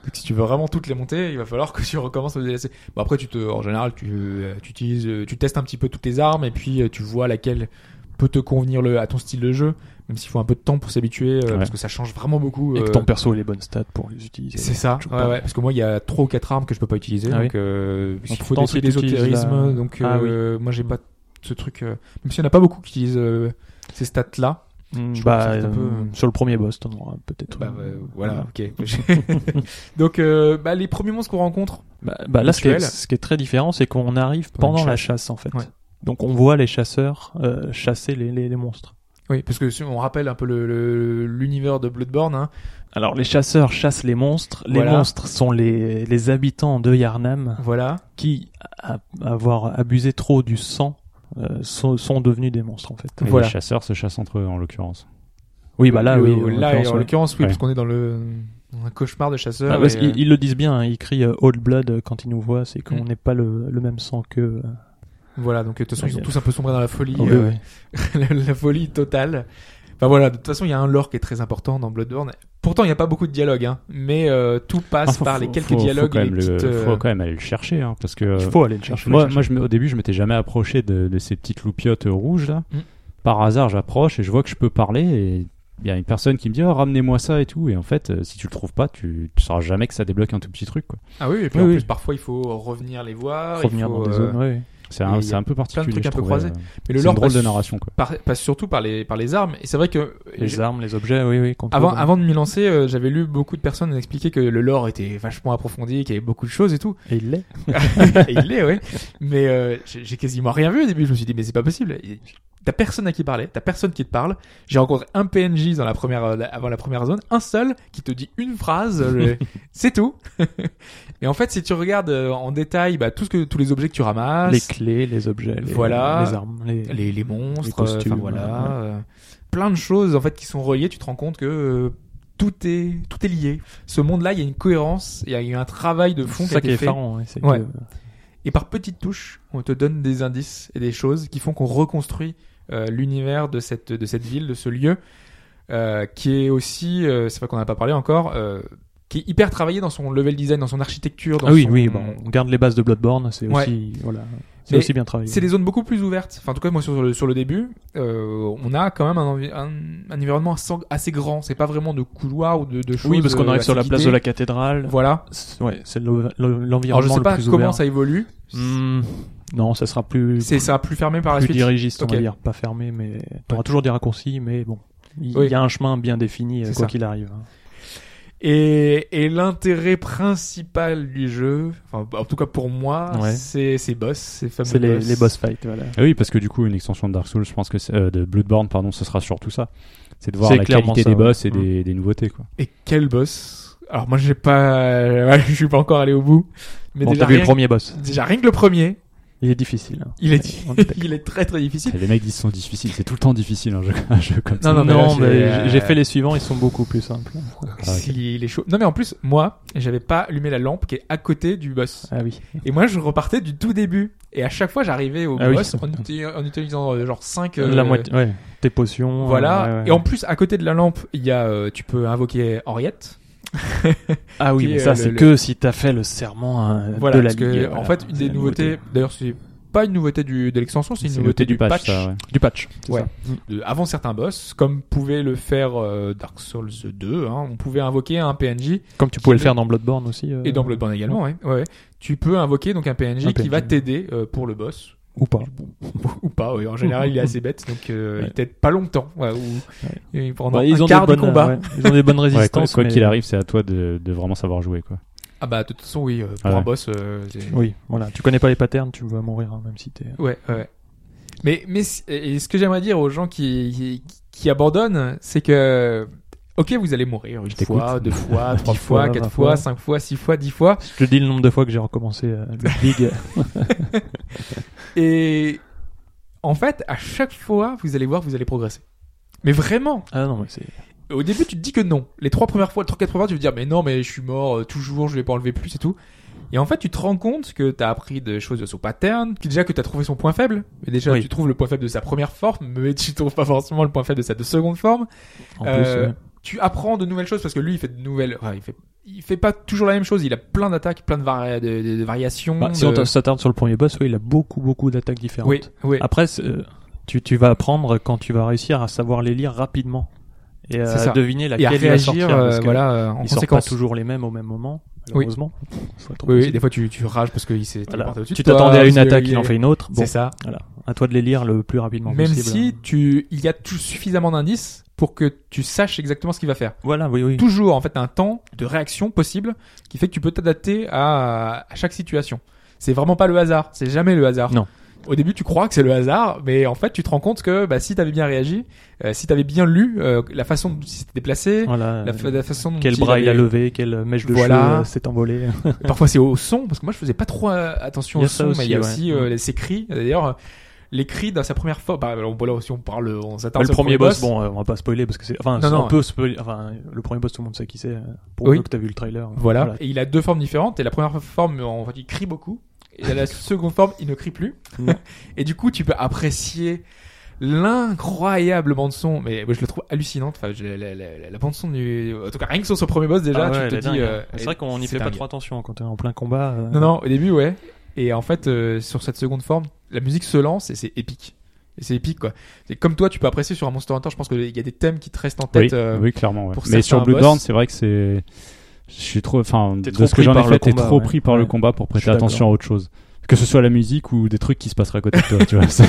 Speaker 2: Donc si tu veux vraiment toutes les monter, il va falloir que tu recommences le DLC. Bon après tu te en général tu euh, tu utilises euh, tu testes un petit peu toutes tes armes et puis euh, tu vois laquelle peut te convenir le à ton style de jeu, même s'il faut un peu de temps pour s'habituer euh,
Speaker 3: Ouais.
Speaker 2: parce que ça change vraiment beaucoup
Speaker 5: Et que
Speaker 2: euh,
Speaker 5: ton perso ait les bonnes stats pour les utiliser.
Speaker 2: c'est ça,
Speaker 5: Je
Speaker 2: ouais,
Speaker 5: crois.
Speaker 2: ouais, parce que moi il y a trois ou quatre armes que je peux pas utiliser,
Speaker 5: Ah oui.
Speaker 2: donc euh, il
Speaker 5: Donc,
Speaker 2: faut
Speaker 5: tant
Speaker 2: des
Speaker 5: si
Speaker 2: trucs
Speaker 5: t'utilises la-
Speaker 2: d'ésotérisme, donc
Speaker 5: Ah
Speaker 2: euh, moi j'ai pas ce truc, euh, même s'il y en a pas beaucoup qui utilisent euh, ces stats là,
Speaker 5: Mm,
Speaker 2: Je
Speaker 5: bah,
Speaker 2: crois que c'est un
Speaker 5: euh,
Speaker 2: peu-
Speaker 5: Sur le premier boss, t'en auras peut-être.
Speaker 2: Bah euh, voilà, ok. Donc euh, bah, les premiers monstres qu'on rencontre,
Speaker 5: Bah, bah, là, ce qui, est,
Speaker 2: Actuel.
Speaker 5: ce qui est très différent, c'est qu'on arrive
Speaker 2: Pendant
Speaker 5: pendant
Speaker 2: une
Speaker 5: la chasse, en fait.
Speaker 2: Ouais.
Speaker 5: Donc, on voit les chasseurs euh, chasser les, les, les monstres.
Speaker 2: oui, parce que si on rappelle un peu le- le- l'univers de Bloodborne, hein,
Speaker 5: Alors, les chasseurs chassent les monstres. Les
Speaker 2: Voilà.
Speaker 5: monstres sont les, les habitants de Yarnam
Speaker 2: voilà,
Speaker 5: qui, à à avoir abusé trop du sang, euh, sont, sont devenus des monstres, en fait.
Speaker 3: Et
Speaker 2: Voilà.
Speaker 3: Les chasseurs se chassent entre eux en l'occurrence.
Speaker 5: Oui, bah là,
Speaker 2: Euh,
Speaker 5: oui.
Speaker 2: là
Speaker 5: en l'occurrence,
Speaker 2: en
Speaker 5: ouais.
Speaker 2: l'occurrence, oui,
Speaker 3: Ouais.
Speaker 2: parce qu'on est dans le dans un cauchemar de chasseurs.
Speaker 5: Ah, parce
Speaker 2: et,
Speaker 5: qu'ils-
Speaker 2: euh,
Speaker 5: ils, le disent bien, hein, ils crient euh, Old Blood euh, quand ils nous voient, c'est qu'on
Speaker 2: Mm.
Speaker 5: n'est pas le, le même sang que. euh,
Speaker 2: Voilà, donc de toute façon ils ont
Speaker 5: Ouais.
Speaker 2: tous un peu sombré dans la folie,
Speaker 5: Ah, oui,
Speaker 2: euh,
Speaker 5: oui.
Speaker 2: la, la folie totale. Enfin voilà, de toute façon il y a un lore qui est très important dans Bloodborne. Pourtant il n'y a pas beaucoup de dialogues, hein, mais euh, tout passe
Speaker 3: Ah, faut-
Speaker 2: par
Speaker 3: faut-
Speaker 2: les quelques
Speaker 3: faut- faut
Speaker 2: dialogues,
Speaker 3: quand
Speaker 2: et les
Speaker 3: même le-
Speaker 2: petites. euh,
Speaker 3: Faut quand même aller le chercher, hein, parce que
Speaker 5: Il
Speaker 3: euh,
Speaker 5: faut aller le chercher.
Speaker 3: moi, moi je me- au début, je m'étais jamais approché de, de ces petites loupiottes euh, rouges là.
Speaker 2: Mm.
Speaker 3: Par hasard, j'approche et je vois que je peux parler et il y a une personne qui me dit oh, ramenez-moi ça et tout. Et en fait, euh, si tu le trouves pas, tu, tu sauras jamais que ça débloque un tout petit truc. quoi.
Speaker 2: Ah oui, et puis
Speaker 5: Oui,
Speaker 2: en
Speaker 5: oui.
Speaker 2: plus parfois il faut revenir les voir,
Speaker 5: revenir
Speaker 2: il faut,
Speaker 5: dans des
Speaker 2: euh,
Speaker 5: zones, ouais.
Speaker 3: C'est
Speaker 2: Il y
Speaker 3: un,
Speaker 2: a
Speaker 3: c'est un peu particulier.
Speaker 2: trucs
Speaker 3: je
Speaker 2: un peu
Speaker 3: trouvais,
Speaker 2: croisés.
Speaker 3: euh,
Speaker 2: Mais le
Speaker 3: C'est une
Speaker 2: lore
Speaker 3: drôle de
Speaker 2: passe-
Speaker 3: narration quoi.
Speaker 2: par- passe surtout par les par les armes. Et c'est vrai que
Speaker 5: Les armes, les objets, oui, oui. qu'on
Speaker 2: Avant,
Speaker 5: trouve.
Speaker 2: avant de m'y lancer, euh, j'avais lu beaucoup de personnes expliquer que le lore était vachement approfondi, qu'il y avait beaucoup de choses et tout.
Speaker 5: Et il l'est.
Speaker 2: et il l'est, oui. Mais euh, j'ai j'ai quasiment rien vu au début. Je me suis dit, mais c'est pas possible. Et T'as personne à qui parler, t'as personne qui te parle. J'ai rencontré un PNJ dans la première, euh, la- avant la première zone, un seul qui te dit une phrase, euh, le- c'est tout. et en fait, si tu regardes euh, en détail bah, tout ce que, tous les objets que tu ramasses,
Speaker 5: les clés, les objets, les,
Speaker 2: Ah, Voilà.
Speaker 5: les armes, les,
Speaker 2: les, les monstres,
Speaker 5: Les
Speaker 2: les
Speaker 5: costumes,
Speaker 2: voilà,
Speaker 5: ouais.
Speaker 2: euh, plein de choses en fait qui sont reliées. Tu te rends compte que euh, tout est tout est lié. Ce monde-là, il y a une cohérence, il y a eu un travail de fond
Speaker 5: C'est
Speaker 2: qui a
Speaker 5: ça qui
Speaker 2: été
Speaker 5: est
Speaker 2: fait.
Speaker 5: effarant. ouais, c'est
Speaker 2: Ouais.
Speaker 5: que-
Speaker 2: Et par petites touches, on te donne des indices et des choses qui font qu'on reconstruit euh, l'univers de cette de cette ville, de ce lieu, euh, qui est aussi, euh, c'est vrai qu'on n'a pas parlé encore, euh, qui est hyper travaillé dans son level design, dans son architecture. Dans
Speaker 5: Ah oui,
Speaker 2: son-
Speaker 5: oui, bon, on garde les bases de Bloodborne, c'est
Speaker 2: Ouais.
Speaker 5: aussi, voilà, c'est
Speaker 2: Mais
Speaker 5: aussi bien travaillé.
Speaker 2: C'est des zones beaucoup plus ouvertes. Enfin, en tout cas, moi, sur le, sur le début, euh, on a quand même un, envi- un- un environnement assez, assez grand. C'est pas vraiment de couloirs ou de, de choses.
Speaker 5: Oui, parce qu'on
Speaker 2: euh,
Speaker 5: arrive sur la
Speaker 2: assez
Speaker 5: place de la
Speaker 2: guidées.
Speaker 5: cathédrale.
Speaker 2: Voilà.
Speaker 5: C'est- Ouais, c'est l'o- l'o-
Speaker 2: Alors, je
Speaker 5: l'environnement
Speaker 2: sais
Speaker 5: le
Speaker 2: pas
Speaker 5: plus
Speaker 2: comment
Speaker 5: ouvert.
Speaker 2: ça évolue.
Speaker 5: Hmm, non, ça sera plus
Speaker 2: C'est ça, plus fermé par la
Speaker 5: plus
Speaker 2: suite.
Speaker 5: dirigiste, on
Speaker 2: Ok.
Speaker 5: va dire, pas fermé, mais t'auras toujours des raccourcis, mais bon, il il
Speaker 2: Oui.
Speaker 5: y a un chemin bien défini euh,
Speaker 2: C'est
Speaker 5: quoi
Speaker 2: ça.
Speaker 5: qu'il arrive. hein.
Speaker 2: Et, et l'intérêt principal du jeu, enfin, en tout cas pour moi,
Speaker 5: Ouais.
Speaker 2: c'est ces boss, ces fameux
Speaker 5: C'est les,
Speaker 2: boss.
Speaker 5: les boss fights, voilà.
Speaker 3: Ah oui, parce que du coup, une extension de Dark Souls, je pense que c'est- euh, de Bloodborne, pardon, ce sera surtout ça. C'est de voir
Speaker 5: C'est
Speaker 3: la
Speaker 5: clairement
Speaker 3: qualité
Speaker 5: ça,
Speaker 3: des
Speaker 5: ouais.
Speaker 3: boss et
Speaker 2: Mm.
Speaker 3: des, des nouveautés, quoi.
Speaker 2: Et quel boss Alors moi, j'ai pas, ouais, je suis pas encore allé au bout. Mais
Speaker 5: Bon,
Speaker 2: déjà,
Speaker 5: t'as vu
Speaker 2: rien
Speaker 5: le premier boss.
Speaker 2: que- déjà rien que le premier,
Speaker 5: Il est difficile. hein.
Speaker 2: il est,
Speaker 5: On est d'accord.
Speaker 2: il est très très difficile.
Speaker 3: Les mecs, ils sont difficiles. C'est tout le temps difficile, un jeu, un jeu comme ça.
Speaker 2: Non, non, mais là,
Speaker 5: Non,
Speaker 2: c'est,
Speaker 5: mais
Speaker 2: euh,
Speaker 5: j- j'ai fait les suivants, ils sont beaucoup plus simples.
Speaker 3: Ah, ok.
Speaker 2: Si, il est chaud. Non mais en plus, moi, j'avais pas allumé la lampe qui est à côté du boss.
Speaker 5: Ah oui.
Speaker 2: Et moi, je repartais du tout début. Et à chaque fois, j'arrivais au
Speaker 5: Ah oui.
Speaker 2: boss en, uti- en utilisant euh, genre 5...
Speaker 5: La moitié, ouais. Tes potions.
Speaker 2: Voilà.
Speaker 5: euh, ouais, ouais.
Speaker 2: Et en plus, à côté de la lampe, il y a, euh, tu peux invoquer Henriette.
Speaker 5: Ah oui,
Speaker 2: qui
Speaker 5: mais
Speaker 2: est,
Speaker 5: ça
Speaker 2: euh,
Speaker 5: c'est
Speaker 2: le-
Speaker 5: que si t'as fait le serment hein,
Speaker 2: Voilà.
Speaker 5: de la
Speaker 2: parce que,
Speaker 5: ligue.
Speaker 2: en
Speaker 5: voilà.
Speaker 2: fait, une
Speaker 5: C'est
Speaker 2: des
Speaker 5: la
Speaker 2: nouveautés... D'ailleurs, c'est pas une nouveauté du, de l'extension, c'est une
Speaker 3: C'est
Speaker 2: nouveauté
Speaker 3: noté
Speaker 2: du patch.
Speaker 3: ça, ouais.
Speaker 5: du patch. c'est
Speaker 2: Ouais.
Speaker 5: ça.
Speaker 2: de- avant certains boss, comme pouvait le faire euh, Dark Souls 2, hein, on pouvait invoquer un PNJ
Speaker 5: Comme tu pouvais le faire dans Bloodborne aussi. euh,
Speaker 2: et dans Bloodborne également. Ouais, ouais. Tu peux invoquer donc un PNJ,
Speaker 5: Un
Speaker 2: qui
Speaker 5: PNJ.
Speaker 2: va t'aider euh, pour le boss.
Speaker 5: Ou pas.
Speaker 2: ou pas. oui. En général, il est assez bête, donc euh,
Speaker 5: Ouais.
Speaker 2: il t'aide pas longtemps. ouais, ou il prendra
Speaker 5: Bah,
Speaker 2: un
Speaker 5: ont
Speaker 2: quart
Speaker 5: des
Speaker 2: du
Speaker 5: bonnes,
Speaker 2: combat.
Speaker 5: ouais, ils ont des bonnes
Speaker 3: Ouais, quoi
Speaker 5: résistances.
Speaker 3: quoi
Speaker 5: mais-
Speaker 3: qu'il arrive, c'est à toi de, de vraiment savoir jouer, quoi.
Speaker 2: Ah bah de toute façon, oui. euh, Pour
Speaker 3: Ah ouais.
Speaker 2: un boss, euh, c'est-
Speaker 5: Oui, voilà. Tu connais pas les patterns, tu vas mourir hein, même si t'es.
Speaker 2: ouais, ouais. Mais mais c- et ce que j'aimerais dire aux gens qui qui, qui abandonnent, c'est que Ok, vous allez mourir une
Speaker 3: t'écoute.
Speaker 2: fois, deux fois, trois
Speaker 5: Dix
Speaker 2: fois,
Speaker 5: fois,
Speaker 2: quatre
Speaker 5: vingt
Speaker 2: fois,
Speaker 5: fois.
Speaker 2: cinq fois, six fois, dix fois.
Speaker 5: Je te dis le nombre de fois que j'ai recommencé euh, le big.
Speaker 2: Et en fait, à chaque fois, vous allez voir, vous allez progresser. Mais vraiment,
Speaker 5: ah non, mais c'est.
Speaker 2: au début, tu te dis que non. Les trois premières fois, les trois quatre premières fois, tu veux dire, mais non, mais je suis mort, euh, toujours, je vais pas enlever plus et tout. Et en fait, tu te rends compte que t'as appris des choses de son pattern, que déjà que t'as trouvé son point faible. Mais déjà,
Speaker 5: Oui.
Speaker 2: tu trouves le point faible de sa première forme, mais tu trouves pas forcément le point faible de sa de seconde forme.
Speaker 5: En
Speaker 2: Euh,
Speaker 5: plus. ouais.
Speaker 2: Tu apprends de nouvelles choses parce que lui, il fait de nouvelles, enfin, il fait, il fait pas toujours la même chose. Il a plein d'attaques, plein de, vari- de- de- de variations.
Speaker 5: Bah, si
Speaker 2: de-
Speaker 5: on s'attarde sur le premier boss, oui, il a beaucoup beaucoup d'attaques différentes.
Speaker 2: oui, oui.
Speaker 5: Après, c'est, euh, tu, tu vas apprendre quand tu vas réussir à savoir les lire rapidement et
Speaker 2: C'est
Speaker 5: à
Speaker 2: ça.
Speaker 5: deviner laquelle
Speaker 2: et à
Speaker 5: il va
Speaker 2: réagir,
Speaker 5: sortir.
Speaker 2: euh,
Speaker 5: parce que
Speaker 2: voilà, euh, en
Speaker 5: ils sortent pas
Speaker 2: conséquence.
Speaker 5: toujours les mêmes au même moment,
Speaker 2: Oui.
Speaker 5: malheureusement. Ce serait trop
Speaker 2: Oui, oui,
Speaker 5: possible.
Speaker 2: des fois tu, tu rages parce qu'il s'est
Speaker 5: Voilà.
Speaker 2: téléporté au-dessus Bah,
Speaker 5: Tu
Speaker 2: de toi,
Speaker 5: t'attendais à une
Speaker 2: parce que
Speaker 5: attaque,
Speaker 2: il
Speaker 5: il en
Speaker 2: est-
Speaker 5: fait une autre. Bon,
Speaker 2: C'est ça.
Speaker 5: voilà. À toi de les lire le plus rapidement
Speaker 2: Même
Speaker 5: possible.
Speaker 2: si tu, il y a tout suffisamment d'indices pour que tu saches exactement ce qu'il va faire.
Speaker 5: Voilà, oui, oui.
Speaker 2: Toujours, en fait, t'as un temps de réaction possible qui fait que tu peux t'adapter à, à chaque situation. C'est vraiment pas le hasard. C'est jamais le hasard.
Speaker 5: Non.
Speaker 2: Au début, tu crois que c'est le hasard, mais en fait, tu te rends compte que bah, si t'avais bien réagi, euh, si t'avais bien lu euh, la façon dont il s'était déplacé,
Speaker 5: Voilà.
Speaker 2: la, fa- la façon dont
Speaker 5: Quel bras il a
Speaker 2: avait-
Speaker 5: levé, quelle mèche de
Speaker 2: Voilà.
Speaker 5: cheveux euh, s'est envolée.
Speaker 2: Parfois c'est au son, parce que moi je faisais pas trop euh, attention
Speaker 5: Il y
Speaker 2: au
Speaker 5: a ça
Speaker 2: son,
Speaker 5: aussi,
Speaker 2: mais il y a
Speaker 5: ouais.
Speaker 2: aussi euh, les- ces cris. D'ailleurs, euh, les cris dans sa première fois. Bah, on, voilà, si on parle, on s'attarde
Speaker 5: le
Speaker 2: sur
Speaker 5: premier boss, bon, euh, on va pas spoiler parce que c'est, enfin,
Speaker 2: Non,
Speaker 5: c'est
Speaker 2: non,
Speaker 5: un peu spoiler. Enfin, le premier boss, tout le monde sait qui c'est. euh, Pour
Speaker 2: Oui.
Speaker 5: peu que t'as vu le trailer.
Speaker 2: Voilà. Et il a deux formes différentes. Et la première forme, en fait, il crie beaucoup. Et à la seconde forme, il ne crie plus.
Speaker 5: Non.
Speaker 2: et du coup, tu peux apprécier l'incroyable bande son. Mais moi, je le trouve hallucinante. Enfin, je- la, la- la- la bande son du, en tout cas, rien que sur ce premier boss déjà,
Speaker 5: Ah ouais,
Speaker 2: tu
Speaker 5: elle est
Speaker 2: te dis.
Speaker 5: dingue, hein.
Speaker 2: euh,
Speaker 5: c'est vrai qu'on n'y
Speaker 2: c'est
Speaker 5: fait pas
Speaker 2: dingue.
Speaker 5: trop attention quand t'es en plein combat. euh,
Speaker 2: Non, non, au début, ouais. Et en fait, euh, sur cette seconde forme, la musique se lance et c'est épique. Et c'est épique, quoi. C'est comme toi, tu peux apprécier sur un Monster Hunter, je pense qu'il y a des thèmes qui te restent en
Speaker 3: Oui,
Speaker 2: tête. euh,
Speaker 3: oui, clairement. ouais.
Speaker 2: pour
Speaker 3: Mais sur
Speaker 2: certains
Speaker 3: Bloodborne,
Speaker 2: boss-
Speaker 3: c'est vrai que c'est. Je suis trop. Enfin,
Speaker 5: T'es
Speaker 3: de
Speaker 5: trop
Speaker 3: ce que
Speaker 5: pris
Speaker 3: j'en ai
Speaker 5: par le
Speaker 3: fait, t'es
Speaker 5: combat,
Speaker 3: trop
Speaker 5: ouais.
Speaker 3: pris par le
Speaker 5: Ouais.
Speaker 3: combat pour
Speaker 5: Je suis
Speaker 3: prêter attention à autre chose. Que ce soit la musique ou des trucs qui se passeraient à côté de toi, tu vois. C'est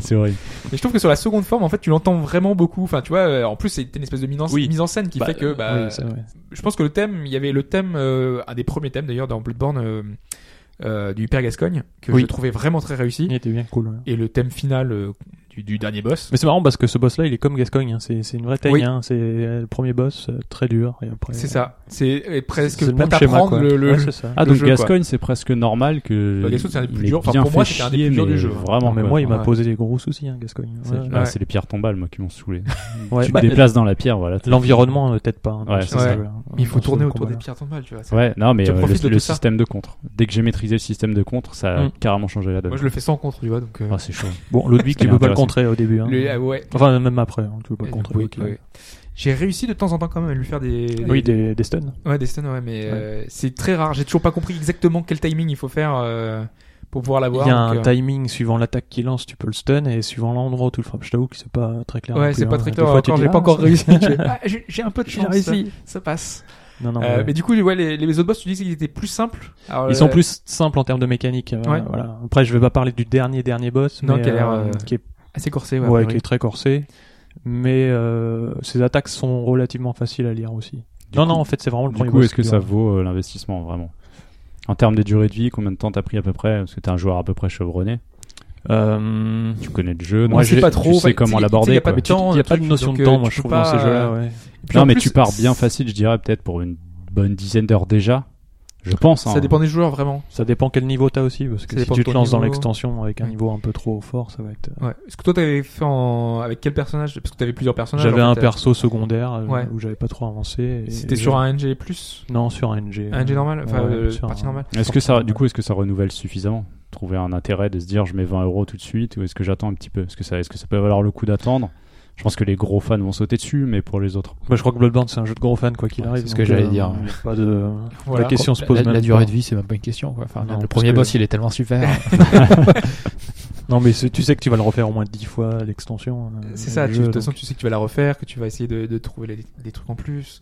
Speaker 3: c'est horrible.
Speaker 2: Mais je trouve que sur la seconde forme, en fait, tu l'entends vraiment beaucoup. Enfin, tu vois, euh, en plus, c'est une espèce de mise en,
Speaker 5: Oui.
Speaker 2: mise en scène qui
Speaker 5: bah,
Speaker 2: fait que, bah,
Speaker 5: oui, c'est vrai.
Speaker 2: je pense que le thème, il y avait le thème, euh, un des premiers thèmes d'ailleurs dans Bloodborne euh, euh, du Père Gascogne, que
Speaker 5: Oui.
Speaker 2: je trouvais vraiment très réussi.
Speaker 5: il était bien cool. ouais.
Speaker 2: Et le thème final, euh, du, du dernier boss.
Speaker 5: Mais c'est marrant parce que ce boss-là, il est comme Gascogne. hein. C'est c'est une vraie teigne.
Speaker 2: Oui.
Speaker 5: hein. C'est euh, le premier boss euh, très dur. Et après,
Speaker 2: C'est
Speaker 5: euh,
Speaker 2: ça. C'est euh, presque
Speaker 5: c'est le
Speaker 2: pas
Speaker 5: même schéma.
Speaker 2: t'apprendre
Speaker 5: Quoi.
Speaker 2: le, le
Speaker 5: Ouais, c'est ça.
Speaker 3: Ah,
Speaker 2: le
Speaker 3: donc
Speaker 2: jeu,
Speaker 3: Gascogne, c'est presque normal que.
Speaker 2: Bah, Gascogne, c'est un des plus
Speaker 3: il ait
Speaker 2: durs. Enfin,
Speaker 3: bien
Speaker 2: pour moi,
Speaker 3: fait
Speaker 2: c'était un des
Speaker 3: chier,
Speaker 2: plus durs
Speaker 3: mais
Speaker 2: du jeu. hein.
Speaker 3: Vraiment.
Speaker 5: Ah, Non, mais
Speaker 3: quoi.
Speaker 5: moi, il m'a
Speaker 2: Ouais.
Speaker 5: posé des gros soucis, hein, Gascogne.
Speaker 3: C'est
Speaker 5: Ouais,
Speaker 3: ah,
Speaker 2: ouais.
Speaker 3: c'est les pierres tombales, moi, qui m'ont saoulé.
Speaker 5: ouais.
Speaker 3: tu
Speaker 5: Bah,
Speaker 3: te déplaces dans la pierre, voilà. t'es-
Speaker 5: L'environnement, euh, peut-être pas. hein,
Speaker 3: Ouais,
Speaker 5: dans
Speaker 3: c'est
Speaker 5: ce
Speaker 2: ça.
Speaker 5: jeu-là.
Speaker 2: Il faut
Speaker 5: Dans ce
Speaker 2: tourner autour des
Speaker 5: combat-là.
Speaker 2: pierres tombales, tu vois. c'est-
Speaker 3: Ouais, non, mais
Speaker 2: Tu
Speaker 3: euh,
Speaker 2: profites
Speaker 3: le,
Speaker 2: de
Speaker 3: le
Speaker 2: tout ça.
Speaker 3: système de contre. Dès que j'ai maîtrisé le système de contre, ça a
Speaker 5: Mm.
Speaker 3: carrément changé la donne.
Speaker 2: Moi, je le fais sans contre, tu vois. Donc, euh,
Speaker 3: Ah, c'est chaud.
Speaker 5: Bon, Ludwig,
Speaker 3: Ce qui
Speaker 5: tu
Speaker 3: est
Speaker 5: peux pas le
Speaker 3: intéressant.
Speaker 5: contrer au début. hein.
Speaker 2: le- ah, ouais. euh,
Speaker 5: Enfin, même après, hein, tu peux pas le contrer.
Speaker 2: Oui,
Speaker 5: ok.
Speaker 2: oui. J'ai réussi de temps en temps quand même à lui faire des, des-
Speaker 5: Oui, des, des stuns.
Speaker 2: ouais, des stuns, ouais, mais euh, c'est très rare. J'ai toujours pas compris exactement quel timing il faut faire euh, pour pouvoir
Speaker 5: Il
Speaker 2: l'avoir.
Speaker 5: y a un
Speaker 2: donc, euh,
Speaker 5: timing suivant l'attaque qu'il lance, tu peux le stun, et suivant l'endroit où tu le frappes. Je t'avoue que c'est pas très clair. non
Speaker 2: Ouais,
Speaker 5: plus,
Speaker 2: c'est pas
Speaker 5: hein.
Speaker 2: très
Speaker 5: Des
Speaker 2: clair.
Speaker 5: fois, tu
Speaker 2: Encore,
Speaker 5: te
Speaker 2: j'ai
Speaker 5: dis,
Speaker 2: pas
Speaker 5: ah,
Speaker 2: encore
Speaker 5: ça-
Speaker 2: réussi. Ah, J'ai j'ai un peu de
Speaker 5: J'ai
Speaker 2: chance.
Speaker 5: réussi.
Speaker 4: hein.
Speaker 2: ça- Ça passe.
Speaker 5: Non, non,
Speaker 2: Euh,
Speaker 5: ouais.
Speaker 2: Mais du coup, ouais, les, les autres boss, tu dis qu'ils étaient plus simples. Alors,
Speaker 5: Ils
Speaker 2: euh,
Speaker 5: sont plus simples en termes de mécanique. euh,
Speaker 2: Ouais.
Speaker 5: voilà. Après, je vais pas parler du dernier dernier boss,
Speaker 2: Non,
Speaker 5: mais,
Speaker 2: qui a l'air, euh,
Speaker 5: qui est,
Speaker 2: assez corsés. Ouais,
Speaker 5: ouais,
Speaker 2: a priori.
Speaker 5: qui est très corsé. Mais euh, ses attaques sont relativement faciles à lire aussi. non, non, en fait, c'est vraiment le
Speaker 3: Du
Speaker 5: premier
Speaker 3: coup,
Speaker 5: boss
Speaker 3: est-ce que
Speaker 5: qui
Speaker 3: ça
Speaker 5: dure.
Speaker 3: vaut euh, l'investissement, vraiment En termes de durée de vie, combien de temps t'as pris à peu près Parce que t'es un joueur à peu près chevronné.
Speaker 5: Euh,
Speaker 3: Tu connais le jeu.
Speaker 2: Moi,
Speaker 3: donc
Speaker 2: je sais
Speaker 3: tu-
Speaker 2: pas trop,
Speaker 3: Tu
Speaker 2: enfin, tu
Speaker 3: sais
Speaker 2: sais,
Speaker 3: comment
Speaker 2: il- il y a
Speaker 3: l'aborder.
Speaker 2: pas
Speaker 3: quoi.
Speaker 2: de temps,
Speaker 5: Il n'y a
Speaker 2: le
Speaker 5: pas
Speaker 2: truc,
Speaker 5: de notion
Speaker 2: donc,
Speaker 5: de
Speaker 2: euh,
Speaker 5: temps, moi,
Speaker 2: tu
Speaker 5: je
Speaker 2: peux
Speaker 5: trouve, dans
Speaker 2: pas, euh,
Speaker 5: ces jeux-là. ouais.
Speaker 2: Et puis,
Speaker 3: Non,
Speaker 2: en
Speaker 3: mais
Speaker 2: plus,
Speaker 3: tu pars bien facile, je dirais, peut-être pour une bonne dizaine d'heures déjà. Je pense. hein.
Speaker 2: Ça dépend des joueurs, vraiment.
Speaker 5: Ça dépend quel niveau t'as aussi, parce
Speaker 2: Ça
Speaker 5: que si
Speaker 2: dépend
Speaker 5: tu
Speaker 2: de
Speaker 5: te
Speaker 2: ton
Speaker 5: lances dans
Speaker 2: niveau.
Speaker 5: l'extension avec un
Speaker 2: Ouais.
Speaker 5: niveau un peu trop fort, ça va être. euh,
Speaker 2: Ouais. Est-ce que toi, t'avais fait en... avec quel personnage Parce que t'avais plusieurs personnages.
Speaker 5: J'avais
Speaker 2: en
Speaker 5: un
Speaker 2: fait.
Speaker 5: perso secondaire euh,
Speaker 2: Ouais.
Speaker 5: où j'avais pas trop avancé. et-
Speaker 2: C'était
Speaker 5: et
Speaker 2: sur
Speaker 5: j'ai-
Speaker 2: un NG+,
Speaker 5: Non, sur un NG.
Speaker 2: un NG normal, enfin,
Speaker 5: Ouais,
Speaker 2: euh,
Speaker 5: sur
Speaker 2: partie
Speaker 5: un-
Speaker 2: normale.
Speaker 3: Est-ce que ça, du coup, est-ce que ça renouvelle suffisamment Trouver un intérêt de se dire, je mets 20 euros tout de suite, ou est-ce que j'attends un petit peu Est-ce que ça, est-ce que ça peut valoir le coup d'attendre Je pense que les gros fans vont sauter dessus, mais pour les autres.
Speaker 5: Bah, je crois que Bloodborne c'est un jeu de gros fans quoi qu'il
Speaker 3: Ouais,
Speaker 5: arrive.
Speaker 3: c'est
Speaker 4: ce
Speaker 5: donc,
Speaker 4: que j'allais
Speaker 5: euh,
Speaker 4: dire.
Speaker 5: y a Pas de.
Speaker 2: Voilà.
Speaker 5: La question se pose
Speaker 4: la,
Speaker 5: même
Speaker 4: la durée
Speaker 5: pas.
Speaker 4: de vie, c'est même pas une question. quoi. Enfin,
Speaker 5: Non,
Speaker 4: le
Speaker 5: parce
Speaker 4: premier
Speaker 5: que-
Speaker 4: boss, il est tellement super.
Speaker 5: Non, mais c'est- tu sais que tu vas le refaire au moins 10 fois l'extension. euh,
Speaker 2: C'est ça,
Speaker 5: le
Speaker 2: tu-
Speaker 5: jeu,
Speaker 2: de toute
Speaker 5: donc.
Speaker 2: façon, tu sais que tu vas la refaire, que tu vas essayer de, de trouver les- des trucs en plus.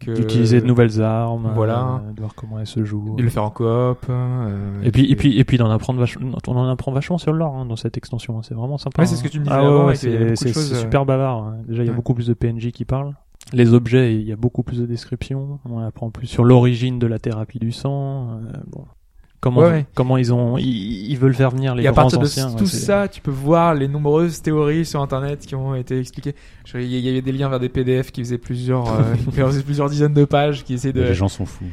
Speaker 2: Que...
Speaker 5: D'utiliser de nouvelles armes.
Speaker 2: Voilà.
Speaker 5: euh, De voir comment elles se jouent.
Speaker 2: De le faire en coop. euh,
Speaker 5: Et puis, et puis, et puis d'en apprendre vachement, on en apprend vachement sur le lore hein, dans cette extension. hein, C'est vraiment sympa.
Speaker 2: Ouais, c'est
Speaker 5: hein.
Speaker 2: ce que tu me disais
Speaker 5: Ah ouais,
Speaker 2: avant,
Speaker 5: ouais,
Speaker 2: et qu'il y avait beaucoup de
Speaker 5: c'est c'est-
Speaker 2: choses,
Speaker 5: c'est
Speaker 2: euh,
Speaker 5: super bavard. hein. Déjà, il y a
Speaker 2: ouais.
Speaker 5: beaucoup plus de PNJ qui parlent. Les objets, il y a beaucoup plus de descriptions. On apprend plus sur l'origine de la thérapie du sang. euh, bon. Comment,
Speaker 2: Ouais, ouais.
Speaker 5: comment ils ont, ils, ils veulent faire venir les
Speaker 2: Et à
Speaker 5: grands
Speaker 2: partir de
Speaker 5: anciens. ouais,
Speaker 2: tout
Speaker 5: c'est-
Speaker 2: ça, tu peux voir les nombreuses théories sur Internet qui ont été expliquées. Je- Il y avait des liens vers des PDF qui faisaient plusieurs, euh, qui faisaient plusieurs dizaines de pages, qui essayaient de.
Speaker 3: Les gens sont fous.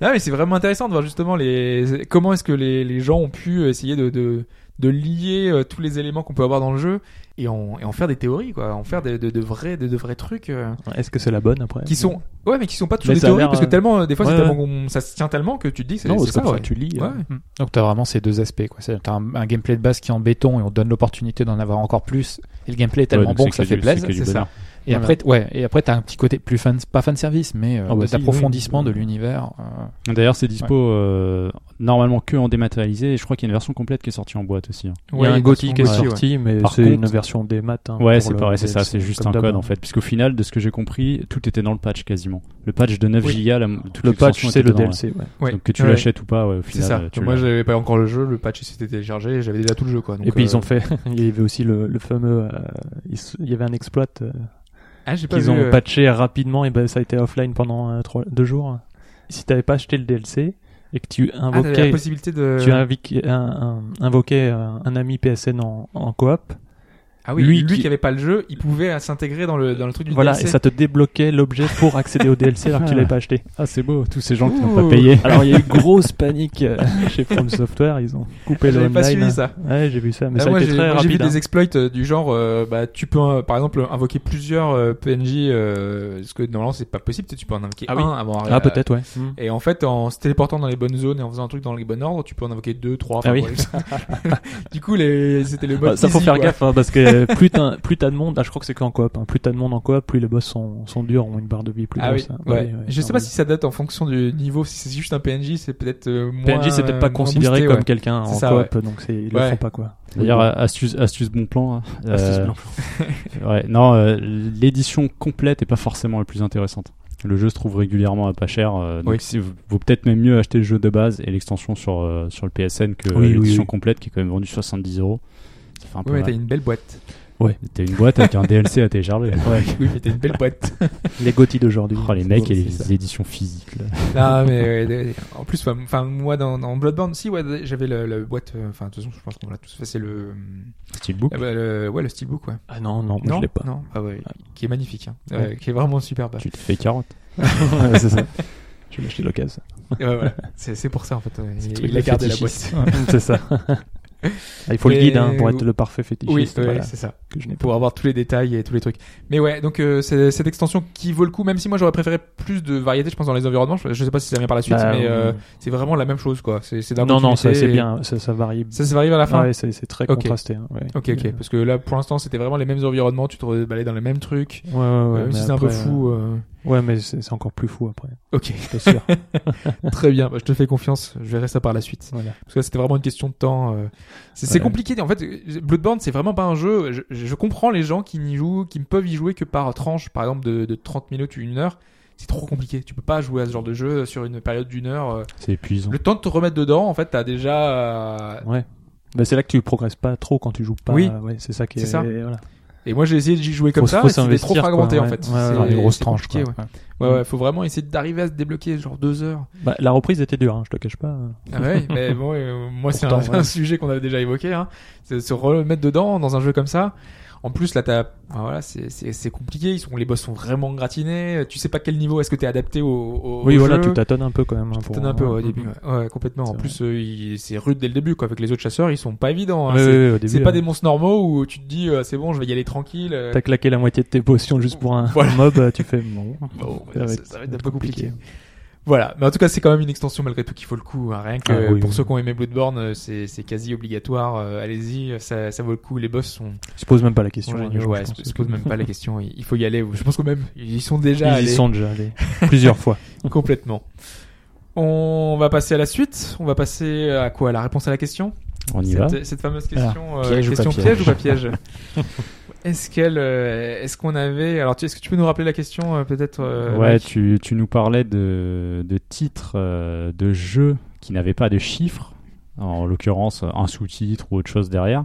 Speaker 2: Non, mais c'est vraiment intéressant de voir justement les comment est-ce que les, les gens ont pu essayer de, de, de lier euh, tous les éléments qu'on peut avoir dans le jeu et en, et en faire des théories, quoi, en faire de, de, de vrais de, de vrais trucs euh,
Speaker 5: Est-ce que c'est la bonne après
Speaker 2: qui sont ouais, mais qui sont pas toujours
Speaker 5: Ah, Mais
Speaker 2: des
Speaker 5: ça a
Speaker 2: théories
Speaker 5: l'air,
Speaker 2: parce que
Speaker 5: euh,
Speaker 2: tellement euh, des fois
Speaker 5: ouais,
Speaker 2: c'est tellement qu'on- ça se tient tellement que tu te dis que c'est
Speaker 5: Non,
Speaker 2: c'est
Speaker 5: parce que
Speaker 2: ça.
Speaker 5: comme
Speaker 2: ouais.
Speaker 5: tu lis. euh,
Speaker 2: Ouais.
Speaker 4: Donc t'as vraiment ces deux aspects. quoi. C'est- T'as un, un gameplay de base qui est en béton et on te donne l'opportunité d'en avoir encore plus. Et le gameplay est tellement
Speaker 3: Ouais, donc
Speaker 4: bon
Speaker 3: c'est
Speaker 4: que ça
Speaker 3: du-
Speaker 4: fait plaisir.
Speaker 3: que du
Speaker 2: c'est ça.
Speaker 3: bonheur.
Speaker 4: Et
Speaker 5: Voilà.
Speaker 4: après, t- ouais. Et après, t'as un petit côté plus fan, pas fan service, mais euh,
Speaker 5: Ah bah si,
Speaker 4: d'approfondissement
Speaker 5: oui.
Speaker 4: de l'univers. euh,
Speaker 3: D'ailleurs, c'est dispo euh, normalement que en dématérialisé. Et je crois qu'il y a une version complète qui est sortie en boîte aussi. hein.
Speaker 5: Il y a un Gothic qui est
Speaker 2: ouais.
Speaker 5: sorti, mais
Speaker 3: Par
Speaker 5: c'est
Speaker 3: contre-
Speaker 5: une version des maths. hein,
Speaker 3: Ouais,
Speaker 5: pour
Speaker 3: c'est
Speaker 5: le-
Speaker 3: pareil, c'est ça, c'est juste
Speaker 5: comme
Speaker 3: un
Speaker 5: d'hab,
Speaker 3: code
Speaker 5: hein.
Speaker 3: en fait. Puisqu'au final, de ce que j'ai compris, tout était dans le patch quasiment. Le patch de 9
Speaker 2: Oui.
Speaker 3: gigas, la- toute
Speaker 5: Le patch,
Speaker 3: l'extension
Speaker 5: c'est
Speaker 3: était
Speaker 5: le
Speaker 3: dedans,
Speaker 5: DLC. ouais.
Speaker 3: ouais.
Speaker 2: Ouais.
Speaker 3: Donc que tu
Speaker 2: Ouais, ouais.
Speaker 3: l'achètes ou pas, ouais, au
Speaker 2: C'est
Speaker 3: final.
Speaker 2: ça.
Speaker 3: euh, tu
Speaker 2: Donc moi,
Speaker 3: l'as.
Speaker 2: j'avais pas encore le jeu, le patch s'était téléchargé, et j'avais déjà tout le jeu, quoi. Donc,
Speaker 5: Et puis ils
Speaker 2: euh,
Speaker 5: ont fait, il y avait aussi le, le fameux, euh, il s- il y avait un exploit euh,
Speaker 2: Ah, j'ai pas
Speaker 5: qu'ils
Speaker 2: vu,
Speaker 5: ont
Speaker 2: euh,
Speaker 5: patché rapidement et ben ça a été offline pendant euh, trois- deux jours. Si t'avais pas acheté le DLC et que tu
Speaker 2: ah, t'avais euh, la
Speaker 5: invoquais,
Speaker 2: possibilité de.
Speaker 5: tu inviquais- un- un- invoquais euh, un, un ami PSN en, en coop,
Speaker 2: Ah oui, lui,
Speaker 5: lui
Speaker 2: qui
Speaker 5: qui-
Speaker 2: avait pas le jeu, il pouvait euh, s'intégrer dans le dans le truc du
Speaker 5: voilà,
Speaker 2: DLC.
Speaker 5: et ça te débloquait l'objet pour accéder au DLC alors que tu l'avais pas acheté.
Speaker 3: Ah, c'est beau, tous ces gens qui n'ont
Speaker 2: Ouh.
Speaker 3: pas payé.
Speaker 5: Alors il y a eu grosse panique euh, chez From Software, ils ont coupé le
Speaker 2: J'avais
Speaker 5: online.
Speaker 2: pas suivi ça.
Speaker 5: Ouais, j'ai vu ça, mais
Speaker 2: Ah,
Speaker 5: ça
Speaker 2: moi,
Speaker 5: a été
Speaker 2: j'ai-
Speaker 5: très
Speaker 2: moi, j'ai vu
Speaker 5: rapide. hein.
Speaker 2: des exploits euh, du genre, euh, bah, tu peux euh, par exemple invoquer plusieurs euh, PNJ, euh, parce que normalement c'est pas possible, tu sais, tu peux en invoquer
Speaker 5: Ah oui.
Speaker 2: un avant.
Speaker 5: Ah peut-être ouais. Mm.
Speaker 2: Et en fait, en se téléportant dans les bonnes zones et en faisant un truc dans le bon ordre, tu peux en invoquer deux, trois. enfin,
Speaker 5: Ah oui.
Speaker 2: bref. du coup, les... c'était le mode.
Speaker 5: Bah, ça faut
Speaker 2: easy,
Speaker 5: faire
Speaker 2: quoi.
Speaker 5: gaffe hein, parce que plus t'as plus t'as de monde, ah, je crois que c'est qu'en coop. hein, plus t'as de monde en coop, plus les boss sont sont durs, ont une barre de vie plus
Speaker 2: Ah oui,
Speaker 5: grosse. hein.
Speaker 2: ouais.
Speaker 5: Ouais, ouais,
Speaker 2: je sais pas
Speaker 5: ouais.
Speaker 2: si ça date en fonction du niveau, si c'est juste un PNJ, c'est peut-être euh, moins.
Speaker 5: PNJ c'est peut-être
Speaker 2: euh,
Speaker 5: pas
Speaker 2: moins
Speaker 5: considéré
Speaker 2: boosté,
Speaker 5: comme
Speaker 2: ouais.
Speaker 5: quelqu'un
Speaker 2: C'est
Speaker 5: en
Speaker 2: ça,
Speaker 5: coop, donc c'est ils
Speaker 2: Ouais.
Speaker 5: le font pas quoi.
Speaker 3: D'ailleurs,
Speaker 2: Ah,
Speaker 3: astuce, astuce bon plan. hein.
Speaker 5: Astuce
Speaker 3: Euh,
Speaker 5: bon
Speaker 3: ouais, non, euh, l'édition complète est pas forcément la plus intéressante. Le jeu se trouve régulièrement à pas cher, euh, donc
Speaker 2: Oui.
Speaker 3: c'est- vaut peut-être même mieux acheter le jeu de base et l'extension sur, euh, sur le PSN que
Speaker 5: Oui, oui,
Speaker 3: l'édition
Speaker 5: oui.
Speaker 3: complète qui est quand même vendue 70 euros. Ça fait un peu
Speaker 2: Ouais, mais
Speaker 3: mal.
Speaker 2: t'as une belle boîte.
Speaker 5: Ouais.
Speaker 3: T'as une boîte avec un DLC à télécharger.
Speaker 2: Oui, c'était une belle boîte.
Speaker 5: Les Gotti d'aujourd'hui.
Speaker 3: Oh, les mecs et
Speaker 2: c'est ça.
Speaker 3: les éditions physiques. Là.
Speaker 2: non, mais ouais, de- en plus, ouais, enfin, moi dans, dans Bloodborne, si, ouais, j'avais le- la boîte. euh, Enfin, de toute façon, je pense qu'on l'a tous fait. C'est le,
Speaker 3: Steelbook.
Speaker 2: ah bah, le- ouais, le steelbook, ouais.
Speaker 5: Ah non, non, moi,
Speaker 2: non,
Speaker 5: je l'ai pas.
Speaker 2: non, ah ouais, qui est magnifique, hein, euh, qui est vraiment superbe.
Speaker 3: Tu te fais 40.
Speaker 5: Ouais, c'est ça. Je vais acheter l'occasion.
Speaker 2: Ouais, voilà. C'est c'est pour ça en fait. Il,
Speaker 3: truc
Speaker 2: il a
Speaker 3: de
Speaker 2: gardé la boîte.
Speaker 3: fétichiste.
Speaker 5: c'est ça. Ah, il faut
Speaker 2: Mais- euh,
Speaker 5: le guide hein, pour être le parfait
Speaker 2: Oui,
Speaker 5: fétichiste.
Speaker 2: ouais,
Speaker 5: voilà,
Speaker 2: c'est ça.
Speaker 5: que je n'ai pas.
Speaker 2: Pour avoir tous les détails et tous les trucs. Mais ouais, donc euh, c'est- cette extension qui vaut le coup, même si moi j'aurais préféré plus de variété, je pense, dans les environnements. Je, je sais pas si ça vient par la suite,
Speaker 5: Bah,
Speaker 2: mais euh,
Speaker 5: euh,
Speaker 2: c'est vraiment la même chose quoi. C'est c'est de la
Speaker 5: non, non, ça
Speaker 2: continuité
Speaker 5: c'est
Speaker 2: et-
Speaker 5: bien, ça, ça varie.
Speaker 2: Ça, ça arrive à la fin.
Speaker 5: Ouais, c'est c'est très
Speaker 2: Ok.
Speaker 5: contrasté. hein, ouais.
Speaker 2: Ok, ok. Parce que là, pour l'instant, c'était vraiment les mêmes environnements. Tu te rebalais dans les mêmes trucs.
Speaker 5: Ouais, ouais, ouais.
Speaker 2: même
Speaker 5: mais
Speaker 2: Euh, si c'est un peu
Speaker 5: après,
Speaker 2: fou. euh,
Speaker 5: euh, Ouais, mais c'est c'est encore plus fou après.
Speaker 2: Ok,
Speaker 5: Je suis sûr.
Speaker 2: très bien. Bah, je te fais confiance. Je verrai ça par la suite.
Speaker 5: voilà.
Speaker 2: Parce que là, c'était vraiment une question de temps. euh. C'est c'est
Speaker 5: Ouais.
Speaker 2: compliqué. En fait, euh, Bloodborne, c'est vraiment pas un jeu. Je, je comprends les gens qui n'y jouent, qui ne peuvent y jouer que par tranche, par exemple de, de 30 minutes ou une heure. C'est trop compliqué. Tu peux pas jouer à ce genre de jeu sur une période d'une heure. euh.
Speaker 3: C'est épuisant.
Speaker 2: Le temps de te remettre dedans, en fait, t'as déjà. euh,
Speaker 5: Ouais. Bah, c'est là que tu progresses pas trop quand tu joues pas.
Speaker 2: Oui.
Speaker 5: Ouais, c'est ça qui est.
Speaker 2: C'est ça.
Speaker 5: voilà.
Speaker 2: Et moi, j'ai essayé d'y jouer comme
Speaker 5: Faut-
Speaker 2: ça.
Speaker 5: faut
Speaker 2: et C'était trop
Speaker 5: s'investir, quoi,
Speaker 2: fragmenté, en
Speaker 5: ouais.
Speaker 2: fait.
Speaker 5: Ouais, ouais,
Speaker 2: C'est-
Speaker 4: Dans les grosses
Speaker 2: c'est
Speaker 4: tranches,
Speaker 2: compliqué,
Speaker 4: quoi. Ouais.
Speaker 2: Ouais, ouais, ouais, faut vraiment essayer d'arriver à se débloquer, genre deux heures.
Speaker 5: Bah, la reprise était dure, hein, je te cache pas.
Speaker 2: Ah ouais, mais bon, euh, moi c'est un,
Speaker 5: Pourtant, ouais.
Speaker 2: un sujet qu'on avait déjà évoqué, hein. C'est de se remettre dedans dans un jeu comme ça. En plus là, t'as, enfin, voilà, c'est c'est c'est compliqué. Ils sont, les boss sont vraiment gratinés. Tu sais pas quel niveau est-ce que t'es adapté au. au
Speaker 5: Oui,
Speaker 2: au
Speaker 5: voilà,
Speaker 2: jeu.
Speaker 5: tu tâtonnes un peu quand même. hein,
Speaker 2: Tu
Speaker 5: pour-
Speaker 2: t'étonnes un peu ouais, au
Speaker 5: Ouais,
Speaker 2: début.
Speaker 5: ouais.
Speaker 2: Ouais, Ouais, complètement. En
Speaker 5: C'est
Speaker 2: plus, euh, il- c'est rude dès le début, quoi. Avec les autres chasseurs, ils sont pas évidents. hein.
Speaker 5: Ouais,
Speaker 2: c'est
Speaker 5: ouais, ouais, au
Speaker 2: c'est
Speaker 5: début,
Speaker 2: pas
Speaker 5: euh,
Speaker 2: des monstres normaux où tu te dis euh, c'est bon, je vais y aller tranquille. euh,
Speaker 5: T'as claqué la moitié de tes potions juste pour un
Speaker 2: Voilà.
Speaker 5: mob, euh, tu fais bon.
Speaker 2: Bon,
Speaker 5: Ça
Speaker 2: ouais,
Speaker 5: va
Speaker 2: ça,
Speaker 5: être-
Speaker 2: ça
Speaker 5: ça
Speaker 2: va
Speaker 5: va
Speaker 2: être un
Speaker 5: être
Speaker 2: peu compliqué.
Speaker 5: compliqué.
Speaker 2: Voilà, mais en tout cas, c'est quand même une extension malgré tout qui vaut le coup. hein. Rien que
Speaker 5: Ah oui,
Speaker 2: pour
Speaker 5: oui.
Speaker 2: ceux qui ont aimé Bloodborne, euh, c'est c'est quasi obligatoire. Euh, Allez-y, ça, ça vaut le coup. Les boss sont,
Speaker 5: Je pose même pas la
Speaker 2: sont
Speaker 5: question.
Speaker 2: géniaux.
Speaker 5: les gens,
Speaker 2: Ouais,
Speaker 5: je
Speaker 2: se
Speaker 5: pense.
Speaker 2: se pose même pas la question. Il il faut y aller. Je pense que même ils y sont
Speaker 5: Ils
Speaker 2: déjà
Speaker 5: y
Speaker 2: allés
Speaker 5: sont déjà allés plusieurs fois.
Speaker 2: complètement. On va passer à la suite. On va passer à quoi La réponse à la question.
Speaker 3: On y
Speaker 2: cette,
Speaker 3: va.
Speaker 2: cette fameuse question, euh,
Speaker 4: piège ou
Speaker 2: question
Speaker 4: pas
Speaker 2: piège
Speaker 4: piège
Speaker 2: ou pas piège Est-ce qu'elle, euh, est-ce qu'on avait Alors, tu- est-ce que tu peux nous rappeler la question euh, peut-être euh,
Speaker 3: ouais,
Speaker 2: Mike
Speaker 3: tu, tu nous parlais de, de titres euh, de jeux qui n'avaient pas de chiffres, en l'occurrence un sous-titre ou autre chose derrière.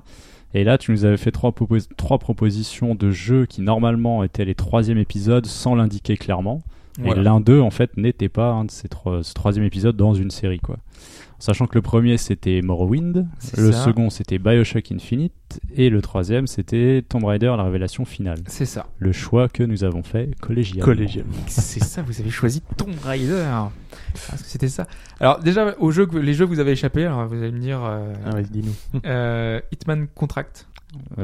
Speaker 3: Et là, tu nous avais fait trois, propos- trois propositions de jeux qui normalement étaient les troisième épisodes sans l'indiquer clairement.
Speaker 2: Voilà.
Speaker 3: Et l'un d'eux, en fait, n'était pas un de ces trois, ce troisième épisode dans une série, quoi. Sachant que le premier, c'était Morrowind,
Speaker 2: C'est
Speaker 3: le
Speaker 2: ça.
Speaker 3: second, c'était Bioshock Infinite, et le troisième, c'était Tomb Raider, la révélation finale.
Speaker 2: C'est ça.
Speaker 3: Le choix que nous avons fait collégialement.
Speaker 5: Collégial.
Speaker 2: C'est ça, vous avez choisi Tomb Raider. Parce que c'était ça. Alors déjà, au jeu, que- les jeux que vous avez échappé, alors vous allez me dire euh,
Speaker 5: Ah ouais, dis-nous.
Speaker 2: euh, Hitman Contract.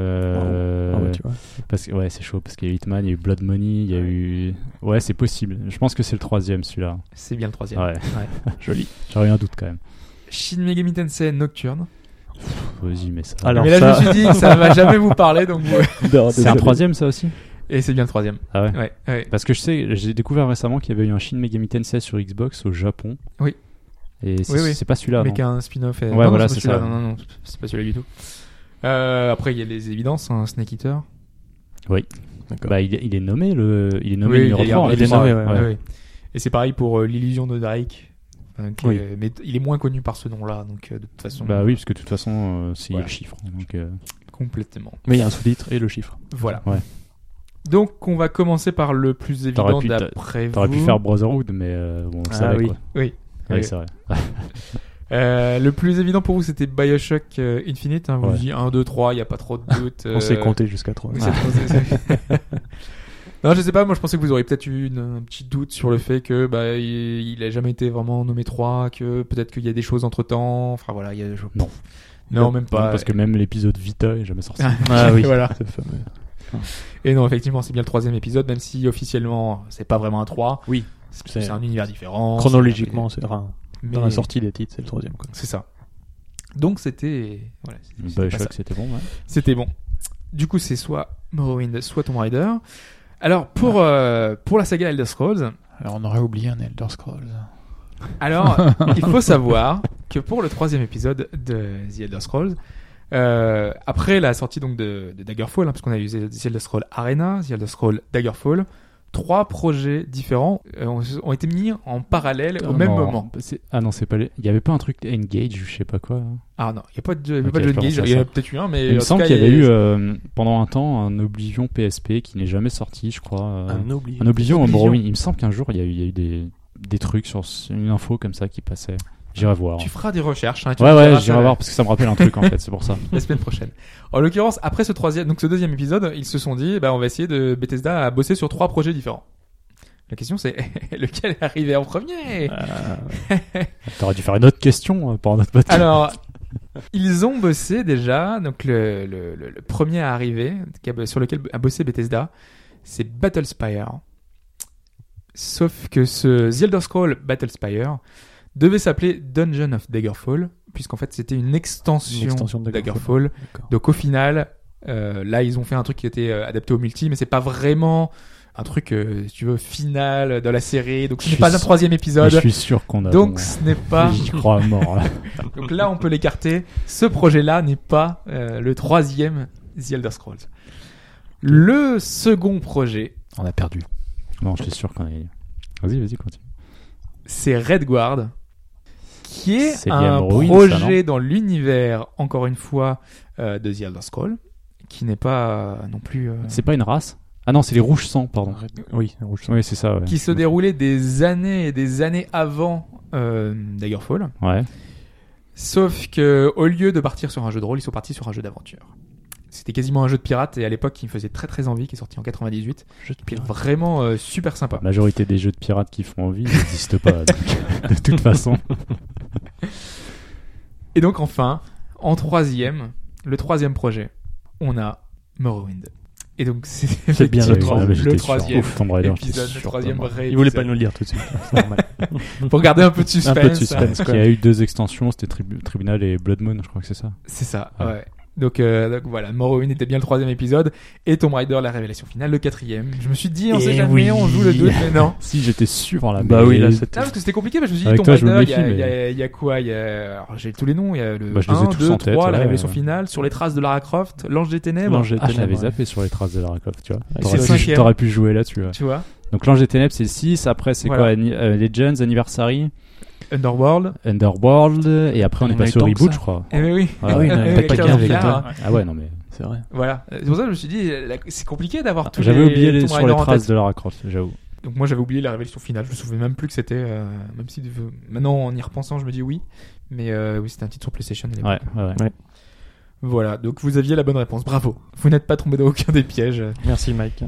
Speaker 3: Euh,
Speaker 5: Ah ouais, tu vois.
Speaker 3: parce que, ouais, c'est chaud, parce qu'il y a eu Hitman, il y a eu Blood Money, il y a eu... Ouais, c'est possible. Je pense que c'est le troisième, celui-là.
Speaker 2: C'est bien le troisième.
Speaker 3: Ouais,
Speaker 5: Joli.
Speaker 3: j'aurais eu un doute quand même.
Speaker 2: Shin Megami Tensei Nocturne.
Speaker 3: Pff, Vas-y, mais ça...
Speaker 5: Alors,
Speaker 2: Mais là,
Speaker 5: ça-
Speaker 2: je me suis dit que ça va jamais vous parler, donc vous-
Speaker 3: c'est un troisième, ça aussi
Speaker 2: et c'est bien le troisième.
Speaker 3: Ah ouais
Speaker 2: Ouais, ouais.
Speaker 3: Parce que je sais, j'ai découvert récemment qu'il y avait eu un Shin Megami Tensei sur Xbox au Japon.
Speaker 2: Oui.
Speaker 3: Et c'est
Speaker 2: Oui, oui.
Speaker 3: c'est pas celui-là.
Speaker 2: Mais
Speaker 3: Ah non.
Speaker 2: qu'un spin-off. et-
Speaker 3: Ouais,
Speaker 2: Non, non,
Speaker 3: voilà,
Speaker 2: pas
Speaker 3: c'est
Speaker 2: celui-là,
Speaker 3: ça.
Speaker 2: Non, non, non, c'est pas celui-là du tout. Euh, après, il y a les évidences, hein, Snake Eater.
Speaker 5: D'accord.
Speaker 3: Bah, il, est- il est nommé le, il est nommé
Speaker 2: Oui,
Speaker 3: numéro hein,
Speaker 2: il est-
Speaker 3: 3.
Speaker 2: il est
Speaker 5: nommé, ouais,
Speaker 2: Ouais, ouais. Et c'est pareil pour euh, l'illusion de Drake. hein, qui
Speaker 5: Oui.
Speaker 2: est- mais t- il est moins connu par ce nom-là, donc euh, de toute façon,
Speaker 3: Bah oui, parce que de toute façon, euh, c'est
Speaker 2: Voilà.
Speaker 3: le chiffre. Donc, euh,
Speaker 2: complètement.
Speaker 5: Mais il y a un sous-titre et le chiffre.
Speaker 2: Voilà.
Speaker 3: Ouais.
Speaker 2: Donc, on va commencer par le plus évident
Speaker 3: T'aurais pu-
Speaker 2: d'après vous.
Speaker 3: t'aurais pu faire Brotherhood, mais euh, bon,
Speaker 5: Ah
Speaker 3: ça va
Speaker 5: oui.
Speaker 3: quoi.
Speaker 2: Oui.
Speaker 3: Ouais,
Speaker 2: Oui.
Speaker 3: c'est vrai.
Speaker 2: Euh, le plus évident pour vous, c'était Bioshock euh, Infinite. hein. vous
Speaker 3: Ouais.
Speaker 2: dites 1, 2, 3, il n'y a pas trop de euh, doute.
Speaker 5: On s'est compté jusqu'à trois.
Speaker 2: Oui, c'est- c'est- non, je sais pas. Moi, je pensais que vous auriez peut-être eu une- un petit doute sur le fait que bah il, il a jamais été vraiment nommé 3, que peut-être qu'il y a des choses entre temps. Enfin voilà, il y a. je-
Speaker 3: Non.
Speaker 2: Non, même pas. euh,
Speaker 3: Non, parce que même l'épisode Vita est jamais sorti.
Speaker 5: Ah oui.
Speaker 2: Voilà.
Speaker 5: Ce fameux.
Speaker 2: Et non, effectivement, c'est bien le troisième épisode, même si officiellement c'est pas vraiment un 3.
Speaker 5: Oui.
Speaker 2: C'est-
Speaker 5: C'est-
Speaker 2: C'est un univers différent.
Speaker 5: Chronologiquement, c'est enfin,
Speaker 2: Mais-
Speaker 5: dans la sortie des titres, c'est le troisième. Quoi.
Speaker 2: C'est ça. Donc c'était. Voilà,
Speaker 3: Bah,
Speaker 2: c'était- c'était pas ça.
Speaker 3: Bioshock, c'était bon. ouais.
Speaker 2: C'était bon. Du coup, c'est soit Morrowind, soit Tomb Raider. Alors, pour, euh, pour la saga Elder Scrolls,
Speaker 4: Alors on aurait oublié un Elder Scrolls.
Speaker 2: alors, il faut savoir que pour le troisième épisode de The Elder Scrolls, euh, après la sortie donc de, de Daggerfall, hein, parce qu'on a eu The The Elder Scrolls Arena, The Elder Scrolls Daggerfall, trois projets différents euh, ont, ont été mis en parallèle au même moment.
Speaker 3: C'est- Ah non, c'est pas les... Il y avait pas un truc Engage ou je sais pas quoi. là
Speaker 2: Ah non, il n'y a pas de, il y avait
Speaker 3: Ok,
Speaker 2: pas de
Speaker 3: je
Speaker 2: John
Speaker 3: pense
Speaker 2: Cage,
Speaker 3: à
Speaker 2: il y en a
Speaker 3: ça.
Speaker 2: peut-être eu un, mais.
Speaker 3: Il me
Speaker 2: en tout
Speaker 3: semble
Speaker 2: cas,
Speaker 3: qu'il y avait
Speaker 2: il-
Speaker 3: eu euh, pendant un temps un Oblivion PSP qui n'est jamais sorti, je crois. euh,
Speaker 5: Un oubli.
Speaker 3: un Oblivion,
Speaker 2: Oblivion.
Speaker 3: Morrowind. Il me semble qu'un jour il y a eu, il y a eu des, des trucs sur ce- une info comme ça qui passait. J'irai voir.
Speaker 2: Tu feras des recherches. hein, tu
Speaker 3: Ouais,
Speaker 2: nous diras
Speaker 3: ouais,
Speaker 2: ça
Speaker 3: j'irai
Speaker 2: la-
Speaker 3: voir parce que ça me rappelle un truc en fait, c'est pour ça.
Speaker 2: La semaine prochaine. En l'occurrence, après ce troisième, donc ce deuxième épisode, ils se sont dit, bah, on va essayer de Bethesda à bosser sur trois projets différents. La question c'est lequel est arrivé en premier
Speaker 3: T'aurais dû faire une autre question euh, pour un autre podcast.
Speaker 2: Alors, ils ont bossé déjà. Donc, le, le- le- le premier à arriver, qui a- sur lequel a bossé Bethesda, c'est Battlespire. Sauf que ce The Elder Scrolls Battlespire devait s'appeler Dungeon of Daggerfall, puisqu'en fait, c'était une extension,
Speaker 5: Une extension de
Speaker 2: Daggerfall.
Speaker 5: Daggerfall.
Speaker 2: Donc, au final, euh, là, ils ont fait un truc qui était euh, adapté au multi, mais c'est pas vraiment un truc, euh, si tu veux, final de la série. Donc, ce
Speaker 3: Je
Speaker 2: n'est
Speaker 3: suis
Speaker 2: pas un
Speaker 3: sûr-
Speaker 2: troisième
Speaker 3: Mais je
Speaker 2: épisode.
Speaker 3: suis sûr qu'on a.
Speaker 2: Donc,
Speaker 3: bon,
Speaker 2: ce n'est pas.
Speaker 3: J'y crois à mort. là.
Speaker 2: Donc là, on peut l'écarter. Ce projet-là n'est pas euh, le troisième The Elder Scrolls. Le second projet,
Speaker 4: On a perdu.
Speaker 3: Non, je suis sûr qu'on a. Vas-y, vas-y, continue.
Speaker 2: c'est Red Guard, qui est,
Speaker 3: C'est
Speaker 2: un
Speaker 3: Gameruin,
Speaker 2: projet
Speaker 3: ça, non
Speaker 2: dans l'univers, encore une fois, euh, de The Elder Scrolls, qui n'est pas euh, non plus... euh,
Speaker 3: C'est pas une race Ah non, c'est les rouges sang, pardon.
Speaker 5: Oui, un rouge.
Speaker 3: Oui, c'est ça. Ouais.
Speaker 2: qui se déroulait des années et des années avant euh, Daggerfall.
Speaker 3: Ouais.
Speaker 2: Sauf que au lieu de partir sur un jeu de rôle, ils sont partis sur un jeu d'aventure. C'était quasiment un jeu de pirate et à l'époque qui me faisait très très envie, qui est sorti en 98,
Speaker 5: Jeu de
Speaker 2: puis
Speaker 5: pirate.
Speaker 2: vraiment euh, super sympa.
Speaker 3: La majorité des jeux de pirates qui font envie n'existent pas. donc, de toute façon.
Speaker 2: Et donc enfin, en troisième, le troisième projet, on a Morrowind. Et donc c'est
Speaker 5: bien le
Speaker 2: effectivement
Speaker 5: troisième,
Speaker 3: Ouais, j'étais
Speaker 2: le
Speaker 3: sûr.
Speaker 2: troisième
Speaker 3: Ouf, Tomb Raider, j'étais
Speaker 2: épisode, le
Speaker 3: sûr,
Speaker 2: troisième
Speaker 3: vraiment.
Speaker 2: vrai
Speaker 5: Il voulait pas
Speaker 2: épisode.
Speaker 5: nous le dire tout de suite. C'est normal.
Speaker 2: Pour garder un peu de suspense.
Speaker 5: Un peu de suspense.
Speaker 3: Il y a eu deux extensions, c'était Tribu- Tribunal et Blood Moon, je crois que c'est ça.
Speaker 2: C'est ça, ouais.
Speaker 3: Ouais.
Speaker 2: Donc, euh, donc voilà, Morrowind était bien le troisième épisode et Tomb Raider, la révélation finale, le quatrième. Je me suis dit, on
Speaker 3: Eh
Speaker 2: sait jamais,
Speaker 3: oui.
Speaker 2: on joue le deux, mais non.
Speaker 3: Si j'étais sûr là.
Speaker 5: Bah
Speaker 3: mais-
Speaker 5: oui, là, c'était.
Speaker 2: Non, parce que c'était compliqué, parce que je me suis dit,
Speaker 3: Avec
Speaker 2: Tomb
Speaker 3: toi, je me
Speaker 2: Raider, il y, a-
Speaker 3: méfie,
Speaker 2: il y a-
Speaker 3: mais-
Speaker 2: il y a quoi il y a... alors, J'ai tous les noms, il y a le
Speaker 3: Bah, je les ai
Speaker 2: 1,
Speaker 3: tous
Speaker 2: 2,
Speaker 3: en tête,
Speaker 2: 3, la
Speaker 3: ouais.
Speaker 2: révélation finale, sur les traces de Lara Croft, l'ange des ténèbres,
Speaker 5: L'Ange des
Speaker 3: Ah, je l'avais
Speaker 5: Ténèbres, ouais.
Speaker 3: zappé sur les traces de Lara Croft, tu vois.
Speaker 5: c'est
Speaker 3: T'aurais
Speaker 2: le
Speaker 3: pu-
Speaker 2: cinquième.
Speaker 3: T'aurais pu jouer là-dessus. ouais.
Speaker 2: tu vois,
Speaker 3: Donc l'Ange des Ténèbres, c'est le 6. Après, c'est
Speaker 2: Voilà.
Speaker 3: quoi Anni- euh, Legends, Anniversary,
Speaker 2: Underworld.
Speaker 3: Underworld. Et après, on, est
Speaker 5: On a eu
Speaker 3: passé au
Speaker 5: tant que
Speaker 3: reboot,
Speaker 5: ça.
Speaker 3: je crois.
Speaker 2: Eh mais oui,
Speaker 3: Ouais.
Speaker 5: Ah oui, non,
Speaker 2: Eh
Speaker 5: il y a
Speaker 2: oui,
Speaker 5: pas de
Speaker 2: Call
Speaker 5: lien
Speaker 2: of
Speaker 5: avec
Speaker 2: Duty,
Speaker 5: toi.
Speaker 2: hein.
Speaker 3: Ah ouais, non mais.
Speaker 5: C'est vrai.
Speaker 2: Voilà, c'est pour ça que je me suis dit, la- c'est compliqué d'avoir tous
Speaker 3: Ah, J'avais
Speaker 2: les
Speaker 3: oublié les-
Speaker 2: Tomb
Speaker 3: sur
Speaker 2: Raider
Speaker 3: les
Speaker 2: en tête.
Speaker 3: traces de Lara Croft, j'avoue.
Speaker 2: Donc moi j'avais oublié la révélation finale, je me souvenais même plus que c'était, euh, même si de- maintenant en y repensant je me dis oui, mais euh, oui c'était un titre sur PlayStation. à l'époque.
Speaker 3: Ouais, ouais, ouais.
Speaker 2: Voilà, donc vous aviez la bonne réponse, bravo. Vous n'êtes pas tombé dans aucun des pièges.
Speaker 5: Merci, Mike.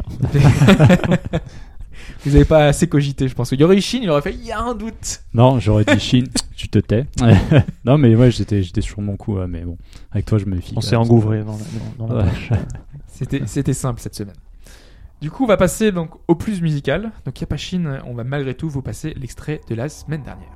Speaker 2: vous n'avez pas assez cogité je pense. Il y aurait eu Shin, il aurait fait, il y a un doute.
Speaker 3: Non, j'aurais dit Chine, tu te tais. non, mais ouais, j'étais, j'étais sur mon coup, ouais, mais bon, avec toi, je me fie.
Speaker 5: On s'est engouffré dans la, dans, dans la
Speaker 3: Ouais.
Speaker 5: tâche.
Speaker 2: C'était, c'était simple cette semaine. Du coup on va passer donc au plus musical. Donc il n'y a pas Shin, on va malgré tout vous passer l'extrait de la semaine dernière.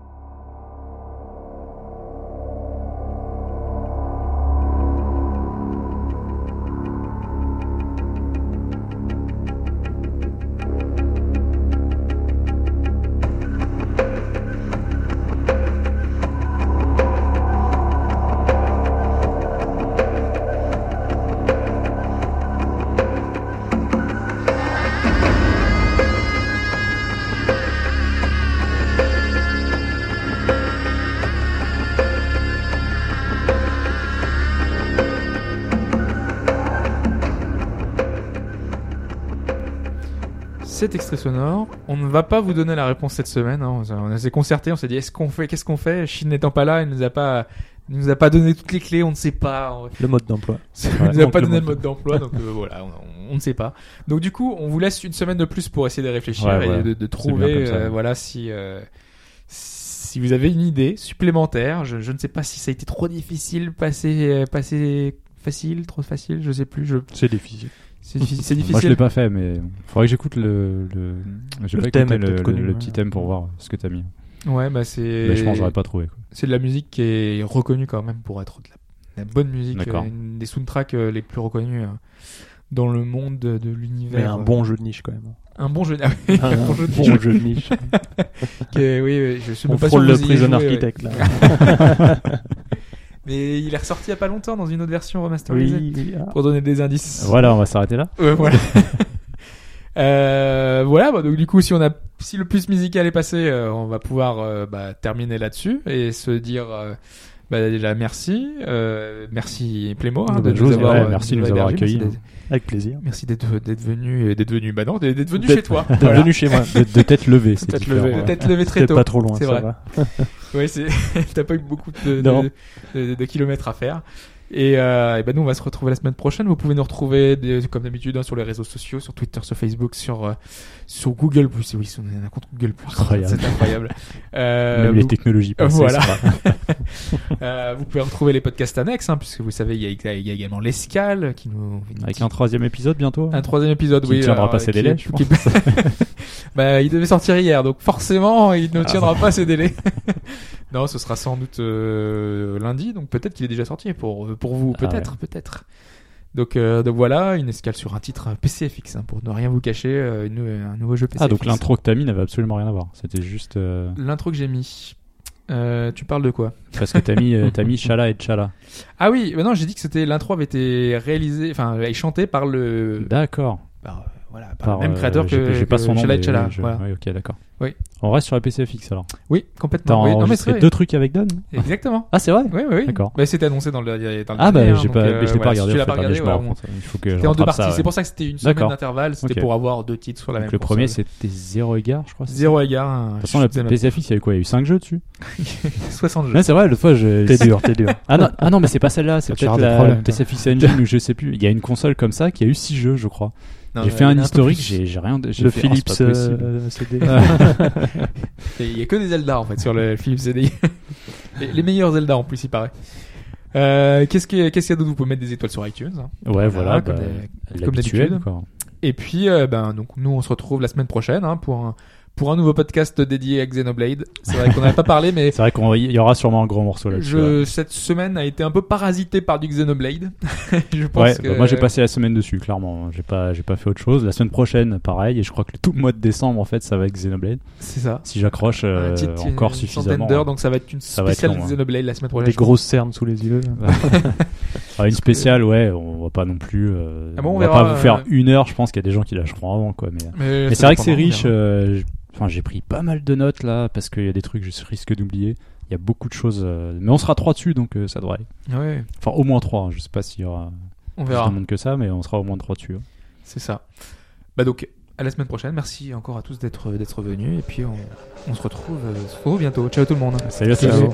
Speaker 2: cet extrait sonore. On ne va pas vous donner la réponse cette semaine. hein. On on s'est concerté, on s'est dit est-ce qu'on fait, qu'est-ce qu'on fait Chine n'étant pas là, il nous a pas, il nous a pas donné toutes les clés. On ne sait pas. On-
Speaker 5: Le mode d'emploi.
Speaker 2: Il nous a
Speaker 5: manque
Speaker 2: pas
Speaker 5: le
Speaker 2: donné le
Speaker 5: mode.
Speaker 2: mode d'emploi, donc euh, voilà, on, on ne sait pas. Donc du coup, on vous laisse une semaine de plus pour essayer de réfléchir
Speaker 3: Ouais,
Speaker 2: et
Speaker 3: ouais.
Speaker 2: de, de
Speaker 3: bien
Speaker 2: trouver,
Speaker 3: comme ça.
Speaker 2: euh, voilà, si. euh, si vous avez une idée supplémentaire, je, je ne sais pas si ça a été trop difficile, passé, euh, passé facile, trop facile, je sais plus. Je...
Speaker 5: C'est difficile.
Speaker 2: C'est diffi- c'est difficile.
Speaker 3: Moi, je l'ai pas fait, mais faudrait que j'écoute le, le, j'ai
Speaker 5: Le
Speaker 3: pas écouté
Speaker 5: thème est
Speaker 3: le,
Speaker 5: peut-être
Speaker 3: le-
Speaker 5: connu,
Speaker 3: le
Speaker 5: ouais.
Speaker 3: petit thème pour voir ce que t'as mis.
Speaker 2: Ouais, bah c'est.
Speaker 3: Mais je pense que j'aurais pas trouvé. quoi.
Speaker 2: C'est de la musique qui est reconnue quand même pour être de la, de la bonne musique,
Speaker 3: D'accord.
Speaker 2: euh, une des soundtracks euh, les plus reconnus euh, dans le monde de, de l'univers. euh,
Speaker 5: Mais un bon jeu de niche quand même. hein.
Speaker 2: un bon jeu, ah oui, un bon jeu de jeu.
Speaker 5: euh, jeu de niche.
Speaker 2: qui est- oui, oui, je suis
Speaker 5: On
Speaker 2: même pas
Speaker 5: frôle
Speaker 2: sûr
Speaker 5: le
Speaker 2: que vous ayez
Speaker 5: Prison
Speaker 2: joué, ouais.
Speaker 5: Architect là.
Speaker 2: Mais il est ressorti il y a pas longtemps dans une autre version remasterisée
Speaker 5: Oui, oui, ah.
Speaker 2: pour donner des indices.
Speaker 3: Voilà, on va s'arrêter là.
Speaker 2: Ouais, voilà. Euh, voilà, bah, donc du coup, si on a, si le plus musical est passé, euh, on va pouvoir euh, bah, terminer là-dessus et se dire euh, bah, déjà merci, euh, merci Plémo hein,
Speaker 3: Bah,
Speaker 2: de nous
Speaker 3: José,
Speaker 2: avoir,
Speaker 3: ouais,
Speaker 2: euh,
Speaker 3: merci de
Speaker 2: nous
Speaker 3: nous avoir
Speaker 2: hébergés, merci
Speaker 5: hein.
Speaker 3: accueillis.
Speaker 2: d'être-
Speaker 5: Avec plaisir.
Speaker 2: Merci d'être d'être venu et d'être venu. Bah non, d'être venu
Speaker 5: D'être-
Speaker 2: chez toi.
Speaker 5: T'es
Speaker 2: Voilà.
Speaker 5: venu chez moi.
Speaker 3: De, de tête levée, c'est
Speaker 5: Tête
Speaker 3: différent.
Speaker 5: levée.
Speaker 3: ouais.
Speaker 2: De T'être levé très
Speaker 5: Peut-être
Speaker 2: tôt.
Speaker 5: pas trop loin,
Speaker 2: c'est
Speaker 5: ça
Speaker 2: vrai.
Speaker 5: va.
Speaker 2: Ouais, c'est t'as pas eu beaucoup de, de-
Speaker 5: Non.
Speaker 2: de- de kilomètres à faire. Et, euh, et ben nous on va se retrouver la semaine prochaine. Vous pouvez nous retrouver des- comme d'habitude hein, sur les réseaux sociaux, sur Twitter, sur Facebook, sur euh, sur Google Plus. Oui, on a un compte Google Plus.
Speaker 3: Incroyable.
Speaker 2: C'est incroyable. Euh,
Speaker 3: Même les
Speaker 2: vous-
Speaker 3: technologies passées,
Speaker 2: voilà.
Speaker 3: ça va.
Speaker 2: euh, vous pouvez retrouver les podcasts annexes, hein, puisque vous savez, il y a, il y a également l'escale qui nous.
Speaker 3: Avec un troisième épisode bientôt.
Speaker 2: un troisième épisode,
Speaker 3: Qui
Speaker 2: oui.
Speaker 3: ne tiendra
Speaker 2: alors,
Speaker 3: pas ses
Speaker 2: qui-
Speaker 3: délais, je
Speaker 2: qui- bah, il devait sortir hier, donc forcément, il
Speaker 3: Ah,
Speaker 2: ne tiendra pas ses délais. non, ce sera sans doute euh, lundi, donc peut-être qu'il est déjà sorti pour, euh, pour vous,
Speaker 3: Ah
Speaker 2: peut-être, peut-être. Donc, euh, donc voilà, une escale sur un titre PCFX, hein, pour ne rien vous cacher, euh, une- un nouveau jeu PCFX.
Speaker 3: Ah, donc l'intro que t'as mis n'avait absolument rien à voir. C'était juste euh,
Speaker 2: L'intro que j'ai mis. Euh, tu parles de quoi
Speaker 3: parce que t'as mis, euh, t'as mis Chala et Chala.
Speaker 2: Ah oui, mais non, j'ai dit que c'était l'intro avait été réalisée, enfin, et chantée par le,
Speaker 3: D'accord.
Speaker 2: par, euh, voilà, par,
Speaker 3: Par,
Speaker 2: le même
Speaker 3: euh,
Speaker 2: créateur
Speaker 3: j'ai-
Speaker 2: que,
Speaker 3: j'ai pas
Speaker 2: que
Speaker 3: son nom.
Speaker 2: Chala et
Speaker 3: mais
Speaker 2: Chala,
Speaker 3: je-
Speaker 2: voilà.
Speaker 3: Oui, ok, d'accord.
Speaker 2: Oui.
Speaker 3: On reste sur la PCFX alors.
Speaker 2: Oui,
Speaker 3: T'as
Speaker 2: complètement. Oui, non, mais c'est
Speaker 3: enregistré
Speaker 2: vrai.
Speaker 3: deux trucs avec Don
Speaker 2: Exactement.
Speaker 3: Ah, c'est vrai
Speaker 2: Oui, oui. oui.
Speaker 3: D'accord.
Speaker 2: Mais c'était annoncé dans le. dans le dernier,
Speaker 3: Ah, bah,
Speaker 2: hein,
Speaker 3: j'ai
Speaker 2: donc,
Speaker 3: pas,
Speaker 2: euh,
Speaker 3: mais je l'ai
Speaker 2: voilà,
Speaker 3: pas
Speaker 2: Si
Speaker 3: regardé.
Speaker 2: tu
Speaker 3: en
Speaker 2: l'as
Speaker 3: fait,
Speaker 2: pas
Speaker 3: ah, mais
Speaker 2: regardé,
Speaker 3: je me
Speaker 2: voilà,
Speaker 3: rends compte. Il faut que je
Speaker 2: C'était en deux
Speaker 3: rattrape
Speaker 2: parties.
Speaker 3: ça, ouais.
Speaker 2: C'est pour ça que c'était une semaine
Speaker 3: D'accord.
Speaker 2: d'intervalle. C'était
Speaker 3: Ok.
Speaker 2: pour avoir deux titres sur la
Speaker 3: Donc
Speaker 2: même
Speaker 3: le premier,
Speaker 2: console. hein,
Speaker 3: c'était Zéro Égard, je crois. c'est ça
Speaker 2: Zéro égard. un
Speaker 3: De toute façon, la
Speaker 2: shoot'em up.
Speaker 3: PCFX, il y avait quoi Il y a eu 5 jeux dessus
Speaker 2: 60 jeux.
Speaker 3: Ouais, c'est vrai, l'autre fois, je.
Speaker 5: T'es dur, t'es dur.
Speaker 3: Ah non, ah non, mais c'est pas celle-là, c'est
Speaker 4: Ah, tu
Speaker 3: peut-être
Speaker 4: as des
Speaker 3: la
Speaker 4: problèmes, toi.
Speaker 3: PCFX Engine ou je sais plus. Il y a une console comme ça qui a eu 6 jeux, je crois.
Speaker 2: Non, euh,
Speaker 3: J'ai
Speaker 2: il y
Speaker 3: fait
Speaker 2: en a
Speaker 3: un
Speaker 2: peu
Speaker 3: historique,
Speaker 2: plus.
Speaker 3: j'ai j'ai rien de. j'ai
Speaker 5: Le
Speaker 3: fait, oh, c'est
Speaker 5: Philips
Speaker 3: pas possible.
Speaker 5: euh, CD.
Speaker 2: Et Il y a que des Zelda en fait sur le Philips CD. les, les meilleurs Zelda en plus, il paraît. Euh, qu'est-ce qu'il y a- qu'est-ce qu'il y a d'autre Vous pouvez mettre des étoiles sur iTunes. hein.
Speaker 3: Ouais, voilà,
Speaker 2: comme
Speaker 3: bah,
Speaker 2: des- comme
Speaker 3: l'habituel,
Speaker 2: d'habitude.
Speaker 3: quoi.
Speaker 2: Et puis, euh, ben, donc, nous, on se retrouve la semaine prochaine hein, pour, un, pour un nouveau podcast dédié à Xenoblade. C'est vrai qu'on n'en a pas parlé, mais
Speaker 3: C'est vrai qu'il y aura sûrement un grand morceau là-dessus. ouais.
Speaker 2: je, cette semaine a été un peu parasitée par du Xenoblade. je pense
Speaker 3: Ouais,
Speaker 2: que...
Speaker 3: bah, moi j'ai passé la semaine dessus, clairement. J'ai pas, j'ai pas fait autre chose. La semaine prochaine, pareil. Et je crois que le tout le mois de décembre, en fait, ça va avec Xenoblade.
Speaker 2: C'est ça.
Speaker 3: Si j'accroche euh,
Speaker 2: Un titre, une
Speaker 3: encore
Speaker 2: centaine
Speaker 3: suffisamment. hein.
Speaker 2: d'heures, donc ça va être une
Speaker 3: Ça va être
Speaker 2: spéciale
Speaker 3: long, hein.
Speaker 2: Xenoblade la semaine prochaine.
Speaker 5: Des grosses cernes sous les yeux.
Speaker 3: Ah, une spéciale, ouais, on va pas non plus. euh,
Speaker 2: Ah bon, on
Speaker 3: on, va
Speaker 2: verra,
Speaker 3: pas vous
Speaker 2: euh,
Speaker 3: faire une heure, je pense qu'il y a des gens qui lâcheront avant, quoi. Mais,
Speaker 2: Mais,
Speaker 3: mais
Speaker 2: ça
Speaker 3: c'est vrai que c'est
Speaker 2: dépendra, on
Speaker 3: riche.
Speaker 2: verra.
Speaker 3: euh, j'- Enfin, j'ai pris pas mal de notes là, parce qu'il y a des trucs que je risque d'oublier. Il y a beaucoup de choses. euh, mais on sera trois dessus, donc euh, ça devrait aller.
Speaker 2: Ouais,
Speaker 3: Enfin, au moins trois. hein, Je sais pas s'il y aura
Speaker 2: on
Speaker 3: plus de
Speaker 2: verra.
Speaker 3: monde que ça, mais on sera au moins trois dessus. hein.
Speaker 2: C'est ça. Bah donc, à la semaine prochaine. Merci encore à tous d'être d'être venus. Et puis, on, on se retrouve, euh, on se retrouve bientôt. Ciao tout le monde.
Speaker 3: Salut à tous.
Speaker 5: Ciao.